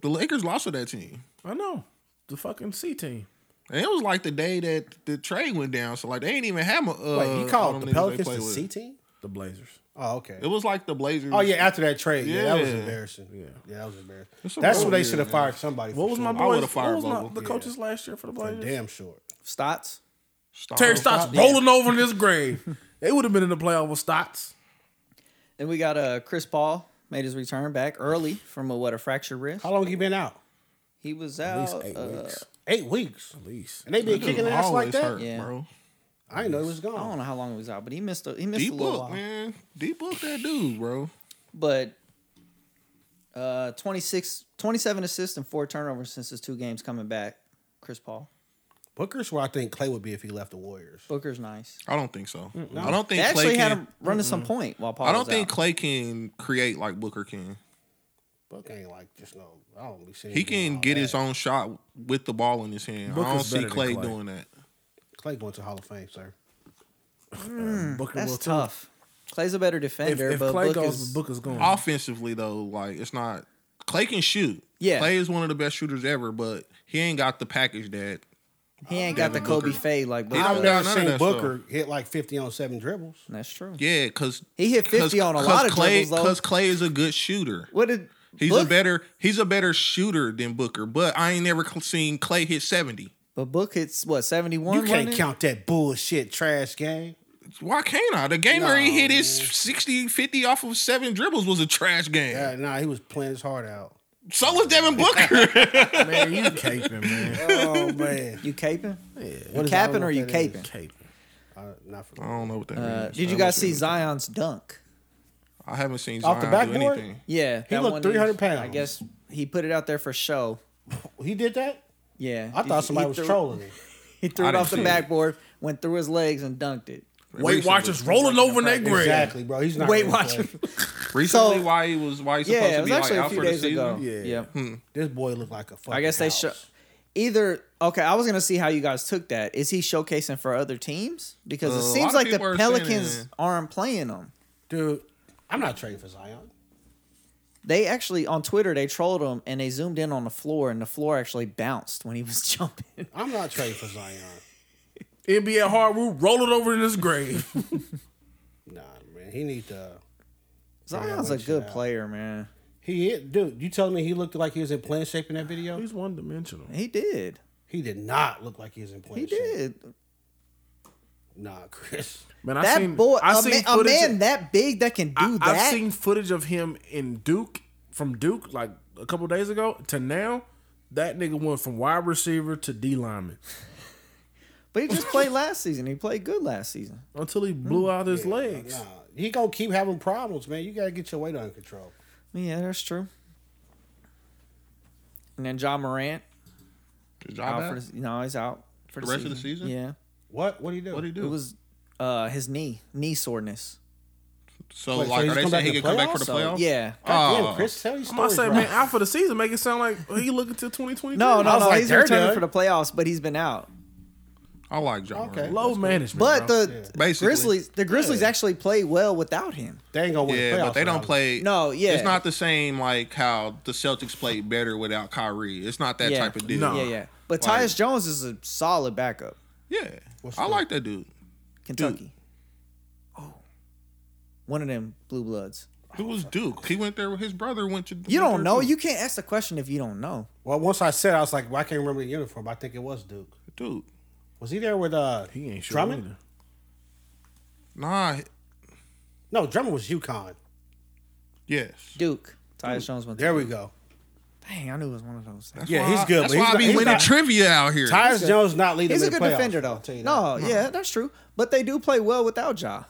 Speaker 3: The Lakers lost to that team.
Speaker 1: I know the fucking C team.
Speaker 3: And it was like the day that the trade went down. So like they ain't even have a uh,
Speaker 2: Wait, you
Speaker 3: all
Speaker 2: called
Speaker 3: them
Speaker 2: the
Speaker 3: niggas they
Speaker 2: Pelicans
Speaker 3: play
Speaker 2: the
Speaker 3: with.
Speaker 2: C team?
Speaker 1: The Blazers.
Speaker 2: Oh, okay.
Speaker 3: It was like the Blazers.
Speaker 2: Oh yeah, after that trade, yeah, that was
Speaker 3: Yeah.
Speaker 2: embarrassing. Yeah, that was
Speaker 3: It's
Speaker 2: embarrassing.
Speaker 3: a
Speaker 2: That's
Speaker 3: roll
Speaker 2: what they
Speaker 3: here,
Speaker 2: should have
Speaker 3: man.
Speaker 2: fired somebody.
Speaker 1: What was my
Speaker 3: sure. I
Speaker 1: boy?
Speaker 3: would've
Speaker 1: What
Speaker 3: fired
Speaker 1: was my,
Speaker 3: Vogel.
Speaker 1: the
Speaker 3: Yeah.
Speaker 1: coaches last year for the Blazers?
Speaker 2: Damn short.
Speaker 4: Stotts.
Speaker 3: Stop.
Speaker 1: Terry Stotts rolling over in his grave. They would have been in the playoff with Stotts.
Speaker 4: Then we got uh Chris Paul made his return back early from a what a fractured wrist.
Speaker 2: How long he been out?
Speaker 4: He was
Speaker 1: At
Speaker 4: out.
Speaker 1: least eight
Speaker 4: uh,
Speaker 1: weeks.
Speaker 2: Eight weeks,
Speaker 1: At least.
Speaker 2: and they been kicking ass like that.
Speaker 3: Hurt,
Speaker 4: Yeah.
Speaker 3: bro.
Speaker 2: I didn't know he was
Speaker 4: I don't
Speaker 2: gone.
Speaker 4: know how long he was out, but he missed a he missed
Speaker 3: D
Speaker 4: a little
Speaker 3: book,
Speaker 4: while.
Speaker 3: man. D book that dude, bro.
Speaker 4: but uh 26 27 assists and four turnovers since his two games coming back chris paul
Speaker 2: Booker's where I think Clay would be if he left the Warriors.
Speaker 4: booker's nice
Speaker 3: I don't think so. I don't
Speaker 4: they
Speaker 3: think
Speaker 4: actually
Speaker 3: Clay
Speaker 4: had
Speaker 3: can.
Speaker 4: him running some point while paul
Speaker 3: I don't think
Speaker 4: out.
Speaker 3: Clay can create like Booker can.
Speaker 2: Booker ain't like just no. I don't be seeing.
Speaker 3: He
Speaker 2: him doing
Speaker 3: can
Speaker 2: all
Speaker 3: get
Speaker 2: that.
Speaker 3: his own shot with the ball in his hand. I
Speaker 1: Booker's
Speaker 3: don't see
Speaker 1: better than
Speaker 3: Clay,
Speaker 1: Clay.
Speaker 3: doing that.
Speaker 2: Clay going to Hall of Fame, sir.
Speaker 1: Booker
Speaker 4: hmm, that's
Speaker 1: will too.
Speaker 4: tough clay's a better
Speaker 1: If,
Speaker 4: defender
Speaker 1: if
Speaker 4: but
Speaker 1: Clay
Speaker 4: Book
Speaker 1: goes,
Speaker 4: is-
Speaker 1: Booker's going.
Speaker 3: Offensively though, like it's not Clay can shoot.
Speaker 4: Yeah.
Speaker 3: Clay is one of the best shooters ever, but he ain't got the package that
Speaker 4: he ain't got the kobe fade like
Speaker 3: don't
Speaker 4: Booker.
Speaker 2: I've
Speaker 3: got
Speaker 2: never
Speaker 3: none of
Speaker 2: seen
Speaker 3: that
Speaker 2: Booker hit like fifty on seven dribbles.
Speaker 4: that's true
Speaker 3: yeah, because
Speaker 4: He hit 50 on a lot of
Speaker 3: Clay,
Speaker 4: dribbles, though.
Speaker 3: Because Clay is a good shooter.
Speaker 4: what did
Speaker 3: He's
Speaker 4: Book-
Speaker 3: a better he's a better shooter than Booker, but I ain't never cl- seen Clay hit seventy.
Speaker 4: but book hits what 71
Speaker 2: You can't
Speaker 4: running?
Speaker 2: count that bullshit trash game.
Speaker 3: Why can't I? The game where he
Speaker 2: No,
Speaker 3: hit his 60, 50 off of seven dribbles was a trash game.
Speaker 2: Yeah, Uh, nah, he was playing his heart out.
Speaker 3: So was Devin Booker.
Speaker 1: man, you caping, man.
Speaker 2: Oh man,
Speaker 4: you caping
Speaker 2: What
Speaker 4: you
Speaker 2: is- I don't
Speaker 4: capping
Speaker 2: know
Speaker 4: or
Speaker 2: what
Speaker 4: you
Speaker 2: that is.
Speaker 4: caping
Speaker 1: Caping.
Speaker 2: I, Uh, not for
Speaker 3: I don't know what that
Speaker 4: uh,
Speaker 3: means.
Speaker 4: did you
Speaker 3: I'm
Speaker 4: guys
Speaker 3: not
Speaker 4: see
Speaker 3: sure.
Speaker 4: Zion's dunk
Speaker 3: I haven't seen Zion
Speaker 2: Off the
Speaker 3: do
Speaker 2: backboard?
Speaker 3: anything.
Speaker 4: yeah that
Speaker 2: looked
Speaker 4: one
Speaker 2: 300
Speaker 4: I
Speaker 2: pounds.
Speaker 4: guess he put it out there for show
Speaker 2: He did that.
Speaker 4: yeah
Speaker 2: I
Speaker 4: He-
Speaker 2: thought
Speaker 4: he
Speaker 2: somebody was
Speaker 4: threw-
Speaker 2: trolling him.
Speaker 4: He threw
Speaker 3: I
Speaker 4: it
Speaker 3: didn't
Speaker 4: off the
Speaker 3: see it.
Speaker 4: backboard, went through his legs and dunked it.
Speaker 1: Weight
Speaker 3: Recently-
Speaker 1: Watchers rolling over in their grave.
Speaker 2: Exactly, bro. He's not.
Speaker 4: Wait,
Speaker 2: gonna
Speaker 4: watch.
Speaker 2: play.
Speaker 3: Recently,
Speaker 4: So-
Speaker 3: why he was why he's supposed
Speaker 4: Yeah,
Speaker 3: to
Speaker 4: it was
Speaker 3: be like
Speaker 4: actually a
Speaker 3: out
Speaker 4: few
Speaker 3: for the
Speaker 4: days
Speaker 3: season?
Speaker 4: ago.
Speaker 1: Yeah.
Speaker 4: Yeah.
Speaker 2: This boy looked like a fucking.
Speaker 4: I guess they
Speaker 2: house.
Speaker 4: show either okay, I was gonna see how you guys took that. Is he showcasing for other teams? Because
Speaker 3: Uh, a
Speaker 4: it
Speaker 3: lot
Speaker 4: seems
Speaker 3: of
Speaker 4: like the
Speaker 3: people are saying
Speaker 4: Pelicans
Speaker 3: that.
Speaker 4: aren't playing him.
Speaker 2: dude. I'm not trading for Zion.
Speaker 4: They actually on Twitter they trolled him and they zoomed in on the floor and the floor actually bounced when he was jumping.
Speaker 2: I'm not trading for Zion.
Speaker 1: NBA hard root rolling over in his grave.
Speaker 2: Nah, man. He need to.
Speaker 4: Zion's a
Speaker 2: wait,
Speaker 4: good
Speaker 2: yeah.
Speaker 4: player, man.
Speaker 2: He is, dude. You telling me he looked like he was in playing shape in that video?
Speaker 1: He's one dimensional.
Speaker 4: He did.
Speaker 2: He did not look like he was in playing
Speaker 4: He
Speaker 2: shape.
Speaker 4: did.
Speaker 2: Nah, Chris.
Speaker 1: Man, I
Speaker 4: That
Speaker 1: seen,
Speaker 4: boy,
Speaker 1: I
Speaker 4: a
Speaker 1: seen
Speaker 4: man, a
Speaker 1: footage
Speaker 4: man that big that can do
Speaker 1: I,
Speaker 4: that.
Speaker 1: I've seen footage of him in Duke from Duke like a couple days ago to now. That nigga went from wide receiver to D lineman
Speaker 4: but he just played last season. He played good last season.
Speaker 1: until he blew out his
Speaker 2: Nah,
Speaker 1: legs.
Speaker 2: he gonna keep having problems, man. You gotta get your weight under control.
Speaker 4: Yeah, that's true. And then John Morant
Speaker 3: Is Ja
Speaker 4: out
Speaker 3: back?
Speaker 4: for the, no, he's out for
Speaker 3: The rest of the season?
Speaker 4: Yeah,
Speaker 2: What? What do you do?
Speaker 3: what do he
Speaker 4: it
Speaker 3: do?
Speaker 4: was uh his knee knee soreness.
Speaker 3: so
Speaker 2: Wait, so
Speaker 3: like,
Speaker 2: he's
Speaker 3: are they
Speaker 2: come
Speaker 3: saying he
Speaker 2: back
Speaker 3: can
Speaker 2: to
Speaker 3: come back for the
Speaker 4: So
Speaker 3: playoffs?
Speaker 4: yeah,
Speaker 2: God
Speaker 3: Oh.
Speaker 2: damn, Chris, tell your
Speaker 1: I'm about
Speaker 2: story.
Speaker 1: to say,
Speaker 2: bro.
Speaker 1: man, out for the season. Make it sound like he looking till 2020.
Speaker 4: no,
Speaker 2: I
Speaker 4: no,
Speaker 2: was
Speaker 4: no,
Speaker 2: like,
Speaker 4: he's
Speaker 2: they're
Speaker 4: returning
Speaker 2: done.
Speaker 4: for the playoffs, but he's been out.
Speaker 3: I like John.
Speaker 2: Okay.
Speaker 3: Morant.
Speaker 1: low management.
Speaker 4: But
Speaker 1: bro.
Speaker 4: the
Speaker 3: Basically.
Speaker 4: Grizzlies, the Grizzlies actually play well without him.
Speaker 2: they ain't gonna win.
Speaker 3: Yeah,
Speaker 2: the
Speaker 3: but
Speaker 2: playoffs
Speaker 3: they don't
Speaker 2: without him.
Speaker 3: play.
Speaker 4: No, yeah.
Speaker 3: it's not the same like how the Celtics played better without Kyrie. It's not that
Speaker 4: yeah,
Speaker 3: type of deal.
Speaker 1: No.
Speaker 4: Yeah, yeah. But
Speaker 3: Like-
Speaker 4: Tyus Jones is a solid backup.
Speaker 3: Yeah,
Speaker 2: What's
Speaker 3: I
Speaker 2: the-
Speaker 3: like that dude.
Speaker 4: Kentucky. Oh, one of them blue bloods.
Speaker 3: Who was Duke? He went there. with His brother went to.
Speaker 4: You
Speaker 3: went
Speaker 4: don't
Speaker 3: there,
Speaker 4: know.
Speaker 3: too.
Speaker 4: You can't ask the question if you don't know.
Speaker 2: Well, once I said, I was like, well, I can't remember the uniform. I think it was Duke.
Speaker 3: dude.
Speaker 2: Was he there with uh
Speaker 1: he ain't sure
Speaker 2: Drummond?
Speaker 1: either.
Speaker 3: Nah. he-
Speaker 2: No, Drummond was UConn.
Speaker 3: Yes.
Speaker 4: Duke. Tyus Jones went.
Speaker 2: There we go.
Speaker 4: Dang, I knew it was one of those.
Speaker 3: That's
Speaker 2: Yeah,
Speaker 3: why
Speaker 2: he's
Speaker 3: I-
Speaker 2: good,
Speaker 3: That's
Speaker 2: but
Speaker 3: why
Speaker 2: he's
Speaker 3: I be
Speaker 2: not- he's
Speaker 3: winning
Speaker 2: not-
Speaker 3: trivia out here.
Speaker 2: Tyus Jones not leading.
Speaker 4: He's
Speaker 2: them
Speaker 4: a
Speaker 2: in
Speaker 4: good
Speaker 2: the playoffs,
Speaker 4: defender,
Speaker 2: I'll
Speaker 4: though. Uh-huh.
Speaker 2: tell you that.
Speaker 4: No, yeah, that's true. But they do play well without Ja.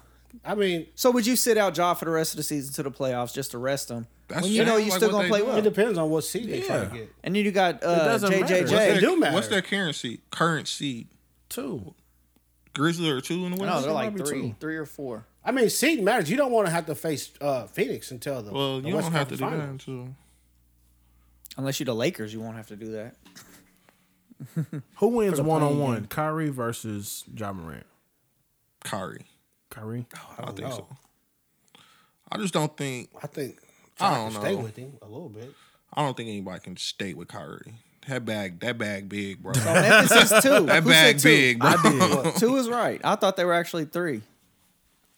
Speaker 2: I mean,
Speaker 4: So would you sit out Ja for the rest of the season to the playoffs just to rest him?
Speaker 3: That's
Speaker 4: when you know
Speaker 3: just
Speaker 4: you
Speaker 3: like
Speaker 4: still
Speaker 3: what
Speaker 4: gonna
Speaker 3: they
Speaker 4: play
Speaker 3: do.
Speaker 4: well.
Speaker 2: it depends on what seed they try
Speaker 1: Yeah.
Speaker 2: to get.
Speaker 4: And then you got uh,
Speaker 1: doesn't matter.
Speaker 2: What's
Speaker 4: JJJ.
Speaker 2: that- do matter.
Speaker 3: What's that currency? Currency.
Speaker 1: Two.
Speaker 3: Grizzly or two in the West?
Speaker 4: No, they're
Speaker 1: It
Speaker 4: like
Speaker 1: might be
Speaker 4: three,
Speaker 1: two.
Speaker 4: three or four.
Speaker 2: I mean, seed matters. You don't want to have to face uh, Phoenix until the
Speaker 3: well,
Speaker 2: the
Speaker 3: you
Speaker 2: West
Speaker 3: don't have to do
Speaker 2: Conference
Speaker 3: that
Speaker 2: Finals.
Speaker 3: until.
Speaker 4: Unless you're the Lakers, you won't have to do that.
Speaker 1: Who wins one on
Speaker 4: playing
Speaker 1: one? Kyrie versus John Morant.
Speaker 3: Kyrie.
Speaker 1: Kyrie.
Speaker 3: I don't think
Speaker 2: know.
Speaker 3: so. I just don't think
Speaker 2: I think
Speaker 3: I
Speaker 2: I
Speaker 3: don't
Speaker 2: can stay
Speaker 3: know.
Speaker 2: with him a little bit.
Speaker 3: I don't think anybody can stay with Kyrie. That bag, that bag big, bro. that
Speaker 4: Memphis is two. Who said
Speaker 3: bag
Speaker 4: two?
Speaker 3: big, bro.
Speaker 4: Two is right. I thought they were actually three.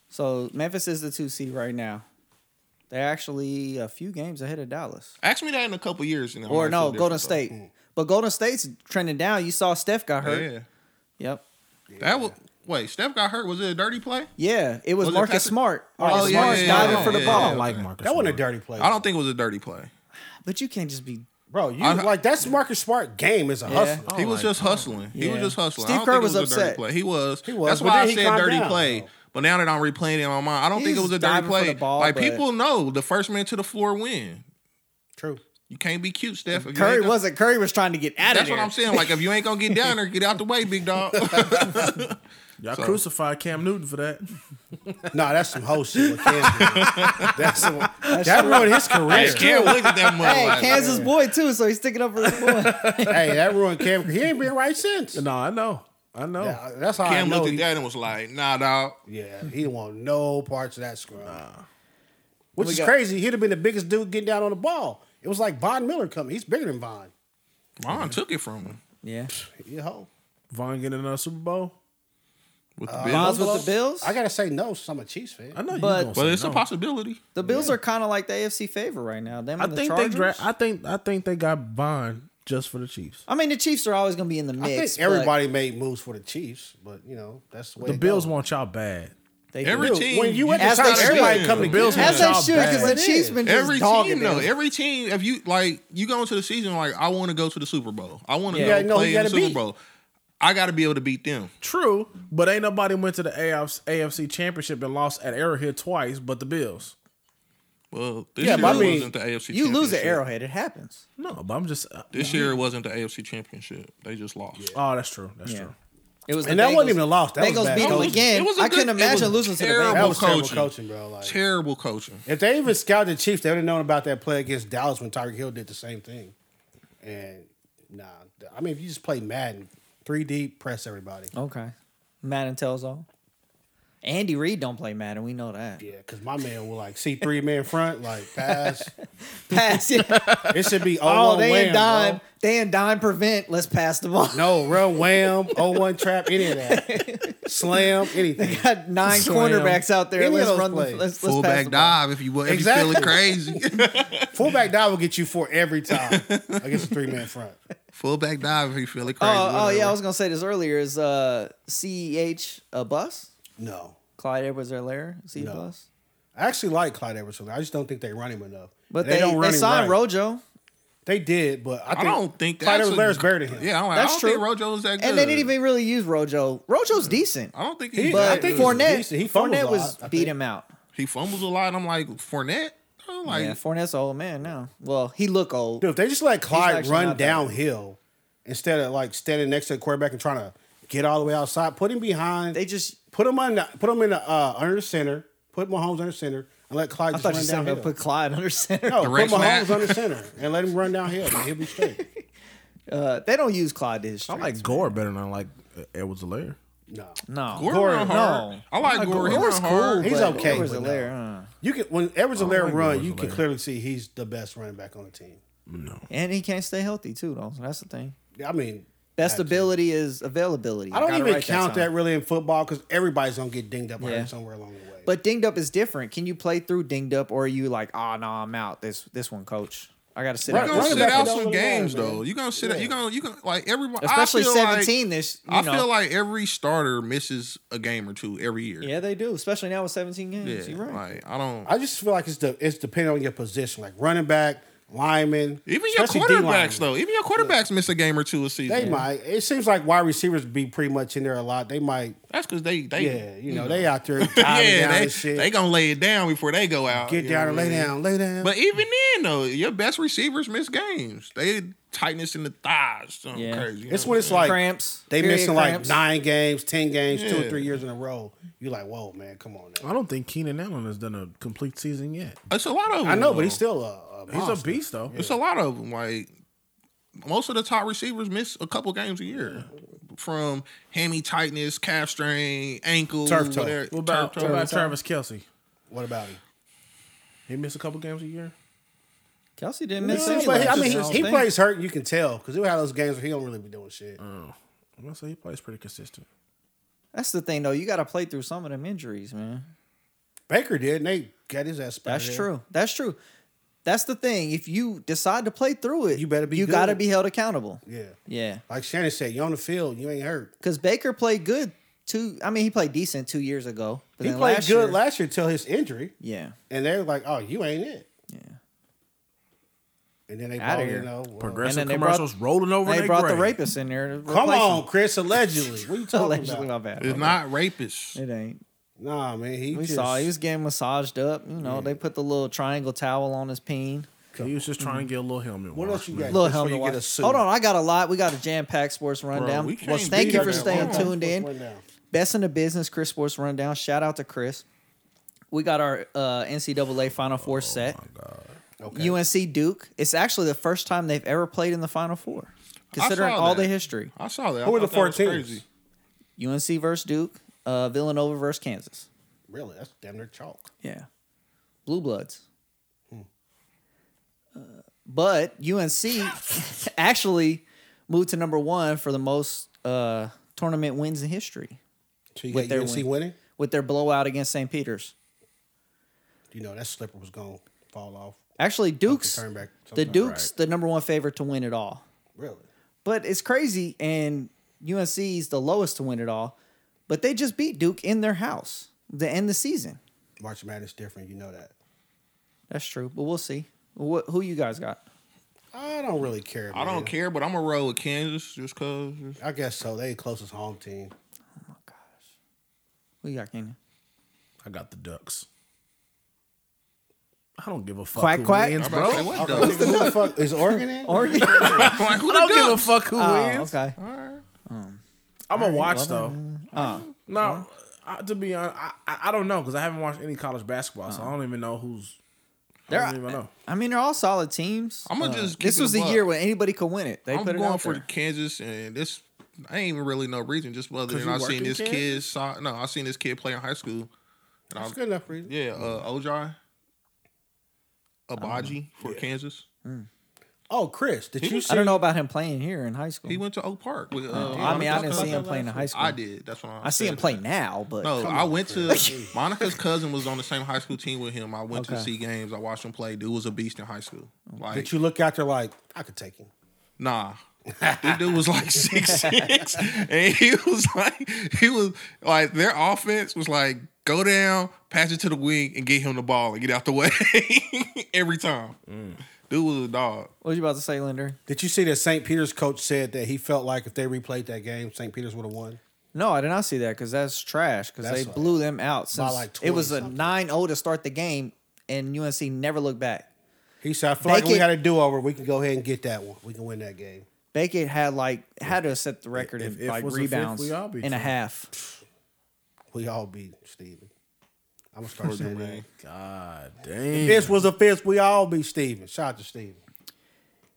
Speaker 4: So Memphis is the two seed right now. They're actually a few games ahead of Dallas.
Speaker 3: Ask me that in a couple years, and I
Speaker 4: Or
Speaker 3: might
Speaker 4: no,
Speaker 3: feel
Speaker 4: Golden
Speaker 3: different,
Speaker 4: State. But Golden State's trending down. You saw Steph got
Speaker 3: bro.
Speaker 4: hurt.
Speaker 3: Yeah,
Speaker 4: Yep.
Speaker 3: that was. Wait, Steph got hurt. Was it a dirty play?
Speaker 4: Yeah, it was,
Speaker 3: Was it
Speaker 4: Marcus
Speaker 3: Patrick-
Speaker 4: Smart. Marcus
Speaker 3: yeah,
Speaker 4: Smart
Speaker 3: yeah,
Speaker 4: diving
Speaker 3: yeah,
Speaker 4: for the
Speaker 3: yeah,
Speaker 1: I
Speaker 4: ball.
Speaker 1: don't
Speaker 3: yeah.
Speaker 1: like Marcus.
Speaker 2: That wasn't a
Speaker 1: Smart.
Speaker 2: dirty play,
Speaker 3: I don't think it was a dirty play.
Speaker 4: But you can't just be.
Speaker 2: bro. You
Speaker 3: I'm-
Speaker 2: like that's Marcus Smart game is a hustle.
Speaker 3: He was
Speaker 1: like,
Speaker 3: just hustling. He was
Speaker 4: Yeah.
Speaker 3: just hustling.
Speaker 4: Steve
Speaker 3: I don't
Speaker 4: Kerr
Speaker 3: think it
Speaker 4: was
Speaker 3: was, a
Speaker 4: upset.
Speaker 3: dirty play. He was.
Speaker 2: He was,
Speaker 3: That's
Speaker 2: but
Speaker 3: why
Speaker 2: then
Speaker 3: I
Speaker 2: he
Speaker 3: said
Speaker 2: calmed
Speaker 3: dirty
Speaker 2: down,
Speaker 3: play.
Speaker 2: though.
Speaker 3: But now that I'm replaying it on my mind, I don't think it
Speaker 4: He's
Speaker 3: was a dirty
Speaker 4: diving for
Speaker 3: play.
Speaker 4: the ball,
Speaker 3: like
Speaker 4: but-
Speaker 3: people know, the first man to the floor win.
Speaker 2: True.
Speaker 3: You can't be cute, Steph. if you ain't
Speaker 4: Curry
Speaker 3: gonna-
Speaker 4: wasn't. Curry was trying to get out of
Speaker 3: That's
Speaker 4: there.
Speaker 3: what I'm saying. Like if you ain't gonna get down there, get out the way, big dog.
Speaker 1: Y'all crucified Cam Newton for that.
Speaker 2: No, that's some whole shit. With Cam did. that's some, that ruined his
Speaker 3: I
Speaker 2: career.
Speaker 3: can't look at that much.
Speaker 4: Hey,
Speaker 3: like,
Speaker 4: Kansas boy too, so he's sticking up for his boy.
Speaker 2: hey, that ruined Cam. He ain't been right since.
Speaker 1: No, I know. I know.
Speaker 2: Yeah, that's how
Speaker 3: Cam
Speaker 2: I know.
Speaker 3: looked at
Speaker 2: he-
Speaker 3: that and was like, "Nah, dog."
Speaker 2: Yeah, he didn't want no parts of that scrum. Which
Speaker 4: We
Speaker 2: is
Speaker 4: got-
Speaker 2: crazy. He'd have been the biggest dude getting down on the ball. It was like Von Miller coming. He's bigger than Von.
Speaker 3: Vaughn took it from him
Speaker 4: Yeah,
Speaker 2: You know?
Speaker 1: Vaughn getting another Super Bowl.
Speaker 3: with
Speaker 2: Uh,
Speaker 3: the
Speaker 4: Bonds
Speaker 3: Bills,
Speaker 4: with the Bills.
Speaker 2: I gotta say no, since I'm a Chiefs fan.
Speaker 1: I know you.
Speaker 4: But-
Speaker 1: gonna
Speaker 3: but
Speaker 1: say
Speaker 3: it's
Speaker 1: no.
Speaker 3: a possibility.
Speaker 4: the Bills are kind of like the AFC favorite right now. Them
Speaker 1: I
Speaker 4: and the
Speaker 1: think they.
Speaker 4: Chargers.
Speaker 1: Dra- I think. I think they got Vaughn just for the Chiefs.
Speaker 4: I mean, the Chiefs are always going to be in the
Speaker 2: I
Speaker 4: mix.
Speaker 2: think everybody made moves for the Chiefs, but you know that's the way
Speaker 1: The
Speaker 2: it
Speaker 1: Bills
Speaker 2: goes.
Speaker 1: want y'all bad.
Speaker 4: but They
Speaker 3: Every
Speaker 4: do.
Speaker 2: Dude,
Speaker 3: team,
Speaker 2: when you went to
Speaker 4: As
Speaker 2: try,
Speaker 4: they
Speaker 2: everybody
Speaker 3: should.
Speaker 2: come
Speaker 3: The
Speaker 2: to
Speaker 1: Bills
Speaker 2: get
Speaker 4: as
Speaker 1: want
Speaker 2: you.
Speaker 4: they
Speaker 1: y'all
Speaker 4: should, because the
Speaker 1: bad.
Speaker 4: Chiefs been just
Speaker 3: Every
Speaker 4: dogging
Speaker 3: team, though,
Speaker 4: them.
Speaker 3: every team. If you like, you go into the season like, I want to go to the Super Bowl. I want to
Speaker 2: gotta
Speaker 3: go
Speaker 2: know who
Speaker 3: play
Speaker 2: you
Speaker 3: in the
Speaker 2: gotta
Speaker 3: Super
Speaker 2: beat.
Speaker 3: Bowl. I got to be able to beat them.
Speaker 1: True, but ain't nobody went to the AFC, AFC Championship and lost at Arrowhead twice, but the Bills.
Speaker 3: Well, this
Speaker 2: Yeah,
Speaker 3: year
Speaker 2: but I mean,
Speaker 3: wasn't the AFC.
Speaker 4: you lose at
Speaker 3: Championship.
Speaker 4: Arrowhead, it happens.
Speaker 1: No, but I'm just. Uh,
Speaker 3: This year it wasn't the AFC Championship. They just lost.
Speaker 1: oh, that's true. That's
Speaker 4: Yeah.
Speaker 1: true.
Speaker 4: It was
Speaker 2: And
Speaker 4: the
Speaker 2: that wasn't
Speaker 4: Bengals-
Speaker 2: even a loss. That was
Speaker 4: Bengals
Speaker 2: bad
Speaker 4: beat them
Speaker 2: coaching.
Speaker 4: again.
Speaker 3: It was a
Speaker 4: I
Speaker 3: good-
Speaker 4: couldn't
Speaker 3: it was
Speaker 4: imagine losing to the
Speaker 3: terrible.
Speaker 2: That
Speaker 4: Bengals.
Speaker 2: was terrible
Speaker 3: coaching.
Speaker 2: coaching, bro. Like
Speaker 3: Terrible coaching.
Speaker 2: if they even scouted the Chiefs, they would have known about that play against Dallas when Tyreek Hill did the same thing. And nah, I mean if you just play Madden, three deep, press everybody.
Speaker 4: Okay, Madden tells all. Andy Reid don't play Madden. We know that.
Speaker 2: Yeah, because my man will like see three man front, like pass.
Speaker 4: Pass. Yeah.
Speaker 2: It should be 0
Speaker 4: oh, they
Speaker 2: wham,
Speaker 4: and dime.
Speaker 2: bro.
Speaker 4: They and dime prevent. Let's pass the ball.
Speaker 2: No, run wham, 0-1 trap, any of that. Slam, anything.
Speaker 4: Got nine
Speaker 1: Slam.
Speaker 4: cornerbacks out there.
Speaker 2: Any of
Speaker 4: Let's
Speaker 2: those
Speaker 4: run. The,
Speaker 2: plays.
Speaker 4: let's let's pass
Speaker 3: Fullback
Speaker 4: the ball.
Speaker 3: dive if you if
Speaker 2: Exactly.
Speaker 3: you feeling crazy.
Speaker 2: Fullback dive will get you four every time against a three man front.
Speaker 3: Fullback dive if you feeling crazy.
Speaker 4: Oh, oh yeah, I
Speaker 3: whatever.
Speaker 4: was gonna say this earlier. Is uh CEH a bus?
Speaker 2: No.
Speaker 4: Clyde Edwards Alaire, is he a
Speaker 2: No.
Speaker 4: bus?
Speaker 2: I actually like Clyde Edwards. I just don't think they run him enough.
Speaker 4: But
Speaker 2: And
Speaker 4: they, they,
Speaker 2: don't run him
Speaker 4: signed
Speaker 2: right.
Speaker 4: Rojo.
Speaker 2: They did, but I,
Speaker 3: I
Speaker 2: think
Speaker 3: don't think
Speaker 2: Clyde
Speaker 3: that's a-
Speaker 2: Edwards better than him.
Speaker 3: Yeah, I don't,
Speaker 4: That's
Speaker 3: I don't
Speaker 4: true.
Speaker 3: think Rojo was that good.
Speaker 4: And they didn't even really use Rojo. Rojo's decent.
Speaker 3: I don't think
Speaker 2: He-
Speaker 3: he.
Speaker 4: But
Speaker 2: I think he's
Speaker 4: Fournette,
Speaker 2: decent. He fumbles
Speaker 4: Fournette
Speaker 2: a lot,
Speaker 4: was
Speaker 2: I
Speaker 4: beat
Speaker 2: think.
Speaker 4: him out.
Speaker 3: He fumbles a lot. I'm like Fournette. I'm like
Speaker 4: yeah, Fournette's an old man now. Well, he look old.
Speaker 2: Dude, if they just let Clyde
Speaker 4: actually
Speaker 2: run
Speaker 4: not bad.
Speaker 2: downhill instead of like standing next to the quarterback and trying to get all the way outside, put him behind.
Speaker 4: They just.
Speaker 2: put him on. The, put him in the uh, under center. Put Mahomes under center and let Clyde
Speaker 4: I
Speaker 2: just
Speaker 4: thought you
Speaker 2: run
Speaker 4: said they
Speaker 2: downhill.
Speaker 4: put Clyde under center.
Speaker 2: no, Oh, put
Speaker 3: Direct
Speaker 2: Mahomes
Speaker 3: snap.
Speaker 2: under center and let him run downhill. Man. He'll be straight.
Speaker 4: Uh, they don't use Clyde to his
Speaker 1: I
Speaker 4: strength.
Speaker 1: like Gore better than I like uh, Edwards Alaire.
Speaker 2: No,
Speaker 4: no.
Speaker 3: Gore,
Speaker 2: Gore,
Speaker 3: run
Speaker 2: no.
Speaker 3: hard. I like Gore. He
Speaker 4: Gore's
Speaker 3: run hard.
Speaker 4: cool.
Speaker 2: He's
Speaker 4: but
Speaker 2: okay,
Speaker 4: Gore's
Speaker 2: but
Speaker 4: a uh,
Speaker 2: no.
Speaker 4: lair, huh?
Speaker 2: you can when
Speaker 3: Oh,
Speaker 2: Edwards Alaire
Speaker 1: like
Speaker 2: run,
Speaker 1: Edwards
Speaker 2: you can
Speaker 1: Helaire.
Speaker 2: clearly see he's the best running back on the team.
Speaker 4: And he can't stay healthy too, though. So that's the thing.
Speaker 2: I mean,
Speaker 4: Best
Speaker 2: Absolutely.
Speaker 4: ability is availability.
Speaker 2: I don't
Speaker 4: Gotta
Speaker 2: even
Speaker 4: write
Speaker 2: count that,
Speaker 4: down.
Speaker 2: really in football because everybody's gonna get dinged up or
Speaker 4: Yeah.
Speaker 2: hurt somewhere along the way.
Speaker 4: But dinged up is different. Can you play through dinged up, or are you like, oh no, I'm out this this one, coach. I got to sit
Speaker 2: Right,
Speaker 3: You're gonna
Speaker 4: out.
Speaker 2: running
Speaker 4: this
Speaker 3: sit
Speaker 4: one."
Speaker 2: back, it
Speaker 3: out
Speaker 2: don't
Speaker 3: some
Speaker 2: really matter,
Speaker 3: games
Speaker 2: man.
Speaker 3: though. You're gonna sit.
Speaker 2: Yeah.
Speaker 3: out You gonna you gonna like everyone. I
Speaker 4: Especially
Speaker 3: feel like-
Speaker 4: 17. this you
Speaker 3: I
Speaker 4: know.
Speaker 3: feel like every starter misses a game or two every year.
Speaker 4: yeah, they do. Especially now with 17
Speaker 3: Yeah,
Speaker 4: games. You're right.
Speaker 3: Like I don't.
Speaker 2: I just feel like it's the it's depending on your position, like running back, lineman,
Speaker 3: even your
Speaker 2: especially D
Speaker 3: quarterbacks
Speaker 2: linemen.
Speaker 3: though. Even your quarterbacks miss a game or two a season.
Speaker 2: They might. It seems like wide receivers be pretty much in there a lot. They might.
Speaker 3: That's because they they
Speaker 2: Yeah, you know, they out there.
Speaker 3: yeah
Speaker 2: yeah,
Speaker 3: they
Speaker 2: and shit.
Speaker 3: they gonna lay it down before they go out.
Speaker 2: get
Speaker 3: you
Speaker 2: down
Speaker 3: know
Speaker 2: and
Speaker 3: what I
Speaker 2: lay
Speaker 3: mean?
Speaker 2: down, lay down.
Speaker 3: But even then though, your best receivers miss games. They tightness in the thighs. Something
Speaker 4: Yeah.
Speaker 3: crazy. you
Speaker 2: It's
Speaker 3: know
Speaker 2: when
Speaker 3: what
Speaker 2: it's
Speaker 3: I'm saying?
Speaker 2: like
Speaker 4: Cramps.
Speaker 2: They
Speaker 4: period
Speaker 2: missing like
Speaker 4: cramps.
Speaker 2: nine games, ten games, two
Speaker 3: Yeah.
Speaker 2: or three years in a row. You like, whoa, man, come on. Now.
Speaker 1: I don't think Keenan Allen has done a complete season yet.
Speaker 3: it's a lot of. Them,
Speaker 2: I know,
Speaker 3: though.
Speaker 2: but he's still a, a
Speaker 1: He's a
Speaker 2: monster.
Speaker 1: beast though.
Speaker 3: It's a lot of them. Like most of the top receivers miss a couple games a year from hammy tightness, calf strain, ankle,
Speaker 2: Turf toe.
Speaker 3: whatever-
Speaker 1: What about,
Speaker 3: turf
Speaker 1: what
Speaker 3: toe.
Speaker 1: about Travis Kelsey?
Speaker 2: What about him?
Speaker 1: He missed a couple games a year.
Speaker 4: Kelsey didn't miss
Speaker 2: No,
Speaker 4: any.
Speaker 2: but he, I
Speaker 4: last
Speaker 2: mean,
Speaker 4: year,
Speaker 2: he-
Speaker 4: don't
Speaker 2: he
Speaker 4: think.
Speaker 2: plays hurt. You can tell because he'll have those games where he don't really be doing shit.
Speaker 4: Mm.
Speaker 1: I'm gonna say he plays pretty consistent.
Speaker 4: That's the thing, though. You got to play through some of them injuries, man.
Speaker 2: Baker did, and they got his ass.
Speaker 4: That's
Speaker 2: spotted.
Speaker 4: true. That's true. That's the thing. If you decide to play through it,
Speaker 2: You better be
Speaker 4: You
Speaker 2: good.
Speaker 4: got to be held accountable.
Speaker 2: Yeah,
Speaker 4: Yeah,
Speaker 2: like Shannon said, you on the field, you ain't hurt.
Speaker 4: because Baker played good two. I mean, he played decent two years ago. But
Speaker 2: He
Speaker 4: then
Speaker 2: played
Speaker 4: last
Speaker 2: good
Speaker 4: year-
Speaker 2: last year till his injury,
Speaker 4: Yeah,
Speaker 2: and they're like, "Oh, you ain't it."
Speaker 4: yeah.
Speaker 2: And then they
Speaker 4: Outta
Speaker 2: brought
Speaker 4: here.
Speaker 2: you know, well,
Speaker 1: Progressive
Speaker 4: they
Speaker 1: commercials rolling over.
Speaker 4: They
Speaker 1: their
Speaker 4: brought the
Speaker 1: grave.
Speaker 4: rapists in there. To
Speaker 2: Come
Speaker 4: replace
Speaker 2: on,
Speaker 4: him.
Speaker 2: Chris. Allegedly, what you talking
Speaker 4: Allegedly, my
Speaker 2: about?
Speaker 4: bad.
Speaker 3: It's not rapists.
Speaker 4: It ain't.
Speaker 2: Nah, man, he
Speaker 4: We
Speaker 2: just,
Speaker 4: saw he was getting massaged up. You know, they put the little triangle towel on his peen.
Speaker 1: He was just trying to get a little helmet.
Speaker 2: What
Speaker 1: wash,
Speaker 2: else you
Speaker 1: man.
Speaker 2: got?
Speaker 4: Little
Speaker 2: That's where
Speaker 4: helmet
Speaker 2: you get
Speaker 4: watch.
Speaker 2: a suit.
Speaker 4: Hold on, I got a lot. We got a jam-packed sports rundown.
Speaker 3: we
Speaker 4: well,
Speaker 3: can't beat
Speaker 4: thank you
Speaker 3: that
Speaker 4: for
Speaker 3: man.
Speaker 4: staying
Speaker 3: Hold on.
Speaker 4: tuned in.
Speaker 2: Right now.
Speaker 4: Best in the business, Chris Sports Rundown. Shout out to Chris. We got our uh, NCAA Final Four set.
Speaker 2: Oh Okay.
Speaker 4: UNC Duke. It's actually the first time they've ever played in the Final Four, considering
Speaker 3: saw
Speaker 4: all
Speaker 3: that.
Speaker 4: the history.
Speaker 3: I saw that. I
Speaker 2: Who were the
Speaker 3: thought that was
Speaker 2: 14s?
Speaker 3: crazy.
Speaker 4: UNC versus Duke, uh, Villanova versus Kansas.
Speaker 2: Really, that's damn near chalk.
Speaker 4: Yeah. Blue Bloods.
Speaker 2: Hmm.
Speaker 4: Uh, but UNC actually moved to number one for the most uh, tournament wins in history
Speaker 2: So you
Speaker 4: With
Speaker 2: got
Speaker 4: their
Speaker 2: UNC
Speaker 4: win.
Speaker 2: winning.
Speaker 4: with their blowout against St. Peter's.
Speaker 2: You know that slipper was gonna fall off.
Speaker 4: Actually, Duke's
Speaker 2: turn back
Speaker 4: the
Speaker 2: sometime.
Speaker 4: Duke's the number one favorite to win it all.
Speaker 2: Really,
Speaker 4: But it's crazy, and UNC's the lowest to win it all. But they just beat Duke in their house to end the season.
Speaker 2: March Madness different. You know that.
Speaker 4: That's true, but we'll see. What, who you guys got?
Speaker 2: I don't really care.
Speaker 3: I
Speaker 2: man.
Speaker 3: don't care, but I'm gonna roll with Kansas just cause.
Speaker 2: I guess so. They closest home team.
Speaker 4: Oh my gosh, who you got, Kenyon?
Speaker 1: I got the ducks. I don't give a fuck.
Speaker 4: Quack,
Speaker 1: who
Speaker 4: quack.
Speaker 1: Wins,
Speaker 3: I'm about
Speaker 1: bro.
Speaker 3: to say,
Speaker 1: I
Speaker 3: what
Speaker 2: Nigga,
Speaker 3: the?
Speaker 2: who the fuck is Oregon in?
Speaker 4: Oregon.
Speaker 3: I'm like, who the
Speaker 1: don't give a
Speaker 3: ducks?
Speaker 1: fuck who
Speaker 4: oh,
Speaker 1: wins.
Speaker 4: okay.
Speaker 1: I'm gonna watch though.
Speaker 4: Uh.
Speaker 1: No, I, to be honest, I, I, I don't know because I haven't watched any college basketball, so I don't even know who's.
Speaker 4: Uh. They're-
Speaker 1: I don't even know.
Speaker 4: I mean, they're all solid teams.
Speaker 2: Uh,
Speaker 3: I'ma just keep
Speaker 4: this
Speaker 3: it
Speaker 4: was
Speaker 3: a
Speaker 4: the
Speaker 3: buck.
Speaker 4: year when anybody could win it. They
Speaker 3: I'm
Speaker 4: put it
Speaker 3: going
Speaker 4: out
Speaker 3: for
Speaker 4: there.
Speaker 3: Kansas, and this I ain't even really no reason, just other
Speaker 1: 'Cause
Speaker 3: than
Speaker 1: you
Speaker 3: I
Speaker 1: work
Speaker 3: seen
Speaker 1: in
Speaker 3: this
Speaker 1: Kansas?
Speaker 3: kid. Saw, no, I seen this kid play in high school. And I,
Speaker 2: That's good enough reason.
Speaker 3: yeah, uh, Ojai Abaji for Kansas.
Speaker 2: Oh, Chris, did you
Speaker 3: was-
Speaker 2: see?
Speaker 4: I don't know about him playing here in high school.
Speaker 3: He went to Oak Park. with, uh,
Speaker 4: Mm-hmm. Oh, I mean, I
Speaker 3: Monica's
Speaker 4: didn't see
Speaker 3: cousin.
Speaker 4: him playing in high school.
Speaker 3: I did. That's what I
Speaker 4: I see him
Speaker 3: said.
Speaker 4: play now, but
Speaker 3: No, I went to Monica's cousin was on the same high school team with him. I went to
Speaker 4: Okay.
Speaker 3: see games. I watched him play. Dude was a beast in high school. Like
Speaker 2: Did you look out there like I could take him?
Speaker 3: Nah. This dude was like six six, and he was like, he was like, their offense was like, go down, pass it to the wing, and get him the ball and get out the way every time. Dude was a dog.
Speaker 4: what was you about to say, Linder?
Speaker 2: Did you see that St. Peter's coach said that he felt like if they replayed that game, St. Peter's would have won?
Speaker 4: No, I did not see that because that's trash. Because
Speaker 2: That's
Speaker 4: they
Speaker 2: like-
Speaker 4: blew them out since
Speaker 2: like
Speaker 4: it was a
Speaker 2: 20-something.
Speaker 4: 9-0 to start the game, and UNC never looked back.
Speaker 2: He said, I feel
Speaker 4: They
Speaker 2: like we
Speaker 4: can-
Speaker 2: got a do over. We can go ahead and get that one. We can win that game.
Speaker 4: Beckett had like had to set the record
Speaker 1: If-
Speaker 4: in
Speaker 1: if
Speaker 4: like
Speaker 1: was a fifth,
Speaker 4: rebounds
Speaker 1: we all beat
Speaker 4: and a
Speaker 1: you.
Speaker 4: half.
Speaker 2: We all beat Steven. I'm gonna start saying that.
Speaker 1: God
Speaker 2: If
Speaker 1: damn.
Speaker 2: This was a fist. We all beat Steven. Shout out to Steven.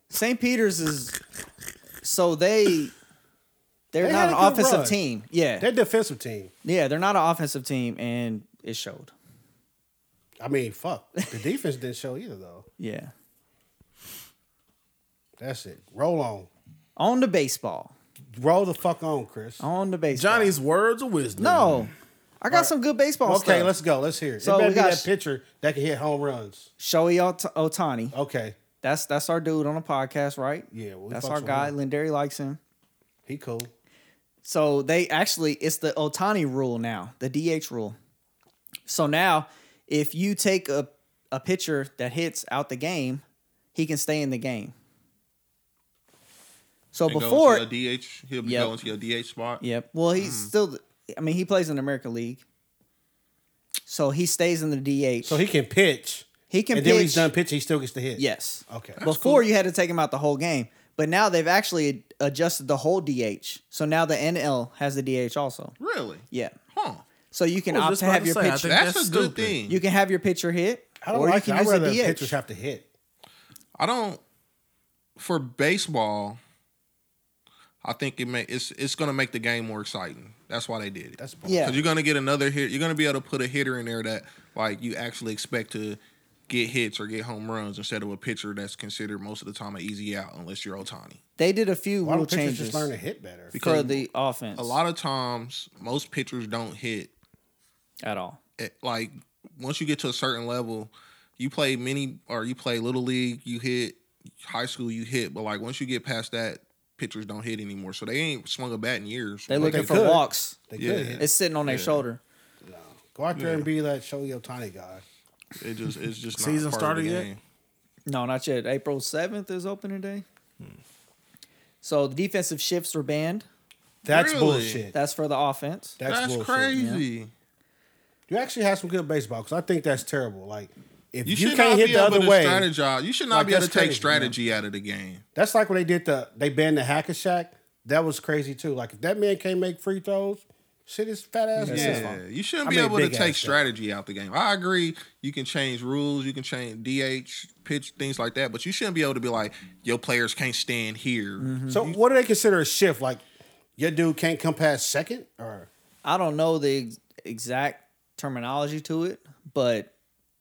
Speaker 4: St. Peter's is so they they're
Speaker 2: They
Speaker 4: not
Speaker 2: had
Speaker 4: an
Speaker 2: a good
Speaker 4: offensive
Speaker 2: run.
Speaker 4: team. Yeah,
Speaker 2: That defensive team.
Speaker 4: yeah, they're not an offensive team, and it showed.
Speaker 2: I mean, fuck. The defense didn't show either though.
Speaker 4: Yeah,
Speaker 2: That's it. Roll on.
Speaker 4: on the baseball,
Speaker 2: Roll the fuck on, Chris.
Speaker 4: on the baseball.
Speaker 1: Johnny's words of wisdom.
Speaker 4: no, I got some good baseball stuff.
Speaker 2: Okay, let's go. Let's hear it.
Speaker 4: So
Speaker 2: it better
Speaker 4: we
Speaker 2: be
Speaker 4: got-
Speaker 2: that pitcher that can hit home runs.
Speaker 4: Shohei Ot- Otani.
Speaker 2: Okay.
Speaker 4: That's that's our dude on the podcast, right?
Speaker 2: Yeah, we
Speaker 4: that's
Speaker 2: fucks
Speaker 4: our
Speaker 2: with
Speaker 4: guy.
Speaker 2: him.
Speaker 4: Lindari likes him.
Speaker 2: He cool.
Speaker 4: So they actually it's the Otani rule now, the DH rule. So now if you take a a pitcher that hits out the game, he can stay in the game. So
Speaker 3: And
Speaker 4: before
Speaker 3: go into your DH, he'll be
Speaker 4: Yep.
Speaker 3: going to your DH spot.
Speaker 4: Yep. Well, he's
Speaker 1: Mm-hmm.
Speaker 4: still I mean, he plays in the American League. So he stays in the DH.
Speaker 2: So he can pitch.
Speaker 4: He can
Speaker 2: and then when he's
Speaker 4: pitch.
Speaker 2: done pitching, he still gets to hit.
Speaker 4: Yes.
Speaker 1: Oh,
Speaker 2: Okay.
Speaker 4: Before you had to take him out the whole game, but now they've actually adjusted the whole DH. So now the NL has the DH also.
Speaker 3: Really?
Speaker 4: Yeah.
Speaker 3: Huh.
Speaker 4: So you can
Speaker 1: I was
Speaker 4: opt
Speaker 1: just
Speaker 4: to
Speaker 1: about
Speaker 4: have
Speaker 1: to
Speaker 4: your
Speaker 1: say, I
Speaker 4: pitch.
Speaker 1: think
Speaker 3: That's,
Speaker 1: That's
Speaker 3: a good
Speaker 1: stupid.
Speaker 3: thing.
Speaker 4: You can have your pitcher hit,
Speaker 2: I don't
Speaker 4: or
Speaker 2: like
Speaker 4: you
Speaker 2: it.
Speaker 4: can
Speaker 2: I'd rather
Speaker 4: use a DH.
Speaker 2: pitchers have to hit.
Speaker 3: I don't for baseball. I think it may it's it's gonna make the game more exciting. That's why they did it.
Speaker 2: That's bull.
Speaker 4: Yeah.
Speaker 3: Because you're gonna get another hit. You're gonna be able to put a hitter in there that like you actually expect to get hits or get home runs instead of a pitcher that's considered most of the time an easy out unless you're Otani.
Speaker 4: They did a few
Speaker 2: Why
Speaker 4: rule
Speaker 2: don't pitchers
Speaker 4: changes
Speaker 2: just learn to hit better?
Speaker 4: for
Speaker 3: Because
Speaker 4: the offense.
Speaker 3: a lot of times most pitchers don't hit
Speaker 4: at all.
Speaker 3: it- like once you get to a certain level, you play mini or you play little league, you hit high school, you hit, but like once you get past that, pitchers don't hit anymore. So they ain't swung a bat in years.
Speaker 4: They looking
Speaker 2: they
Speaker 4: for
Speaker 2: could.
Speaker 4: walks.
Speaker 2: They
Speaker 3: Yeah.
Speaker 2: could hit.
Speaker 4: It's sitting on their shoulder.
Speaker 2: Go out there and be that Shohei Otani guy.
Speaker 3: it just it's just not
Speaker 1: Season
Speaker 3: part of
Speaker 1: started
Speaker 3: the
Speaker 1: yet?
Speaker 3: game.
Speaker 4: No, not yet. April seventh is opening day. So the defensive shifts were banned.
Speaker 2: That's
Speaker 3: Really?
Speaker 2: bullshit.
Speaker 4: That's for the offense.
Speaker 2: That's,
Speaker 3: That's,
Speaker 2: bullshit.
Speaker 3: crazy.
Speaker 2: You actually have some good baseball because I think that's terrible. Like if
Speaker 3: You,
Speaker 2: you,
Speaker 3: should
Speaker 2: can't
Speaker 3: not
Speaker 2: hit
Speaker 3: be
Speaker 2: the
Speaker 3: able
Speaker 2: other
Speaker 3: to
Speaker 2: way,
Speaker 3: strategize. You should not
Speaker 2: Like,
Speaker 3: be able to
Speaker 2: that's
Speaker 3: take
Speaker 2: crazy,
Speaker 3: strategy out of the game.
Speaker 2: that's like when they did the they banned the hack a shack. That was crazy too. Like if that man can't make free throws, shit is fat ass.
Speaker 4: That's
Speaker 2: Yeah.
Speaker 4: his
Speaker 3: Yeah, you shouldn't
Speaker 2: I
Speaker 3: be
Speaker 2: mean,
Speaker 3: able to
Speaker 2: big
Speaker 3: take
Speaker 2: ass
Speaker 3: strategy out the game. I agree. You can change rules. You can change DH, pitch, things like that. But you shouldn't be able to be like your players can't stand here.
Speaker 2: So
Speaker 4: Mm-hmm.
Speaker 2: what do they consider a shift? Like your dude can't come past second, or
Speaker 4: I don't know the ex- exact terminology to it, but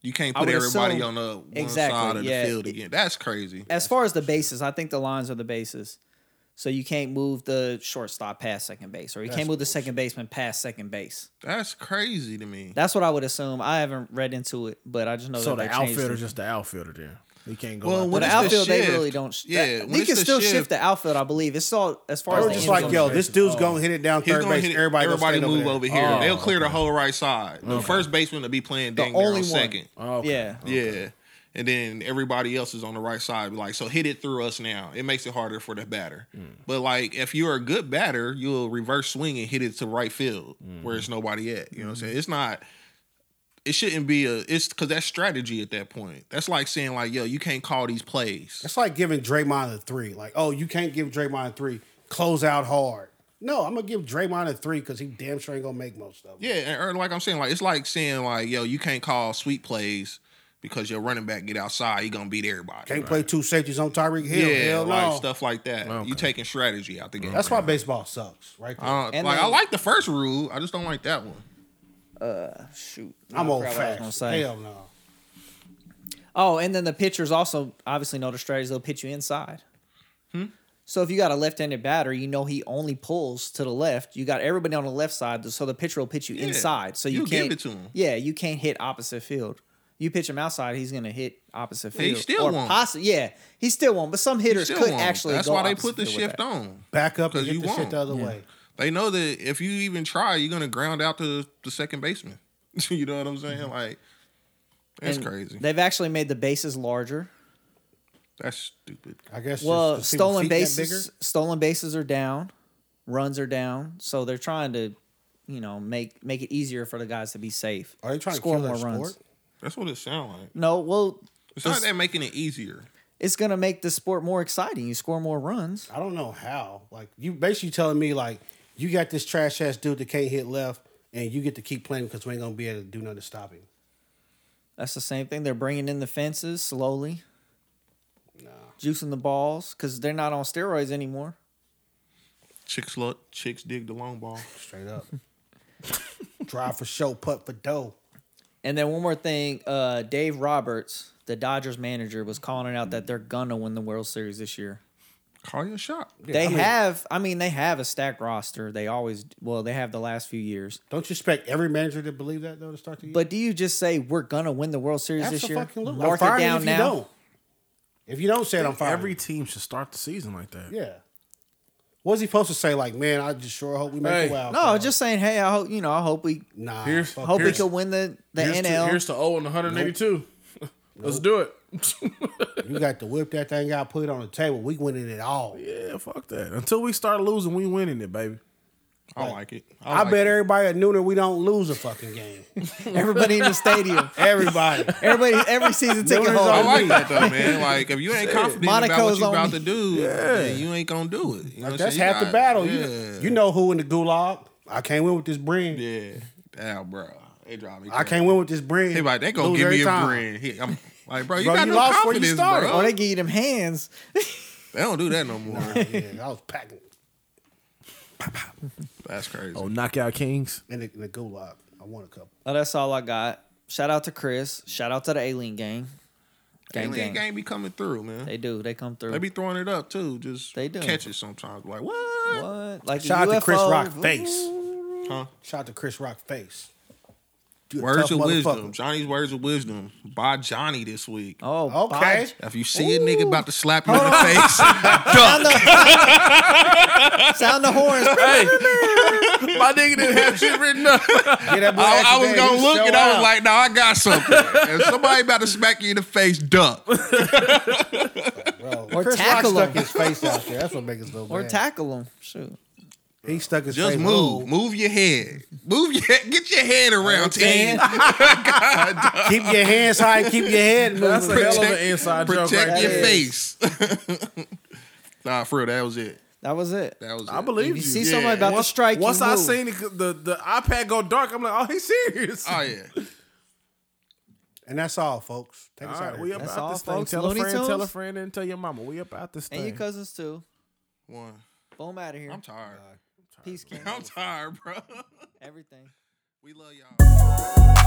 Speaker 3: You can't
Speaker 4: I
Speaker 3: put
Speaker 4: would
Speaker 3: everybody
Speaker 4: assume-
Speaker 3: on the one
Speaker 4: Exactly,
Speaker 3: side of
Speaker 4: yeah.
Speaker 3: the field again. That's crazy.
Speaker 4: as far as the bases, I think the lines are the bases. So you can't move the shortstop past second base, or you can't move the second baseman past second base.
Speaker 3: That's crazy to me.
Speaker 4: That's what I would assume. I haven't read into it, but I just know
Speaker 1: So
Speaker 4: that
Speaker 1: the
Speaker 4: they changed
Speaker 1: outfielder's
Speaker 4: it.
Speaker 1: just the outfielder there. He can't go.
Speaker 3: Well,
Speaker 1: out
Speaker 3: when
Speaker 4: But the
Speaker 1: there.
Speaker 3: it's the
Speaker 4: outfield, they
Speaker 3: shift.
Speaker 4: really don't. Sh-
Speaker 3: Yeah,
Speaker 4: that-
Speaker 3: when
Speaker 4: they
Speaker 3: it's
Speaker 4: can
Speaker 3: the
Speaker 4: still shift.
Speaker 3: shift-
Speaker 4: the outfield. I believe it's all as far
Speaker 2: or
Speaker 4: as
Speaker 2: was
Speaker 4: the
Speaker 2: just
Speaker 4: end
Speaker 2: like
Speaker 4: zone.
Speaker 2: yo, this dude's
Speaker 1: Oh.
Speaker 2: gonna hit it down
Speaker 3: He's
Speaker 2: third
Speaker 3: gonna
Speaker 2: base.
Speaker 3: hit it-
Speaker 2: everybody, gonna
Speaker 3: everybody
Speaker 2: stand
Speaker 3: move
Speaker 2: there.
Speaker 3: over here.
Speaker 4: Oh,
Speaker 3: They'll clear the whole right side. The first baseman will be playing dang near
Speaker 4: only
Speaker 3: on
Speaker 4: one.
Speaker 3: second.
Speaker 1: Oh, okay.
Speaker 4: yeah,
Speaker 3: Yeah. And then everybody else is on the right side. Like, so hit it through us now. It makes it harder for the batter.
Speaker 2: Mm.
Speaker 3: But like if you're a good batter, you'll reverse swing and hit it to right field where
Speaker 2: Mm-hmm.
Speaker 3: it's nobody at. You know what I'm saying? It's not it shouldn't be a it's cause that's strategy at that point. That's like saying like, yo, you can't call these plays.
Speaker 2: It's like giving Draymond a three. Like, oh, you can't give Draymond a three. Close out hard. No, I'm gonna give Draymond a three because he damn sure ain't gonna make most of them.
Speaker 3: Yeah, and- or like I'm saying, like it's like saying like, yo, you can't call sweep plays because your running back get outside, he gonna beat everybody.
Speaker 2: Can't play two safeties on Tyreek
Speaker 3: yeah,
Speaker 2: Hill. Hell no.
Speaker 3: like stuff like that. You taking strategy out the game.
Speaker 2: That's why baseball sucks, right? there.
Speaker 3: I don't,
Speaker 4: And
Speaker 3: like I
Speaker 4: then-
Speaker 3: like the first rule, I just don't like that one.
Speaker 4: shoot,
Speaker 2: I'm
Speaker 4: I
Speaker 2: old
Speaker 4: forgot what I was gonna
Speaker 2: fashioned.
Speaker 4: say.
Speaker 2: Hell no.
Speaker 4: Oh, and then the pitchers also obviously know the strategies. They'll pitch you inside.
Speaker 3: Hmm?
Speaker 4: So if you got a left-handed batter, you know he only pulls to the left. You got everybody on the left side, so the pitcher will pitch you
Speaker 3: Yeah,
Speaker 4: inside. So you
Speaker 3: you give
Speaker 4: can't
Speaker 3: it to him.
Speaker 4: Yeah, you can't hit opposite field. You pitch him outside, he's gonna hit opposite
Speaker 3: he
Speaker 4: field.
Speaker 3: still
Speaker 4: or
Speaker 3: won't.
Speaker 4: possi- yeah, he still won't. But some hitters
Speaker 3: Still
Speaker 4: could
Speaker 3: won't.
Speaker 4: actually.
Speaker 3: That's
Speaker 4: go
Speaker 3: why they
Speaker 4: opposite
Speaker 3: put the
Speaker 4: field with
Speaker 3: shift
Speaker 4: that.
Speaker 3: on.
Speaker 2: Back up and
Speaker 3: 'Cause
Speaker 2: get
Speaker 3: you
Speaker 2: the shit
Speaker 3: won't.
Speaker 2: the other way.
Speaker 3: They know that if you even try, you're gonna ground out the the second baseman. you know what I'm saying? Like that's
Speaker 4: Mm-hmm. And
Speaker 3: crazy.
Speaker 4: They've actually made the bases larger.
Speaker 3: that's stupid.
Speaker 2: I guess.
Speaker 4: Well,
Speaker 2: just 'cause people's
Speaker 4: stolen
Speaker 2: feet get bigger.
Speaker 4: bases, stolen bases are down. runs are down, so they're trying to, you know, make make it easier for the guys to be safe.
Speaker 2: Are they trying
Speaker 4: Score
Speaker 2: to kill
Speaker 4: more
Speaker 2: that
Speaker 4: runs.
Speaker 2: sport?
Speaker 3: That's what it sounds like.
Speaker 4: No, well,
Speaker 3: It's not that making it easier.
Speaker 4: it's gonna make the sport more exciting. You score more runs.
Speaker 2: I don't know how. Like you basically telling me like you got this trash ass dude that can't hit left, and you get to keep playing because we ain't gonna be able to do nothing to stop him.
Speaker 4: That's the same thing. They're bringing in the fences slowly,
Speaker 2: Nah.
Speaker 4: juicing the balls because they're not on steroids anymore.
Speaker 3: Chicks look, chicks dig the long ball.
Speaker 2: Straight up. Drive for show, putt for dough.
Speaker 4: And then one more thing, uh, Dave Roberts, the Dodgers manager, was calling it out that they're gonna win the World Series this year.
Speaker 3: Call your shot.
Speaker 4: they
Speaker 2: I mean-
Speaker 4: have, I mean, they have a stacked roster. They always, well, they have the last few years.
Speaker 2: Don't you expect every manager to believe that though to start the year?
Speaker 4: But do you just say we're gonna win the World Series this year?
Speaker 2: Absolutely. I'm
Speaker 4: Mark it
Speaker 2: firing you
Speaker 4: down
Speaker 2: if
Speaker 4: now.
Speaker 2: You don't. If you don't say it, I'm firing.
Speaker 1: Every
Speaker 2: you.
Speaker 1: team should start the season like that.
Speaker 2: yeah. What was he supposed to say? Like, man, I just sure hope we make
Speaker 1: Hey.
Speaker 2: the wild.
Speaker 4: No,
Speaker 2: card."
Speaker 4: just saying. Hey, I hope you know. I hope we
Speaker 2: nah.
Speaker 1: Here's-
Speaker 2: fuck
Speaker 4: hope we
Speaker 1: Here's-
Speaker 4: could win the the
Speaker 1: here's To,
Speaker 4: NL.
Speaker 1: here's to 0 and 182. Let's do it.
Speaker 2: You got to whip that thing out, put it on the table. We winning it all.
Speaker 1: yeah, fuck that. Until we start losing, we winning it, baby.
Speaker 3: I like it.
Speaker 2: I
Speaker 3: like
Speaker 2: bet
Speaker 3: it.
Speaker 2: everybody at nooner we don't lose a fucking game.
Speaker 4: Everybody in the stadium.
Speaker 2: Everybody.
Speaker 4: Everybody, every season ticket
Speaker 2: Nobody's
Speaker 3: I
Speaker 2: on
Speaker 4: holder.
Speaker 2: my-
Speaker 3: like that though, man. Like if you ain't confident about what
Speaker 4: Monaco's
Speaker 3: you
Speaker 4: on
Speaker 3: about
Speaker 4: me.
Speaker 3: to do, then you ain't gonna do it. You know what I'm
Speaker 2: That's
Speaker 3: saying? You
Speaker 2: half the
Speaker 3: got-
Speaker 2: battle.
Speaker 3: Yeah,
Speaker 2: You, you know who in the gulag. I can't win with this brand.
Speaker 3: yeah. Damn, bro. They drive me.
Speaker 2: I
Speaker 3: crazy.
Speaker 2: can't win with this brand.
Speaker 3: They like they gonna
Speaker 2: Lose
Speaker 3: give
Speaker 2: every
Speaker 3: me a
Speaker 2: time.
Speaker 3: brand. He- I'm like, bro, you
Speaker 2: Bro,
Speaker 3: got
Speaker 2: you
Speaker 3: no
Speaker 2: lost where you
Speaker 3: confidence,
Speaker 2: started.
Speaker 3: bro.
Speaker 4: Oh,
Speaker 3: They,
Speaker 4: they give you them hands.
Speaker 3: don't do that no more.
Speaker 2: Yeah, I was packing
Speaker 3: That's crazy.
Speaker 1: Oh, knockout kings.
Speaker 2: in the, in the gulag. I won a couple.
Speaker 4: Oh, that's all I got. Shout out to Chris. Shout out to the Alien Gang. Gang,
Speaker 3: Gang,
Speaker 4: gang.
Speaker 3: gang be coming through, man. They,
Speaker 4: They do. They come through.
Speaker 3: be throwing it up too. Just
Speaker 4: They do.
Speaker 3: catch it sometimes. Like what?
Speaker 4: what? Like a
Speaker 2: Shout out to Chris
Speaker 4: UFO.
Speaker 2: Rock face.
Speaker 3: Huh?
Speaker 2: Shout out to Chris Rock face. You a
Speaker 3: Words
Speaker 2: tough
Speaker 3: of wisdom.
Speaker 2: motherfucker.
Speaker 3: Johnny's words of wisdom by Johnny this week.
Speaker 4: Oh,
Speaker 2: Okay.
Speaker 4: Bob-
Speaker 3: If you see a nigga about to slap you in the face, duck.
Speaker 4: Sound the, sound the horns.
Speaker 1: Hey, my nigga didn't have shit written up.
Speaker 2: Get that boy out
Speaker 3: I, I
Speaker 2: your
Speaker 3: was
Speaker 2: bed.
Speaker 3: gonna
Speaker 2: He
Speaker 3: look
Speaker 2: show
Speaker 3: and I was
Speaker 2: out.
Speaker 3: like, no, I got something. if somebody about to smack you in the face, duck.
Speaker 2: Bro,
Speaker 4: Or
Speaker 2: Chris
Speaker 4: tackle
Speaker 2: Rock
Speaker 4: him.
Speaker 2: stuck his face out there. That's what makes us so bad.
Speaker 4: Or tackle them. Shoot.
Speaker 2: He stuck his
Speaker 3: Just
Speaker 2: face
Speaker 3: move.
Speaker 2: out.
Speaker 3: Move your head. Move your head. Get your head around, team.
Speaker 4: saying.
Speaker 2: Keep your hands high. and Keep your head moving.
Speaker 1: That's a hell of
Speaker 3: Protect-
Speaker 1: an inside joke.
Speaker 3: Protect
Speaker 1: Right
Speaker 3: your
Speaker 1: there.
Speaker 3: face. nah, for real, that was it.
Speaker 4: That was it.
Speaker 3: That was it.
Speaker 1: I believe you.
Speaker 4: If you see
Speaker 1: Yeah.
Speaker 4: somebody about
Speaker 1: once,
Speaker 4: to strike
Speaker 1: once
Speaker 4: you,
Speaker 1: I
Speaker 4: move.
Speaker 1: seen the, the the iPad go dark, I'm like, oh, he's serious.
Speaker 3: Oh yeah.
Speaker 2: And that's all, folks. Take us
Speaker 1: All
Speaker 2: out.
Speaker 1: right,
Speaker 2: of
Speaker 1: we
Speaker 2: here.
Speaker 1: up
Speaker 4: That's
Speaker 1: out
Speaker 4: all,
Speaker 1: this thing.
Speaker 4: folks.
Speaker 1: Tell a
Speaker 4: Looney
Speaker 1: friend, tell a
Speaker 4: Tunes.
Speaker 1: friend, and tell your mama. We up out this
Speaker 4: And your
Speaker 1: thing.
Speaker 4: cousins too.
Speaker 3: One.
Speaker 4: Boom out of here.
Speaker 3: I'm tired.
Speaker 4: Peace, King.
Speaker 3: I'm tired, bro.
Speaker 4: Everything.
Speaker 3: we love y'all.